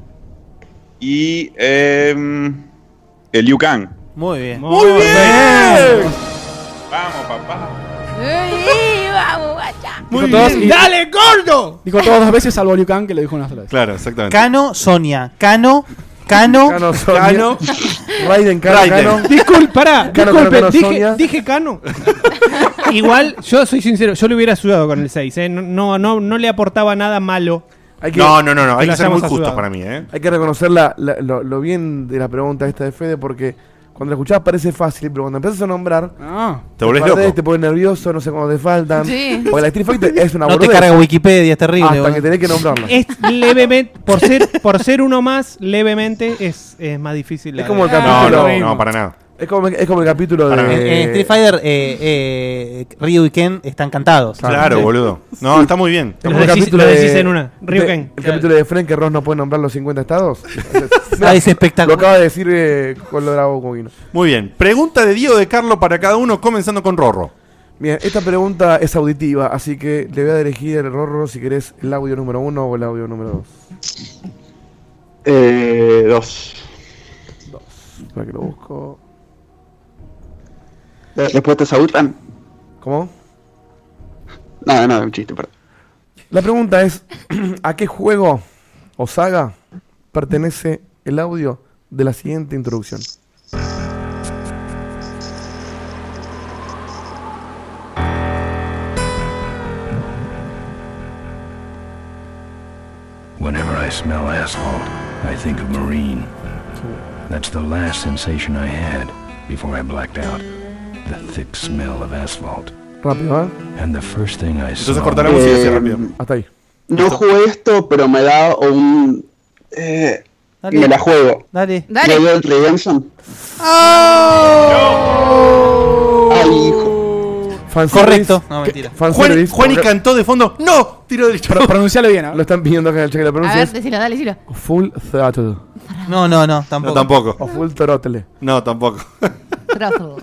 Speaker 13: y em, el Liu Kang.
Speaker 6: Muy bien.
Speaker 7: Muy
Speaker 13: bien. Vamos, papá.
Speaker 4: Uy, vamos, guacha.
Speaker 3: Dijo todos y-
Speaker 7: gordo!
Speaker 3: Dijo todos dos veces, salvo Liu Kang, que lo dijo una sola vez.
Speaker 2: Claro, exactamente.
Speaker 6: Cano, Sonia. Cano, Cano.
Speaker 5: Cano, Sonia. Cano. Raiden, Cano, Cano.
Speaker 7: Disculpa, pará,
Speaker 5: Cano,
Speaker 7: disculpen,
Speaker 5: Cano, Cano,
Speaker 7: dije,
Speaker 5: Sonia.
Speaker 7: dije Cano. Igual, yo soy sincero, yo le hubiera ayudado con el 6, ¿eh? no, no, no, no le aportaba nada malo.
Speaker 2: no, no, no, no,
Speaker 7: lo
Speaker 2: Hay que ser muy
Speaker 7: hayamos
Speaker 2: justos
Speaker 7: ayudado.
Speaker 2: para mí, ¿eh?
Speaker 5: Hay que reconocer la- la- lo, lo bien de la pregunta esta de Fede porque cuando la escuchás parece fácil, pero cuando empiezas a nombrar,
Speaker 2: Te volvés
Speaker 5: perdés,
Speaker 2: loco.
Speaker 5: Te pones nervioso, no sé cómo te faltan.
Speaker 6: Sí.
Speaker 5: Porque la Street Fighter es una
Speaker 6: No te
Speaker 5: boludez.
Speaker 6: carga Wikipedia, es terrible,
Speaker 5: Hasta
Speaker 6: boludo.
Speaker 5: que tenés que nombrarla.
Speaker 7: Es levemente, por ser, por ser uno más, levemente es, es más difícil.
Speaker 5: Es como el
Speaker 2: No,
Speaker 5: capítulo.
Speaker 2: no, no, para nada.
Speaker 5: Es como, es como el capítulo
Speaker 2: Para
Speaker 5: de.
Speaker 2: nada.
Speaker 6: En, en Street Fighter, eh, eh, Ryu y Ken están cantados.
Speaker 2: Claro,
Speaker 6: Sí.
Speaker 2: boludo. No, está muy bien.
Speaker 5: Es como el capítulo
Speaker 7: lo
Speaker 5: de-
Speaker 7: decís en una, Ryu
Speaker 5: de-
Speaker 7: Ken,
Speaker 5: El
Speaker 7: claro.
Speaker 5: capítulo de Frank que Ross no puede nombrar los
Speaker 6: [laughs]
Speaker 5: 50 estados.
Speaker 6: Ah, es espectacular.
Speaker 5: Lo acaba de decir eh, con lo bravo Coquino.
Speaker 2: Muy bien. Pregunta de Diego de Carlo para cada uno, comenzando con Rorro.
Speaker 5: Bien, esta pregunta es auditiva, así que le voy a dirigir el Rorro si querés el audio número uno o el audio número dos.
Speaker 9: Eh, dos.
Speaker 5: Espera que lo busco.
Speaker 9: Después te saludan.
Speaker 5: ¿Cómo?
Speaker 9: No, no, un chiste, perdón.
Speaker 5: La pregunta es: [clears throat] ¿a qué juego o saga pertenece el audio de la siguiente introducción?
Speaker 14: Whenever I smell asphalt, I think of Marine. That's the last sensation I had before I blacked out. The thick smell of asphalt.
Speaker 5: Rápido, ¿eh?
Speaker 14: And the first thing I saw.
Speaker 9: Eh,
Speaker 5: Hasta ahí.
Speaker 9: No jugué esto, pero me da un. eh, me la juego.
Speaker 6: Dale.
Speaker 9: Dale. Redemption.
Speaker 7: Oh.
Speaker 6: Correcto. No, mentira.
Speaker 2: Juan, Juan y cantó de fondo. ¡No! Tiro derecho.
Speaker 3: pronuncialo bien.
Speaker 5: Lo están pidiendo acá en el cheque. La
Speaker 4: A
Speaker 5: pronuncia
Speaker 4: ver,
Speaker 5: es
Speaker 4: decilo, dale, decilo.
Speaker 5: Full Throttle.
Speaker 6: No, no, no, tampoco.
Speaker 2: No, tampoco.
Speaker 5: O Full Throttle.
Speaker 2: No, tampoco.
Speaker 4: Trozo.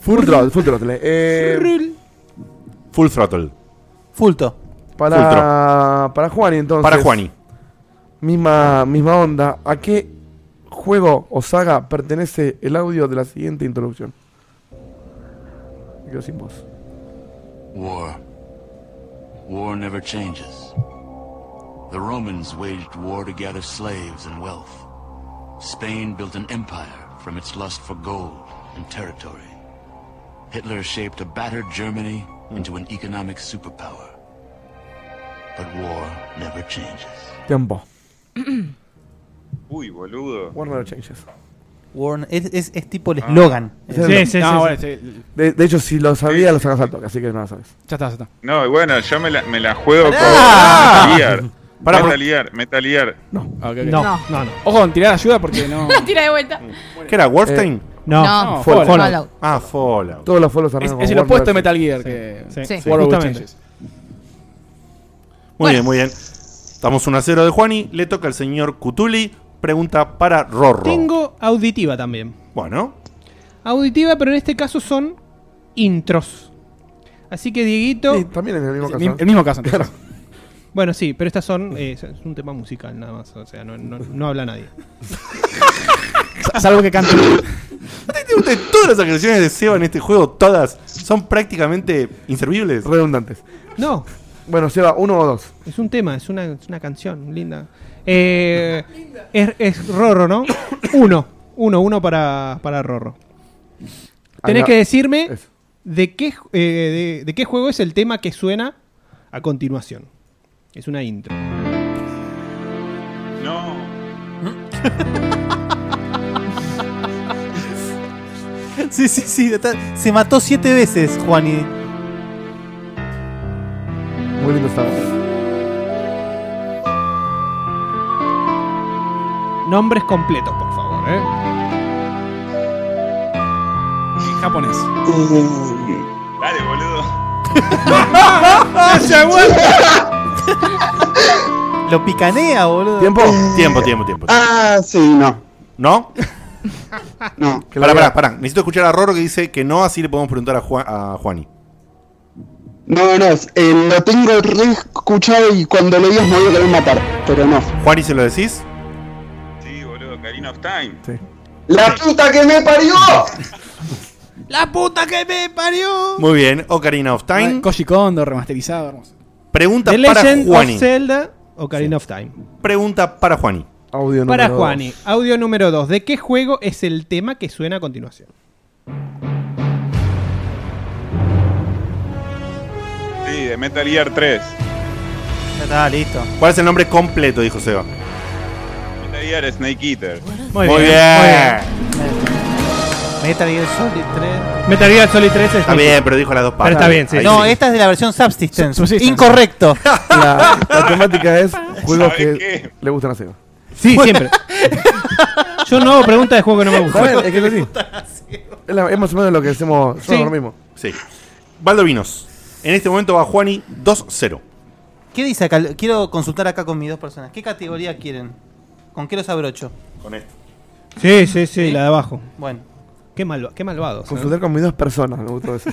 Speaker 5: Full Throttle. Full Throttle. Eh,
Speaker 2: Full throttle.
Speaker 6: Fulto.
Speaker 5: para, para Juani, entonces.
Speaker 2: Para Juani.
Speaker 5: Misma, misma onda. ¿A qué juego o saga pertenece el audio de la siguiente introducción? Me quedo sin voz.
Speaker 15: War. War never changes. The Romans waged war to gather slaves and wealth. Spain built an empire from its lust for gold and territory. Hitler shaped a battered Germany into an economic superpower. But war never changes.
Speaker 5: Tiempo.
Speaker 13: Uy, boludo. Ah.
Speaker 5: Warner Changes.
Speaker 6: Warn- es, es- es tipo el eslogan.
Speaker 5: Ese es el-
Speaker 2: Ah,
Speaker 5: De, de hecho, si lo sabía, lo sacas al toque, así que no lo sabes.
Speaker 3: Ya está, ya está.
Speaker 13: No, y bueno, yo me la, me la juego con
Speaker 5: Pará.
Speaker 13: Metal Gear.
Speaker 5: Pará,
Speaker 13: Metal Gear, Metal Gear.
Speaker 3: No, no, no. Ojo con tirar ayuda porque
Speaker 4: [laughs]
Speaker 3: no.
Speaker 4: La tira de vuelta.
Speaker 2: ¿Qué era? ¿Wolfenstein?
Speaker 3: Eh, no. No, Fallout. Fallout.
Speaker 2: Ah, Fallout.
Speaker 5: Todos los Fallout
Speaker 3: Es, es el opuesto de Metal Gear. que
Speaker 2: Sí,
Speaker 3: Sí.
Speaker 2: sí.
Speaker 3: War of
Speaker 2: Justamente.
Speaker 3: Changes.
Speaker 2: Muy bien, muy bien. Estamos 1 a 0 de Juani. Le toca al señor Cutuli. Pregunta para Rorro.
Speaker 7: Tengo auditiva también.
Speaker 2: Bueno,
Speaker 7: Auditiva, pero en este caso son intros. Así que Dieguito.
Speaker 5: Sí, también es el mismo
Speaker 7: Sí,
Speaker 5: caso.
Speaker 7: mi-
Speaker 5: El mismo [laughs] caso, entonces.
Speaker 7: Bueno, sí, pero estas son. eh, es un tema musical nada más. O sea, no, no- no habla
Speaker 5: [laughs]
Speaker 7: nadie.
Speaker 3: Salvo que cante. [laughs]
Speaker 2: Usted, todas las agresiones de Seba en este juego, todas, son prácticamente inservibles.
Speaker 5: Redundantes.
Speaker 7: No.
Speaker 5: Bueno, Seba, uno o dos.
Speaker 7: Es un tema, es una, es una canción linda. Eh, es, es Rorro, ¿no? Uno. Uno, uno para, para Rorro. Tenés
Speaker 5: no.
Speaker 7: que decirme de qué, ju- eh, de, de qué juego es el tema que suena a continuación.
Speaker 2: [laughs]
Speaker 7: Es una intro.
Speaker 13: No.
Speaker 6: Sí, [laughs] sí, sí. está- Se mató siete veces, Juani.
Speaker 5: Muy lindo estaba.
Speaker 7: Nombres completos, por favor, ¿eh?
Speaker 3: En japonés.
Speaker 13: Dale,
Speaker 7: [laughs]
Speaker 13: boludo.
Speaker 6: Lo picanea, boludo.
Speaker 5: ¿Tiempo?
Speaker 2: Tiempo, tiempo, tiempo.
Speaker 9: Ah, sí, no.
Speaker 2: ¿No?
Speaker 5: [laughs]
Speaker 9: No.
Speaker 2: Pará, pará, pará. Necesito escuchar a Roro que dice que no, así le podemos preguntar a, Juan, a Juani.
Speaker 9: No, no, es- eh, lo tengo re escuchado y cuando lo digas me voy a querer matar, pero no.
Speaker 2: ¿Juani se lo decís?
Speaker 9: ¡La puta que me parió!
Speaker 7: ¡La puta que me parió!
Speaker 2: Muy bien, Ocarina of Time.
Speaker 3: Koji Kondo, remasterizado, hermoso.
Speaker 2: Pregunta
Speaker 7: The
Speaker 2: para
Speaker 7: Legend
Speaker 2: Juani.
Speaker 7: of Zelda, Ocarina of Time.
Speaker 2: Pregunta para Juani.
Speaker 5: Audio
Speaker 7: Para Juani, audio número 2. ¿De qué juego es el tema que suena a continuación?
Speaker 13: Sí, de Metal Gear 3.
Speaker 6: Ya está, listo.
Speaker 2: ¿Cuál es el nombre completo? Dijo Seba.
Speaker 13: Metal Gear Snake Eater.
Speaker 2: Muy bien. bien.
Speaker 6: Metal Gear Solid 3.
Speaker 7: Metal Gear Solid 3
Speaker 2: Está bien, pero dijo las dos partes.
Speaker 6: está bien, sí. No, esta es de la versión Subsistence.
Speaker 7: [laughs]
Speaker 6: Incorrecto.
Speaker 5: La, la temática es
Speaker 6: Ah,
Speaker 5: juegos que le gustan a Seba.
Speaker 7: Sí,
Speaker 5: [laughs]
Speaker 7: siempre. Yo no hago preguntas de juego que no me
Speaker 5: Está bien, es que es así.
Speaker 6: así.
Speaker 5: Es, la- es más o menos lo que hacemos somos
Speaker 2: Sí.
Speaker 5: lo mismo.
Speaker 2: Sí. Valdovinos. En este momento va Juani 2-0.
Speaker 6: ¿Qué dice acá? Quiero consultar acá con mis dos personas. ¿Qué categoría quieren? ¿Con qué los abrocho?
Speaker 2: Con esto.
Speaker 7: Sí, sí, sí, la de abajo.
Speaker 6: Bueno.
Speaker 7: Qué, malva- qué malvados.
Speaker 5: Consultar con mis dos personas, me gustó eso.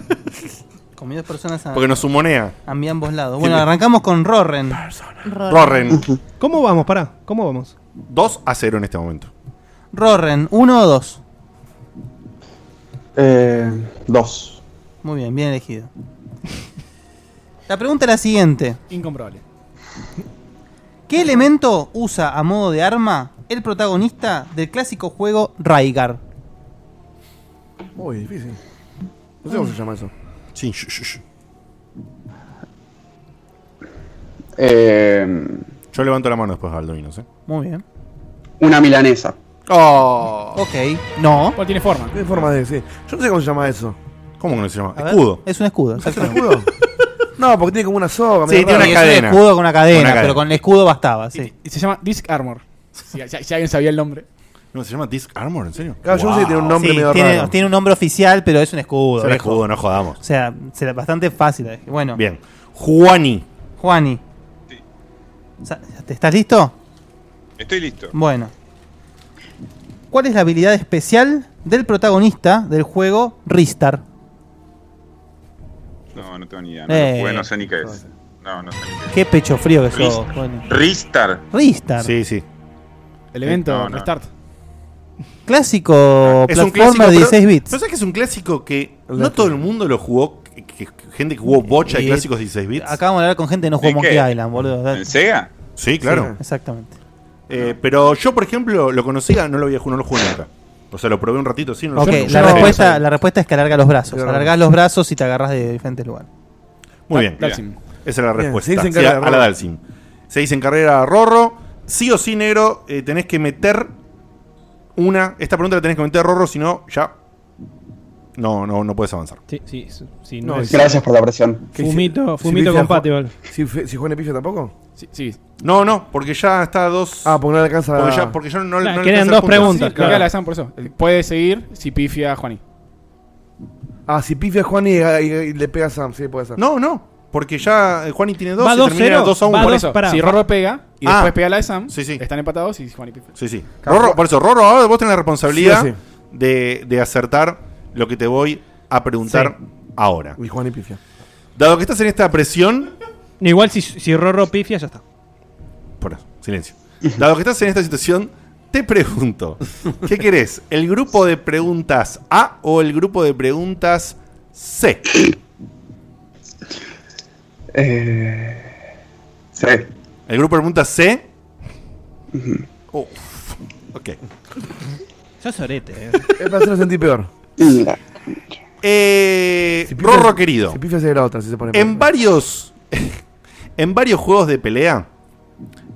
Speaker 6: Con mis dos personas
Speaker 2: [laughs]
Speaker 6: a,
Speaker 2: Porque nos sumonea.
Speaker 6: a mi ambos lados.
Speaker 2: Sí,
Speaker 6: Bueno,
Speaker 2: me-
Speaker 6: arrancamos con Rorren.
Speaker 2: Rorren.
Speaker 7: ¿Cómo vamos? Pará, ¿cómo vamos?
Speaker 2: 2 a 0 en este momento.
Speaker 6: Rorren, ¿uno o dos?
Speaker 9: Eh, dos.
Speaker 6: Muy bien, bien elegido. La pregunta es la siguiente.
Speaker 3: Incomprobable.
Speaker 6: ¿Qué elemento usa a modo de arma el protagonista del clásico juego Raigar?
Speaker 5: Uy, difícil. No sé cómo se llama eso.
Speaker 2: Sí, Yo levanto la mano después, Valdovinos. ¿eh?
Speaker 6: Muy bien.
Speaker 9: Una milanesa.
Speaker 2: Oh.
Speaker 6: Ah. Ok, no.
Speaker 3: ¿Cuál tiene forma?
Speaker 5: Tiene forma de, sí. Yo no sé cómo se llama eso.
Speaker 2: ¿Cómo que no se llama?
Speaker 6: A ver.
Speaker 2: Escudo.
Speaker 6: Es un escudo.
Speaker 5: ¿Es un escudo? no, porque tiene como una soga.
Speaker 2: Sí, tiene una
Speaker 6: Y
Speaker 2: cadena.
Speaker 6: Es un escudo con una cadena,
Speaker 2: Una cadena.
Speaker 6: pero con el escudo bastaba, sí.
Speaker 3: Y se llama Disc Armor. Si, si- si alguien sabía el nombre.
Speaker 2: No, se llama Disc Armor, ¿en serio?
Speaker 5: Claro, yo no sé si tiene un
Speaker 6: Sí, tiene, tiene un nombre oficial, pero es un escudo.
Speaker 2: Es un
Speaker 6: viejo.
Speaker 2: escudo, no jodamos.
Speaker 6: O sea, será bastante fácil. eh. Bueno,
Speaker 2: Bien. Juani.
Speaker 6: Juani. Sa- ¿Estás listo?
Speaker 13: Estoy listo.
Speaker 6: Bueno. ¿Cuál es la habilidad especial del protagonista del juego Ristar?
Speaker 13: No, no tengo ni idea. No,
Speaker 6: Eh.
Speaker 13: lo jugué, no sé ni qué es. No, no sé ni qué es.
Speaker 6: Qué pecho frío que sos,
Speaker 13: Rist-
Speaker 6: Juani.
Speaker 13: Ristar.
Speaker 6: Ristar.
Speaker 2: Sí, sí.
Speaker 3: El evento,
Speaker 13: Eh, No, no.
Speaker 3: Restart.
Speaker 6: Clásico
Speaker 2: Ah, Es un clásico.
Speaker 6: plataforma de
Speaker 2: pero-
Speaker 6: 16 bits.
Speaker 2: Pero sabes que es un clásico que no todo el mundo lo jugó. que- que- que- gente que jugó bocha de
Speaker 6: Y-
Speaker 2: clásicos 16 bits.
Speaker 6: Acabamos de hablar con gente que no jugó
Speaker 2: ¿De
Speaker 6: Monkey
Speaker 2: qué?
Speaker 6: Island, boludo.
Speaker 13: ¿En Sega?
Speaker 2: Sí, claro.
Speaker 6: Exactamente.
Speaker 2: Eh, pero yo, por ejemplo, lo conocía, no lo había jugado, no lo jugué nunca. O sea, lo probé un ratito, sí, no lo
Speaker 6: Ok,
Speaker 2: jugué nunca.
Speaker 6: la,
Speaker 2: Pero-
Speaker 6: respuesta, la respuesta es que alarga los brazos.
Speaker 2: Sí, claro.
Speaker 6: Alargás los brazos y te agarras de diferentes lugares.
Speaker 2: Muy bien.
Speaker 6: Dalsim.
Speaker 2: bien. Esa es la
Speaker 6: Bien,
Speaker 2: respuesta.
Speaker 6: seis en
Speaker 2: Sí,
Speaker 6: carrera,
Speaker 2: a, a la
Speaker 6: Rorro.
Speaker 2: Dalsim. Seis en carrera Rorro. Sí o sí, negro, eh, tenés que meter una. Esta pregunta la tenés que meter Rorro, si no, ya. No, no, no puedes avanzar.
Speaker 7: Sí, sí, sí.
Speaker 5: No, es-
Speaker 9: Gracias por la presión.
Speaker 5: ¿Qué hice?
Speaker 7: Fumito-
Speaker 5: Si
Speaker 7: fumito
Speaker 5: pifia
Speaker 7: con
Speaker 5: Ju-
Speaker 7: Pati, vale.
Speaker 5: Si, fe- si Juan Epillo tampoco.
Speaker 3: Sí, sí.
Speaker 2: No, no, porque ya está a dos.
Speaker 5: Ah, porque no le alcanza
Speaker 2: Porque ya- porque yo no- no le
Speaker 3: quedan
Speaker 2: alcanza
Speaker 3: dos
Speaker 2: puntos.
Speaker 3: preguntas.
Speaker 2: Sí, claro.
Speaker 3: Acá la dejan por eso. Puede seguir si pifia Juaní.
Speaker 5: Ah, si pifia Juan y, y- y le pega a Sam, sí, puede ser.
Speaker 2: No, no. Porque ya eh, Juani tiene dos,
Speaker 3: Va
Speaker 2: se
Speaker 3: 2-0,
Speaker 2: termina 2 a 1.
Speaker 3: va 2, pará. Si Rorro pega y
Speaker 2: Ah.
Speaker 3: después pega la de Sam,
Speaker 2: Sí, sí.
Speaker 3: están empatados y Juaní pifia.
Speaker 2: Sí, sí. Rorro, por eso, Rorro, ahora vos tenés la responsabilidad
Speaker 5: Sí o sí.
Speaker 2: De, de acertar lo que te voy a preguntar ahora.
Speaker 5: Y Juan y pifia.
Speaker 2: Dado que estás en esta presión,
Speaker 7: Igual si, si Rorro pifia, ya está.
Speaker 2: Por eso, silencio. Dado que estás en esta situación, te pregunto, ¿qué
Speaker 7: [laughs]
Speaker 2: querés? ¿El grupo de preguntas A o el grupo de preguntas C?
Speaker 9: C.
Speaker 2: ¿El grupo de preguntas C? Uf, ok.
Speaker 7: Sos orete, eh.
Speaker 5: Es para hacerlo sentir peor.
Speaker 2: Eh,
Speaker 5: pifia-
Speaker 2: Rorro querido,
Speaker 5: Si pifia se la otra, si se pone
Speaker 2: en varios, [laughs] en varios juegos de pelea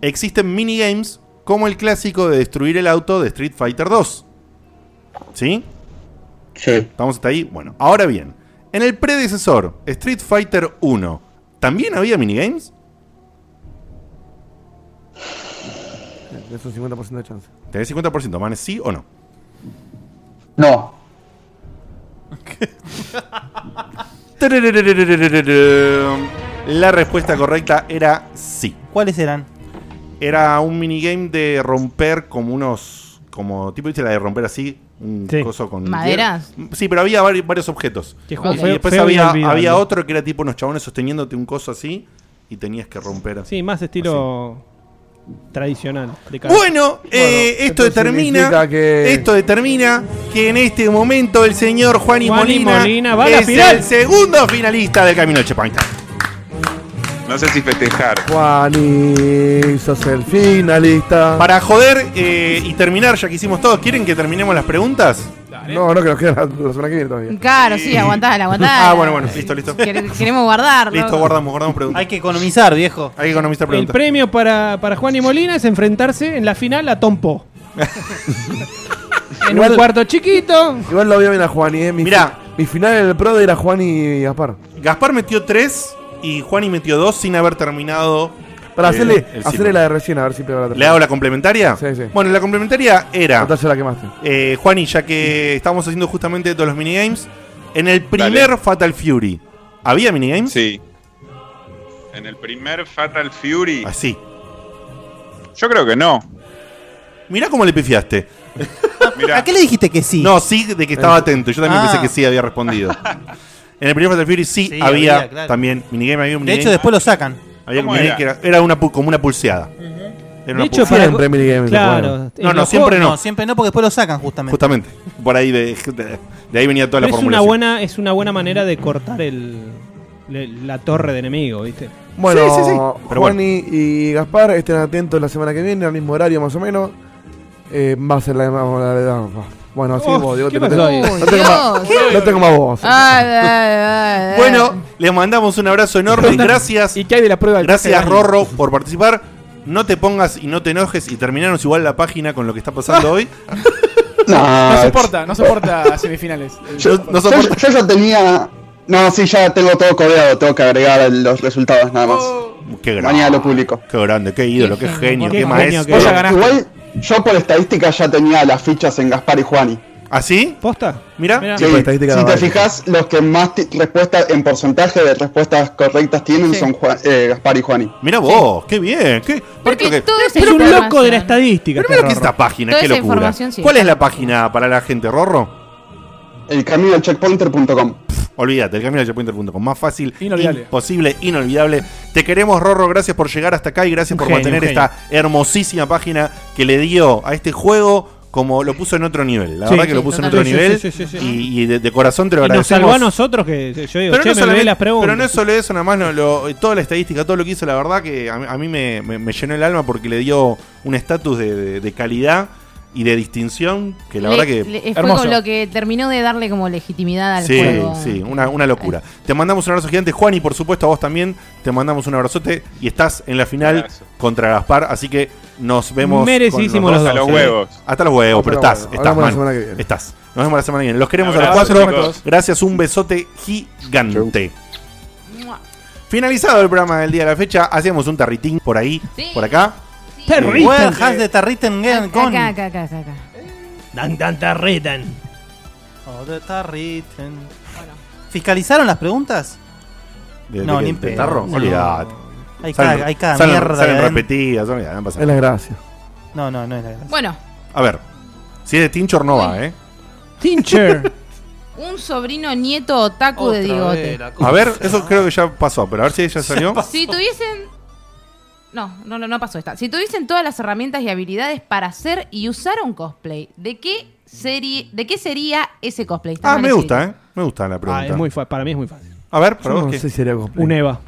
Speaker 2: existen minigames como el clásico de destruir el auto de Street Fighter 2. ¿Sí?
Speaker 9: Sí.
Speaker 2: ¿Estamos hasta ahí? Bueno, ahora bien. En el predecesor, Street Fighter 1, ¿también había minigames?
Speaker 5: Es un 50% de chance.
Speaker 2: ¿Tenés 50%? ¿Manes sí o no?
Speaker 9: No.
Speaker 2: La respuesta correcta era sí.
Speaker 6: ¿Cuáles eran?
Speaker 2: Era un minigame de romper como unos. Como tipo, viste la de romper así. Un coso con.
Speaker 4: ¿Maderas?
Speaker 2: Sí, pero había vari- varios objetos.
Speaker 4: Qué juego
Speaker 2: y
Speaker 4: feo-
Speaker 2: después
Speaker 4: feo y
Speaker 2: había,
Speaker 4: olvidable.
Speaker 2: había otro que era tipo unos chabones sosteniéndote un coso así y tenías que romper así.
Speaker 7: Sí, más estilo tradicional. De cara.
Speaker 2: Bueno, eh, esto
Speaker 7: entonces
Speaker 2: determina
Speaker 7: significa
Speaker 2: que...
Speaker 7: que-
Speaker 2: esto determina que en este momento el señor Juan y
Speaker 7: Juan y
Speaker 2: Molina,
Speaker 7: Molina va a la
Speaker 2: es
Speaker 7: final.
Speaker 2: el segundo finalista del Camino de Checkpoint.
Speaker 13: No sé si festejar.
Speaker 5: Juani, sos el finalista.
Speaker 2: Para joder eh, y terminar, ya que hicimos todo, ¿quieren que terminemos las preguntas?
Speaker 5: No, no, que nos queda la, la semana que viene todavía.
Speaker 4: Claro, sí, aguantala, aguantala.
Speaker 2: Ah, bueno, bueno, listo, listo.
Speaker 4: Quere- Queremos guardarlo.
Speaker 2: Listo, guardamos, guardamos preguntas.
Speaker 6: Hay que economizar, viejo.
Speaker 2: Hay que economizar
Speaker 7: El
Speaker 2: preguntas.
Speaker 7: premio para, para Juan y Molina es enfrentarse en la final a Tompo. en un cuarto chiquito.
Speaker 5: Igual lo veo bien a Juani, eh. Mi,
Speaker 2: Mirá.
Speaker 5: mi final en el pro era Juani y Gaspar.
Speaker 2: Gaspar metió 3 y Juani metió 2 sin haber terminado.
Speaker 5: Para
Speaker 2: eh,
Speaker 5: hacerle,
Speaker 2: el
Speaker 5: hacerle
Speaker 2: ciclo.
Speaker 5: la de recién, a ver si pega la
Speaker 2: ¿Le hago la complementaria?
Speaker 5: Sí, sí.
Speaker 2: Ah. Bueno, la complementaria era.
Speaker 5: Entonces la quemaste.
Speaker 2: Eh, Juani, ya que estamos haciendo justamente todos los minigames, en el primer Fatal Fury, ¿había minigames?
Speaker 13: Sí. En el primer Fatal Fury.
Speaker 2: Así.
Speaker 13: Yo creo que no.
Speaker 2: Mirá cómo le pifiaste.
Speaker 6: ¿A qué le dijiste que sí?
Speaker 2: No, sí, de que estaba atento. Yo también
Speaker 6: Ah.
Speaker 2: pensé que sí había respondido. En el primer Fatal Fury sí,
Speaker 6: Sí,
Speaker 2: había,
Speaker 6: había, claro.
Speaker 2: también minigame. Había un
Speaker 6: De
Speaker 2: minigame.
Speaker 6: hecho, después lo sacan.
Speaker 2: Había un
Speaker 6: ¿Cómo
Speaker 2: minigame
Speaker 6: era?
Speaker 2: que era, era una, pu- como una pulseada. Era una
Speaker 6: De hecho,
Speaker 2: pulseada.
Speaker 6: para- Siempre minigames,
Speaker 2: Claro. No, no, siempre no.
Speaker 6: Siempre no, porque después lo sacan, justamente.
Speaker 2: Justamente. Por ahí de, de- de ahí venía toda
Speaker 7: Pero
Speaker 2: la
Speaker 7: es una
Speaker 2: formulación.
Speaker 7: buena es una buena manera de cortar el, le- la torre de enemigo, ¿viste?
Speaker 5: Bueno,
Speaker 7: Sí, sí, sí.
Speaker 2: Pero
Speaker 5: Juani y Gaspar estén atentos la semana que viene, al mismo horario más o menos. Eh, va a ser la misma hora de edad. Bueno, así
Speaker 2: Oh,
Speaker 5: vos, digo,
Speaker 2: ¿qué
Speaker 5: te- te-
Speaker 2: pasó ahí?
Speaker 5: no, tengo más, no tengo más voz.
Speaker 4: Ah. Eh.
Speaker 2: Bueno, les mandamos un abrazo enorme. Gracias. ¿Y
Speaker 7: hay de la prueba?
Speaker 2: Gracias,
Speaker 5: Tacán?
Speaker 2: Rorro, por participar. No te pongas y no te enojes y terminanos igual la página con lo que está pasando hoy.
Speaker 9: Ah,
Speaker 3: No soporta,
Speaker 9: [laughs]
Speaker 3: no soporta semifinales.
Speaker 9: Yo, yo- yo ya tenía. No, sí, ya tengo todo codeado. Tengo que agregar los resultados nada más.
Speaker 2: Oh. Qué grande.
Speaker 9: Mañana lo publico.
Speaker 2: Qué grande, qué ídolo, qué genio, qué,
Speaker 9: Bueno,
Speaker 2: maestro.
Speaker 9: Igual yo por estadística ya tenía las fichas en Gaspar y Juani.
Speaker 2: ¿Ah, sí?
Speaker 7: ¿Posta?
Speaker 2: Mira,
Speaker 5: pues,
Speaker 9: Sí, si te fijas, los que más ti- respuesta en porcentaje de respuestas correctas tienen son Ju- eh, Gaspar y Juani.
Speaker 2: Mira vos, qué bien. Qué,
Speaker 4: Porque todo es
Speaker 7: Es un
Speaker 4: información.
Speaker 7: loco de la estadística.
Speaker 2: Pero mira lo que es esta página,
Speaker 4: Toda
Speaker 2: qué
Speaker 4: esa
Speaker 2: locura.
Speaker 4: información, sí.
Speaker 2: ¿Cuál es la página para la gente, Rorro?
Speaker 9: El camino al checkpointer.com.
Speaker 2: Olvídate, el camino al checkpointer.com. Más fácil,
Speaker 9: Inolvidable.
Speaker 2: imposible, inolvidable. Te queremos, Rorro. Gracias por llegar hasta acá y gracias
Speaker 7: Un
Speaker 2: por
Speaker 7: genio,
Speaker 2: mantener
Speaker 7: un genio.
Speaker 2: esta hermosísima página que le dio a este juego como lo puso en otro nivel. La
Speaker 7: Sí,
Speaker 2: verdad que
Speaker 7: sí,
Speaker 2: lo puso en otro
Speaker 7: totalmente.
Speaker 2: nivel.
Speaker 7: Sí, sí, sí, sí, sí.
Speaker 2: Y, y de, de corazón te lo
Speaker 7: Y nos
Speaker 2: agradecemos.
Speaker 7: salvó a nosotros que yo digo,
Speaker 2: Pero
Speaker 7: che,
Speaker 2: no,
Speaker 7: me olvidé
Speaker 2: solamente-
Speaker 7: las preguntas.
Speaker 2: pero no es solo eso, nada más no, lo- toda la estadística, todo lo que hizo, la verdad que a, mí- a mí me, me- me llenó el alma porque le dio un estatus de, de- de calidad y de distinción que la
Speaker 4: Le-
Speaker 2: verdad que...
Speaker 4: le- fue con lo que terminó de darle como legitimidad al
Speaker 2: Sí,
Speaker 4: juego.
Speaker 2: sí, una, una locura. Te mandamos un abrazo gigante, Juan, y por supuesto a vos también. Te mandamos un abrazote y estás en la final contra Gaspar, así que nos vemos.
Speaker 13: Merecidísimo
Speaker 2: con
Speaker 13: los Hasta dos, los ¿eh? huevos.
Speaker 2: Hasta los huevos, pero
Speaker 13: Hasta
Speaker 2: estás,
Speaker 13: los huevos.
Speaker 2: estás,
Speaker 13: Hablamos la
Speaker 2: man.
Speaker 13: semana que viene.
Speaker 2: Estás. Nos vemos la semana que viene. Los queremos a las
Speaker 13: Abrazo,
Speaker 2: 4.
Speaker 13: chicos.
Speaker 2: Gracias, un besote gigante. Finalizado el programa del día de la fecha, hacíamos un tarritín por ahí, por acá.
Speaker 6: Terrible.
Speaker 2: Eh,
Speaker 6: Has de Tarriten Gen con.
Speaker 4: Acá, acá, acá, acá, acá.
Speaker 7: Dan, dan, tarritan.
Speaker 6: Oh, de Tarriten. ¿Fiscalizaron las preguntas?
Speaker 2: de-
Speaker 6: no,
Speaker 2: de-
Speaker 6: ni en
Speaker 2: de
Speaker 6: pedo.
Speaker 2: tarro,
Speaker 6: No.
Speaker 2: olvídate.
Speaker 6: Hay
Speaker 2: Salen-
Speaker 6: cada- hay cada
Speaker 2: salen-
Speaker 6: mierda
Speaker 2: Salen
Speaker 6: de-
Speaker 2: repetidas, olvídate, no pasa
Speaker 5: Es
Speaker 2: nada.
Speaker 5: la gracia.
Speaker 6: No, no, no es la gracia.
Speaker 4: Bueno,
Speaker 2: A ver, si es de Tinchor no va, ¿eh?
Speaker 7: Tincher.
Speaker 4: un sobrino nieto otaku de Digote.
Speaker 2: [laughs] A ver, eso creo que ya pasó, pero a ver si ya salió.
Speaker 4: Si tuviesen. No, no, no, no pasó esta. Si tuviesen todas las herramientas y habilidades para hacer y usar un cosplay, ¿de qué serie, de qué sería ese cosplay? Está
Speaker 2: Ah,
Speaker 4: mal
Speaker 2: me
Speaker 4: escrito.
Speaker 2: gusta, ¿eh? Me gusta la pregunta.
Speaker 7: Ah, es muy fa- para mí es muy fácil.
Speaker 2: A ver,
Speaker 7: Yo
Speaker 2: pero
Speaker 7: no sé si sería cosplay. Un Eva.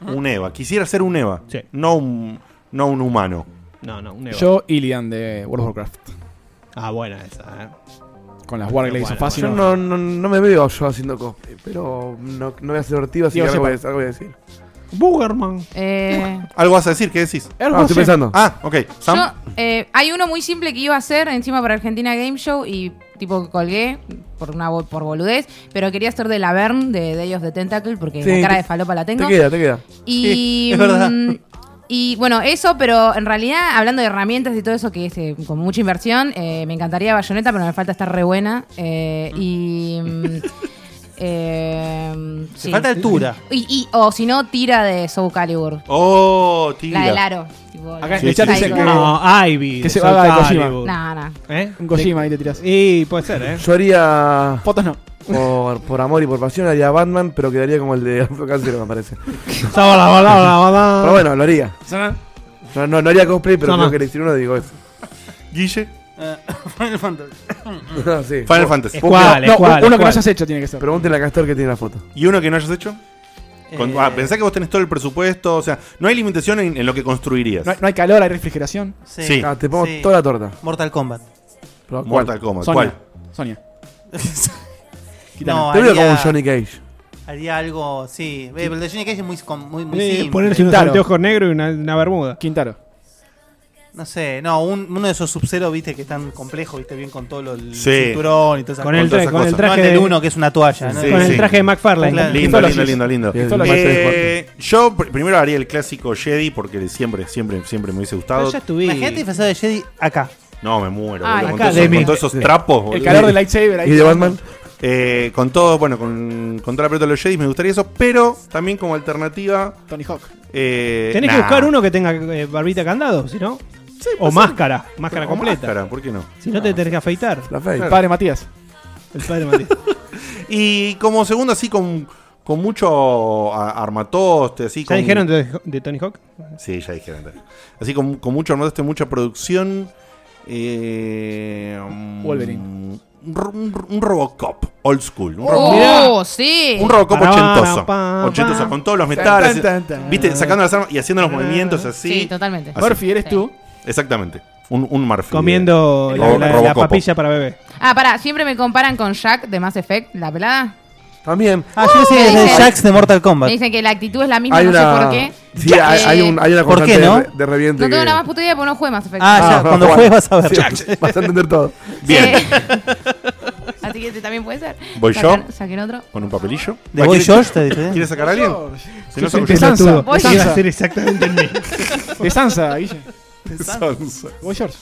Speaker 2: Un Eva. Quisiera ser un Eva. No un, no un humano.
Speaker 7: No, no, un Eva.
Speaker 3: Yo, Ilian de World of Warcraft.
Speaker 7: Ah, buena esa. ¿eh?
Speaker 3: Con las Warglades
Speaker 7: Bueno,
Speaker 3: of Fácil.
Speaker 5: Yo no, no, no me veo yo haciendo cosplay, pero no, no voy a ser divertido, así que
Speaker 3: Digo,
Speaker 5: algo voy,
Speaker 3: sepa.
Speaker 5: a- algo voy a decir.
Speaker 7: Boogerman.
Speaker 4: Eh,
Speaker 2: Algo vas a decir, ¿qué decís?
Speaker 4: Hermoso.
Speaker 5: estoy pensando.
Speaker 2: Ah, ok. Sam.
Speaker 4: yo, eh, hay uno muy simple que iba a hacer encima para Argentina Game Show y tipo colgué por una bo- por boludez, pero quería hacer de la Verne de Day of the Tentacle porque
Speaker 5: Sí,
Speaker 4: la cara
Speaker 5: te-
Speaker 4: de falopa la tengo.
Speaker 5: Te queda, te queda.
Speaker 4: Y,
Speaker 5: es verdad.
Speaker 4: mm, y bueno, eso, pero en realidad, hablando de herramientas y todo eso, que es eh, con mucha inversión, eh, me encantaría Bayonetta, pero me falta estar re buena. eh, y. mm, eh, sí.
Speaker 6: falta altura.
Speaker 4: Y, y- o si no, tira de Soul Calibur.
Speaker 2: Oh, tira.
Speaker 4: La del aro. tipo,
Speaker 3: Acá
Speaker 4: la-
Speaker 3: en el chat
Speaker 4: Ahí
Speaker 3: dicen
Speaker 4: va.
Speaker 3: que-
Speaker 7: No, Ivy.
Speaker 3: Que se
Speaker 7: de
Speaker 3: vaga de
Speaker 7: Soul
Speaker 3: Kojima.
Speaker 7: Calibur.
Speaker 4: Nah, nah.
Speaker 7: ¿Eh?
Speaker 3: Un Kojima ahí te tirás.
Speaker 7: Y puede ser, ¿eh?
Speaker 5: Yo haría.
Speaker 3: Fotos no.
Speaker 5: Por, por amor y por pasión haría Batman, pero quedaría como el de Afro Cancero, me parece.
Speaker 7: Sábala, bala, bala, bala.
Speaker 5: Pero bueno, lo haría.
Speaker 3: Sana.
Speaker 5: No, no, no haría cosplay, pero
Speaker 7: Sama.
Speaker 5: creo que elegir uno digo eso.
Speaker 2: Guille.
Speaker 6: Eh, [laughs]
Speaker 2: [laughs]
Speaker 6: Final Fantasy.
Speaker 5: Sí.
Speaker 2: Final Fantasy.
Speaker 5: Busca-
Speaker 3: Ah, no, uno que no hayas hecho tiene que ser.
Speaker 5: Pregúntenle a Castor que tiene la foto.
Speaker 2: ¿Y uno que no hayas hecho? Con-
Speaker 3: Eh.
Speaker 2: ah, pensá que vos tenés todo el presupuesto, o sea, no hay limitación en, en lo que construirías.
Speaker 3: No hay, no hay calor, hay refrigeración.
Speaker 2: Sí. Sí.
Speaker 5: Ah, te pongo
Speaker 6: Sí.
Speaker 5: toda la torta.
Speaker 6: Mortal Kombat.
Speaker 5: Pero, ¿cuál?
Speaker 2: Mortal Kombat,
Speaker 3: Sonia.
Speaker 2: ¿cuál?
Speaker 3: Sonia.
Speaker 6: [laughs] No,
Speaker 5: te veo
Speaker 6: haría-
Speaker 5: como un Johnny Cage.
Speaker 6: Haría algo, sí. Eh, Pero el de Johnny Cage es muy, con- muy, muy
Speaker 7: Eh,
Speaker 6: simple.
Speaker 7: Ponerse unos
Speaker 3: Taro.
Speaker 7: anteojos negros y una, una bermuda.
Speaker 3: Quintaro.
Speaker 6: No sé, no, un- uno de esos sub viste, que es tan complejo, viste, bien con todo lo, el
Speaker 2: Sí.
Speaker 6: cinturón y todas esas
Speaker 7: Con el,
Speaker 6: cosas.
Speaker 7: tra- con el
Speaker 2: cosas.
Speaker 7: traje
Speaker 6: No, el del
Speaker 7: de-
Speaker 6: uno, que es una toalla, ¿no?
Speaker 2: Sí,
Speaker 7: con
Speaker 2: sí.
Speaker 7: el traje de McFarlane.
Speaker 6: Claro.
Speaker 2: Lindo,
Speaker 7: Pistolas.
Speaker 2: lindo, lindo, lindo.
Speaker 5: Pistolas.
Speaker 2: Eh, yo pr- primero haría el clásico Jedi porque siempre, siempre, siempre me hubiese gustado.
Speaker 7: Pero ya Uh, Ah, estuve.
Speaker 6: Imagínate disfrazado de Jedi acá.
Speaker 2: No, me muero.
Speaker 6: Ay,
Speaker 2: boludo, con,
Speaker 6: acá,
Speaker 2: todos
Speaker 6: de
Speaker 2: esos,
Speaker 6: mí.
Speaker 2: con todos esos trapos.
Speaker 3: El
Speaker 2: boludo.
Speaker 3: calor del lightsaber ahí.
Speaker 5: ¿Y de Batman?
Speaker 2: Eh, con todo, bueno, con, con toda la pelota de los Jedi me gustaría eso, pero también como alternativa.
Speaker 3: Tony Hawk.
Speaker 2: eh,
Speaker 7: Tenés que
Speaker 2: nah.
Speaker 7: buscar uno que tenga eh, barbita candado, si no. o máscara, máscara
Speaker 2: O
Speaker 7: completa.
Speaker 2: máscara, ¿por qué no?
Speaker 7: Si no, te tenés que afeitar.
Speaker 5: La fe.
Speaker 3: El padre Matías.
Speaker 7: El padre Matías.
Speaker 2: Y como segundo, así con, con mucho a- armatoste, así
Speaker 7: ¿Ya
Speaker 2: con.
Speaker 7: dijeron de, de Tony Hawk?
Speaker 2: Sí, ya dijeron. tal. Así con, con mucho armatoste, mucha producción. eh, mm,
Speaker 3: Wolverine.
Speaker 2: Un, ro- un ro- un Robocop, old school. Un Robocop,
Speaker 4: Oh, sí.
Speaker 2: un Robocop
Speaker 7: Para, para,
Speaker 2: ochentoso.
Speaker 7: pa,
Speaker 2: Ochentoso,
Speaker 7: pa.
Speaker 2: con todos los metales.
Speaker 3: tan, tan.
Speaker 2: Viste, sacando las armas y haciendo
Speaker 7: Ah.
Speaker 2: los movimientos así.
Speaker 4: Sí, totalmente.
Speaker 2: Así.
Speaker 3: Murphy, eres tú.
Speaker 2: Exactamente. Un, un Murphy.
Speaker 7: Comiendo
Speaker 2: Eh,
Speaker 7: la,
Speaker 2: Robo-
Speaker 7: la- la
Speaker 2: Robocopo.
Speaker 7: papilla para bebé.
Speaker 4: Ah, pará, siempre me comparan con Jack de Mass Effect, la pelada. [laughs]
Speaker 5: También.
Speaker 6: Ah, yo pensé que es de
Speaker 4: dice?
Speaker 6: Jax de Mortal
Speaker 4: Me
Speaker 6: Kombat.
Speaker 4: dicen que la actitud es la misma,
Speaker 5: Hay
Speaker 4: no
Speaker 5: una.
Speaker 4: sé por qué. Eh, [laughs]
Speaker 5: Sí, hay, hay un, hay una
Speaker 6: ¿Por qué
Speaker 5: constante
Speaker 6: no?
Speaker 5: de, re- de reviente.
Speaker 4: No tengo
Speaker 5: que-
Speaker 4: nada más puta idea porque no jugué Mass Effect.
Speaker 6: Ah, ya,
Speaker 5: Ah,
Speaker 6: cuando
Speaker 5: bueno.
Speaker 6: juegues vas a ver.
Speaker 5: Sí, vas a entender todo.
Speaker 2: Bien.
Speaker 4: Sí.
Speaker 2: [laughs]
Speaker 4: Así que este también puede ser.
Speaker 2: Voy
Speaker 4: Sacan-
Speaker 2: yo.
Speaker 4: Saquen otro.
Speaker 2: Con un papelillo.
Speaker 6: ¿De
Speaker 2: Ah,
Speaker 6: Boy
Speaker 2: ¿quiere-
Speaker 6: George te dice?
Speaker 2: ¿Quieres sacar a alguien? Si no, saco
Speaker 3: De
Speaker 2: yo.
Speaker 3: Sansa.
Speaker 4: Voy
Speaker 3: De
Speaker 7: Iba a
Speaker 4: [laughs]
Speaker 3: Sansa.
Speaker 7: ser exactamente el mismo.
Speaker 3: De Sansa, Guille.
Speaker 2: Sansa.
Speaker 3: Voy George.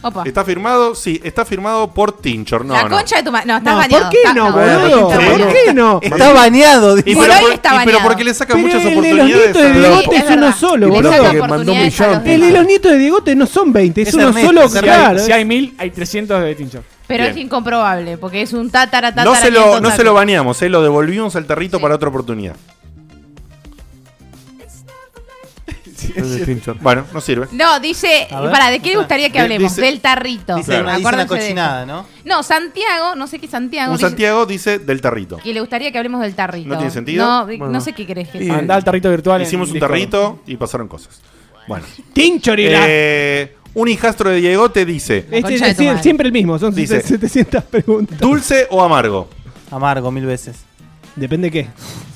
Speaker 4: Opa.
Speaker 2: ¿Está firmado? Sí, está firmado por Tinchor. No,
Speaker 4: la
Speaker 2: no.
Speaker 4: concha de tu madre. No, estás
Speaker 7: No,
Speaker 4: bañado.
Speaker 7: ¿por qué
Speaker 4: Está-
Speaker 7: no,
Speaker 4: está
Speaker 7: boludo?
Speaker 4: bañado.
Speaker 2: Sí.
Speaker 7: ¿Por qué no?
Speaker 6: Está baneado, dice.
Speaker 2: Y
Speaker 4: Por
Speaker 2: pero,
Speaker 4: hoy
Speaker 2: por-
Speaker 4: está
Speaker 2: y pero
Speaker 4: bañado.
Speaker 2: porque le sacan muchas
Speaker 7: el de los
Speaker 2: oportunidades.
Speaker 7: nietos de
Speaker 2: a-
Speaker 7: Bigote
Speaker 4: Es
Speaker 7: es uno
Speaker 4: verdad.
Speaker 7: solo,
Speaker 4: Le
Speaker 5: Boludo,
Speaker 4: saca
Speaker 5: que mandó un
Speaker 4: oportunidades a
Speaker 5: millón.
Speaker 4: los
Speaker 7: El de
Speaker 4: demás.
Speaker 7: los nietos de Diegote no son 20, es,
Speaker 6: Es
Speaker 7: uno
Speaker 6: Ernesto,
Speaker 7: solo.
Speaker 6: es
Speaker 7: Claro.
Speaker 3: Si hay mil, hay 300 de Tincho.
Speaker 4: Pero
Speaker 2: Bien.
Speaker 4: es incomprobable, porque es un tatara tatara.
Speaker 2: No se, lo,
Speaker 4: nieto,
Speaker 2: no se
Speaker 4: tatara.
Speaker 2: lo baneamos, eh, lo devolvimos al territo
Speaker 4: Sí.
Speaker 2: para otra oportunidad.
Speaker 5: Es de Fincher.
Speaker 2: Bueno, no sirve.
Speaker 4: No, dice.
Speaker 6: A ver.
Speaker 4: Para, ¿de qué le gustaría que
Speaker 2: Di-
Speaker 4: hablemos?
Speaker 2: dice-
Speaker 4: Del tarrito.
Speaker 6: Dice una, dice una
Speaker 4: Acuérdense de
Speaker 6: cochinada, ¿no?
Speaker 4: eso. No, Santiago, no sé qué Santiago.
Speaker 2: Un
Speaker 4: dice
Speaker 2: Santiago dice del territo.
Speaker 4: Que le gustaría que hablemos del tarrito.
Speaker 2: No tiene sentido.
Speaker 4: No,
Speaker 5: Bueno.
Speaker 4: no sé qué querés que.
Speaker 5: Y-
Speaker 3: Andá al tarrito virtual. en
Speaker 2: Hicimos un
Speaker 3: Discord.
Speaker 2: tarrito y pasaron cosas. Bueno.
Speaker 7: Tinchorila.
Speaker 2: Eh, un hijastro de Diego te dice:
Speaker 7: este
Speaker 4: concha de
Speaker 7: es
Speaker 4: tu madre.
Speaker 7: sie- siempre el mismo, son
Speaker 2: Dice-
Speaker 7: 700 preguntas.
Speaker 2: ¿dulce o amargo?
Speaker 6: Amargo mil veces.
Speaker 7: Depende qué.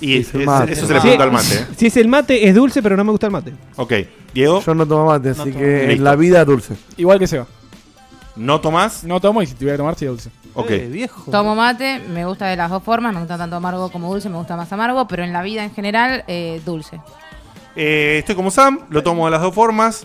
Speaker 2: Y es-
Speaker 5: el mate.
Speaker 2: eso se le pregunta al mate. eh.
Speaker 7: Si es el mate, es dulce, pero no me gusta el mate.
Speaker 2: Ok, Diego,
Speaker 5: Yo no tomo mate, así
Speaker 3: tomo.
Speaker 5: que
Speaker 2: Listo.
Speaker 5: en la vida dulce.
Speaker 3: Igual que Seba.
Speaker 2: ¿no tomás?
Speaker 3: No tomo y si tuviera que tomar, sí, dulce.
Speaker 2: Ok.
Speaker 6: Eh, viejo.
Speaker 4: Tomo mate, me gusta de las dos formas, me gusta tanto amargo como dulce, me gusta más amargo, pero en la vida en general, eh, dulce.
Speaker 2: Eh, estoy como Sam, lo tomo de las dos formas.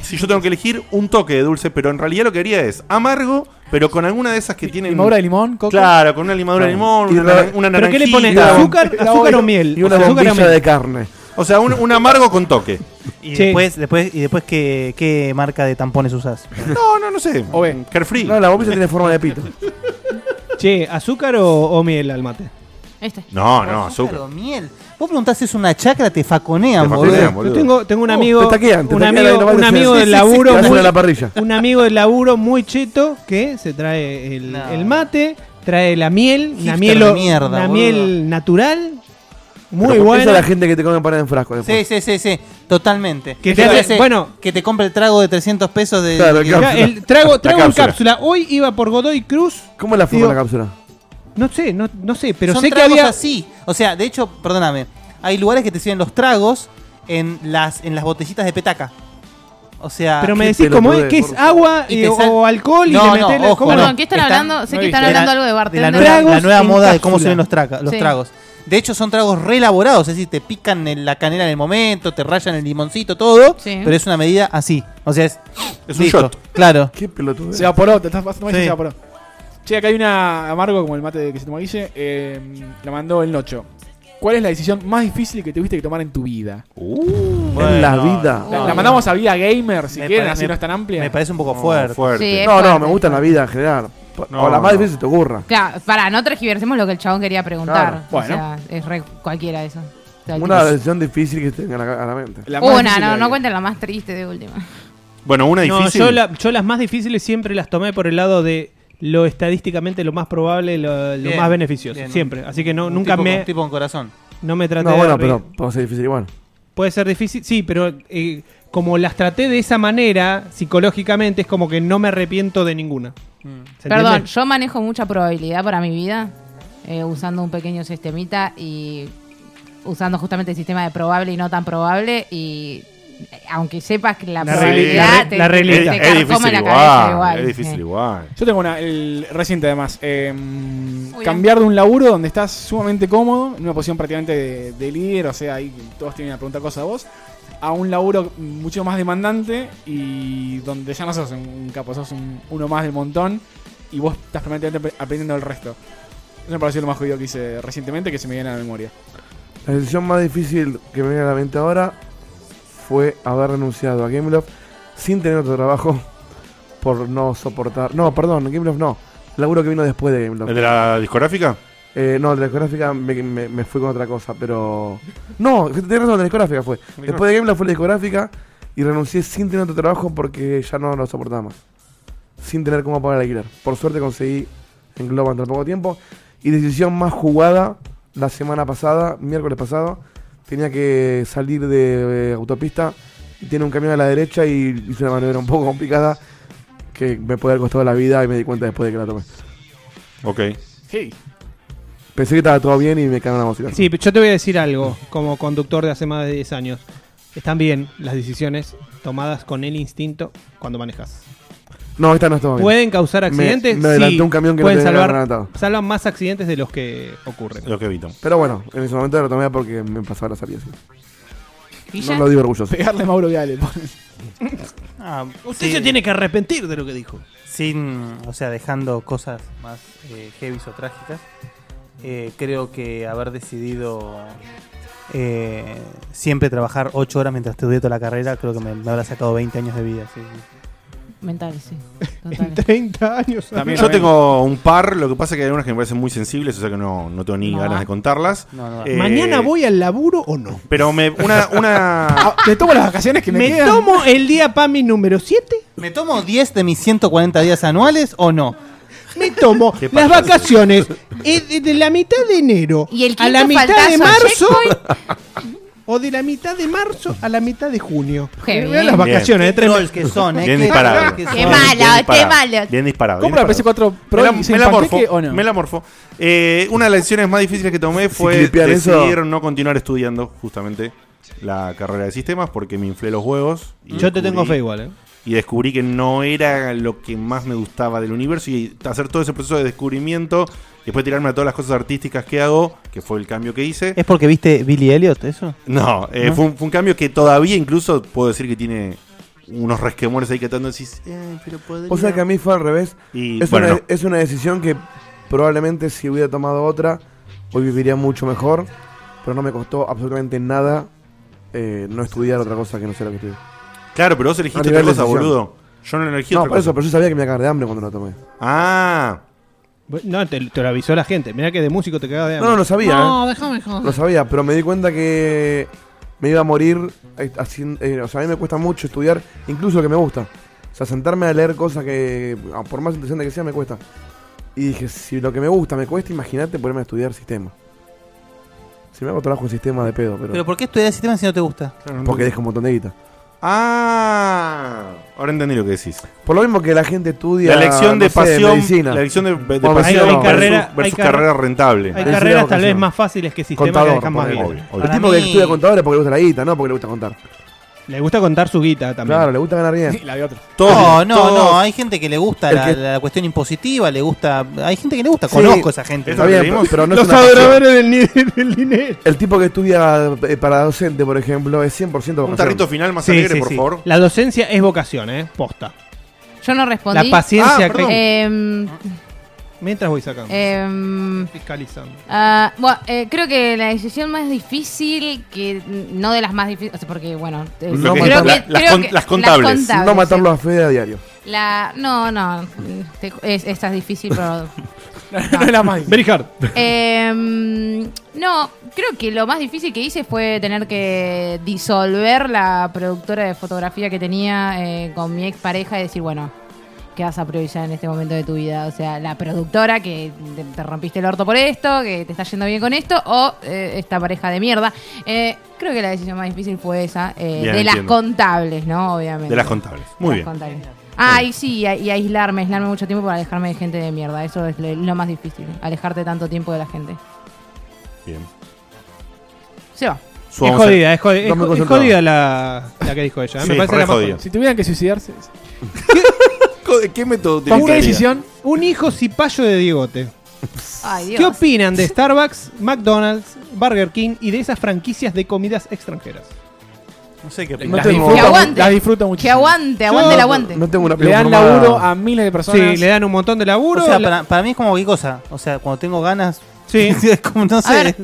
Speaker 2: Si yo tengo que elegir un toque de dulce, pero en realidad lo que haría es amargo, pero con alguna de esas que tienen.
Speaker 3: Limadura de limón, coco.
Speaker 2: Claro, con una limadura de limón,
Speaker 5: Y
Speaker 2: una,
Speaker 5: la-
Speaker 2: naran- una
Speaker 7: ¿Pero qué le pones?
Speaker 2: naranjita.
Speaker 7: ¿Azúcar,
Speaker 5: La
Speaker 7: azúcar
Speaker 5: olla-
Speaker 7: o miel?
Speaker 5: Y
Speaker 7: O
Speaker 5: una
Speaker 7: sea, azúcar o
Speaker 5: bombilla
Speaker 7: miel.
Speaker 5: de carne.
Speaker 2: O sea, un, un amargo con toque.
Speaker 6: Y
Speaker 7: Sí.
Speaker 6: después, después, y después ¿qué, qué marca de tampones usás?
Speaker 2: No, no, no sé.
Speaker 3: O
Speaker 5: Mm,
Speaker 3: ve.
Speaker 2: Carefree.
Speaker 5: No, la bombilla tiene forma de pito.
Speaker 7: Che, ¿azúcar o, o miel al mate?
Speaker 4: Este.
Speaker 2: No, no, azúcar.
Speaker 6: o miel. Vos preguntás si es una chacra, te faconean,
Speaker 2: Te
Speaker 6: boludo.
Speaker 2: faconean.
Speaker 7: Yo
Speaker 2: boludo.
Speaker 7: tengo, tengo un
Speaker 5: Oh,
Speaker 7: amigo,
Speaker 5: te taquean, te
Speaker 7: un
Speaker 5: taquean,
Speaker 7: amigo,
Speaker 5: no vale
Speaker 7: un
Speaker 5: ser.
Speaker 7: amigo
Speaker 5: Sí,
Speaker 7: del
Speaker 5: sí, sí,
Speaker 7: laburo,
Speaker 5: te hacen
Speaker 7: muy,
Speaker 5: a la parrilla.
Speaker 7: un amigo del laburo muy cheto que se trae el,
Speaker 6: No.
Speaker 7: el mate, trae la miel,
Speaker 6: Hipster
Speaker 7: una
Speaker 6: de
Speaker 7: miel, o-
Speaker 6: mierda,
Speaker 7: una
Speaker 6: boludo.
Speaker 7: miel natural, muy
Speaker 5: Pero por Esa
Speaker 7: buena.
Speaker 5: es la gente que te come empanada en frasco. después.
Speaker 6: Sí, sí, sí, sí, totalmente.
Speaker 7: Que
Speaker 6: Es
Speaker 7: te hace-
Speaker 6: hace-
Speaker 7: bueno.
Speaker 6: que te compre el trago de 300 pesos de...
Speaker 5: Claro,
Speaker 6: que-
Speaker 5: claro.
Speaker 7: Ya, el trago,
Speaker 2: La
Speaker 7: trago en
Speaker 2: cápsula.
Speaker 7: cápsula. Hoy iba por Godoy Cruz,
Speaker 5: ¿Cómo es la forma
Speaker 7: Digo-
Speaker 5: de la cápsula?
Speaker 7: no sé, no, no sé, pero
Speaker 6: son
Speaker 7: sé que
Speaker 6: tragos
Speaker 7: había
Speaker 6: así. O sea, de hecho, perdóname. hay lugares que te sirven los tragos en las, en las botellitas de petaca. O sea.
Speaker 7: Pero me decís cómo es, que es agua
Speaker 6: Y
Speaker 7: eh,
Speaker 6: te sal-
Speaker 7: o alcohol y
Speaker 6: No,
Speaker 7: le
Speaker 6: no,
Speaker 7: metés la-
Speaker 6: ojo,
Speaker 7: ¿cómo
Speaker 6: no.
Speaker 4: Perdón, ¿qué están hablando? Sé que están hablando algo de
Speaker 6: la
Speaker 4: bartender.
Speaker 6: nueva, la
Speaker 4: Tragos
Speaker 6: nueva
Speaker 4: en
Speaker 6: moda de cómo se
Speaker 4: cápsula.
Speaker 6: ven los, traca- los
Speaker 4: Sí.
Speaker 6: tragos. De hecho, son tragos reelaborados, es decir, te pican en la canela en el momento, te rayan el limoncito, todo,
Speaker 3: Sí.
Speaker 6: pero es una medida así. O sea, es.
Speaker 2: Es un
Speaker 6: listo,
Speaker 2: shot.
Speaker 6: Claro.
Speaker 5: Qué pelotudo.
Speaker 3: Se evaporó, te estás pasando
Speaker 6: Sí.
Speaker 3: se evaporó. Che, acá hay una amargo como el mate que se tomó Guille. eh, la mandó el Nocho. ¿Cuál es la decisión más difícil que tuviste que tomar en tu vida?
Speaker 5: bueno. la vida.
Speaker 3: La, la mandamos a vida gamer, si
Speaker 6: Me
Speaker 3: quieren,
Speaker 6: pare-
Speaker 3: así
Speaker 6: me-
Speaker 3: no es tan amplia.
Speaker 6: me parece un poco No, fuerte. fuerte.
Speaker 4: Sí, es
Speaker 5: no, no,
Speaker 4: fuerte,
Speaker 5: me gusta la vida en general. O
Speaker 2: Oh, No,
Speaker 5: la más
Speaker 2: no.
Speaker 5: difícil se te ocurra.
Speaker 4: Claro, para, no tergiversemos lo que el chabón quería preguntar.
Speaker 5: Claro,
Speaker 4: O
Speaker 5: bueno.
Speaker 4: sea, es re cualquiera eso. O sea, el
Speaker 5: Una
Speaker 4: tipo-
Speaker 5: decisión difícil que tenga a la, a la mente.
Speaker 4: Una, no, no cuenten la más triste de última.
Speaker 2: Bueno, una
Speaker 7: No,
Speaker 2: difícil.
Speaker 7: yo, la- yo las más difíciles siempre las tomé por el lado de lo estadísticamente lo más probable, lo, lo
Speaker 6: Bien,
Speaker 7: más beneficioso.
Speaker 6: bien.
Speaker 7: Siempre. Así que no,
Speaker 6: Un
Speaker 7: nunca
Speaker 6: tipo
Speaker 7: me.
Speaker 6: con- tipo con corazón.
Speaker 7: No me traté
Speaker 5: No,
Speaker 7: de
Speaker 5: bueno,
Speaker 7: reír.
Speaker 5: pero puede ser difícil igual.
Speaker 7: Puede ser difícil, sí, pero eh, como las traté de esa manera, psicológicamente, es como que no me arrepiento de
Speaker 6: Mm.
Speaker 7: ninguna. ¿Se
Speaker 4: Perdón,
Speaker 7: entiende?
Speaker 4: yo manejo mucha probabilidad para mi vida eh, usando un pequeño sistemita y usando justamente el sistema de probable y no tan probable y eh, aunque sepas que la,
Speaker 3: La
Speaker 4: probabilidad
Speaker 3: regla-
Speaker 4: te,
Speaker 3: la regla.
Speaker 4: te- te
Speaker 3: Es-
Speaker 2: es
Speaker 4: carcome
Speaker 2: difícil
Speaker 4: la
Speaker 2: igual,
Speaker 4: cabeza igual.
Speaker 2: es difícil
Speaker 4: sí.
Speaker 2: igual.
Speaker 3: Yo tengo una el reciente además. em, cambiar de un laburo donde estás sumamente cómodo, en una posición prácticamente de, de líder, o sea, ahí todos tienen la pregunta cosa a vos, a un laburo mucho más demandante y donde ya no sos un, un capo, sos un- uno más del montón y vos estás permanentemente ap- aprendiendo el resto. Eso me pareció lo más jodido que hice recientemente que se me viene a la memoria.
Speaker 5: La decisión más difícil que me viene a la mente ahora fue haber renunciado a Gameloft sin tener otro trabajo por no soportar. No, perdón, Gameloft no. El laburo que vino después de Gameloft.
Speaker 2: ¿El de la discográfica?
Speaker 5: Eh, no, de la discográfica me, me- me fui con otra cosa, pero. No, tenés razón, de la discográfica fue. Después de Gameloft fue la discográfica y renuncié sin tener otro trabajo porque ya no lo soportaba más. Sin tener cómo pagar el alquiler. Por suerte conseguí en Globan tan poco tiempo. Y decisión más jugada la semana pasada, miércoles pasado. Tenía que salir de eh, autopista y tiene un camión a la derecha y hice una maniobra un poco complicada que me puede haber costado la vida y me di cuenta después de que la tomé.
Speaker 2: Ok.
Speaker 3: Sí.
Speaker 5: Pensé que estaba todo bien y me cagaron la música.
Speaker 7: Sí, pero yo te voy a decir algo, como conductor de hace más de 10 años. Están bien las decisiones tomadas con el instinto cuando manejas.
Speaker 5: No, esta no estaba bien.
Speaker 7: ¿Pueden causar
Speaker 5: Me-
Speaker 7: accidentes?
Speaker 5: Me, adelanté
Speaker 7: Sí,
Speaker 5: un camión que
Speaker 7: pueden
Speaker 5: no tenía que haber
Speaker 7: salvar,
Speaker 5: adelantado.
Speaker 7: salvan más accidentes de los que ocurren.
Speaker 2: Lo que evito.
Speaker 5: Pero bueno, en ese momento lo tomé porque me pasaba la salida así.
Speaker 7: ¿Guille?
Speaker 5: No lo digo orgulloso.
Speaker 3: Pegarle a Mauro Viale.
Speaker 5: [laughs]
Speaker 6: Ah,
Speaker 7: Usted se tiene que arrepentir de lo que dijo.
Speaker 6: Sin, o sea, dejando cosas más eh, heavy o trágicas, eh, creo que haber decidido eh, siempre trabajar 8 horas mientras estudié toda la carrera, creo que me, me habrá sacado 20 años de vida. sí, sí.
Speaker 4: Mental, sí.
Speaker 7: [laughs] En 30 años.
Speaker 2: yo tengo un par, lo que pasa es que hay unas que me parecen muy sensibles, o sea que no, no tengo ni
Speaker 7: No.
Speaker 2: ganas de contarlas.
Speaker 7: No, no, no.
Speaker 2: Eh,
Speaker 7: ¿Mañana voy al laburo o no?
Speaker 2: Pero me, una, una,
Speaker 3: Ah, ¿Me tomo las vacaciones que
Speaker 7: Ah, me,
Speaker 2: me quedan?
Speaker 7: tomo el día PAMI número 7?
Speaker 6: ¿Me tomo 10 de mis 140 días anuales o no?
Speaker 7: Me tomo
Speaker 6: [laughs] ¿Qué
Speaker 7: las
Speaker 6: payaso?
Speaker 7: vacaciones eh, de, de la mitad de enero
Speaker 4: Y el
Speaker 7: a la
Speaker 4: quinto
Speaker 7: mitad de
Speaker 4: faltazo,
Speaker 7: marzo [laughs] o de la mitad de marzo a la mitad de junio.
Speaker 4: Qué
Speaker 7: Me voy a las
Speaker 2: bien.
Speaker 7: vacaciones de
Speaker 6: Qué trolls que son, eh,
Speaker 2: Bien
Speaker 6: [laughs] qué
Speaker 2: disparado.
Speaker 6: trolls que
Speaker 2: Bien
Speaker 6: son.
Speaker 2: disparado,
Speaker 4: qué malo.
Speaker 2: Bien disparado.
Speaker 3: Compra
Speaker 2: bien disparado.
Speaker 3: PS4 Pro
Speaker 2: Me la-
Speaker 3: y
Speaker 2: me
Speaker 3: sin
Speaker 2: la morfo.
Speaker 3: panqueque, ¿o no?
Speaker 2: Me la morfo. Eh, una de las decisiones más difíciles que tomé fue
Speaker 5: clipean eso-
Speaker 2: decidir no continuar estudiando justamente la carrera de sistemas porque me inflé los huevos. y
Speaker 7: Yo te
Speaker 2: descubrí-
Speaker 7: tengo fe igual, ¿eh?
Speaker 2: Y descubrí que no era lo que más me gustaba del universo y hacer todo ese proceso de descubrimiento y después tirarme a todas las cosas artísticas que hago, que fue el cambio que hice.
Speaker 6: ¿Es porque viste Billy Elliot eso?
Speaker 2: No, eh, Fue, un, fue un cambio que todavía incluso puedo decir que tiene unos resquemores ahí que tanto decís. "Eh, pero podría".
Speaker 5: O sea que a mí fue al revés.
Speaker 2: Y,
Speaker 5: es,
Speaker 2: bueno,
Speaker 5: una,
Speaker 2: no.
Speaker 5: es una decisión que probablemente si hubiera tomado otra, hoy viviría mucho mejor. Pero no me costó absolutamente nada eh, no estudiar otra cosa que no sea lo que estudié.
Speaker 2: Claro, pero vos
Speaker 5: A
Speaker 2: elegiste
Speaker 5: nivel
Speaker 2: otra cosa,
Speaker 5: decisión.
Speaker 2: boludo. Yo no elegí
Speaker 5: No,
Speaker 2: otra
Speaker 5: por
Speaker 2: cosa.
Speaker 5: eso, pero yo sabía que me iba a cagar de hambre cuando lo tomé.
Speaker 2: Ah.
Speaker 7: No, te, te lo avisó la gente. Mirá que de músico te cagas de hambre.
Speaker 5: No, no lo sabía.
Speaker 7: No,
Speaker 5: ¿eh?
Speaker 7: déjame joder.
Speaker 5: Lo sabía, pero me di cuenta que me iba a morir. eh, haciendo- eh, o sea, a mí me cuesta mucho estudiar, incluso lo que me gusta. O sea, sentarme a leer cosas que, ah, por más interesante que sea, me cuesta. Y dije, si lo que me gusta me cuesta, imagínate ponerme a estudiar sistema. Si me hago trabajo en sistema de pedo, pero.
Speaker 6: ¿Pero por qué estudiar sistema si no te gusta?
Speaker 3: Ah,
Speaker 5: porque dejo un montón de guita.
Speaker 2: Ah. Ahora entendí lo que decís.
Speaker 5: Por lo mismo que la gente estudia.
Speaker 2: La elección de
Speaker 5: no sé,
Speaker 2: pasión,
Speaker 5: medicina.
Speaker 2: la elección de, de
Speaker 5: Bueno,
Speaker 2: pasión
Speaker 5: hay
Speaker 2: versus,
Speaker 5: carrera-
Speaker 2: versus
Speaker 5: hay carre-
Speaker 2: carrera rentable.
Speaker 7: Hay carreras tal vez más fáciles que sistemas que dejan más
Speaker 5: ponele,
Speaker 7: guita.
Speaker 5: obvio, obvio. El
Speaker 7: Para
Speaker 5: tipo que
Speaker 7: mí-
Speaker 5: estudia contadores porque le gusta la guita, no porque le gusta contar.
Speaker 7: Le gusta contar su guita también.
Speaker 5: Claro, le gusta ganar bien.
Speaker 3: la de otro.
Speaker 6: no, no, no. Hay gente que le gusta
Speaker 5: El
Speaker 6: la,
Speaker 5: que-
Speaker 6: la cuestión impositiva, le gusta. Hay gente que le gusta.
Speaker 5: Sí,
Speaker 6: Conozco a esa gente.
Speaker 5: Está bien, pero, pero no es una
Speaker 7: del,
Speaker 2: [laughs]
Speaker 7: dinero.
Speaker 5: El tipo que estudia eh, para docente, por ejemplo, es 100% vocación.
Speaker 2: tarrito final más
Speaker 7: Sí, sí, sí. La docencia es vocación, ¿eh? Posta.
Speaker 4: Yo no respondí.
Speaker 7: La paciencia Ah, perdón. que-
Speaker 4: Em,
Speaker 7: Mientras voy sacando.
Speaker 4: em,
Speaker 7: Fiscalizando.
Speaker 4: ah, bueno, eh, creo que la decisión más difícil, que mm, no de las más difíciles, porque bueno, eh,
Speaker 5: No
Speaker 4: creo
Speaker 5: matar-
Speaker 4: que-
Speaker 5: la-
Speaker 4: creo que-
Speaker 5: No matarlo a Fede a diario.
Speaker 4: La, no, no. te- es, esta es difícil, pero.
Speaker 3: [laughs] No es la más.
Speaker 7: Very hard.
Speaker 2: [laughs]
Speaker 4: Em, no, creo que lo más difícil que hice fue tener que disolver la productora de fotografía que tenía eh, con mi expareja y decir, bueno, ¿qué vas a priorizar en este momento de tu vida? O sea, la productora que te, te rompiste el orto por esto, que te está yendo bien con esto, o eh, esta pareja de mierda. Eh, creo que la decisión más difícil fue esa, eh,
Speaker 2: Bien,
Speaker 4: de las
Speaker 2: entiendo.
Speaker 4: contables, ¿no? Obviamente.
Speaker 2: De las contables. Muy
Speaker 4: Las
Speaker 2: bien.
Speaker 4: contables. Ah, y sí, y, a- y aislarme, aislarme mucho tiempo para alejarme de gente de mierda. Eso es le- lo más difícil, alejarte tanto tiempo de la gente.
Speaker 2: Bien.
Speaker 4: Se va.
Speaker 7: Es jodida, es jodida, es jo- es jodida la, la que dijo ella. ¿eh? Me parece la más jodida.
Speaker 3: Si tuvieran que suicidarse.
Speaker 2: ¿Qué método
Speaker 7: ¿Con qué decisión? Un hijo cipayo de Diegote.
Speaker 4: Ay, Dios.
Speaker 7: ¿Qué opinan de Starbucks, McDonald's, Burger King y de esas franquicias de comidas extranjeras?
Speaker 6: No sé qué
Speaker 3: No tengo-
Speaker 4: Que aguante.
Speaker 3: Las disfruto mucho.
Speaker 4: Que aguante, aguante
Speaker 7: Yo-
Speaker 4: el aguante.
Speaker 5: No tengo una
Speaker 7: Le dan laburo a
Speaker 3: miles de
Speaker 7: Sí, le dan un montón de laburo.
Speaker 6: O sea,
Speaker 7: La-
Speaker 6: para, para mí es como qué cosa. O sea, cuando tengo ganas.
Speaker 7: [laughs] Sí.
Speaker 6: [laughs] es como, no sé.
Speaker 7: son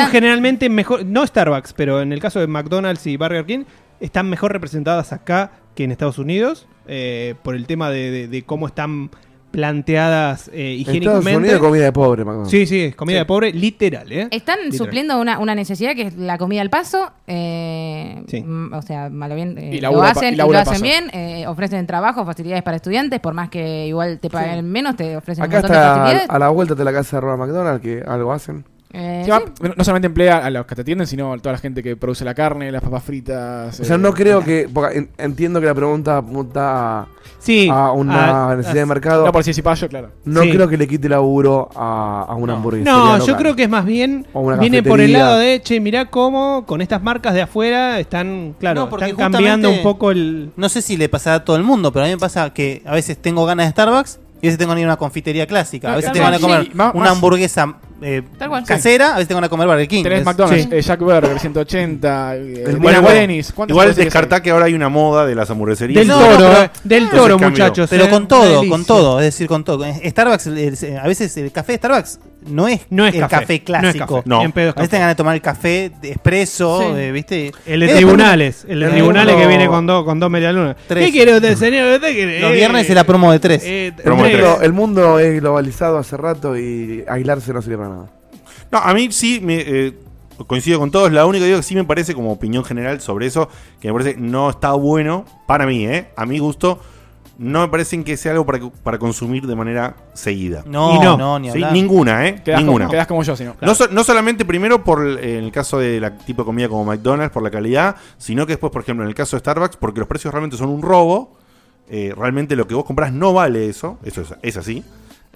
Speaker 6: están-
Speaker 7: generalmente mejor, no Starbucks, pero en el caso de McDonald's y Burger King, están mejor representadas acá que en Estados Unidos eh, por el tema de, de- de cómo están planteadas eh,
Speaker 5: En Estados
Speaker 7: higiénicamente.
Speaker 5: Unidos comida de pobre, McDonald's.
Speaker 7: Sí, sí, es comida de pobre, literal, ¿eh?
Speaker 4: Están
Speaker 7: Literal.
Speaker 4: supliendo una, una necesidad que es la comida al paso. eh, mm, O sea, malo bien. eh,
Speaker 7: Y
Speaker 4: lo
Speaker 7: labura pa-
Speaker 4: hacen,
Speaker 7: y
Speaker 4: y
Speaker 7: labura al
Speaker 4: lo
Speaker 7: paso.
Speaker 4: hacen bien. eh, ofrecen trabajo, facilidades para estudiantes. Por más que igual te paguen menos, te ofrecen
Speaker 5: Acá
Speaker 4: un montón de
Speaker 5: está a,
Speaker 4: facilidades.
Speaker 5: a la vuelta de la casa de Ronald McDonald que algo hacen.
Speaker 4: Eh,
Speaker 3: Sí, va- No solamente emplea a los que te atienden, sino a toda la gente que produce la carne, las papas fritas.
Speaker 5: O sea,
Speaker 3: eh,
Speaker 5: no creo que. porque en- entiendo que la pregunta apunta a,
Speaker 7: Sí, Ah,
Speaker 5: a una
Speaker 3: a-
Speaker 5: necesidad
Speaker 3: a-
Speaker 5: de mercado.
Speaker 3: Ah, no, por si es cipayo, claro.
Speaker 5: No
Speaker 3: Sí.
Speaker 5: creo que le quite laburo a, a una hamburguesería.
Speaker 7: No,
Speaker 5: local.
Speaker 7: yo creo que es más bien.
Speaker 5: O una
Speaker 7: Viene por el
Speaker 5: cafetería.
Speaker 7: lado de, che, mirá cómo con estas marcas de afuera están, claro,
Speaker 6: No, porque
Speaker 7: están cambiando
Speaker 6: justamente-
Speaker 7: un poco el.
Speaker 6: No sé si le pasará a todo el mundo, pero a mí me pasa que a veces tengo ganas de Starbucks y a veces tengo ganas de ir a una confitería clásica. A
Speaker 3: No,
Speaker 6: veces
Speaker 3: tal
Speaker 6: tengo ganas de
Speaker 3: cual,
Speaker 6: comer
Speaker 3: sí, más-
Speaker 6: una
Speaker 3: más-
Speaker 6: hamburguesa eh,
Speaker 3: Tal cual, sí.
Speaker 6: casera, a veces tengo ganas de comer Burger King.
Speaker 3: Tenés
Speaker 6: Es-
Speaker 3: McDonald's,
Speaker 6: Sí.
Speaker 3: eh, Jack Burger, 180, eh,
Speaker 2: Igual-
Speaker 3: Dina
Speaker 2: igual-
Speaker 3: Guarenis, ¿cuántas
Speaker 2: Igual
Speaker 3: hamburguesas
Speaker 2: descartá que ahora hay una moda de las hamburgueserías.
Speaker 6: Del No, no, toro, pero- eh, del
Speaker 2: Entonces
Speaker 6: toro,
Speaker 2: cambió.
Speaker 6: muchachos, eh, Pero con todo, con todo, es decir, con todo. Starbucks, el- el- a veces el café de Starbucks no es,
Speaker 7: No es
Speaker 6: el
Speaker 7: café,
Speaker 6: café,
Speaker 7: no es
Speaker 6: clásico.
Speaker 7: café, No. ni en pedo es
Speaker 6: A veces
Speaker 7: café.
Speaker 6: tengan ganas de tomar el café de expreso,
Speaker 7: Sí.
Speaker 6: eh, ¿viste?
Speaker 7: El de
Speaker 6: Eh,
Speaker 7: tribunales, el de
Speaker 6: el
Speaker 7: tribunales que
Speaker 6: mundo-
Speaker 7: viene con dos con dos medialunas.
Speaker 6: Tres.
Speaker 7: ¿Qué quiere usted, señor? ¿Usted quiere?
Speaker 6: Los viernes
Speaker 7: Eh,
Speaker 6: es la promo de tres.
Speaker 7: eh,
Speaker 5: El
Speaker 2: Promo tres.
Speaker 5: mundo, el mundo es globalizado hace rato y aislarse no sirve para nada.
Speaker 2: No, a mí sí me, eh, coincido con todos. La única que digo que sí me parece, como opinión general sobre eso, que me parece no está bueno para mí, ¿eh? A mi gusto. No me parecen que sea algo para, para consumir de manera seguida.
Speaker 6: No, Y no. no, ni hablar.
Speaker 2: Ninguna, ¿eh?
Speaker 3: Quedás
Speaker 2: ninguna.
Speaker 3: como- quedás como yo, si no.
Speaker 2: No, so- no solamente primero por el, en el caso de la tipo de comida como McDonald's, por la calidad, sino que después, por ejemplo, en el caso de Starbucks, porque los precios realmente son un robo. Eh, realmente lo que vos compras no vale eso. Eso es, es así.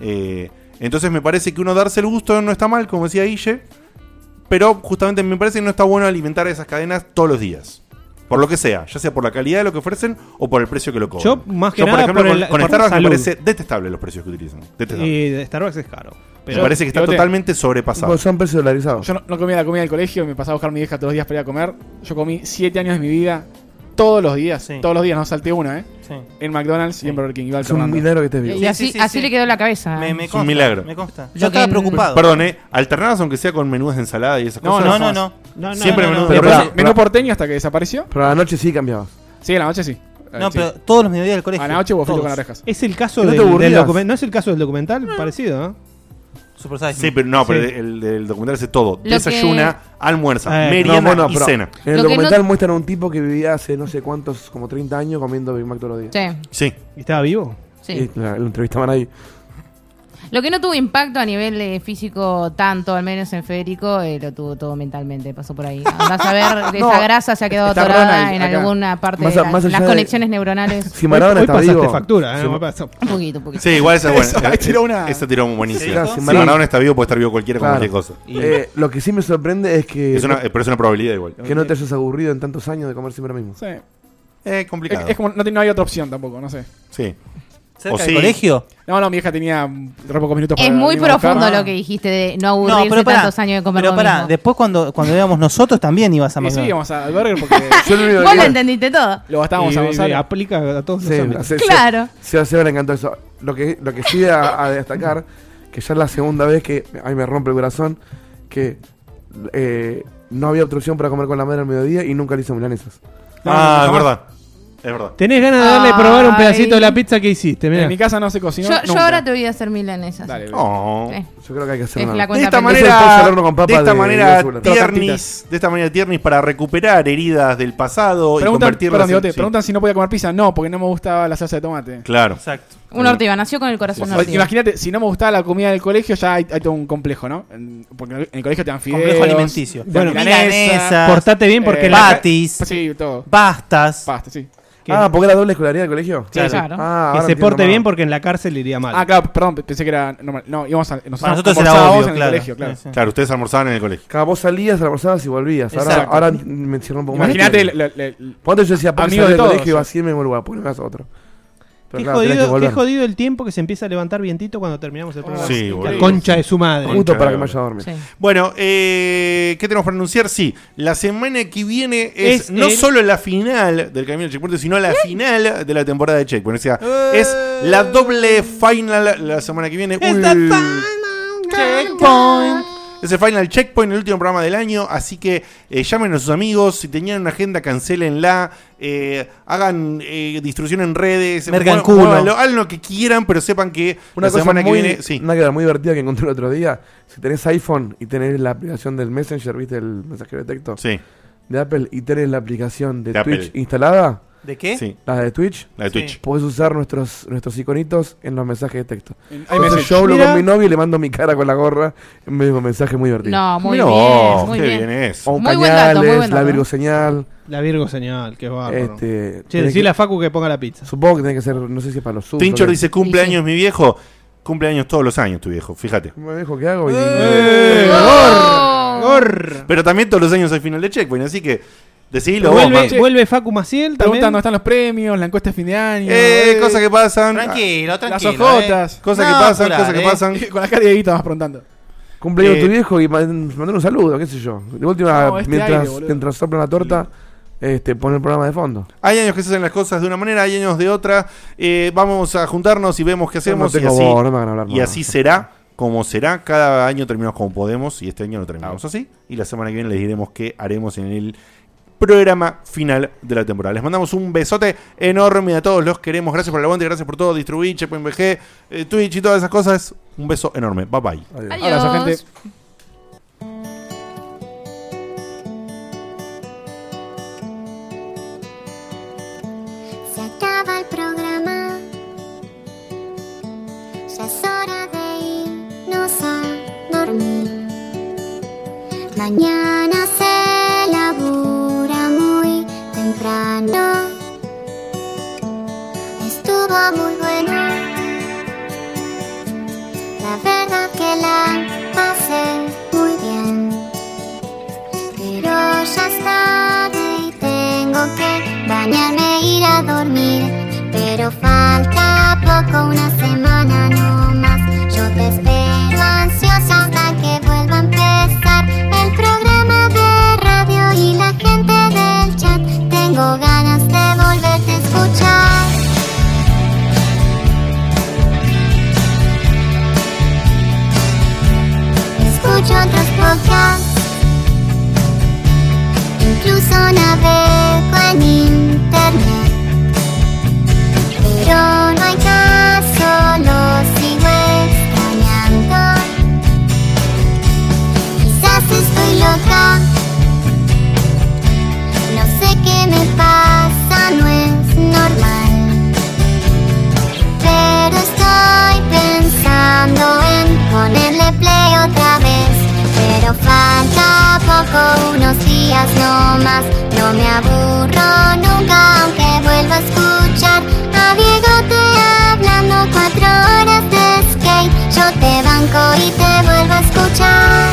Speaker 2: Eh, entonces me parece que uno darse el gusto no está mal, como decía Guille. Pero justamente me parece que no está bueno alimentar esas cadenas todos los días. Por lo que sea, ya sea por la calidad de lo que ofrecen o por el precio que lo cobran.
Speaker 7: Yo, más que
Speaker 2: por
Speaker 7: nada,
Speaker 2: ejemplo,
Speaker 7: por
Speaker 2: con,
Speaker 7: el-
Speaker 2: con
Speaker 7: por
Speaker 2: Starbucks me
Speaker 7: salud.
Speaker 2: parece detestable los precios que utilizan. Detestable.
Speaker 7: Y de Starbucks es caro.
Speaker 2: este me parece que está
Speaker 3: Digote,
Speaker 2: totalmente sobrepasado.
Speaker 5: Son precios dolarizados.
Speaker 3: Yo no, no comía la comida del colegio, me pasaba a buscar a mi vieja todos los días para ir a comer. Yo comí 7 años de mi vida, todos los días, todos los días, no salté una, ¿eh? En McDonald's y en Burger King. Iba
Speaker 5: Es un milagro que estés vivo.
Speaker 4: Y así, así le quedó la cabeza.
Speaker 6: Me- me
Speaker 2: Es un milagro.
Speaker 6: Me consta.
Speaker 4: Lo
Speaker 6: Yo estaba
Speaker 4: que-
Speaker 6: preocupado.
Speaker 2: Perdón, ¿eh? Alternadas aunque sea con menús de ensalada y esas
Speaker 6: No,
Speaker 2: cosas.
Speaker 6: no, no, no. No, no,
Speaker 2: Siempre
Speaker 6: no, no.
Speaker 2: menús de
Speaker 3: Pero
Speaker 2: ensalada.
Speaker 3: menú porteño hasta que desapareció.
Speaker 5: Pero a la noche sí cambiaba.
Speaker 3: Sí, en la noche sí. Eh,
Speaker 6: No,
Speaker 3: sí.
Speaker 6: pero todos los mediodías del colegio.
Speaker 3: A la noche vos filo
Speaker 6: Todos.
Speaker 3: con orejas.
Speaker 7: Es el caso
Speaker 3: ¿No te
Speaker 7: del, del
Speaker 3: aburrías?
Speaker 7: documental. ¿No es el caso del documental? Parecido, ¿no?
Speaker 6: Super Size
Speaker 2: Sí,
Speaker 6: Me.
Speaker 2: pero no, pero
Speaker 6: Sí.
Speaker 2: el, el documental hace todo.
Speaker 6: que-
Speaker 2: Desayuna, almuerza,
Speaker 5: Eh,
Speaker 2: merienda
Speaker 5: no, bueno,
Speaker 2: y
Speaker 5: pero
Speaker 2: cena.
Speaker 5: En el
Speaker 4: Lo que
Speaker 5: documental
Speaker 4: no-
Speaker 5: muestran a un tipo que vivía hace no sé cuántos, como 30 años comiendo Big Mac todos los días.
Speaker 4: Sí.
Speaker 2: Sí.
Speaker 7: ¿Y estaba vivo?
Speaker 4: Sí.
Speaker 5: Y la- lo entrevistaban ahí.
Speaker 4: Lo que no tuvo impacto a nivel eh, físico tanto, al menos en Federico, eh, lo tuvo todo mentalmente, pasó por ahí.
Speaker 5: [laughs]
Speaker 4: Vas a ver,
Speaker 5: No,
Speaker 4: esa grasa se ha quedado
Speaker 5: está
Speaker 4: atorada
Speaker 5: Ronald
Speaker 4: en
Speaker 5: acá.
Speaker 4: alguna parte
Speaker 5: Más
Speaker 4: de
Speaker 5: a-
Speaker 4: la-
Speaker 5: más allá
Speaker 4: las
Speaker 5: de-
Speaker 4: conexiones neuronales.
Speaker 5: [laughs] Si
Speaker 7: Hoy-
Speaker 5: Maradona
Speaker 7: hoy
Speaker 5: está
Speaker 7: pasaste
Speaker 5: vivo.
Speaker 7: factura, ¿eh?
Speaker 5: Si-
Speaker 7: Me pasó.
Speaker 4: Un poquito, un poquito.
Speaker 2: Sí, igual
Speaker 5: [laughs]
Speaker 2: esa es buena. eh,
Speaker 5: Eso, ahí tiró una-
Speaker 2: Esa tiró muy buenísima.
Speaker 5: Claro,
Speaker 2: si
Speaker 5: sí.
Speaker 2: Maradona está vivo, puede estar vivo cualquiera
Speaker 5: Claro.
Speaker 2: con cualquier cosa.
Speaker 5: Eh, lo que sí me sorprende es que.
Speaker 2: Es una- eh, pero es una probabilidad igual.
Speaker 5: Que no te hayas aburrido en tantos años de comer siempre lo mismo.
Speaker 3: Sí.
Speaker 2: Es complicado.
Speaker 3: Es, como, no, te- no hay otra opción tampoco, no sé.
Speaker 2: Sí.
Speaker 6: ¿Cerca del colegio?
Speaker 3: No, no, mi hija tenía mm, re pocos minutos para
Speaker 4: Es muy
Speaker 3: irme a buscar.
Speaker 4: profundo lo que dijiste de no aburrirse
Speaker 6: pero pará,
Speaker 4: tantos años de comer
Speaker 6: Pero
Speaker 4: lo
Speaker 6: pará,
Speaker 4: mismo.
Speaker 6: después cuando, cuando íbamos nosotros también ibas a
Speaker 3: Y sí,
Speaker 6: McDonald's.
Speaker 3: íbamos a- al burger porque
Speaker 4: Ah, Vos lo entendiste todo.
Speaker 3: lo gastábamos
Speaker 5: Y-
Speaker 3: a
Speaker 5: y-
Speaker 3: Gonzalo.
Speaker 5: y
Speaker 7: aplica a todos
Speaker 5: Sí, sí, sí.
Speaker 4: Claro.
Speaker 5: Sí, a Seba le encantó eso. Lo que, lo que sí a, a destacar, que ya es la segunda vez que ahí me rompe el corazón, que eh, no había obstrucción para comer con la madre al mediodía y nunca le hizo milanesas.
Speaker 2: Ah, es verdad. Es verdad.
Speaker 7: Tenés ganas de darle a probar un pedacito de la
Speaker 4: Ay.
Speaker 7: pizza que hiciste, mirá.
Speaker 3: En mi casa no se cocinó.
Speaker 4: Yo, yo
Speaker 3: nunca.
Speaker 4: ahora te voy a hacer milanesas. Eh.
Speaker 3: Dale,
Speaker 2: Oh.
Speaker 4: Sí.
Speaker 5: Yo creo que hay que hacer
Speaker 4: Es
Speaker 5: una-
Speaker 4: la
Speaker 2: De
Speaker 4: cuenta
Speaker 2: esta
Speaker 5: pendiente. Es el pollo al
Speaker 2: manera,
Speaker 5: horno con papa
Speaker 2: de esta
Speaker 5: de-
Speaker 2: manera
Speaker 5: de Venezuela.
Speaker 2: tiernis, de esta manera tiernis para recuperar heridas del pasado y
Speaker 3: Preguntan,
Speaker 2: convertirlas
Speaker 3: perdón,
Speaker 2: en...
Speaker 3: digo, te
Speaker 2: sí.
Speaker 3: preguntan si no podía comer pizza. No, porque no me gustaba la salsa de tomate.
Speaker 2: Claro.
Speaker 6: Exacto.
Speaker 4: Un ortiva, nació con el corazón
Speaker 3: Bueno,
Speaker 4: ortiva.
Speaker 3: Imagínate, si no me gustaba la comida del colegio, ya hay, hay todo un complejo, ¿no? En- Porque en el- en el colegio te dan fideos.
Speaker 6: Complejo alimenticio.
Speaker 3: te dan
Speaker 6: Bueno,
Speaker 3: milanesa,
Speaker 6: milanesas, Portate bien porque la- patis,
Speaker 3: Sí, todo.
Speaker 6: Pastas.
Speaker 3: Pasta, sí.
Speaker 5: Ah, porque era doble escolaridad del colegio.
Speaker 3: Sí, claro.
Speaker 5: Ah,
Speaker 7: que
Speaker 5: ahora
Speaker 7: se
Speaker 5: entiendo
Speaker 7: porte
Speaker 5: más.
Speaker 7: bien porque en la cárcel iría mal.
Speaker 3: Ah, claro, perdón, pensé que era normal. No, íbamos a. Nosotros,
Speaker 5: Para nosotros era
Speaker 3: almorzábamos
Speaker 5: obvio,
Speaker 3: en
Speaker 5: claro.
Speaker 3: el colegio, claro.
Speaker 5: Sí, sí.
Speaker 2: Claro, ustedes almorzaban en el colegio.
Speaker 5: Cada vos salías, almorzabas y volvías. Ahora,
Speaker 3: Exacto.
Speaker 5: ahora me cierro un poco
Speaker 3: Imagínate
Speaker 5: más.
Speaker 3: el- el- el-
Speaker 5: Cuando yo decía, porque salí
Speaker 3: amigo de
Speaker 5: del
Speaker 3: todos,
Speaker 5: colegio y iba
Speaker 3: o
Speaker 5: así, me vuelvo a poner casa otro. Pero
Speaker 7: Qué
Speaker 5: claro, tenés que
Speaker 7: jodido, qué
Speaker 5: volver.
Speaker 7: jodido el tiempo que se empieza a levantar vientito cuando terminamos el programa.
Speaker 2: Sí,
Speaker 7: La
Speaker 2: boludo.
Speaker 7: concha de su madre.
Speaker 5: Justo para que me vaya a dormir.
Speaker 7: Sí.
Speaker 2: Bueno, eh, ¿qué tenemos para anunciar? Sí, la semana que viene es,
Speaker 7: Es
Speaker 2: no
Speaker 7: el-
Speaker 2: solo la final del Camino del Checkpoint, sino la final de la temporada de Checkpoint. O sea, es la doble final la semana que viene. Uy. Es el Final Checkpoint, el último programa del año, así que eh, llamen a sus amigos, si tenían una agenda, cancelenla, eh, hagan eh, distribución en redes,
Speaker 5: Mercan
Speaker 2: muevan-
Speaker 5: culo.
Speaker 2: muévanlo, hagan lo que quieran, pero sepan que
Speaker 5: Una
Speaker 2: la
Speaker 5: cosa
Speaker 2: semana que
Speaker 5: muy,
Speaker 2: viene... Sí.
Speaker 5: una cosa muy divertida que encontré el otro día. Si tenés iPhone y tenés la aplicación del Messenger, ¿viste? El mensajero de texto.
Speaker 2: Sí.
Speaker 5: De Apple y tenés la aplicación de,
Speaker 2: De
Speaker 5: Twitch
Speaker 2: Apple.
Speaker 5: instalada.
Speaker 6: ¿De qué? Sí.
Speaker 5: La de Twitch.
Speaker 2: La de Sí. Twitch.
Speaker 5: Podés usar nuestros, nuestros iconitos en los mensajes de texto.
Speaker 3: En
Speaker 5: Entonces
Speaker 3: iMessage.
Speaker 5: yo hablo
Speaker 3: Mira.
Speaker 5: con mi novio y le mando mi cara con la gorra en medio de un mensaje muy divertido.
Speaker 4: No, muy
Speaker 2: Mirá
Speaker 4: bien.
Speaker 2: vos,
Speaker 4: muy
Speaker 2: qué
Speaker 4: bien.
Speaker 2: bien es.
Speaker 5: O un
Speaker 4: Muy buen
Speaker 5: pañales,
Speaker 4: dato, muy buen
Speaker 5: la
Speaker 4: dato.
Speaker 5: Virgo señal.
Speaker 7: La Virgo señal, que va.
Speaker 5: Este,
Speaker 7: che,
Speaker 5: tenés
Speaker 7: decirle
Speaker 5: que-
Speaker 7: a Facu que ponga la pizza.
Speaker 5: Supongo que tiene que ser, no sé si es para los subs.
Speaker 2: Tinchor
Speaker 5: o qué.
Speaker 2: dice, cumpleaños mi viejo. Cumpleaños todos los años tu viejo, fíjate.
Speaker 5: Me dijo, ¿qué
Speaker 2: Eh.
Speaker 5: hago? Y-
Speaker 2: Pero también todos los años hay final de checkpoint, así que decidilo vos,
Speaker 7: vuelve,
Speaker 2: man.
Speaker 7: vuelve Facu Maciel también.
Speaker 3: Preguntan dónde están los premios, la encuesta de fin de año.
Speaker 2: Eh, cosas que pasan. Ah,
Speaker 6: Tranquilo, tranquilo,
Speaker 3: Las ojotas.
Speaker 6: eh.
Speaker 2: Cosas que
Speaker 6: No,
Speaker 2: pasan,
Speaker 6: apurar,
Speaker 2: cosas que
Speaker 6: eh. [laughs]
Speaker 2: pasan.
Speaker 3: [laughs] Con la cara de Dieguito vas preguntando.
Speaker 5: Cumpleaños
Speaker 2: Eh,
Speaker 5: tu viejo y man- mandar un saludo, qué sé yo. De última,
Speaker 3: No, este
Speaker 5: mientras,
Speaker 3: aire, boludo.
Speaker 5: mientras soplan la torta, este, pon el programa de fondo.
Speaker 2: Hay años que se hacen las cosas de una manera, hay años de otra. Eh, vamos a juntarnos y vemos qué hacemos.
Speaker 5: no
Speaker 2: y
Speaker 5: tengo
Speaker 2: así,
Speaker 5: voz, no me hagan hablar
Speaker 2: y
Speaker 5: más.
Speaker 2: así será como será. Cada año terminamos como podemos y este año lo
Speaker 5: Ah.
Speaker 2: terminamos así. Y la semana que viene les diremos qué haremos en el programa final de la temporada. Les mandamos un besote enorme a todos. Los queremos. Gracias por el aguante, gracias por todo. Distribuir, Checkpoint VG, eh, Twitch y todas esas cosas. Un beso enorme. Bye bye.
Speaker 4: Adiós. Abrazo, gente.
Speaker 16: Se acaba el programa. Ya es hora de irnos a dormir. Mañana se labura muy temprano. Estuvo muy bueno. La verdad que la pasé muy bien. Pero ya es tarde y tengo que bañarme e ir a dormir. Pero falta poco, una semana no más. Yo te espero ansiosa hasta que vuelva a empezar el programa de radio y la gente del chat. Tengo ganas de volverte a escuchar. Escucho otros podcasts. Incluso navego en internet Pero no hay caso, lo sigo extrañando Quizás estoy loca No sé qué me pasa, no es normal Pero estoy pensando horas no más. No me aburro nunca, aunque vuelva a escuchar a Diego te hablando cuatro horas de skate. Yo te banco y te vuelvo a escuchar.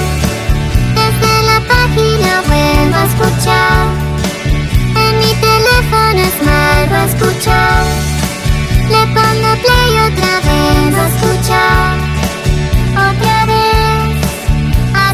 Speaker 16: Desde la página vuelvo a escuchar. En mi teléfono es malo a escuchar. Le pongo play otra vez a escuchar. Otra vez a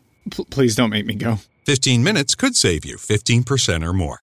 Speaker 17: Please don't make me go. 15 minutes could save you 15% or more.